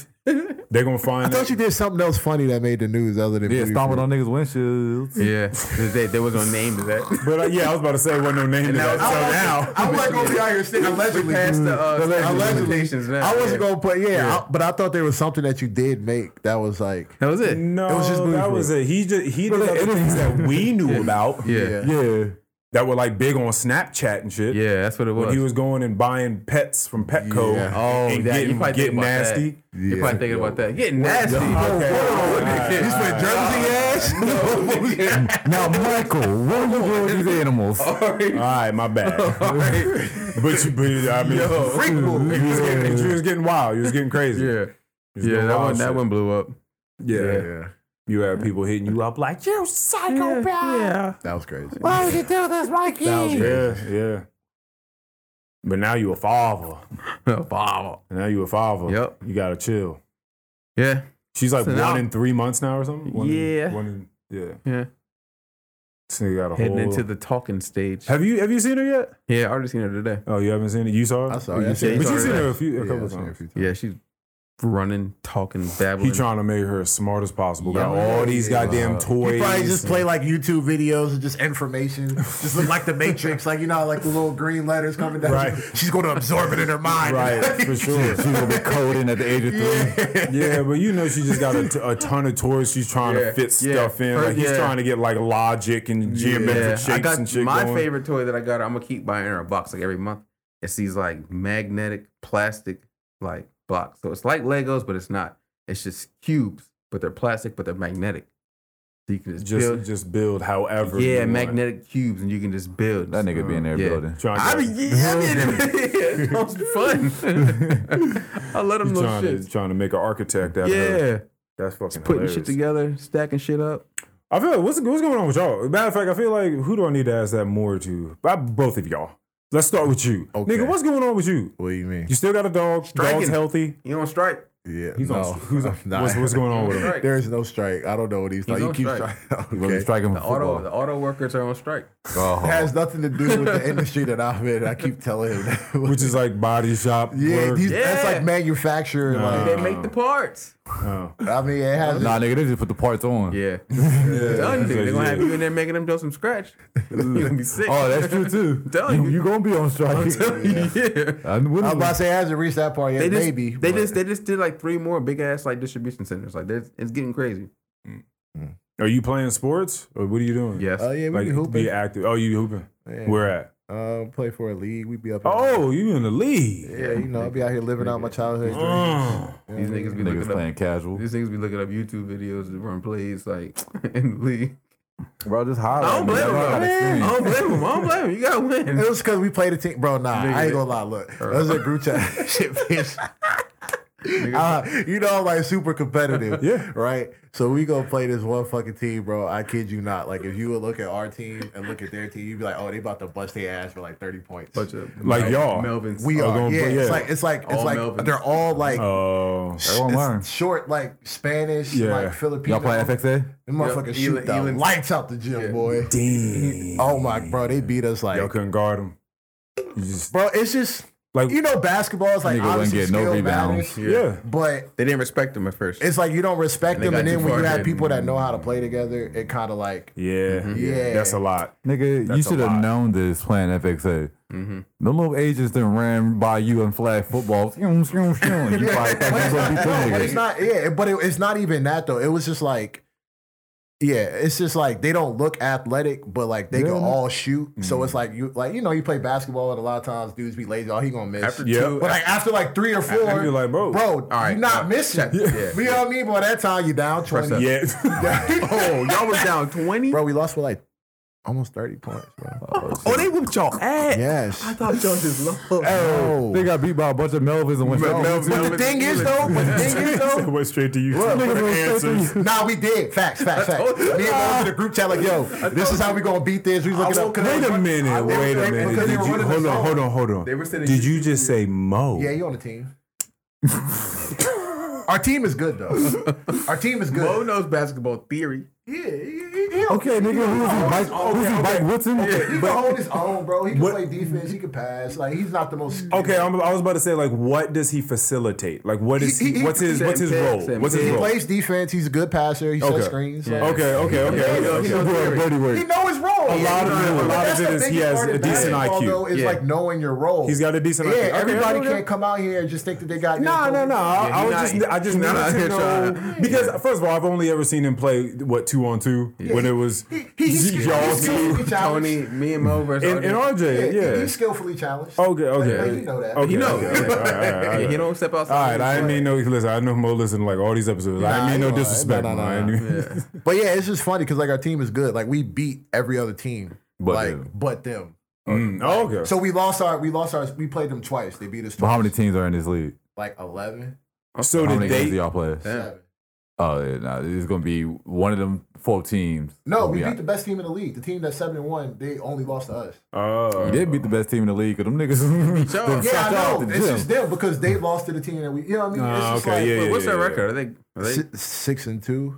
Speaker 4: They're gonna find.
Speaker 5: I thought you did something else funny that made the news other than
Speaker 1: Yeah,
Speaker 5: Booty
Speaker 1: stomping
Speaker 5: Fruit.
Speaker 1: on niggas' windshields.
Speaker 3: Yeah, they, there was no name to that.
Speaker 4: But uh, yeah, I was about to say wasn't no name to that.
Speaker 3: now-
Speaker 4: So now,
Speaker 5: I'm not gonna be oh, out here sitting allegedly.
Speaker 3: Past the uh,
Speaker 5: Allegedly.
Speaker 3: limitations now.
Speaker 5: I wasn't
Speaker 3: yeah.
Speaker 5: gonna play, yeah, I- but I thought there was something that you did make that was like,
Speaker 3: That was it.
Speaker 4: no,
Speaker 5: was just
Speaker 4: that
Speaker 5: movie.
Speaker 4: was it. He just he did other things that we knew about
Speaker 3: Yeah, yeah,
Speaker 1: Yeah.
Speaker 4: that were like big on Snapchat and shit.
Speaker 3: that's what it
Speaker 4: When
Speaker 3: was.
Speaker 4: he was going and buying pets from Petco
Speaker 5: Yeah.
Speaker 3: oh,
Speaker 4: and
Speaker 3: that, you
Speaker 4: getting,
Speaker 3: probably
Speaker 4: getting
Speaker 3: think about
Speaker 4: nasty.
Speaker 3: That. You're probably thinking about that. Getting nasty.
Speaker 4: Okay.
Speaker 3: He's
Speaker 4: All right,
Speaker 3: putting Jersey ass.
Speaker 1: Now, Michael, what are you doing with these animals?
Speaker 3: Oh,
Speaker 4: All right, my bad. but you, but I mean, you was getting, you was getting wild. You was getting crazy.
Speaker 3: Yeah.
Speaker 4: You was
Speaker 3: Yeah,
Speaker 4: doing
Speaker 3: that
Speaker 4: wild
Speaker 3: one
Speaker 4: shit.
Speaker 3: that one blew up.
Speaker 4: Yeah. Oh, You have people hitting you up like you psychopath. Yeah,
Speaker 5: That was crazy.
Speaker 1: Why would you do this, Mikey?
Speaker 4: yeah, yeah. But now you a father.
Speaker 3: Wow.
Speaker 4: Now you a father.
Speaker 3: Yep.
Speaker 4: You gotta chill.
Speaker 3: Yeah.
Speaker 4: She's like
Speaker 3: So
Speaker 4: one
Speaker 3: now-
Speaker 4: in three months now or something. One in-
Speaker 3: Yeah.
Speaker 4: one in, yeah.
Speaker 3: Yeah.
Speaker 4: So you got a
Speaker 3: Heading
Speaker 4: whole.
Speaker 3: into the talking stage.
Speaker 4: have you have you seen her yet?
Speaker 3: Yeah, I already seen her today.
Speaker 4: Oh, you haven't seen it. You saw her. Oh,
Speaker 5: I saw it.
Speaker 4: You
Speaker 5: I
Speaker 4: seen
Speaker 3: seen
Speaker 4: But
Speaker 3: it.
Speaker 4: you seen her a
Speaker 5: Yeah,
Speaker 4: few, a couple
Speaker 5: I've
Speaker 4: of
Speaker 5: seen it a
Speaker 4: times.
Speaker 5: few times.
Speaker 3: Yeah, she's running, talking, babbling.
Speaker 4: He trying to make her as smart as possible. Got
Speaker 3: Yeah.
Speaker 4: all these goddamn
Speaker 3: Wow.
Speaker 4: toys.
Speaker 5: He probably just
Speaker 4: and-
Speaker 5: play like YouTube videos and just information. Just look like the Matrix, like you know, like the little green letters coming down.
Speaker 4: Right.
Speaker 5: She's going to absorb it in her mind.
Speaker 4: Right, for sure.
Speaker 1: She will be coding at the age of three.
Speaker 4: yeah, but you know she just got a, t- a ton of toys. She's trying
Speaker 3: Yeah.
Speaker 4: to fit
Speaker 3: Yeah.
Speaker 4: stuff in.
Speaker 3: Her-
Speaker 4: Like he's
Speaker 3: yeah.
Speaker 4: trying to get like logic and geometric shapes
Speaker 3: I got
Speaker 4: and shit
Speaker 3: my
Speaker 4: going.
Speaker 3: favorite toy that I got. I'm gonna keep buying her a box like every month. It's these like magnetic plastic like blocks. So it's like Legos, but it's not. It's just cubes, but they're plastic, but they're magnetic. So you can just,
Speaker 4: Just
Speaker 3: build.
Speaker 4: just build however. you
Speaker 3: yeah,
Speaker 4: want.
Speaker 3: magnetic cubes, and you can just build.
Speaker 1: That nigga be in there
Speaker 3: Yeah.
Speaker 1: building.
Speaker 4: Trying to-
Speaker 3: I mean, yeah, I mean, it was fun. I let
Speaker 4: you
Speaker 3: them know
Speaker 4: trying to
Speaker 3: shit.
Speaker 4: trying to make an architect out of her.
Speaker 3: Yeah,
Speaker 4: That's fucking
Speaker 3: putting
Speaker 4: hilarious.
Speaker 3: shit together, stacking shit up.
Speaker 4: I feel like what's what's going on with y'all? Matter of fact, I feel like who do I need to ask that more to? I, both of y'all. Let's start with you,
Speaker 5: Okay.
Speaker 4: nigga. What's going on with you?
Speaker 5: What do you mean?
Speaker 4: You still got a dog. Dog's
Speaker 3: Striking.
Speaker 4: healthy.
Speaker 3: You on strike?
Speaker 5: Yeah.
Speaker 4: He's
Speaker 5: no,
Speaker 4: on. Who's on?
Speaker 5: Nah.
Speaker 4: What's, what's going on with him?
Speaker 3: Strike.
Speaker 5: There is no strike. I don't know what he's,
Speaker 3: He's
Speaker 5: like. You
Speaker 3: on
Speaker 5: keep
Speaker 3: strike.
Speaker 5: trying.
Speaker 1: Really
Speaker 5: Okay.
Speaker 1: striking
Speaker 3: The
Speaker 1: for
Speaker 3: auto,
Speaker 1: football.
Speaker 3: the auto workers are on strike.
Speaker 5: It has nothing to do with the industry that I'm in. I keep telling him. That.
Speaker 4: Which is like body shop.
Speaker 5: yeah,
Speaker 4: work.
Speaker 5: these, that's
Speaker 3: Yeah.
Speaker 5: like manufacturer.
Speaker 3: They
Speaker 5: Like,
Speaker 3: make the parts.
Speaker 4: Oh.
Speaker 5: I mean, it has.
Speaker 1: Nah, nigga, they just put the parts on.
Speaker 3: Yeah.
Speaker 4: Yeah,
Speaker 3: Done, dude. They're
Speaker 4: that's
Speaker 3: gonna
Speaker 4: what
Speaker 3: have
Speaker 4: you
Speaker 3: you in there making them do some scratch. You're gonna be sick.
Speaker 1: Oh, that's true too.
Speaker 3: Telling
Speaker 1: you,
Speaker 3: you.
Speaker 1: you gonna be on strike.
Speaker 3: yeah.
Speaker 4: Uh,
Speaker 1: And when-
Speaker 5: I was about to say, it hasn't reached that part yet.
Speaker 3: They just,
Speaker 5: maybe.
Speaker 3: they
Speaker 5: but-
Speaker 3: just they just did like thril more big ass like distribution centers. Like there's- it's getting crazy.
Speaker 4: Are you playing sports or what are you doing?
Speaker 3: Yes.
Speaker 5: Oh, yeah, we
Speaker 4: like
Speaker 5: be
Speaker 4: be,
Speaker 5: hooping.
Speaker 4: active. Oh, you hooping?
Speaker 5: Yeah.
Speaker 4: Where at?
Speaker 5: Uh, play for a league. We be up. in-
Speaker 4: Oh, you in the league?
Speaker 5: yeah. You know, I'll be out here living out my childhood. dreams.
Speaker 4: Mm.
Speaker 3: These niggas be
Speaker 1: niggas
Speaker 3: looking
Speaker 1: playing
Speaker 3: up.
Speaker 1: casual.
Speaker 3: These niggas be looking up YouTube videos to run plays like in the league.
Speaker 1: Bro, just holler.
Speaker 3: I don't blame them. though. I don't blame them. I don't blame them. You gotta win.
Speaker 5: It was because we played a team, bro. Nah,
Speaker 3: Nigga,
Speaker 5: I ain't gonna lie. Look, that was a group chat. Shit, bitch.
Speaker 3: Nigga,
Speaker 5: Uh, you know, I'm like super competitive.
Speaker 4: Yeah.
Speaker 5: Right. So we go play this one fucking team, bro. I kid you not. Like if you would look at our team and look at their team, you'd be like, oh, they about to bust their ass for like 30 points.
Speaker 3: bunch of
Speaker 4: Like y'all.
Speaker 3: Melvin's.
Speaker 5: we
Speaker 1: Oh,
Speaker 5: are.
Speaker 4: gonna
Speaker 5: yeah,
Speaker 4: play-
Speaker 5: It's
Speaker 4: yeah.
Speaker 5: like it's like it's
Speaker 3: All
Speaker 5: like
Speaker 3: Melvins.
Speaker 5: they're all like
Speaker 4: Oh,
Speaker 5: sh-
Speaker 1: won't
Speaker 5: it's
Speaker 1: learn.
Speaker 5: short, like Spanish,
Speaker 4: Yeah.
Speaker 5: like Filipino.
Speaker 1: Y'all play FXA?
Speaker 5: Them motherfuckers
Speaker 3: Yep,
Speaker 5: shoot
Speaker 3: Elon-
Speaker 5: the
Speaker 3: Elon-
Speaker 5: lights out the gym,
Speaker 3: Yeah.
Speaker 5: boy.
Speaker 4: damn.
Speaker 5: Oh my, bro, they beat us like,
Speaker 4: Y'all couldn't guard him. You just
Speaker 5: bro. It's just
Speaker 4: like
Speaker 5: you know, basketball is like
Speaker 1: Nigga wouldn't
Speaker 5: obviously
Speaker 1: get no
Speaker 5: skill
Speaker 1: rebounds.
Speaker 5: matters,
Speaker 4: yeah.
Speaker 5: but
Speaker 3: They didn't respect him at first.
Speaker 5: it's like you don't respect
Speaker 3: And they
Speaker 5: them, and
Speaker 3: got
Speaker 5: then
Speaker 3: too
Speaker 5: when you
Speaker 3: far
Speaker 5: have
Speaker 3: ahead.
Speaker 5: people that know how to play together, it kind of like
Speaker 4: Yeah.
Speaker 5: Yeah.
Speaker 4: That's a lot.
Speaker 1: Nigga, you
Speaker 4: That's a
Speaker 1: should have
Speaker 4: lot.
Speaker 1: known this playing FXA.
Speaker 3: Mhm.
Speaker 1: The little agents then ran by you in flag football. you probably thought you was gonna beat them
Speaker 5: but it's
Speaker 1: niggas.
Speaker 5: not yeah but it, it's not even that though it was just like yeah it's just like they don't look athletic but like they can
Speaker 1: Yeah.
Speaker 5: all shoot so
Speaker 3: Mm-hmm.
Speaker 5: it's like you like you know you play basketball and a lot of times dudes be lazy oh he gonna miss
Speaker 3: After
Speaker 4: Yeah.
Speaker 3: two,
Speaker 5: but like after like three or four
Speaker 4: you're like, bro.
Speaker 5: bro
Speaker 3: right,
Speaker 5: you're not
Speaker 3: all right,
Speaker 5: missing
Speaker 3: check. Yeah.
Speaker 5: you know what I mean by that time you down 20
Speaker 4: Yeah.
Speaker 3: oh, y'all was down twenty.
Speaker 5: bro we lost with like almost 30 points bro
Speaker 3: Oh, they whooped y'all ass.
Speaker 5: yes
Speaker 3: I thought y'all just lost.
Speaker 5: Oh.
Speaker 1: They got beat by a bunch of Melvins and went
Speaker 3: Mel-
Speaker 1: to
Speaker 3: Mel-
Speaker 1: Melvins.
Speaker 5: but the thing is though but the thing is though
Speaker 4: It went straight to you.
Speaker 1: Niggas
Speaker 4: For the
Speaker 1: went straight to
Speaker 4: answers.
Speaker 1: you.
Speaker 5: Nah, we did. Facts, facts, facts. Me and Mo in the group chat like, yo, this is how we gonna beat this. We looking up.
Speaker 4: Wait a minute. Wait a minute.
Speaker 5: Because
Speaker 4: Did
Speaker 5: they
Speaker 4: you,
Speaker 5: were running
Speaker 4: hold
Speaker 5: the
Speaker 4: on.
Speaker 5: zone.
Speaker 4: Hold on. Hold on.
Speaker 3: They were sitting-
Speaker 4: Did you just say Mo?
Speaker 5: Yeah, you on the team. Our team is good though. Our team is good.
Speaker 3: Bo knows basketball theory.
Speaker 5: yeah, he, he, he,
Speaker 1: Okay, nigga, who is he?
Speaker 5: Oh,
Speaker 1: Mike, who is he? Mike Woodson?
Speaker 5: he can
Speaker 1: But-
Speaker 5: hold his own, bro. He can
Speaker 4: What-
Speaker 5: play defense. He can pass. Like he's not the most.
Speaker 4: Okay, I'm, I was about to say like, what does he facilitate? Like, what is
Speaker 5: He-
Speaker 4: he,
Speaker 5: he-
Speaker 4: what's his what's his
Speaker 3: Sam
Speaker 4: role?
Speaker 3: Pitt, Sam
Speaker 4: What's his
Speaker 5: He
Speaker 4: role? Okay,
Speaker 5: plays defense. He's a good passer. He
Speaker 4: Okay.
Speaker 5: sets screens. like-
Speaker 4: okay, okay, okay.
Speaker 3: knows-
Speaker 4: okay.
Speaker 3: he knows
Speaker 1: Bro,
Speaker 3: theory.
Speaker 1: Brady Wade.
Speaker 5: He know his role.
Speaker 4: A lot
Speaker 5: But
Speaker 4: of it- a lot
Speaker 5: that's
Speaker 4: of it
Speaker 5: the
Speaker 4: is
Speaker 5: thing
Speaker 4: he has
Speaker 5: part
Speaker 4: a
Speaker 5: of
Speaker 4: decent
Speaker 5: basketball,
Speaker 4: IQ.
Speaker 5: Though, is
Speaker 3: Yeah.
Speaker 5: like knowing your role.
Speaker 4: He's got a decent.
Speaker 5: Yeah,
Speaker 4: IQ. Okay,
Speaker 5: everybody
Speaker 4: okay.
Speaker 5: can't come out here and just think that they got.
Speaker 4: No, no, no. I,
Speaker 3: Yeah,
Speaker 4: I
Speaker 3: he
Speaker 4: was
Speaker 3: not-
Speaker 4: just, I just
Speaker 3: he
Speaker 4: needed
Speaker 3: not out
Speaker 4: to
Speaker 3: here
Speaker 4: know
Speaker 3: trying
Speaker 4: because first of all, I've only ever seen him play what two on two when it was
Speaker 5: He- he- he's-
Speaker 4: y'all
Speaker 5: he's-
Speaker 4: two
Speaker 5: he's-
Speaker 3: Tony, me and Mo versus
Speaker 4: and, and
Speaker 3: RJ.
Speaker 4: RJ.
Speaker 5: Yeah,
Speaker 4: Yeah.
Speaker 5: he's skillfully challenged.
Speaker 1: Oh,
Speaker 4: Okay. Okay.
Speaker 5: Like, you know that.
Speaker 4: Okay.
Speaker 3: He know.
Speaker 4: Okay. okay, all right, all right, all
Speaker 3: Yeah,
Speaker 4: right.
Speaker 3: he don't step outside.
Speaker 4: All right,
Speaker 3: of
Speaker 4: I
Speaker 3: his
Speaker 4: didn't
Speaker 3: way.
Speaker 4: mean no. Listen, I know Mo listened to like all these episodes. I
Speaker 5: Nah,
Speaker 4: didn't mean
Speaker 5: you
Speaker 4: no
Speaker 5: are.
Speaker 4: disrespect.
Speaker 5: Nah, nah,
Speaker 4: man. I
Speaker 5: nah,
Speaker 4: didn't mean-
Speaker 5: But yeah, it's just funny because like our team is good. Like we beat every other team,
Speaker 1: But
Speaker 5: like
Speaker 1: them.
Speaker 5: but them.
Speaker 4: Mm, oh, okay.
Speaker 5: So we lost our we lost our we played them twice. They beat us
Speaker 1: But how
Speaker 5: twice.
Speaker 1: many teams are in this league?
Speaker 5: like 11,
Speaker 4: So
Speaker 1: How
Speaker 4: did
Speaker 1: many games do
Speaker 4: they?
Speaker 1: y'all play?
Speaker 3: Damn.
Speaker 5: 7.
Speaker 1: Oh, yeah, nah, it's gonna be one of them four teams.
Speaker 5: No,
Speaker 1: Gonna
Speaker 5: we
Speaker 1: be
Speaker 5: beat
Speaker 1: out.
Speaker 5: the best team in the league. The team that's seven and one, they only lost to us.
Speaker 4: Oh,
Speaker 1: We did beat the best team in the league, cause them niggas. done
Speaker 5: Yeah,
Speaker 1: sucked
Speaker 5: I
Speaker 1: off
Speaker 5: know.
Speaker 1: the
Speaker 5: It's
Speaker 1: gym.
Speaker 5: just them because they lost to the team that we. You know what I mean?
Speaker 4: Ah,
Speaker 5: it's just
Speaker 4: okay,
Speaker 5: like,
Speaker 4: yeah, yeah.
Speaker 3: What's their record? Are they? Are they
Speaker 5: si- six and two.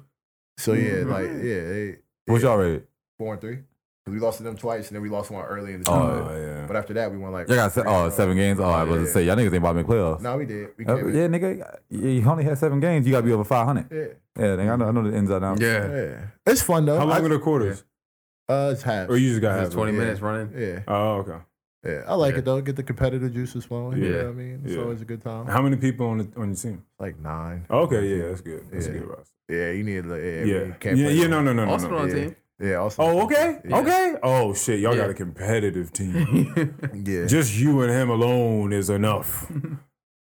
Speaker 5: So yeah,
Speaker 1: Mm-hmm.
Speaker 5: like yeah, they
Speaker 1: What's y'all rated?
Speaker 5: four and three. 'Cause we lost to them twice, and then we lost one early in the
Speaker 1: Oh,
Speaker 5: tournament.
Speaker 4: oh, yeah.
Speaker 5: But after that, we won like.
Speaker 1: Y'all got se-
Speaker 5: three in a
Speaker 1: oh,
Speaker 5: row.
Speaker 1: seven games. Oh, I was
Speaker 5: Yeah.
Speaker 1: gonna say y'all niggas ain't about to make playoffs.
Speaker 5: No, we did. We
Speaker 1: Uh,
Speaker 5: came
Speaker 1: yeah,
Speaker 5: in.
Speaker 1: nigga, you only had seven games. You gotta be over five hundred.
Speaker 5: yeah.
Speaker 1: Yeah, nigga, I know, I know the ins and outs.
Speaker 3: yeah.
Speaker 5: yeah. It's fun though.
Speaker 4: How long
Speaker 5: I,
Speaker 4: are the quarters?
Speaker 5: uh, it's half.
Speaker 4: Or you just got half
Speaker 3: It's
Speaker 4: of
Speaker 3: twenty
Speaker 4: it?
Speaker 3: minutes running.
Speaker 5: yeah,
Speaker 4: Oh, okay.
Speaker 5: yeah. I like
Speaker 3: Yeah.
Speaker 5: it though. Get the competitive juices flowing. You
Speaker 3: Yeah.
Speaker 5: know what I mean? It's
Speaker 4: Yeah.
Speaker 5: always a good time.
Speaker 4: How many people on the, on your team?
Speaker 5: Like nine.
Speaker 4: Okay, yeah, that's good. That's
Speaker 5: Yeah.
Speaker 4: a good roster.
Speaker 5: Yeah, you need. Like, yeah,
Speaker 4: Yeah,
Speaker 5: you
Speaker 4: yeah,
Speaker 5: can't play
Speaker 4: yeah,
Speaker 5: them.
Speaker 4: no, no, no, no,
Speaker 3: Also
Speaker 4: no.
Speaker 3: on the
Speaker 5: yeah.
Speaker 3: team.
Speaker 5: Yeah. Also.
Speaker 4: Oh, okay,
Speaker 5: Yeah.
Speaker 4: okay. Oh shit, y'all
Speaker 3: Yeah.
Speaker 4: got a competitive team.
Speaker 5: Yeah.
Speaker 4: Oh. just you and him alone is enough.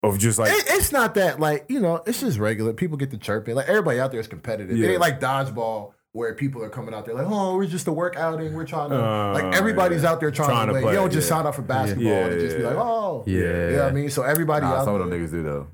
Speaker 4: Of just like
Speaker 5: It, it's not that like you know. It's just regular. People get to chirping. Like everybody out there is competitive.
Speaker 4: Yeah.
Speaker 5: It ain't like dodgeball where people are coming out there like, oh, we're just a work outing. We're trying to
Speaker 4: Uh,
Speaker 5: like everybody's
Speaker 4: yeah.
Speaker 5: out there trying,
Speaker 4: Trying
Speaker 5: to
Speaker 4: to
Speaker 5: win.
Speaker 4: play,
Speaker 5: you don't just
Speaker 4: yeah.
Speaker 5: sign up for basketball
Speaker 4: Yeah,
Speaker 5: and just be
Speaker 4: yeah.
Speaker 5: like, oh,
Speaker 3: Yeah.
Speaker 5: You know what I mean, so everybody
Speaker 1: Nah,
Speaker 5: out
Speaker 1: some
Speaker 5: there,
Speaker 1: of them niggas do though.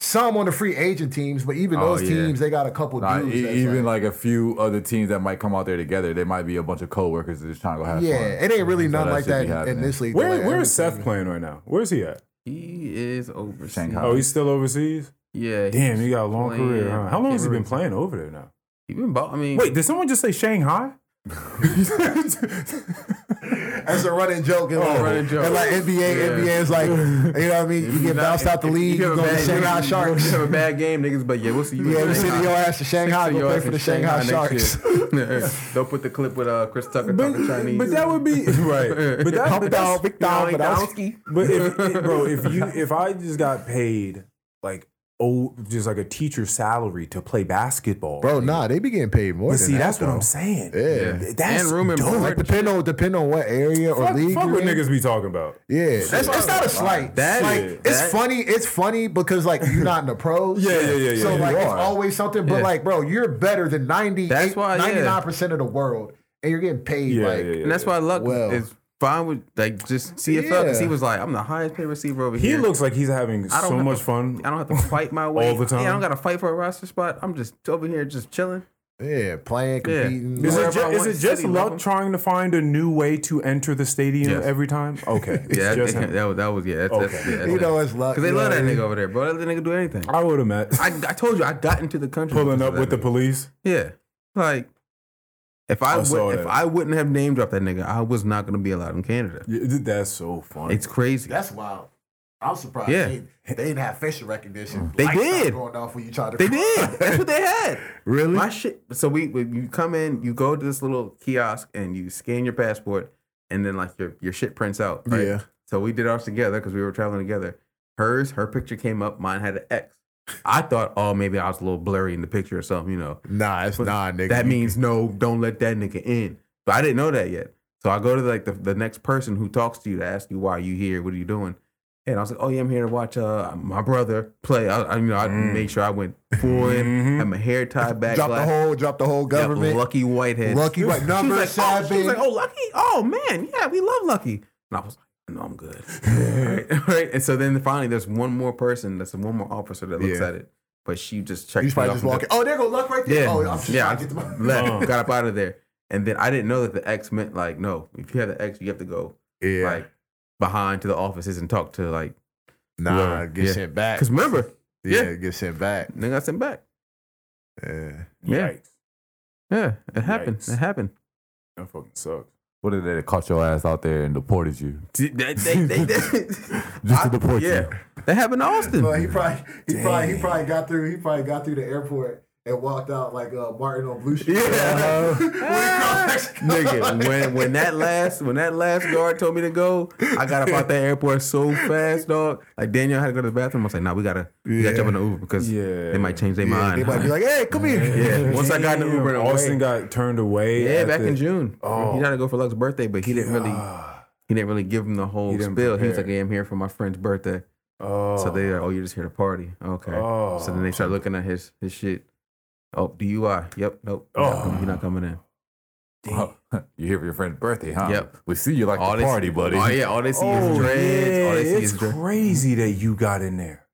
Speaker 5: some on the free agent teams, but even
Speaker 3: Oh,
Speaker 5: those
Speaker 3: yeah.
Speaker 5: teams, they got a couple
Speaker 1: Nah,
Speaker 5: dudes.
Speaker 1: e-
Speaker 5: that's
Speaker 1: even
Speaker 5: like,
Speaker 1: like a few other teams that might come out there together, there might be a bunch of coworkers that's just trying to go have
Speaker 5: yeah,
Speaker 1: fun.
Speaker 5: it ain't really
Speaker 1: So
Speaker 5: nothing
Speaker 1: that
Speaker 5: like
Speaker 1: should be
Speaker 5: that in- in,
Speaker 1: happening.
Speaker 5: this league.
Speaker 4: where
Speaker 5: Like,
Speaker 4: where
Speaker 5: every
Speaker 4: is Seth
Speaker 5: team-
Speaker 4: playing right now? Where's he at?
Speaker 3: He is over.
Speaker 1: Shanghai.
Speaker 4: Oh, he's still overseas.
Speaker 3: Yeah.
Speaker 4: Damn, he got a long
Speaker 3: playing-
Speaker 4: career. Huh? How long has he been
Speaker 3: Can't
Speaker 4: playing over there now?
Speaker 3: He been ball. I mean,
Speaker 4: Wait, did someone just say Shanghai?
Speaker 5: That's a running joke. And like,
Speaker 3: running joke.
Speaker 5: and like NBA,
Speaker 3: Yeah.
Speaker 5: NBA is like, you know what I mean? You
Speaker 3: if
Speaker 5: get
Speaker 3: not-
Speaker 5: bounced out the
Speaker 3: if- if
Speaker 5: league,
Speaker 3: you
Speaker 5: you
Speaker 3: have a
Speaker 5: go to
Speaker 3: bad game,
Speaker 5: Shanghai
Speaker 3: you- You
Speaker 5: Sharks.
Speaker 3: have a bad game, niggas. But yeah, we'll see you.
Speaker 5: Yeah,
Speaker 3: in
Speaker 5: we send your
Speaker 3: Shanghai.
Speaker 5: ass to Shanghai.
Speaker 3: Send
Speaker 5: Go
Speaker 3: your
Speaker 5: play
Speaker 3: ass
Speaker 5: for the
Speaker 3: to
Speaker 5: Shanghai
Speaker 3: next
Speaker 5: Sharks.
Speaker 3: year. They'll put the clip with uh, Chris Tucker
Speaker 4: But,
Speaker 3: talking Chinese.
Speaker 4: but that would be right. But that, but that's-
Speaker 5: Big
Speaker 3: Donnie
Speaker 5: but I was-
Speaker 3: Donski.
Speaker 4: But if, if- bro, if you if I just got paid like oh just like a teacher salary to play basketball,
Speaker 5: Bro, nah, they be getting paid more.
Speaker 4: But
Speaker 5: than
Speaker 4: see,
Speaker 5: that,
Speaker 4: that's what I'm
Speaker 5: though.
Speaker 4: saying.
Speaker 5: Yeah.
Speaker 4: Th- That's
Speaker 3: And room and
Speaker 4: dope.
Speaker 3: board.
Speaker 5: Like depend on depend on what area or
Speaker 4: Fuck,
Speaker 5: league.
Speaker 4: fuck
Speaker 5: you're
Speaker 4: what
Speaker 5: in.
Speaker 4: niggas be talking about.
Speaker 5: Yeah, that's, it's not a slight.
Speaker 3: That-
Speaker 5: like it's
Speaker 3: that-
Speaker 5: funny. It's funny because like you're not in the pros.
Speaker 4: Yeah, yeah, yeah, yeah,
Speaker 5: So
Speaker 4: yeah.
Speaker 5: like
Speaker 4: You
Speaker 5: it's
Speaker 4: are.
Speaker 5: always something. But
Speaker 3: Yeah.
Speaker 5: like, bro, you're better than 90,
Speaker 3: That's why, yeah.
Speaker 5: 99 percent of the world, and you're getting paid
Speaker 4: Yeah,
Speaker 5: like
Speaker 4: yeah, yeah.
Speaker 3: And that's why Luck
Speaker 5: Well.
Speaker 3: is fine with like just CFL because he
Speaker 5: Yeah.
Speaker 3: was like, I'm the highest paid receiver over
Speaker 4: He
Speaker 3: here.
Speaker 4: looks like he's having
Speaker 3: I don't
Speaker 4: so
Speaker 3: have
Speaker 4: much
Speaker 3: to-
Speaker 4: fun.
Speaker 3: I don't have to fight my way
Speaker 4: All the time.
Speaker 3: Yeah, I don't got to fight for a roster spot. I'm just over here just chilling.
Speaker 5: yeah, playing,
Speaker 3: Yeah.
Speaker 5: competing.
Speaker 4: Is
Speaker 3: Wherever
Speaker 4: it, ju- is
Speaker 3: I want
Speaker 4: it
Speaker 3: the
Speaker 4: just
Speaker 3: city,
Speaker 4: luck
Speaker 3: love 'em.
Speaker 4: trying to find a new way to enter the stadium
Speaker 3: Yes.
Speaker 4: every time? Okay. It's
Speaker 3: Yeah,
Speaker 4: just
Speaker 3: that,
Speaker 4: him.
Speaker 3: that was that was yeah. That's, that's,
Speaker 4: Okay.
Speaker 3: yeah, that's
Speaker 5: you know, it's luck.
Speaker 3: because they
Speaker 5: you know
Speaker 3: love
Speaker 5: what I
Speaker 3: that
Speaker 5: mean?
Speaker 3: nigga over there, bro. Let the nigga do anything.
Speaker 4: I would have met
Speaker 3: I, I told you I got into the country
Speaker 4: pulling
Speaker 3: because
Speaker 4: up
Speaker 3: of
Speaker 4: with the
Speaker 3: that
Speaker 4: police.
Speaker 3: nigga. yeah. Like if I,
Speaker 4: I
Speaker 3: would,
Speaker 4: saw
Speaker 3: if
Speaker 4: that.
Speaker 3: I wouldn't have name dropped that nigga, I was not gonna be allowed in Canada.
Speaker 4: Yeah, th- that's so funny.
Speaker 3: It's crazy.
Speaker 5: That's wild. I'm surprised.
Speaker 3: Yeah. Mm.
Speaker 5: they, they didn't have facial recognition.
Speaker 3: They
Speaker 5: Lights
Speaker 3: did.
Speaker 5: not Going off when you tried to.
Speaker 3: They did. That's what they had.
Speaker 5: Really?
Speaker 3: My shit. So we, we you come in, you go to this little kiosk, and you scan your passport, and then like your your shit prints out. Right?
Speaker 5: Yeah.
Speaker 3: So we did ours together because we were traveling together. Hers, her picture came up. Mine had an X. I thought, oh, maybe I was a little blurry in the picture or something. You know,
Speaker 5: Nah, it's nah, nigga.
Speaker 3: that means no, don't let that nigga in. But I didn't know that yet. So I go to like the, the next person who talks to you to ask you why you here, what are you doing? And I was like, oh yeah, I'm here to watch uh, my brother play. I, I you know, I made sure I went full
Speaker 4: Mm-hmm.
Speaker 3: in, had my hair tied back,
Speaker 5: drop Mm. the
Speaker 3: glasses.
Speaker 5: whole, drop the whole
Speaker 3: Yeah,
Speaker 5: government.
Speaker 3: Lucky Whitehead.
Speaker 5: Lucky White-
Speaker 3: She was
Speaker 5: number
Speaker 3: like, oh,
Speaker 5: seven.
Speaker 3: she was like, oh, Lucky. Oh man, yeah, we love Lucky. And I was like, no, I'm good. right, right. And so then finally, there's one more person. That's one more officer that looks
Speaker 5: Yeah.
Speaker 3: at it, but she just checked.
Speaker 5: You
Speaker 3: me
Speaker 5: probably
Speaker 3: off
Speaker 5: just
Speaker 3: and
Speaker 5: walking. Oh, there go luck right there.
Speaker 3: yeah,
Speaker 5: Oh, I'm just
Speaker 3: yeah. I
Speaker 5: trying to get to my.
Speaker 3: left,
Speaker 4: Oh.
Speaker 3: got up out of there, and then I didn't know that the X meant like no. If you have the X, you have to go
Speaker 5: Yeah.
Speaker 3: like behind to the offices and talk to like.
Speaker 5: Nah,
Speaker 3: Word.
Speaker 5: get
Speaker 3: Yeah.
Speaker 5: sent back.
Speaker 3: Because remember,
Speaker 5: yeah.
Speaker 3: yeah.
Speaker 5: get sent back.
Speaker 3: nigga got sent back.
Speaker 5: Yeah.
Speaker 3: Yeah,
Speaker 4: Yikes.
Speaker 3: yeah. It happened.
Speaker 4: Yikes.
Speaker 3: It happened.
Speaker 4: That fucking sucks.
Speaker 1: What if they had caught your ass out there and deported you?
Speaker 3: They, they, they, they-
Speaker 1: Just to deport you.
Speaker 3: Yeah, that happened to Austin.
Speaker 5: But he probably, he probably, he probably got through. He probably got through the airport and walked out like uh, Martin on Blue Street.
Speaker 3: Yeah.
Speaker 5: When he crossed Mexico.
Speaker 3: Nigga, when when that last when that last guard told me to go, I got up out that airport so fast, dog. Like Daniel had to go to the bathroom. I was like, nah, we gotta we gotta jump in the Uber because
Speaker 4: Yeah.
Speaker 3: they might change their
Speaker 5: Yeah,
Speaker 3: mind.
Speaker 5: they might be like, "Hey, come here."
Speaker 3: yeah. Once I got in the Uber, and
Speaker 4: Austin
Speaker 3: away,
Speaker 4: got turned away.
Speaker 3: yeah,
Speaker 4: at
Speaker 3: back
Speaker 4: the-
Speaker 3: in June.
Speaker 4: Oh.
Speaker 3: He tried to go for Luck's birthday, but he didn't really he didn't really give him the whole
Speaker 4: He
Speaker 3: spill.
Speaker 4: didn't
Speaker 3: He was
Speaker 4: prepare.
Speaker 3: like, yeah, I'm here for my friend's birthday.
Speaker 4: Oh,
Speaker 3: So they are, oh, you're just here to party. Okay.
Speaker 4: Oh.
Speaker 3: So then they start looking at his his shit. Oh, DUI. Yep. Nope. You're, not,
Speaker 4: Oh.
Speaker 3: coming, you're not coming in.
Speaker 1: you here for your friend's birthday, huh?
Speaker 3: Yep.
Speaker 1: We see you like
Speaker 3: All
Speaker 1: the
Speaker 3: they
Speaker 1: party,
Speaker 3: see,
Speaker 1: buddy.
Speaker 3: Oh yeah. All they see
Speaker 4: Oh,
Speaker 3: is dreads.
Speaker 4: yeah,
Speaker 3: all they see
Speaker 4: it's
Speaker 3: is dreads.
Speaker 4: crazy that you got in there.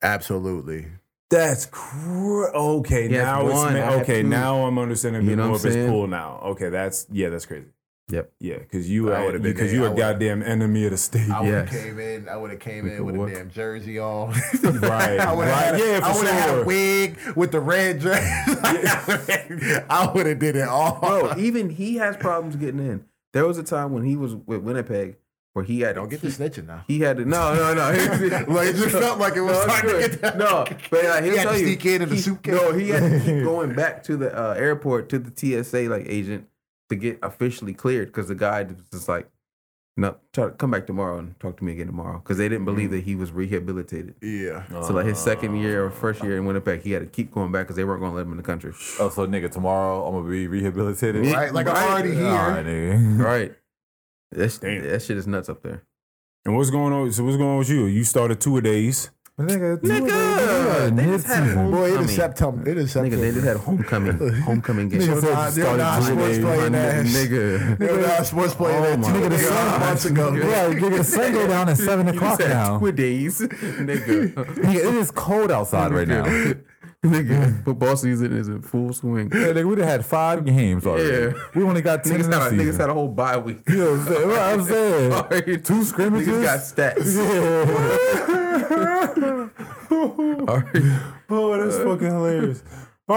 Speaker 5: Absolutely.
Speaker 4: That's cr- okay.
Speaker 3: He has
Speaker 4: now
Speaker 3: one, I
Speaker 4: it's ma-
Speaker 3: have
Speaker 4: okay.
Speaker 3: two.
Speaker 4: Now I'm understanding a
Speaker 3: You
Speaker 4: bit
Speaker 3: know
Speaker 4: more
Speaker 3: what
Speaker 4: of
Speaker 3: I'm
Speaker 4: his
Speaker 3: saying?
Speaker 4: pool now. Okay, that's yeah, that's crazy.
Speaker 3: Yep.
Speaker 4: Yeah, because you
Speaker 5: I would've been
Speaker 4: because
Speaker 5: there.
Speaker 4: you
Speaker 5: I
Speaker 4: a
Speaker 5: would've-
Speaker 4: goddamn enemy of the state.
Speaker 5: I
Speaker 4: Right,
Speaker 5: would have
Speaker 3: Yes.
Speaker 5: came in. I would have came in
Speaker 3: could
Speaker 5: with a
Speaker 3: work.
Speaker 5: damn jersey on.
Speaker 4: right. Yeah,
Speaker 5: I
Speaker 4: for
Speaker 5: would have had a
Speaker 4: sure.
Speaker 5: wig with the red dress. I would have did it all.
Speaker 3: Bro, even he has problems getting in. There was a time when he was with Winnipeg where he had
Speaker 5: Don't get to snitching now.
Speaker 3: He had to no no no.
Speaker 5: Like, it just felt like it was
Speaker 3: it's
Speaker 5: time to
Speaker 3: good.
Speaker 5: get that-
Speaker 3: No, but like, he'll
Speaker 5: He had
Speaker 3: tell
Speaker 5: to
Speaker 3: you,
Speaker 5: sneak in in the
Speaker 3: he-
Speaker 5: suitcase.
Speaker 3: No, he had to keep going back to the uh, airport to the TSA like agent to get officially cleared because the guy was just like, no, try to come back tomorrow and talk to me again tomorrow because they didn't believe that he was rehabilitated.
Speaker 5: Yeah.
Speaker 3: So like his second year or first year in Winnipeg, he had to keep going back because they weren't going to let him in the country.
Speaker 1: Oh, so nigga, tomorrow I'm gonna be rehabilitated.
Speaker 5: Right? Like I'm already here.
Speaker 1: Nah, nigga.
Speaker 3: Right. That's,
Speaker 4: Damn.
Speaker 3: that shit is nuts up there.
Speaker 4: And what's going on? So what's going on with you? You started two a days.
Speaker 1: Nigga,
Speaker 3: Nigga, they just had homecoming.
Speaker 8: Boy, it is September. It is
Speaker 3: Nigga,
Speaker 8: September.
Speaker 3: they just had homecoming, homecoming game.
Speaker 8: Nigga,
Speaker 1: Nigga,
Speaker 8: nah,
Speaker 1: just
Speaker 8: they're
Speaker 1: started
Speaker 8: not
Speaker 1: doing
Speaker 8: sports
Speaker 1: it.
Speaker 8: playing ass.
Speaker 3: nigga.
Speaker 8: They're not sports playing
Speaker 3: Oh
Speaker 8: ass.
Speaker 3: my
Speaker 8: Nigga, the
Speaker 3: God.
Speaker 8: sun months ago.
Speaker 1: Yeah, nigga, the sun go down at seven
Speaker 3: You just
Speaker 1: o'clock
Speaker 3: had
Speaker 1: now.
Speaker 3: two days, nigga.
Speaker 1: Nigga, it is cold outside right now. Yeah,
Speaker 3: nigga, football season is in full swing.
Speaker 1: nigga, we done had five games already.
Speaker 3: Yeah.
Speaker 1: We only got ten
Speaker 3: Niggas
Speaker 1: in
Speaker 3: had,
Speaker 1: this
Speaker 3: a, niggas
Speaker 1: season.
Speaker 3: had a whole bye week.
Speaker 1: You know what I'm saying? What I'm saying?
Speaker 3: Two
Speaker 1: scrimmages?
Speaker 3: Niggas got stats. All right.
Speaker 4: Oh,
Speaker 1: Uh,
Speaker 4: that's fucking hilarious. All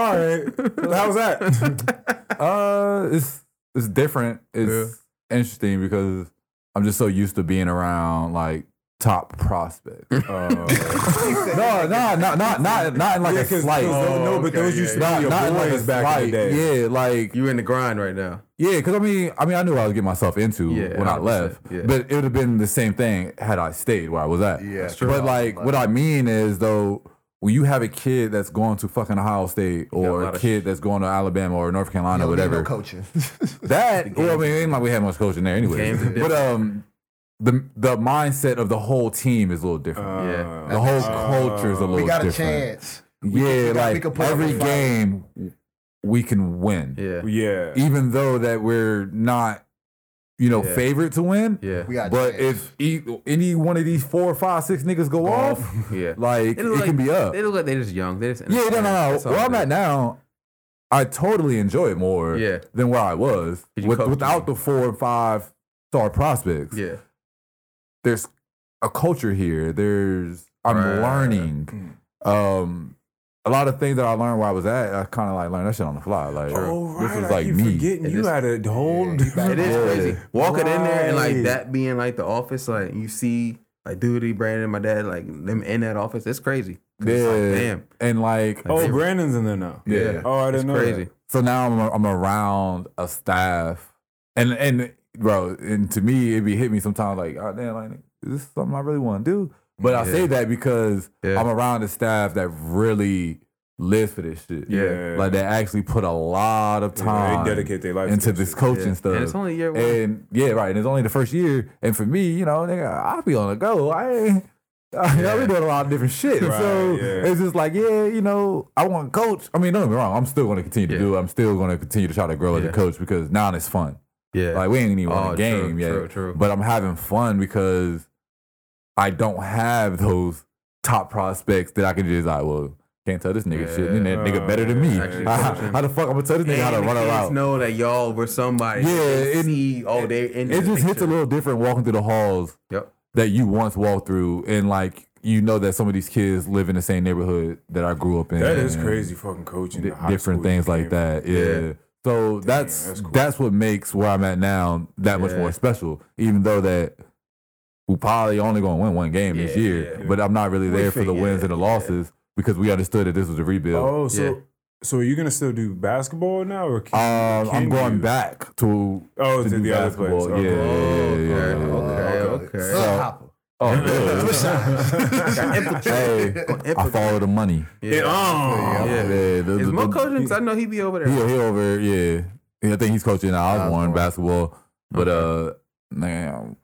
Speaker 4: right, how's that?
Speaker 1: Uh, it's it's different. It's interesting because I'm just so used to being around like top prospects. Uh, no, no, not not not not in like
Speaker 4: Yeah,
Speaker 1: a
Speaker 4: 'cause
Speaker 1: slight.
Speaker 4: those- no, but those used to
Speaker 1: not,
Speaker 4: be your
Speaker 1: not in like
Speaker 4: boys
Speaker 1: a
Speaker 4: back
Speaker 1: slight.
Speaker 4: in the day.
Speaker 1: Yeah, like
Speaker 3: You in the grind right now.
Speaker 1: yeah, because I mean, I mean, I knew what I was getting myself into
Speaker 3: Yeah,
Speaker 1: when I
Speaker 3: 100%,
Speaker 1: left,
Speaker 3: yeah.
Speaker 1: but it would have been the same thing had I stayed where I was at.
Speaker 5: Yeah, That's true.
Speaker 1: but like, what I mean is though, when you have a kid that's going to fucking Ohio State or
Speaker 3: lot
Speaker 1: a
Speaker 3: of
Speaker 1: kid that's going to Alabama or North Carolina,
Speaker 5: Don't need
Speaker 1: whatever,
Speaker 5: No coaching.
Speaker 1: that well, I mean, it ain't like we had much coaching there anyway.
Speaker 3: Games are
Speaker 1: But um, the the mindset of the whole team is a little different.
Speaker 4: Uh,
Speaker 3: Yeah.
Speaker 1: the whole culture is a little.
Speaker 5: Uh, we got a
Speaker 1: different.
Speaker 5: chance.
Speaker 1: Yeah,
Speaker 5: we got- we
Speaker 1: like
Speaker 5: can put up a
Speaker 1: every
Speaker 5: fight.
Speaker 1: game, we can win.
Speaker 3: Yeah.
Speaker 4: Yeah.
Speaker 1: Even though that we're not, you know,
Speaker 3: Yeah.
Speaker 1: favorite to win.
Speaker 3: Yeah.
Speaker 5: We got. a
Speaker 1: But
Speaker 5: chance.
Speaker 1: if e- any one of these four, five, six niggas go off,
Speaker 3: Yeah.
Speaker 1: like it,
Speaker 3: They look
Speaker 1: can
Speaker 3: like-
Speaker 1: be up.
Speaker 3: They look like they're just young. They're just
Speaker 1: Yeah, no, no, no.
Speaker 3: That's all
Speaker 1: Where
Speaker 3: it
Speaker 1: I'm
Speaker 3: is.
Speaker 1: at now, I totally enjoy it more
Speaker 3: Yeah.
Speaker 1: than where I was
Speaker 3: Did you
Speaker 1: with,
Speaker 3: coach
Speaker 1: without
Speaker 3: me?
Speaker 1: the four and five star prospects.
Speaker 3: Yeah.
Speaker 1: There's a culture here. There's I'm
Speaker 3: Right.
Speaker 1: learning.
Speaker 3: Hmm.
Speaker 1: Um, a lot of things that I learned where I was at, I kind of like learned that shit on the fly. Like
Speaker 4: Oh, right.
Speaker 1: this was
Speaker 4: I
Speaker 1: like
Speaker 4: keep
Speaker 1: me.
Speaker 4: Forgetting
Speaker 3: It
Speaker 4: you
Speaker 3: is-
Speaker 4: had a whole.
Speaker 3: It is
Speaker 1: Yeah.
Speaker 3: crazy. Walking in there and like
Speaker 4: Right.
Speaker 3: that being like the office, like you see like Duty, Brandon, my dad, like them in that office. It's crazy. 'Cause
Speaker 1: Yeah,
Speaker 3: it's Like, damn.
Speaker 1: and like
Speaker 4: Oh, Brandon's in there now.
Speaker 1: yeah.
Speaker 4: Oh, I
Speaker 3: It's
Speaker 4: didn't know.
Speaker 3: crazy.
Speaker 1: So now I'm I'm around a staff, and and bro, and to me it be hit me sometimes like, oh damn, like is this something I really want to do? But I say that because
Speaker 3: Yeah.
Speaker 1: I'm around a staff that really lives for this shit.
Speaker 3: Yeah.
Speaker 1: like they actually put a lot of
Speaker 4: That. Yeah,
Speaker 1: time
Speaker 4: they dedicate their life to
Speaker 1: into
Speaker 4: that
Speaker 1: this
Speaker 4: shit.
Speaker 1: coaching
Speaker 3: Yeah.
Speaker 1: stuff.
Speaker 3: And it's only year one.
Speaker 1: And yeah, right. And it's only the first year. And for me, you know, nigga, I'll be on the go. I ain't. I I've been doing a lot of different shit.
Speaker 4: Right,
Speaker 1: so
Speaker 4: yeah.
Speaker 1: it's just like, yeah, you know, I want to coach. I mean, don't get me wrong. I'm still going to continue to
Speaker 3: Yeah.
Speaker 1: do it. I'm still going to continue to try to grow as
Speaker 3: Yeah.
Speaker 1: a coach because now it's fun.
Speaker 3: Yeah.
Speaker 1: Like, we ain't even
Speaker 3: Oh,
Speaker 1: won a
Speaker 3: true,
Speaker 1: game yet.
Speaker 3: true, true.
Speaker 1: But I'm having fun because I don't have those top prospects that I can just, like, well, can't tell this nigga shit.
Speaker 3: Yeah. Oh,
Speaker 1: That nigga better than me.
Speaker 3: Actually,
Speaker 1: how,
Speaker 3: coaching.
Speaker 1: how the fuck I'm going to tell this nigga how to
Speaker 3: And the
Speaker 1: run
Speaker 3: kids
Speaker 1: around?
Speaker 3: know that y'all were somebody.
Speaker 1: Yeah,
Speaker 3: They
Speaker 1: it-
Speaker 3: see, oh, they in
Speaker 1: it
Speaker 3: the
Speaker 1: just hits
Speaker 3: picture.
Speaker 1: a little different walking through the halls
Speaker 3: Yep.
Speaker 1: that you once walked through and like you know that some of these kids live in the same neighborhood that I grew up in.
Speaker 4: That is
Speaker 1: and
Speaker 4: crazy fucking coaching.
Speaker 1: di-
Speaker 4: in high
Speaker 1: different
Speaker 4: school you
Speaker 1: things like
Speaker 4: came
Speaker 1: that. Yeah.
Speaker 3: Yeah.
Speaker 1: So that's
Speaker 4: that's
Speaker 1: that's,
Speaker 4: cool.
Speaker 1: what makes where I'm at now that much
Speaker 3: Yeah.
Speaker 1: more special. Even though that we probably only gonna win one game this
Speaker 3: Yeah,
Speaker 1: year,
Speaker 3: yeah.
Speaker 1: but I'm not really there for the
Speaker 3: figure
Speaker 1: wins
Speaker 3: it,
Speaker 1: and the
Speaker 3: yeah.
Speaker 1: losses because we understood that this was a rebuild.
Speaker 4: Oh, so
Speaker 3: Yeah.
Speaker 4: so are you gonna still do basketball now, or can,
Speaker 1: Um,
Speaker 4: can
Speaker 1: I'm going
Speaker 4: you?
Speaker 1: back to
Speaker 4: Oh,
Speaker 1: to
Speaker 4: to
Speaker 1: do
Speaker 4: the other place.
Speaker 1: basketball.
Speaker 4: Okay.
Speaker 1: Yeah,
Speaker 3: Okay.
Speaker 1: yeah, yeah, yeah.
Speaker 3: Okay. Okay.
Speaker 5: Little Hopper.
Speaker 1: Oh, yeah. hey, I
Speaker 3: Empathy.
Speaker 1: follow the money.
Speaker 3: Yeah.
Speaker 1: Yeah,
Speaker 4: Oh,
Speaker 3: yeah.
Speaker 1: the-
Speaker 3: Is
Speaker 1: the-
Speaker 3: Mo
Speaker 1: the-
Speaker 3: coaching? 'Cause I know he be over
Speaker 1: He,
Speaker 3: there.
Speaker 1: he over, yeah. Yeah, I think he's coaching Osborne basketball, but uh, man,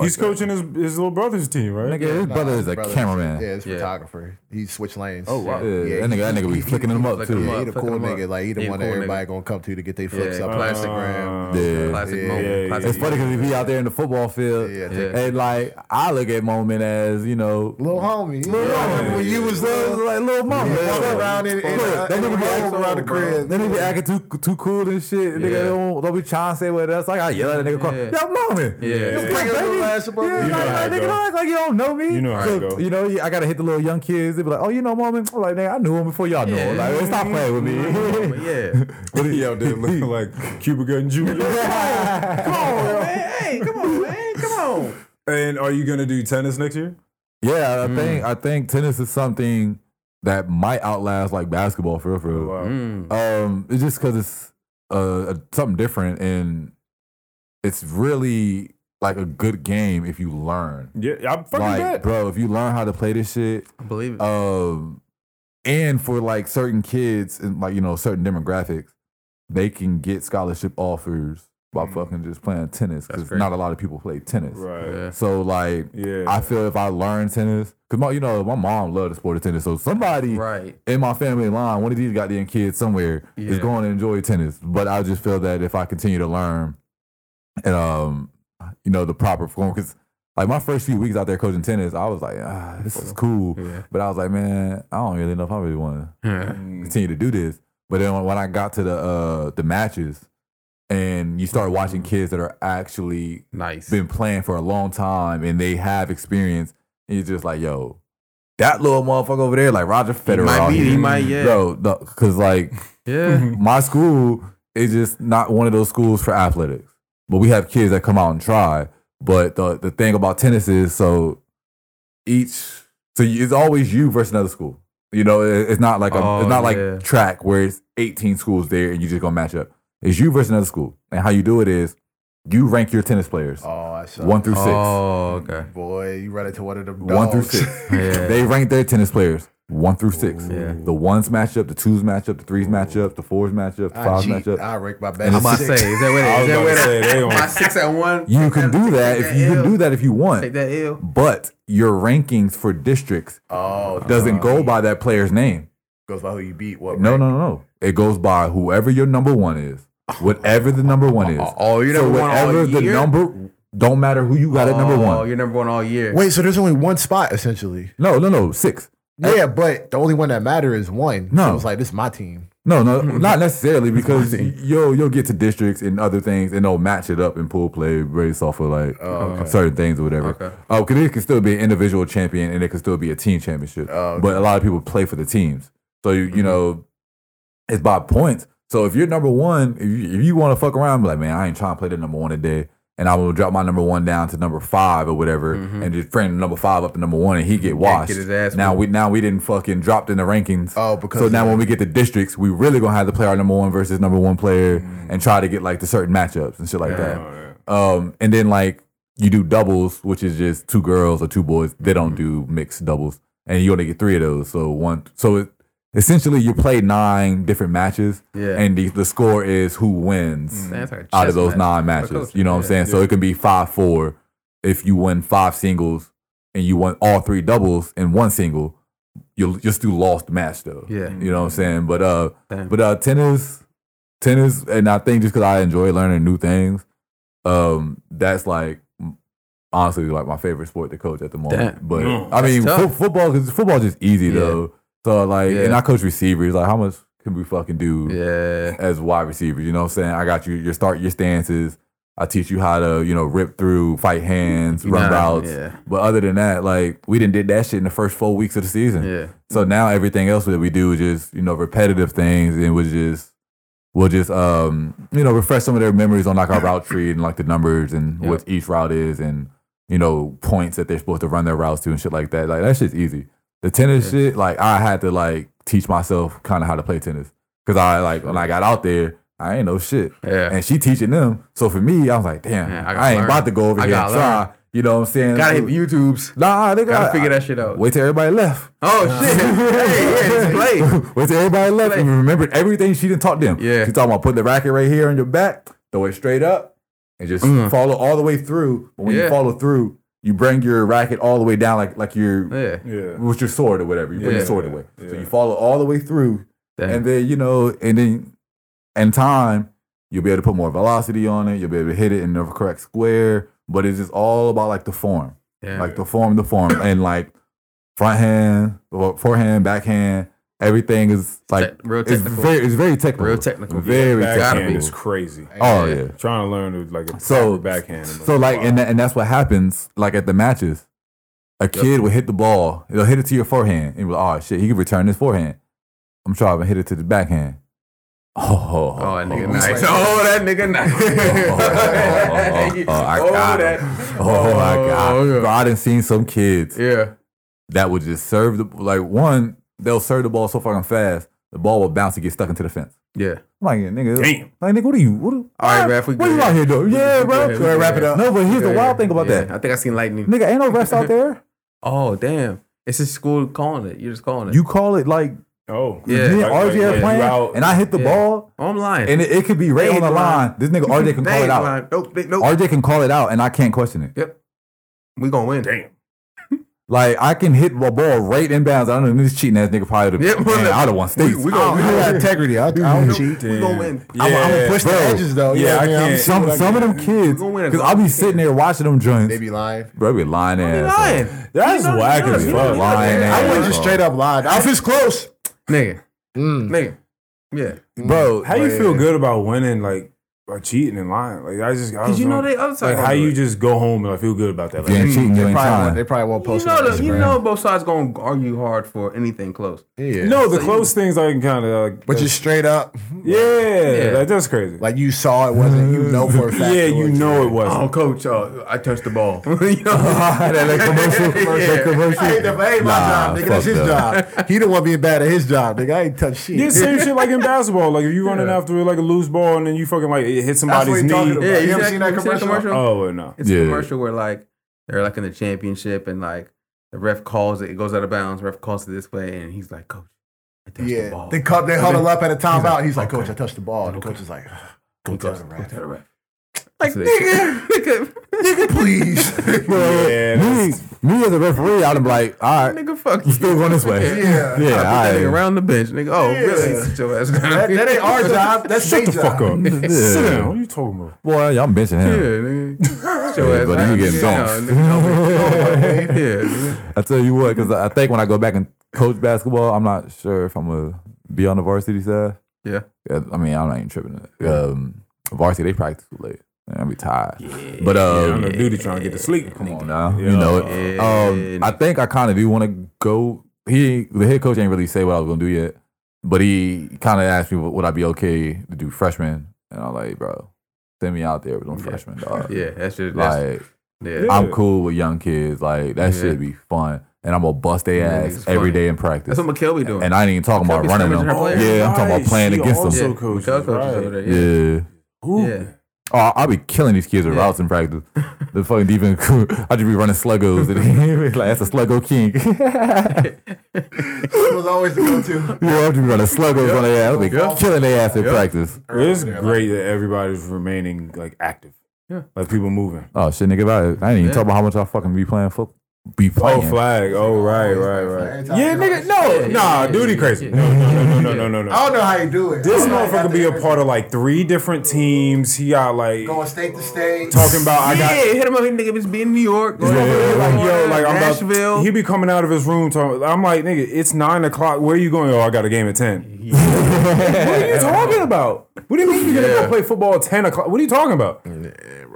Speaker 4: He's coaching his, his little brother's team, right?
Speaker 1: Nigga, his brother is a
Speaker 5: brother.
Speaker 1: cameraman.
Speaker 5: Yeah, it's
Speaker 3: Yeah.
Speaker 5: photographer. He switched lanes.
Speaker 3: Oh, wow.
Speaker 1: Yeah, that nigga, that nigga be flicking them up
Speaker 3: flicking
Speaker 1: too.
Speaker 3: them
Speaker 5: Yeah,
Speaker 3: up.
Speaker 5: he the
Speaker 3: Fuck
Speaker 5: cool
Speaker 3: him up.
Speaker 5: nigga. Like he the
Speaker 3: He
Speaker 5: one
Speaker 3: the
Speaker 5: that
Speaker 3: cool
Speaker 5: everybody gonna come to to get their flicks
Speaker 3: Yeah,
Speaker 4: Uh,
Speaker 5: up.
Speaker 3: classic.
Speaker 5: Instagram.
Speaker 1: Yeah.
Speaker 3: Classic
Speaker 5: Yeah.
Speaker 3: moment.
Speaker 4: Yeah,
Speaker 3: Classic
Speaker 1: It's funny because if he out there in the football field,
Speaker 5: Yeah,
Speaker 3: Yeah.
Speaker 1: and like I look at moment as you know,
Speaker 5: Little homie.
Speaker 1: Lil Mama.
Speaker 5: When you was
Speaker 1: Lil-
Speaker 5: little,
Speaker 1: like little mama.
Speaker 5: Yeah.
Speaker 1: Like,
Speaker 5: Walking around in- in-
Speaker 1: Look, they
Speaker 5: in the
Speaker 1: nigga be
Speaker 5: room
Speaker 1: acting
Speaker 5: around the
Speaker 1: bro.
Speaker 5: crib.
Speaker 1: They nigga be acting too too cool and shit. Nigga,
Speaker 3: Yeah.
Speaker 1: they don't, don't be trying to say what else. Like I yell at a nigga, call,
Speaker 3: Yeah.
Speaker 1: yo, mama.
Speaker 3: Yeah.
Speaker 1: Yo,
Speaker 3: Just
Speaker 5: bring
Speaker 1: baby.
Speaker 5: your little ass up up
Speaker 1: Yeah,
Speaker 5: there.
Speaker 4: You know
Speaker 1: like,
Speaker 4: how it
Speaker 1: like, nigga,
Speaker 4: go.
Speaker 1: don't act like you don't know me.
Speaker 4: You know how it
Speaker 1: So,
Speaker 4: go.
Speaker 1: You know, I gotta hit the little young kids. They be like, oh, you know, mama. I'm like, nigga, I knew him before y'all knew him.
Speaker 3: Yeah.
Speaker 1: Like, stop playing with me.
Speaker 3: But yeah.
Speaker 4: What he out there looking like Cuba Gooding Jr.
Speaker 1: yeah,
Speaker 3: hey, come on, man. Come on.
Speaker 4: and are you gonna do tennis next year?
Speaker 1: I think I think tennis is something that might outlast like basketball for real, for real.
Speaker 4: Wow.
Speaker 3: Mm.
Speaker 1: Um, it's just because it's uh, something different, and it's really like a good game if you learn.
Speaker 4: Yeah, I'm fucking
Speaker 1: like,
Speaker 4: bet.
Speaker 1: bro, if you learn how to play this shit,
Speaker 3: I believe it.
Speaker 1: um, and for like certain kids and like you know certain demographics, they can get scholarship offers by fucking just playing tennis
Speaker 3: Mm. That's
Speaker 1: because
Speaker 3: crazy.
Speaker 1: not a lot of people play tennis.
Speaker 4: Right.
Speaker 3: yeah.
Speaker 1: So like,
Speaker 4: Yeah.
Speaker 1: I feel if I learn tennis, cause my you know my mom loved the sport of tennis, so somebody
Speaker 3: Right.
Speaker 1: in my family line, one of these goddamn kids somewhere is
Speaker 3: Yeah.
Speaker 1: going to enjoy tennis. But I just feel that if I continue to learn and um, you know, the proper form, because like my first few weeks out there coaching tennis, I was like, ah, this is cool.
Speaker 3: Yeah.
Speaker 1: But I was like, man, I don't really know if I really want to
Speaker 3: Yeah.
Speaker 1: continue to do this. But then when- when I got to the uh the matches and you start
Speaker 3: Mm.
Speaker 1: watching kids that are actually
Speaker 3: Nice.
Speaker 1: been playing for a long time and they have experience, and you're just like, yo, that little motherfucker over there, like Roger Federer.
Speaker 3: might
Speaker 1: out
Speaker 3: be, he
Speaker 1: here.
Speaker 3: might, yeah.
Speaker 1: Bro, because like
Speaker 3: Yeah.
Speaker 1: my school is just not one of those schools for athletics, but we have kids that come out and try. But the the thing about tennis is, so each so you- it's always you versus another school. You know, it- it's not like a,
Speaker 3: Oh,
Speaker 1: it's not like
Speaker 3: yeah.
Speaker 1: track where it's 18 schools there and you just gonna match up. It's you versus another school, and how you do it is you rank your tennis players
Speaker 5: Oh, I saw.
Speaker 1: one through six.
Speaker 3: Oh, okay.
Speaker 5: Boy, you run into one of them.
Speaker 1: One through
Speaker 5: dogs.
Speaker 1: six.
Speaker 3: Yeah.
Speaker 1: They rank their tennis players one through six.
Speaker 3: Yeah.
Speaker 1: The ones match up, the twos match up, the threes match up, the fours match up, the
Speaker 5: I
Speaker 1: fives
Speaker 5: cheat.
Speaker 1: match up.
Speaker 5: Ah, I rank my Oh,
Speaker 1: And
Speaker 5: bad.
Speaker 3: I'm about to say,
Speaker 5: six.
Speaker 3: is that where
Speaker 4: I
Speaker 3: is
Speaker 4: was
Speaker 3: that
Speaker 4: about
Speaker 3: where
Speaker 4: to say
Speaker 3: that-
Speaker 4: they don't.
Speaker 3: my six at one?
Speaker 1: You can do that if you can do that if you
Speaker 3: Take
Speaker 1: want.
Speaker 3: that L.
Speaker 1: But your rankings for districts
Speaker 5: Oh,
Speaker 1: doesn't
Speaker 3: Uh-huh.
Speaker 1: go by that player's name.
Speaker 5: goes by who you beat. What?
Speaker 1: No, no, no, no. It goes by whoever your number one is. Whatever the number one is.
Speaker 3: Oh, you're
Speaker 1: So
Speaker 3: number one all
Speaker 1: whatever the
Speaker 3: year?
Speaker 1: number don't matter who you got at number
Speaker 3: Oh,
Speaker 1: one.
Speaker 3: you're number one all year.
Speaker 5: Wait, so there's only one spot essentially.
Speaker 1: No, no, no. Six.
Speaker 5: Yeah, but the only one that matter is one.
Speaker 1: No.
Speaker 5: so it's like this is my team.
Speaker 1: No, no,
Speaker 3: Mm-hmm.
Speaker 1: not necessarily because you'll you'll get to districts and other things and they'll match it up in pool play based off of like certain things or whatever.
Speaker 3: Oh, Okay.
Speaker 1: Oh, because it can still be an individual champion and it can still be a team championship.
Speaker 3: Oh,
Speaker 1: But a lot of people play for the teams, so you
Speaker 3: Mm-hmm.
Speaker 1: you know it's by points. So if you're number one, if you, if you want to fuck around, be like, man, I ain't trying to play the number one today. And I will drop my number one down to number five or whatever, and just bring number five up to number one, and he get washed.
Speaker 3: Mm-hmm. his ass
Speaker 1: now
Speaker 3: whooped.
Speaker 1: we now we didn't fucking dropped in the rankings.
Speaker 5: Oh, because
Speaker 1: so
Speaker 5: of
Speaker 1: now
Speaker 5: that.
Speaker 1: when we get the districts, we really gonna have to play our number one versus number one player
Speaker 3: Mm-hmm.
Speaker 1: and try to get like the certain matchups and shit like that. Um, and then like you do doubles, which is just two girls or two boys. They don't
Speaker 3: Mm-hmm.
Speaker 1: do mixed doubles, and you only get three of those. So one, so it, essentially you play nine different matches,
Speaker 3: Yeah. Mm-hmm.
Speaker 1: and the, the score is who wins
Speaker 3: Man, it's like a
Speaker 1: out of
Speaker 3: chess
Speaker 1: those
Speaker 3: match.
Speaker 1: nine matches. You know what I'm saying? So it could be five four if you win five singles and you won all three doubles and one single. You'll you'll still lost the match though.
Speaker 3: Yeah.
Speaker 1: you know what I'm saying. But uh,
Speaker 3: Damn.
Speaker 1: but uh, tennis, tennis, and I think just because I enjoy learning new things, um, that's like honestly like my favorite sport to coach at the moment.
Speaker 3: Damn.
Speaker 1: But
Speaker 4: Mm.
Speaker 1: I mean,
Speaker 3: That's
Speaker 1: fo-
Speaker 3: tough.
Speaker 1: football because football's just easy
Speaker 3: Yeah.
Speaker 1: though. So like, and
Speaker 3: Yeah.
Speaker 1: I coach receivers. Like, how much can we fucking do?
Speaker 3: Yeah.
Speaker 1: as wide receivers. You know what I'm saying? I got you your start your stances. I teach you how to, you know, rip through, fight hands, run
Speaker 3: Nah,
Speaker 1: routes.
Speaker 3: yeah.
Speaker 1: But other than that, like we didn't did that shit in the first four weeks of the season.
Speaker 3: Yeah.
Speaker 1: So now everything else that we do is just, you know, repetitive things and we just we'll just um, you know, refresh some of their memories on like our route tree and like the numbers and
Speaker 3: Yeah.
Speaker 1: what each route is and, you know, points that they're supposed to run their routes to and shit like that. Like that shit's easy. The tennis shit, like I had to like teach myself kind of how to play tennis. Cause I like when I got out there, I ain't no shit.
Speaker 3: Yeah.
Speaker 1: And she teaching them. So for me, I was like, damn,
Speaker 3: Yeah, I
Speaker 1: I,
Speaker 3: gotta
Speaker 1: ain't
Speaker 3: learn.
Speaker 1: about to go over
Speaker 3: I
Speaker 1: here and
Speaker 3: gotta
Speaker 1: try.
Speaker 3: learn.
Speaker 1: You know what I'm saying?
Speaker 3: Gotta hit YouTube's.
Speaker 1: Nah, they
Speaker 3: Gotta figure that shit out.
Speaker 1: Wait till everybody left.
Speaker 3: Oh shit. hey, yeah, just play.
Speaker 1: Wait till everybody left.
Speaker 3: Play.
Speaker 1: And remember everything she didn't taught them.
Speaker 3: Yeah.
Speaker 1: She talking about putting the racket right here on your back, throw it straight up, and just follow all the way through. But when you
Speaker 3: Mm-hmm. Yeah.
Speaker 1: follow through, you bring your racket all the way down, like like you're
Speaker 3: Yeah.
Speaker 4: Yeah.
Speaker 1: with your sword or whatever. You bring
Speaker 3: Yeah.
Speaker 1: your sword away, so
Speaker 4: Yeah.
Speaker 1: you follow all the way through,
Speaker 3: Damn.
Speaker 1: and then you know, and then in time you'll be able to put more velocity on it. You'll be able to hit it in the correct square. But it's just all about like the form,
Speaker 3: Yeah.
Speaker 1: like the form, the form, and like front hand, or forehand, backhand. Everything is like
Speaker 3: Tec- real
Speaker 1: it's
Speaker 3: technical.
Speaker 1: very it's very technical,
Speaker 3: Real technical.
Speaker 1: very
Speaker 4: Backhand
Speaker 1: technical.
Speaker 4: is crazy.
Speaker 1: Oh yeah.
Speaker 4: Trying to learn to like a
Speaker 1: So
Speaker 4: proper backhand.
Speaker 1: So like and that, and that's what happens like at the matches. A kid will hit the ball. They'll hit it to your forehand. And you'll be like, oh shit, he can return his forehand. I'm sure I haven't hit it to the backhand. Oh, oh,
Speaker 3: Oh, that nigga
Speaker 1: oh,
Speaker 3: nice.
Speaker 1: Oh,
Speaker 3: Oh, that nigga
Speaker 1: oh, oh,
Speaker 3: nice.
Speaker 1: oh, I got
Speaker 3: that.
Speaker 1: him. Oh my god.
Speaker 3: yeah.
Speaker 1: Bro, I done seen some kids
Speaker 3: Yeah.
Speaker 1: that would just serve the like one, they'll serve the ball so fucking fast, the ball will bounce and get stuck into the fence.
Speaker 3: Yeah.
Speaker 1: I'm like, nigga,
Speaker 4: Damn.
Speaker 1: like nigga, what are you? What, are-
Speaker 3: All right, ref, we
Speaker 1: what
Speaker 3: good.
Speaker 1: you out here doing? Yeah, bro.
Speaker 3: ahead, we good.
Speaker 1: wrap it up. No, but here's the wild thing about
Speaker 3: Yeah,
Speaker 1: that.
Speaker 3: I think I seen lightning.
Speaker 1: Nigga, ain't no refs out there.
Speaker 3: Oh, damn. It's just school calling it. You're just calling it.
Speaker 1: You call it like
Speaker 4: oh
Speaker 3: Yeah.
Speaker 1: me and
Speaker 4: Like-
Speaker 1: RJ
Speaker 4: like- like
Speaker 1: are
Speaker 4: you
Speaker 1: playing,
Speaker 4: out-
Speaker 1: and I hit the
Speaker 3: Yeah.
Speaker 1: ball,
Speaker 3: oh, I'm lying.
Speaker 1: and it, it could be right
Speaker 3: They
Speaker 1: on the
Speaker 3: ain't
Speaker 1: line. This nigga RJ can
Speaker 3: They
Speaker 1: call it
Speaker 3: ain't
Speaker 1: out.
Speaker 3: lying. Nope. they- nope.
Speaker 1: RJ can call it out, and I can't question it.
Speaker 3: Yep. We gonna win.
Speaker 4: Damn.
Speaker 1: Like I can hit the ball right in bounds. I don't know this cheating ass nigga probably.
Speaker 3: Yep,
Speaker 1: Yep,
Speaker 3: well,
Speaker 1: man, I don't want states.
Speaker 3: we gonna-
Speaker 1: I-
Speaker 3: we
Speaker 8: I got integrity. I, I don't cheat.
Speaker 3: We gonna win.
Speaker 4: Yeah.
Speaker 8: I'm gonna push the
Speaker 1: Bro.
Speaker 8: edges though.
Speaker 4: Yeah, I
Speaker 8: I mean? I'm
Speaker 4: can't.
Speaker 8: see
Speaker 1: some
Speaker 8: what I
Speaker 1: some of
Speaker 8: can-
Speaker 1: them kids,
Speaker 3: gonna win as
Speaker 1: because
Speaker 3: long
Speaker 1: I'll be
Speaker 3: as we
Speaker 1: sitting
Speaker 3: can.
Speaker 1: there watching them joints.
Speaker 8: They be lying.
Speaker 1: Bro, be lying
Speaker 3: They
Speaker 1: ass.
Speaker 3: lying.
Speaker 4: That's
Speaker 3: You know-
Speaker 4: whack
Speaker 3: you know-
Speaker 4: as
Speaker 3: you know-
Speaker 4: fuck.
Speaker 3: you know-
Speaker 8: I
Speaker 1: Lying ass.
Speaker 8: wouldn't just
Speaker 1: bro.
Speaker 8: straight up lie. I was close.
Speaker 3: Nigga.
Speaker 8: Mm.
Speaker 3: Nigga. Yeah.
Speaker 1: Bro,
Speaker 4: How you feel good about winning like by cheating and lying? Like I just I
Speaker 3: Cause
Speaker 4: was
Speaker 3: you know
Speaker 4: wrong.
Speaker 3: they other side.
Speaker 4: like
Speaker 3: gonna
Speaker 4: how
Speaker 3: do
Speaker 4: you
Speaker 3: it.
Speaker 4: just go home and I feel good about that.
Speaker 1: You
Speaker 4: Like,
Speaker 1: ain't cheating, you
Speaker 8: They
Speaker 1: ain't
Speaker 8: probably
Speaker 1: trying.
Speaker 8: won't, they probably won't post
Speaker 3: You know,
Speaker 8: it.
Speaker 3: the,
Speaker 8: on
Speaker 3: you
Speaker 8: Instagram.
Speaker 3: know both sides gonna argue hard for anything close.
Speaker 8: yeah.
Speaker 4: mm. no, the close things I can kind of like,
Speaker 8: but just straight up,
Speaker 4: yeah,
Speaker 3: Yeah.
Speaker 4: like, that's crazy.
Speaker 8: like you saw it wasn't. You know for a fact.
Speaker 4: yeah,
Speaker 8: it
Speaker 4: you
Speaker 8: wasn't.
Speaker 4: know it
Speaker 1: Oh,
Speaker 4: wasn't.
Speaker 3: coach, uh, I touched the ball. you know?
Speaker 1: that, that commercial, that commercial.
Speaker 8: I ain't, that ain't my job, nigga. That's his job. He don't want being bad at his job, nigga. I ain't touch shit.
Speaker 4: Yeah, same shit like in basketball. Like if you running after like a loose ball and then you fucking like it hit
Speaker 8: That's what
Speaker 4: somebody's
Speaker 8: he talking about.
Speaker 4: knee.
Speaker 3: Yeah,
Speaker 8: you
Speaker 3: you
Speaker 8: ever
Speaker 3: seen
Speaker 8: seen that
Speaker 3: that- you seen that
Speaker 8: commercial?
Speaker 3: commercial?
Speaker 4: Oh well, no.
Speaker 3: It's a
Speaker 1: Yeah.
Speaker 3: commercial where like they're like in the championship and like the ref calls it, it goes out of bounds. Ref calls it this way, and he's like, "Coach, I touched the
Speaker 8: Yeah.
Speaker 3: ball."
Speaker 8: They cut. They huddle up at a timeout. He's like, "Coach, I touched the ball." And the coach is like, "Go tell the
Speaker 3: Go
Speaker 8: ref,
Speaker 3: to the ref. Like So they- nigga, nigga,
Speaker 8: please."
Speaker 1: Bro,
Speaker 4: Yeah,
Speaker 1: me, me as a referee, I'd be like, all right,
Speaker 3: nigga, fuck
Speaker 1: we're
Speaker 3: you.
Speaker 1: still going this way.
Speaker 8: Yeah.
Speaker 1: yeah,
Speaker 3: Put
Speaker 1: all
Speaker 3: that
Speaker 1: right.
Speaker 3: nigga around the bench, nigga. Oh, really? Sit your ass down.
Speaker 8: That, that ain't our job. That's
Speaker 4: Shut
Speaker 8: their
Speaker 4: the
Speaker 8: job.
Speaker 4: fuck up.
Speaker 1: Yeah.
Speaker 4: Sit down. What are you talking about?
Speaker 1: Boy, y'all benching
Speaker 3: Yeah,
Speaker 1: him.
Speaker 3: nigga. Sit your
Speaker 1: Yeah,
Speaker 3: ass
Speaker 1: but
Speaker 3: down,
Speaker 1: you
Speaker 3: nigga.
Speaker 1: getting
Speaker 3: Yeah,
Speaker 1: dunked.
Speaker 3: nigga. Yeah, nigga.
Speaker 1: I tell you what, because I think when I go back and coach basketball, I'm not sure if I'm gonna be on the varsity side.
Speaker 3: Yeah.
Speaker 1: Yeah, I mean, I'm not even tripping. Um, varsity, they practice too late. Man, I'm be tired. But
Speaker 4: I'm
Speaker 1: um,
Speaker 4: on duty trying to get to sleep.
Speaker 1: come on now, you know. it.
Speaker 3: Yeah.
Speaker 1: Um, I think I kind of do want to go. He, the head coach, ain't really say what I was gonna do yet, but he kind of asked me would I be okay to do freshman, and I'm like, bro, send me out there with them
Speaker 3: Yeah.
Speaker 1: freshmen, dog.
Speaker 3: Yeah, that's just
Speaker 1: Like
Speaker 3: that's, yeah.
Speaker 1: I'm cool with young kids, like that
Speaker 3: Yeah.
Speaker 1: shit be fun, and I'm gonna bust their
Speaker 3: Yeah,
Speaker 1: ass
Speaker 3: it's
Speaker 1: every
Speaker 3: funny.
Speaker 1: day in practice.
Speaker 3: That's what McKell be doing.
Speaker 1: and I ain't even talking about
Speaker 3: Kelby's
Speaker 1: running them.
Speaker 3: scrimmaging her players.
Speaker 1: Yeah, I'm talking about playing
Speaker 4: She
Speaker 1: against
Speaker 4: also
Speaker 1: them.
Speaker 3: yeah,
Speaker 4: coaches,
Speaker 3: McKell
Speaker 4: right.
Speaker 3: coaches over there.
Speaker 1: Yeah.
Speaker 3: Yeah.
Speaker 4: Who?
Speaker 3: Yeah.
Speaker 1: Oh, I'll be killing these kids with
Speaker 3: Yeah.
Speaker 1: routes in practice. The fucking defense crew, I just be running sluggos. And like, that's a sluggo king.
Speaker 8: It was always the go-to.
Speaker 1: You know, I'll just be running sluggos on their ass. I'll be killing their ass in practice.
Speaker 4: It's great that everybody's remaining like active.
Speaker 3: Yeah.
Speaker 4: Like people moving.
Speaker 1: Oh, shit, nigga, about it. I ain't even
Speaker 3: Yeah.
Speaker 1: talk about how much I fucking be playing football. Be
Speaker 4: Oh,
Speaker 1: playing.
Speaker 4: flag. Oh, right, right,
Speaker 8: Every
Speaker 4: right.
Speaker 8: time
Speaker 4: Yeah,
Speaker 8: you
Speaker 4: nigga.
Speaker 3: Yeah,
Speaker 4: No,
Speaker 3: yeah,
Speaker 4: nah,
Speaker 3: yeah,
Speaker 4: duty
Speaker 3: yeah,
Speaker 4: crazy.
Speaker 3: yeah.
Speaker 4: No, no, no, no, no, no,
Speaker 8: I
Speaker 5: Oh,
Speaker 4: no.
Speaker 8: don't know how you do it.
Speaker 4: This
Speaker 8: I don't know how you
Speaker 4: motherfucker
Speaker 8: got
Speaker 4: be a
Speaker 8: there.
Speaker 4: part of like three different teams. He got like
Speaker 8: Going state to state.
Speaker 4: talking about I got
Speaker 3: yeah, hit him up. Nigga, if it's being in New York. Go
Speaker 4: Yeah,
Speaker 3: over
Speaker 4: like, yo, like I'm
Speaker 3: Nashville.
Speaker 4: about. He be coming out of his room talking. I'm like, nigga, it's nine o'clock. Where you going? Oh, I got a game at ten. what are you talking about? What do you mean you're gonna go play football at ten o'clock? What are you talking about?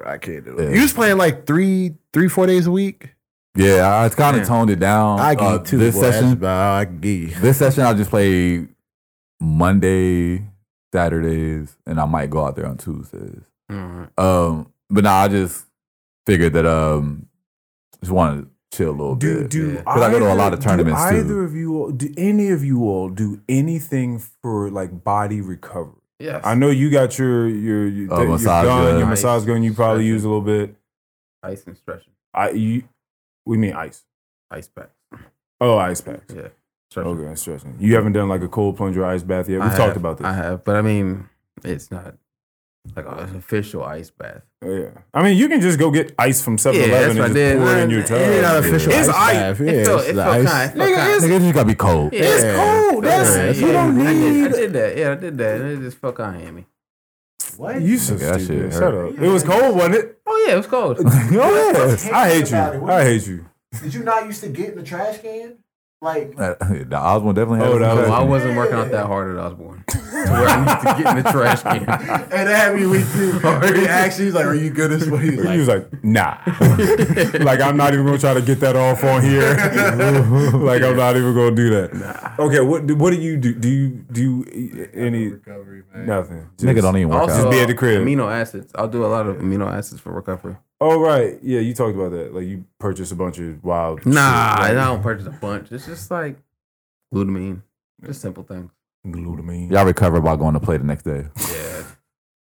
Speaker 8: I can't do it. You was playing like three, three, four days a week.
Speaker 1: Yeah, I kind
Speaker 3: Yeah.
Speaker 1: of toned it down.
Speaker 8: I
Speaker 1: uh,
Speaker 8: get two.
Speaker 1: This
Speaker 8: boy. That's
Speaker 1: session,
Speaker 8: about how I get.
Speaker 1: this session, I just play Monday, Saturdays, and I might go out there on Tuesdays.
Speaker 3: Alright.
Speaker 1: Um, but nah, I just figured that um, just wanted to chill a little
Speaker 4: Do
Speaker 1: bit.
Speaker 4: do
Speaker 3: Yeah.
Speaker 1: 'Cause I go to a lot of
Speaker 4: either- do
Speaker 1: tournaments, too.
Speaker 4: Either of you all, do any of you all do anything for like body recovery?
Speaker 3: Yes.
Speaker 4: I know you got your your your,
Speaker 1: Uh,
Speaker 4: your
Speaker 1: massage
Speaker 4: gun,
Speaker 1: gun.
Speaker 4: your massage gun. You probably
Speaker 3: Stretching.
Speaker 4: use a little bit.
Speaker 3: Ice and stretching.
Speaker 4: I you, we mean ice.
Speaker 3: Ice pack.
Speaker 4: Oh, ice packs.
Speaker 3: Yeah.
Speaker 4: Okay, that's stressing. You haven't done like a cold plunge or ice bath yet. We've
Speaker 3: I
Speaker 4: talked
Speaker 3: have-
Speaker 4: about this.
Speaker 3: I have, but I mean, it's not. like an official ice bath.
Speaker 4: Oh, Yeah. I mean, you can just go get ice from 7
Speaker 3: Yeah,
Speaker 4: Eleven
Speaker 3: that's what I
Speaker 4: and just
Speaker 3: did.
Speaker 4: pour it in your
Speaker 3: It's
Speaker 4: tub.
Speaker 3: not official
Speaker 4: It's
Speaker 3: ice
Speaker 4: ice.
Speaker 8: bath. Yeah,
Speaker 3: It felt,
Speaker 8: it's
Speaker 3: it
Speaker 8: the
Speaker 3: felt
Speaker 8: ice.
Speaker 3: kind of.
Speaker 4: Nigga, it's,
Speaker 1: Nigga, you gotta be cold.
Speaker 3: Yeah. It's
Speaker 4: cold. That's, you don't
Speaker 3: I did,
Speaker 4: need.
Speaker 3: I did that. Yeah, I did that. And it just fuck out Miami.
Speaker 4: You so
Speaker 1: Nigga, that shit
Speaker 4: stupid. Shut up. It was cold, wasn't it?
Speaker 3: Oh yeah, it was cold.
Speaker 4: Oh, yeah. I hate you.
Speaker 2: about it? What
Speaker 4: I hate you.
Speaker 2: Did you not used to get in the trash can? Like,
Speaker 1: Uh, nah, Osborne definitely had
Speaker 4: Oh,
Speaker 1: his
Speaker 4: that
Speaker 3: Well, I
Speaker 1: investment.
Speaker 3: wasn't working out that hard at Osborne to where I need to get in the trash can.
Speaker 5: And that happened week two. He actually he's like, "Are you good as well?" He's
Speaker 4: He
Speaker 5: like,
Speaker 4: was like, nah. like, I'm not even going to try to get that off on here. like, I'm not even going to do that. Okay, what do- what do you do? Do you do any.
Speaker 5: recovery, man.
Speaker 4: Nothing.
Speaker 1: Nigga
Speaker 4: Just-
Speaker 1: don't even work
Speaker 3: Also,
Speaker 1: out.
Speaker 4: be at the crib.
Speaker 3: amino acids. I'll do a lot of amino acids for recovery.
Speaker 4: Oh, right. Yeah, you talked about that. Like, you purchased a bunch of wild. shit,
Speaker 3: Nah, I
Speaker 4: like
Speaker 3: don't purchase a bunch. It's just like glutamine, just simple things.
Speaker 4: Glutamine.
Speaker 1: Y'all recover by going to play the next day.
Speaker 3: Yeah,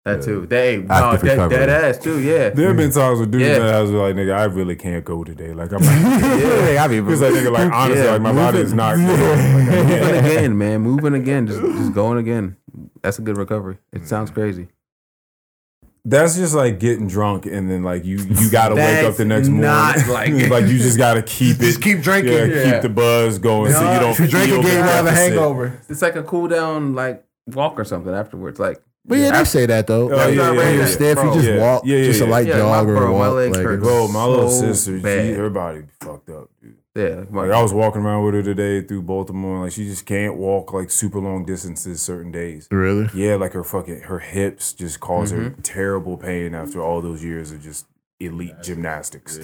Speaker 3: that too. That, hey, no,
Speaker 1: Active
Speaker 3: that,
Speaker 1: recovery.
Speaker 3: that ass too. Yeah,
Speaker 4: There have been times with dudes
Speaker 3: Yeah.
Speaker 4: that I was like, nigga, I really can't go today. Like, I'm like,
Speaker 1: Yeah, I mean,
Speaker 4: because like, nigga, like, honestly,
Speaker 3: Yeah.
Speaker 4: like, my body is not.
Speaker 3: moving again, man. Moving again, just just going again. That's a good recovery. It sounds crazy.
Speaker 4: That's just like getting drunk and then like you you gotta wake up
Speaker 3: That's
Speaker 4: the next morning.
Speaker 3: not like-
Speaker 4: like you just gotta keep it.
Speaker 5: Just keep drinking.
Speaker 4: Yeah,
Speaker 3: Yeah.
Speaker 4: keep the buzz going so you
Speaker 5: Nah,
Speaker 4: don't.
Speaker 5: if you drink
Speaker 4: feel
Speaker 5: again,
Speaker 4: the
Speaker 5: you have a
Speaker 4: deficit.
Speaker 5: hangover.
Speaker 3: It's like a cool down, like walk or something afterwards. Like
Speaker 8: But yeah, they say that though.
Speaker 4: Oh,
Speaker 8: Like,
Speaker 4: yeah,
Speaker 8: when
Speaker 4: yeah,
Speaker 8: you're
Speaker 4: yeah.
Speaker 8: stiff, you just
Speaker 4: Yeah,
Speaker 8: walk,
Speaker 4: yeah, yeah,
Speaker 8: just a
Speaker 4: yeah.
Speaker 8: light
Speaker 3: Yeah, my
Speaker 8: jog or a
Speaker 3: bro, my
Speaker 8: walk.
Speaker 3: legs
Speaker 8: like,
Speaker 3: hurt.
Speaker 8: it's-
Speaker 4: Bro, my little
Speaker 3: So
Speaker 4: sister, she,
Speaker 3: bad.
Speaker 4: her body be fucked up. Dude.
Speaker 3: yeah,
Speaker 4: Like I was walking around with her today through Baltimore, and like she just can't walk like super long distances certain days.
Speaker 8: Really?
Speaker 4: Yeah, like her fucking her hips just cause her
Speaker 5: Mm-hmm.
Speaker 4: terrible pain after all those years of just elite gymnastics.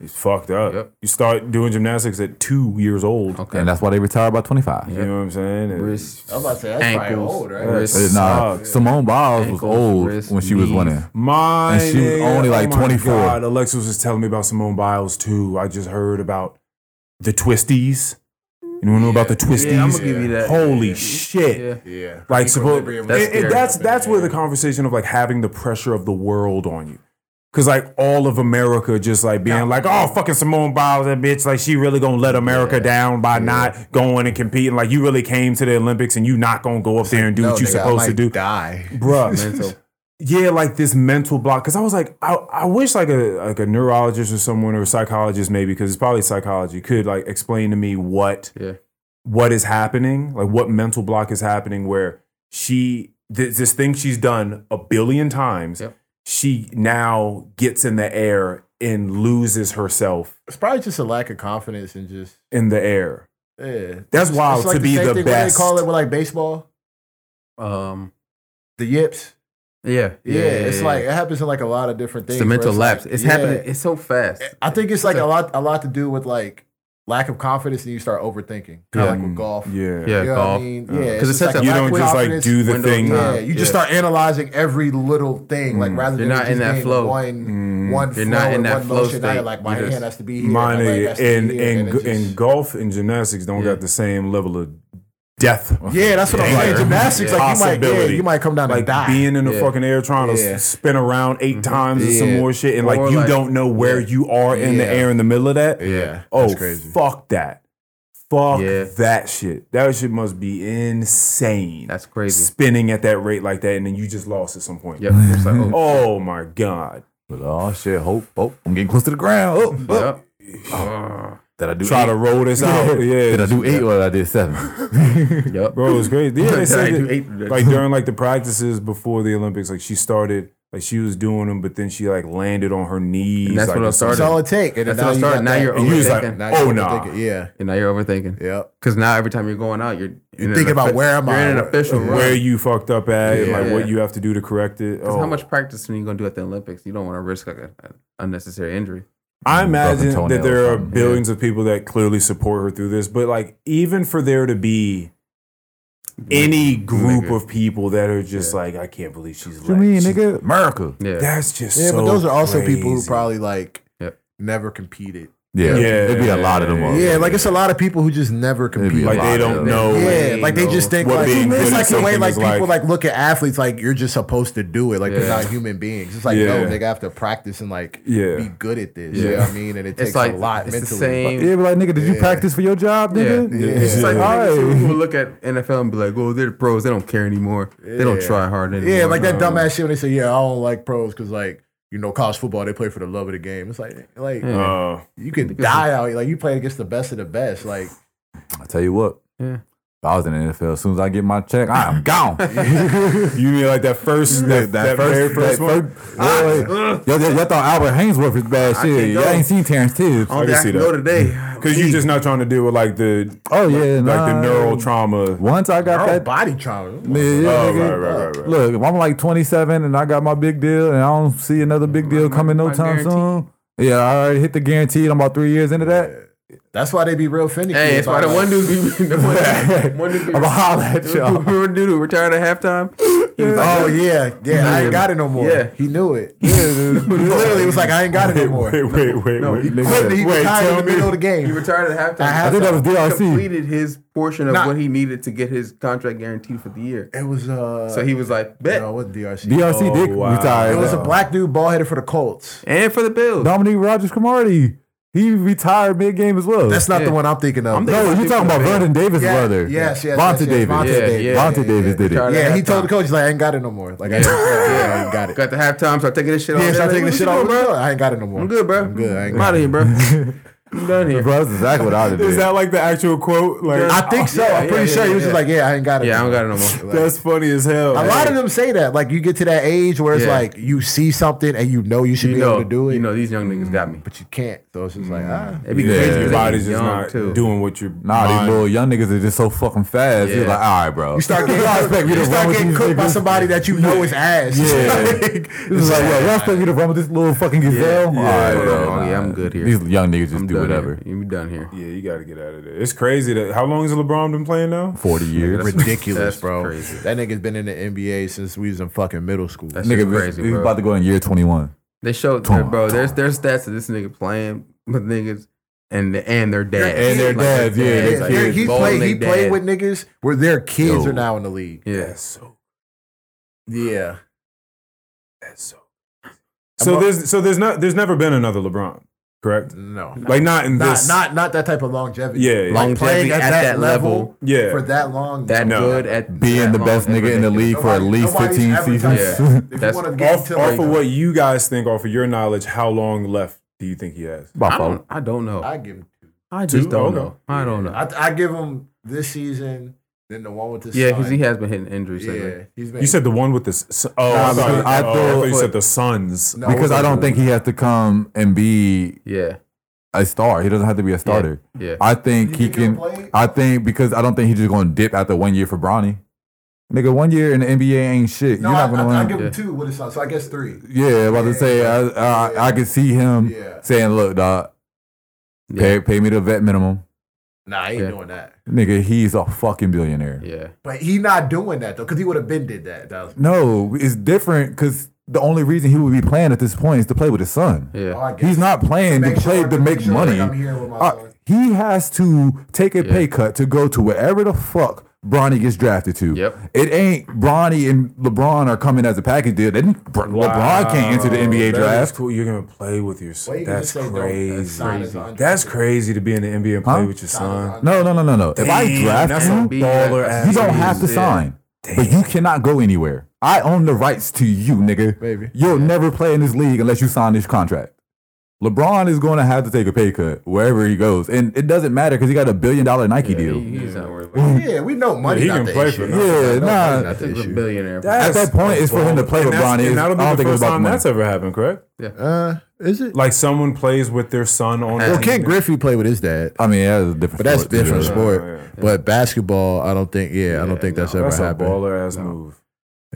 Speaker 4: It's fucked up.
Speaker 3: Yep.
Speaker 4: You start doing gymnastics at two years old.
Speaker 3: okay.
Speaker 1: And that's why they retire by 25.
Speaker 4: You know what I'm saying? And-
Speaker 3: wrist,
Speaker 5: I was about to say that's probably
Speaker 3: ankles,
Speaker 5: old, right?
Speaker 1: Uh,
Speaker 3: wrists,
Speaker 1: Nah,
Speaker 4: Sucks.
Speaker 1: Simone Biles was
Speaker 3: Ankles,
Speaker 1: old
Speaker 3: wrists,
Speaker 1: when she was
Speaker 3: knees.
Speaker 1: winning.
Speaker 4: My
Speaker 1: And she was
Speaker 4: nigga,
Speaker 1: only, like,
Speaker 4: oh my
Speaker 1: 24.
Speaker 4: God, Alexa was just telling me about Simone Biles too. I just heard about the twisties. Anyone know about the twisties?
Speaker 3: Yeah, I'm gonna give you that.
Speaker 4: Holy
Speaker 3: Yeah.
Speaker 4: shit!
Speaker 3: Yeah.
Speaker 5: Yeah.
Speaker 4: Like suppose,
Speaker 5: Equilibrium
Speaker 4: that's
Speaker 3: That's
Speaker 4: and, and
Speaker 3: scary.
Speaker 4: that's that's where the conversation of like having the pressure of the world on you. Cause like all of America just like being like, oh fucking Simone Biles, that bitch, like she really gonna let America down by not going and competing. Like you really came to the Olympics and you not gonna go up there and do what you
Speaker 5: nigga, I
Speaker 4: supposed to
Speaker 5: might
Speaker 4: do,
Speaker 5: Die.
Speaker 4: bruh
Speaker 3: mental.
Speaker 4: yeah, like this mental block. Because I was like, I, I wish like a like a neurologist or someone or a psychologist maybe, because it's probably psychology, could like explain to me what
Speaker 3: Yeah.
Speaker 4: what is happening, like what mental block is happening, where she th- this thing she's done a billion times,
Speaker 3: Yep.
Speaker 4: she now gets in the air and loses herself
Speaker 5: It's probably just a lack of confidence and just
Speaker 4: in the air.
Speaker 5: yeah.
Speaker 4: That's wild
Speaker 5: It's like
Speaker 4: to be
Speaker 5: same
Speaker 4: the
Speaker 5: thing when
Speaker 4: best.
Speaker 5: They call it with like baseball,
Speaker 3: Um.
Speaker 5: the yips.
Speaker 3: Yeah.
Speaker 5: Yeah, it's
Speaker 3: yeah,
Speaker 5: like
Speaker 3: yeah.
Speaker 5: it happens in like a lot of different things.
Speaker 3: it's a
Speaker 5: where
Speaker 3: mental lapse.
Speaker 5: like,
Speaker 3: it's
Speaker 5: yeah. Eh,
Speaker 3: happening. It's so fast.
Speaker 5: I think it's like
Speaker 3: It's
Speaker 5: a
Speaker 3: a-
Speaker 5: lot, a lot to do with like lack of confidence, and you start overthinking. Kind of like with golf.
Speaker 4: Mm, Yeah.
Speaker 5: You
Speaker 3: Yeah.
Speaker 5: know what I
Speaker 3: golf.
Speaker 5: mean?
Speaker 3: Uh,
Speaker 5: Yeah, it's
Speaker 3: 'cause
Speaker 5: just
Speaker 3: it's such
Speaker 5: like
Speaker 3: a
Speaker 4: You
Speaker 5: lack
Speaker 3: lack
Speaker 4: don't
Speaker 5: of
Speaker 3: with
Speaker 4: just like
Speaker 5: confidence.
Speaker 4: do the
Speaker 3: window
Speaker 4: thing.
Speaker 3: time.
Speaker 5: Yeah, you just
Speaker 3: Yeah.
Speaker 5: start analyzing every little thing,
Speaker 4: Mm.
Speaker 5: like rather
Speaker 3: You're
Speaker 5: than
Speaker 3: not
Speaker 5: it just
Speaker 3: in that
Speaker 5: being
Speaker 3: flow.
Speaker 5: One, one
Speaker 3: You're
Speaker 5: flow
Speaker 3: not in
Speaker 5: and
Speaker 3: that
Speaker 5: one
Speaker 3: flow
Speaker 5: motion. Now
Speaker 3: state.
Speaker 5: you're like my
Speaker 3: You
Speaker 5: hand
Speaker 3: just-
Speaker 5: has to be here,
Speaker 4: My
Speaker 5: my leg
Speaker 4: nigga,
Speaker 5: has to be
Speaker 4: and
Speaker 5: here,
Speaker 4: and
Speaker 5: and it
Speaker 4: and
Speaker 5: just-
Speaker 4: golf and gymnastics don't got the same level of death.
Speaker 5: yeah, that's what I'm
Speaker 4: Danger.
Speaker 5: saying. Gymnastics, like you might, yeah,
Speaker 4: Possibility.
Speaker 5: you might come down
Speaker 4: Like
Speaker 5: and die.
Speaker 4: being in the
Speaker 3: Yeah.
Speaker 4: fucking air trying to
Speaker 5: Yeah.
Speaker 4: s- spin around 8 times and some
Speaker 5: Yeah.
Speaker 4: more shit, and
Speaker 3: Or
Speaker 4: like you
Speaker 3: like-
Speaker 4: don't know where
Speaker 3: Yeah.
Speaker 4: you are in the
Speaker 5: Yeah.
Speaker 4: air in the middle of that.
Speaker 5: yeah,
Speaker 4: Oh,
Speaker 5: that's crazy.
Speaker 4: fuck that. Fuck
Speaker 3: Yeah.
Speaker 4: that shit. That shit must be insane.
Speaker 3: That's crazy.
Speaker 4: Spinning at that rate like that, and then you just lost at some point.
Speaker 3: Yep. It's like, oh,
Speaker 4: Oh my god.
Speaker 1: But, oh shit, hope, hope. I'm getting close to the ground. Oh, oh.
Speaker 3: yep.
Speaker 5: oh.
Speaker 1: Did I do
Speaker 4: Try
Speaker 1: eight?
Speaker 4: to roll this out.
Speaker 1: Did I
Speaker 4: Yeah.
Speaker 1: do eight or did I did seven?
Speaker 3: Oh, Yep.
Speaker 4: Bro, it's crazy. Yeah, they
Speaker 3: Did
Speaker 4: say
Speaker 3: I do
Speaker 4: that-
Speaker 3: eight?
Speaker 4: like during like the practices before the Olympics, like she started like she was doing them, but then she like landed on her knees.
Speaker 3: And that's
Speaker 4: like,
Speaker 3: what I
Speaker 4: or something.
Speaker 5: That's all it take. And
Speaker 3: That's
Speaker 5: now
Speaker 3: how I
Speaker 5: you
Speaker 3: started.
Speaker 5: got
Speaker 3: Now
Speaker 5: that-
Speaker 3: you're
Speaker 5: and
Speaker 4: just
Speaker 3: overthinking.
Speaker 5: now
Speaker 4: like, oh
Speaker 5: you're
Speaker 4: nah.
Speaker 5: overthinking. Yeah,
Speaker 3: and now you're overthinking.
Speaker 5: yep.
Speaker 3: Because now every time you're going out, you're
Speaker 5: You think about where am
Speaker 3: you're
Speaker 5: I?
Speaker 3: in an official run.
Speaker 4: Where you fucked up at, and like
Speaker 3: Yeah.
Speaker 4: what you have to do to correct it.
Speaker 3: 'Cause
Speaker 4: Oh.
Speaker 3: How much practice are you gonna do at the Olympics? You don't want to risk like an unnecessary injury.
Speaker 4: I imagine
Speaker 1: Broken
Speaker 4: that
Speaker 1: toenail
Speaker 4: there
Speaker 1: or
Speaker 4: are
Speaker 1: something,
Speaker 4: billions of people that clearly support her through this, but like even for there to be any group
Speaker 3: Nigga.
Speaker 4: of people that are just like, I can't believe she's
Speaker 1: What you
Speaker 4: like,
Speaker 1: mean,
Speaker 4: she-
Speaker 1: nigga? America.
Speaker 3: Yeah.
Speaker 4: That's just
Speaker 5: Yeah,
Speaker 4: so
Speaker 5: but those are also people who
Speaker 4: crazy.
Speaker 5: probably like
Speaker 3: Yep.
Speaker 5: never competed
Speaker 1: Yeah,
Speaker 4: Yeah.
Speaker 1: it'd be a lot of them. motherfuckers.
Speaker 5: Oh, Yeah, like it's a lot of people who just never
Speaker 1: It'd be
Speaker 5: compete.
Speaker 1: a
Speaker 4: Like
Speaker 1: lot
Speaker 4: they
Speaker 1: of
Speaker 4: don't
Speaker 1: them.
Speaker 4: know.
Speaker 5: yeah, like they just think
Speaker 4: What
Speaker 5: like
Speaker 4: being good
Speaker 5: it's
Speaker 4: at
Speaker 5: like the way
Speaker 4: something
Speaker 5: like
Speaker 4: is
Speaker 5: people
Speaker 4: like-
Speaker 5: like, look at athletes like you're just supposed to do it like they're
Speaker 3: Yeah.
Speaker 5: not human beings. It's like
Speaker 4: Yeah.
Speaker 5: no, they have to practice and like
Speaker 4: Yeah.
Speaker 5: be good at this. You know what I mean? And it takes
Speaker 3: It's like
Speaker 5: a lot
Speaker 3: it's
Speaker 5: mentally.
Speaker 3: the same.
Speaker 1: Yeah, but like nigga, did you practice for your job,
Speaker 3: Yeah.
Speaker 1: nigga?
Speaker 3: It's just like
Speaker 1: Yeah.
Speaker 3: niggas who-
Speaker 1: Alright.
Speaker 3: who will look at NFL and be like, "Oh, they're the pros. They don't care anymore. They don't try hard anymore."
Speaker 5: Yeah, like that dumbass shit when they say, "Yeah, I don't like pros because like you know college football they play for the love of the game." It's like like
Speaker 4: Uh,
Speaker 5: you can die out here. like you played against the best of the best. Like
Speaker 1: I tell you what.
Speaker 3: Yeah.
Speaker 1: If I was in the NFL, as soon as I get my check, I am gone.
Speaker 4: you mean like that first that, that very
Speaker 1: that
Speaker 4: first one?
Speaker 1: first- Boy, y'all, y'all- y'all thought Albert Hainsworth was bad shit. Y'all
Speaker 3: go.
Speaker 1: ain't seen Terrence Till.
Speaker 3: I don't
Speaker 4: can
Speaker 3: think I
Speaker 4: see
Speaker 3: can
Speaker 4: that.
Speaker 3: go today.
Speaker 4: Because you're just not trying to deal with like the
Speaker 1: Oh yeah,
Speaker 4: like
Speaker 1: nah.
Speaker 4: the neural trauma.
Speaker 1: Once I got
Speaker 5: girl,
Speaker 1: that,
Speaker 5: body trauma.
Speaker 1: yeah,
Speaker 4: Oh,
Speaker 1: nigga.
Speaker 4: right, right, right, right.
Speaker 1: Look, if I'm like 27 and I got my big deal and I don't see another
Speaker 4: Mm,
Speaker 1: big deal coming no
Speaker 3: my
Speaker 1: time
Speaker 3: guarantee.
Speaker 1: soon, yeah, I already hit the guaranteed. I'm about three years into that.
Speaker 5: That's why they be real finicky.
Speaker 3: Hey, that's why
Speaker 5: about,
Speaker 3: the one
Speaker 5: like,
Speaker 3: dude, be, the one dude, one dude, be,
Speaker 1: I'm gonna holler at
Speaker 3: the
Speaker 1: y'all.
Speaker 3: one dude who retired at halftime. He was like,
Speaker 5: Oh yeah, yeah. I ain't got it no more.
Speaker 3: Yeah.
Speaker 5: he knew it. Yeah, he literally was like, I ain't got it no more.
Speaker 4: Wait, wait, wait, wait.
Speaker 5: Quit, he
Speaker 4: Wait,
Speaker 5: retired in
Speaker 4: tell
Speaker 5: the
Speaker 4: me.
Speaker 5: middle of the game.
Speaker 3: He retired at halftime.
Speaker 5: I
Speaker 1: I think that was DRC.
Speaker 3: Completed his portion of
Speaker 5: Nah.
Speaker 3: what he needed to get his contract guaranteed for the year.
Speaker 5: it was uh,
Speaker 3: So he was like, bet.
Speaker 5: no, it wasn't DRC.
Speaker 1: DRC
Speaker 4: Oh,
Speaker 1: did
Speaker 4: wow.
Speaker 1: retire.
Speaker 5: It was a black dude ball headed for the Colts.
Speaker 3: And for the Bills.
Speaker 1: Dominique Rogers Cromartie. He retired mid game as well.
Speaker 5: That's not
Speaker 3: Yeah.
Speaker 5: the one I'm thinking of.
Speaker 1: no, you're talking about Vernon Davis'
Speaker 5: Yeah,
Speaker 1: brother.
Speaker 5: yes, yes,
Speaker 1: Vontae
Speaker 5: yes, yes,
Speaker 1: Davis.
Speaker 5: Vontae
Speaker 3: Yeah, Davis. yeah,
Speaker 1: Vontae
Speaker 3: yeah,
Speaker 1: Davis did it.
Speaker 3: Retired at
Speaker 5: yeah, he
Speaker 3: halftime.
Speaker 5: told the coach, he's like, I ain't got it no more. Like, I, ain't, yeah, I ain't got it.
Speaker 3: Got the halftime, start taking this shit off.
Speaker 5: Yeah, start taking the shit off.
Speaker 3: bro.
Speaker 5: I ain't got it no more.
Speaker 3: I'm good, bro.
Speaker 5: I'm good. I ain't
Speaker 3: I'm out
Speaker 5: got
Speaker 3: of
Speaker 5: it.
Speaker 3: here, bro. I'm done here.
Speaker 1: Bro, that's exactly what I would
Speaker 4: Is
Speaker 1: do.
Speaker 4: that like the actual quote? Like
Speaker 5: I think so. I'm
Speaker 3: yeah,
Speaker 5: pretty
Speaker 3: yeah,
Speaker 5: sure he
Speaker 3: yeah,
Speaker 5: was just
Speaker 3: yeah.
Speaker 5: like, yeah, I ain't got it.
Speaker 3: Yeah, I
Speaker 5: no
Speaker 3: don't
Speaker 5: more.
Speaker 3: got it no more.
Speaker 4: that's funny as hell.
Speaker 5: A lot of them say that. Like, you get to that age where it's
Speaker 3: Yeah.
Speaker 5: like you see something and you know you should
Speaker 3: You
Speaker 5: be
Speaker 3: know,
Speaker 5: able to do it,
Speaker 3: you know, these young niggas got me.
Speaker 5: but you can't. So it's just like, ah.
Speaker 3: It'd be
Speaker 1: Yeah.
Speaker 3: crazy. 'cause
Speaker 4: your
Speaker 3: they
Speaker 4: body's
Speaker 3: young,
Speaker 4: just not
Speaker 3: too.
Speaker 4: doing what you're.
Speaker 1: Nah, these little young niggas are just so fucking fast. You're
Speaker 3: Yeah.
Speaker 1: like, all right, bro.
Speaker 5: You start getting,
Speaker 1: I expect me to
Speaker 5: you
Speaker 1: run
Speaker 5: start
Speaker 1: with
Speaker 5: getting
Speaker 1: these
Speaker 5: cooked by
Speaker 1: niggas.
Speaker 5: somebody that you know is ass.
Speaker 1: Yeah.
Speaker 5: Like,
Speaker 1: This is like, yo, y'all expect me to run with this little fucking gazelle?
Speaker 3: Yeah,
Speaker 1: All right,
Speaker 3: yeah,
Speaker 1: bro.
Speaker 3: yeah, I'm
Speaker 1: nah.
Speaker 3: good here.
Speaker 1: These young niggas just
Speaker 3: I'm
Speaker 1: do
Speaker 3: done
Speaker 1: whatever.
Speaker 3: Here. You done here.
Speaker 4: Yeah, you got to get out of there. It's crazy that how long has LeBron been playing now?
Speaker 1: 40 years.
Speaker 3: That's-
Speaker 5: ridiculous,
Speaker 3: that's
Speaker 5: bro.
Speaker 3: Crazy.
Speaker 5: That nigga's been in the NBA since we was in fucking middle school.
Speaker 3: That's just
Speaker 1: Nigga,
Speaker 3: crazy,
Speaker 1: he's
Speaker 3: bro.
Speaker 1: about to go in year 21.
Speaker 3: They showed
Speaker 1: Come on,
Speaker 3: bro.
Speaker 1: come
Speaker 3: There's there's stats of this nigga playing with niggas and and their dads
Speaker 1: And their dads, yeah,
Speaker 5: Yeah,
Speaker 1: their
Speaker 3: like,
Speaker 1: kids.
Speaker 5: he- he
Speaker 3: balling
Speaker 5: played.
Speaker 3: their
Speaker 5: He played
Speaker 3: dad.
Speaker 5: with niggas where their kids
Speaker 1: Yo.
Speaker 5: are now in the league.
Speaker 3: yeah.
Speaker 5: Yeah,
Speaker 4: So there's so there's not there's never been another LeBron, correct?
Speaker 5: no,
Speaker 4: Like not in
Speaker 5: not
Speaker 4: this.
Speaker 5: not not that type of longevity.
Speaker 4: Yeah, yeah.
Speaker 5: like playing
Speaker 3: Longevity
Speaker 5: at, that, level,
Speaker 4: yeah.
Speaker 5: for that long.
Speaker 3: That
Speaker 4: No.
Speaker 3: good at
Speaker 1: Being
Speaker 3: that
Speaker 1: the best
Speaker 3: long is
Speaker 1: nigga in the
Speaker 3: ridiculous.
Speaker 1: league for at
Speaker 5: Nobody-
Speaker 1: least
Speaker 5: nobody's
Speaker 1: 15
Speaker 5: ever
Speaker 1: seasons.
Speaker 5: done
Speaker 3: Yeah.
Speaker 5: that. If
Speaker 3: That's
Speaker 5: you want to get
Speaker 4: off,
Speaker 5: to
Speaker 4: off
Speaker 5: like,
Speaker 4: of what you guys think, off of your knowledge, how long left do you think he has?
Speaker 1: My
Speaker 3: I
Speaker 1: fault.
Speaker 3: don't, I don't know. I,
Speaker 5: I give him.
Speaker 3: just
Speaker 4: Two?
Speaker 3: don't
Speaker 4: Okay.
Speaker 3: know. I don't know.
Speaker 5: I, I give him this season, then the one with the
Speaker 3: yeah,
Speaker 5: son.
Speaker 3: because he has been hitting injuries
Speaker 5: yeah,
Speaker 3: lately.
Speaker 5: he's been.
Speaker 4: You said the one with the s- oh,
Speaker 1: Nah,
Speaker 4: I thought,
Speaker 1: because I
Speaker 4: oh, I thought you
Speaker 1: thought-
Speaker 4: said the Suns.
Speaker 5: No,
Speaker 1: Because
Speaker 5: it
Speaker 1: I don't
Speaker 5: wasn't.
Speaker 1: think he has to come and be
Speaker 3: Yeah,
Speaker 1: a star. He doesn't have to be a starter.
Speaker 3: yeah.
Speaker 1: I think he
Speaker 5: think he'll
Speaker 1: can.
Speaker 5: play?
Speaker 1: I think because I don't think he's just going to dip after one year for Bronny. Nigga, one year in the NBA ain't shit.
Speaker 5: No,
Speaker 1: You're
Speaker 5: I,
Speaker 1: not going to
Speaker 5: I, I
Speaker 1: win.
Speaker 5: give
Speaker 3: Yeah.
Speaker 5: him two with his son, so I guess three.
Speaker 1: Yeah, about to say I, I I could see him
Speaker 5: Yeah.
Speaker 1: saying, "Look, dog, pay pay me the vet minimum,
Speaker 5: Nah, I ain't
Speaker 3: Yeah.
Speaker 5: doing that.
Speaker 1: nigga. He's a fucking billionaire.
Speaker 3: yeah.
Speaker 5: But he not doing that though, because he would have been did that. That was.
Speaker 1: No, it's different because the only reason he would be playing at this point is to play with his son.
Speaker 5: Oh,
Speaker 3: Yeah.
Speaker 5: I guess.
Speaker 1: He's not playing to,
Speaker 5: Make
Speaker 1: play
Speaker 5: sure-
Speaker 1: to make
Speaker 5: sure
Speaker 1: money.
Speaker 5: that I'm here with my
Speaker 1: Uh,
Speaker 5: son.
Speaker 1: he has to take a
Speaker 3: Yeah.
Speaker 1: pay cut to go to wherever the fuck Bronny gets drafted to.
Speaker 3: Yep.
Speaker 1: It ain't Bronny and LeBron are coming as a package deal. Then Br- LeBron can't enter the
Speaker 4: Wow,
Speaker 1: NBA
Speaker 4: that is
Speaker 1: draft.
Speaker 4: cool. You're gonna play with your son.
Speaker 5: Why you
Speaker 4: That's
Speaker 5: just say don't- that's
Speaker 4: crazy.
Speaker 5: not as unfair.
Speaker 4: That's crazy to be in the NBA and play
Speaker 1: Huh?
Speaker 4: with your son.
Speaker 1: No, no, no, no, no. if I
Speaker 4: Damn,
Speaker 1: draft
Speaker 4: that's
Speaker 1: you,
Speaker 4: a
Speaker 3: Be
Speaker 4: baller
Speaker 3: that-
Speaker 4: ass.
Speaker 1: you don't have to
Speaker 3: Yeah.
Speaker 1: sign. But you cannot go anywhere. I own the rights to you, nigga.
Speaker 5: Maybe.
Speaker 1: You'll never play in this league unless you sign this contract. LeBron is going to have to take a pay cut wherever he goes. And it doesn't matter because he got a billion dollar Nike deal.
Speaker 3: He- he's not worried about it.
Speaker 5: Yeah, we know money.
Speaker 4: Yeah, he
Speaker 5: not
Speaker 4: can
Speaker 5: the
Speaker 4: play
Speaker 5: issue.
Speaker 4: for nothing.
Speaker 1: Yeah,
Speaker 5: money
Speaker 1: nah.
Speaker 5: not the
Speaker 3: He's a
Speaker 5: issue.
Speaker 3: billionaire.
Speaker 1: At
Speaker 4: That's-
Speaker 1: that point, it's for him to play
Speaker 4: And
Speaker 1: with
Speaker 4: that's-
Speaker 1: Bronny.
Speaker 4: and that'll
Speaker 1: I
Speaker 4: be
Speaker 1: don't
Speaker 4: the
Speaker 1: think it's
Speaker 4: first
Speaker 1: about the
Speaker 4: time
Speaker 1: money.
Speaker 4: that's ever happened, correct?
Speaker 5: Uh, is it?
Speaker 4: Like someone plays with their son on.
Speaker 5: Well,
Speaker 4: the
Speaker 5: Ken
Speaker 4: team.
Speaker 5: Griffey played with his dad,
Speaker 1: I mean, that's a different.
Speaker 5: but that's
Speaker 1: sport, too,
Speaker 5: different
Speaker 1: though.
Speaker 5: sport.
Speaker 4: Yeah, yeah.
Speaker 5: But basketball, I don't think. Yeah, I
Speaker 3: Yeah,
Speaker 5: don't think that's ever
Speaker 4: That's a
Speaker 5: happened.
Speaker 4: baller ass move.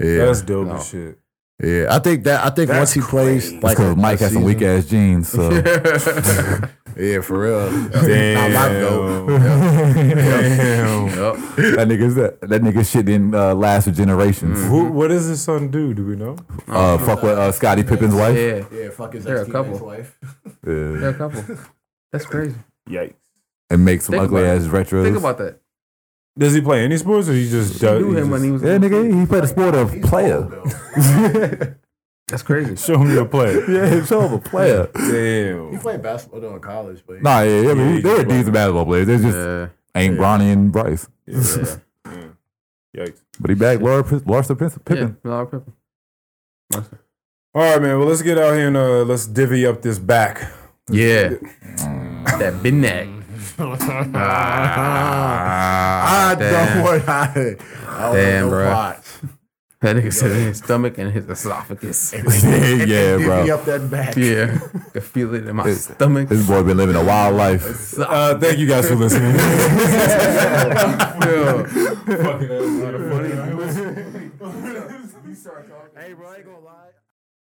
Speaker 5: Yeah,
Speaker 4: That's dope
Speaker 3: No.
Speaker 4: as shit.
Speaker 5: yeah. I think that. I think
Speaker 4: That's
Speaker 5: once he plays,
Speaker 4: crazy.
Speaker 5: like
Speaker 1: Because Mike
Speaker 5: a
Speaker 1: has some weak
Speaker 5: season-
Speaker 1: ass jeans. So.
Speaker 3: Damn.
Speaker 5: Yeah, for real.
Speaker 4: Damn.
Speaker 5: Not mine, though.
Speaker 4: Damn.
Speaker 3: Yup.
Speaker 1: that nigga's that, that nigga shit didn't uh, last for generations.
Speaker 3: Mm.
Speaker 4: Who, what does his son do? Do we know?
Speaker 1: Uh, fuck with uh, Scottie Pippen's wife.
Speaker 3: Yeah.
Speaker 5: Yeah, fuck his
Speaker 3: There are a
Speaker 5: ex
Speaker 3: couple.
Speaker 5: wife.
Speaker 1: Yeah.
Speaker 3: There are a couple. That's crazy.
Speaker 4: Yikes.
Speaker 1: and make some
Speaker 3: Think
Speaker 1: ugly
Speaker 3: about
Speaker 1: ass
Speaker 3: it.
Speaker 1: retros.
Speaker 3: Think about that.
Speaker 4: Does he play any sports or he just
Speaker 3: She
Speaker 4: does?
Speaker 3: knew
Speaker 4: he
Speaker 3: him when he
Speaker 4: just-
Speaker 3: was.
Speaker 1: yeah, nigga, he played the sport of player.
Speaker 3: That's crazy.
Speaker 4: Show me your play.
Speaker 1: yeah, he's sort of a player.
Speaker 4: Damn.
Speaker 5: He played basketball though in college, but
Speaker 1: Nah, yeah, yeah, I
Speaker 4: Yeah,
Speaker 1: mean,
Speaker 4: he
Speaker 1: they were
Speaker 4: just-
Speaker 1: decent basketball players. They just
Speaker 3: Yeah.
Speaker 1: ain't Bronny and Bryce.
Speaker 3: Yeah.
Speaker 4: Yikes.
Speaker 1: But he bagged Laura, Pri- Larsa Prince-
Speaker 3: Yeah.
Speaker 1: Pippen.
Speaker 3: Lord Pippen.
Speaker 4: All right, man. Well, let's get out here and uh, let's divvy up this back.
Speaker 3: Yeah. That bin neck.
Speaker 8: I
Speaker 5: Ah,
Speaker 3: Damn.
Speaker 8: don't want I, I
Speaker 3: Damn,
Speaker 8: damn,
Speaker 3: bruh.
Speaker 8: bro.
Speaker 3: That nigga said in his stomach and his esophagus.
Speaker 1: yeah,
Speaker 8: Give me
Speaker 1: bro.
Speaker 8: up that back.
Speaker 3: yeah. I can feel it in my stomach.
Speaker 1: This boy been living a wild life.
Speaker 4: Uh, thank you guys for listening.
Speaker 3: Yeah.
Speaker 4: Fucking ass.
Speaker 8: Hey, bro, I ain't gonna lie.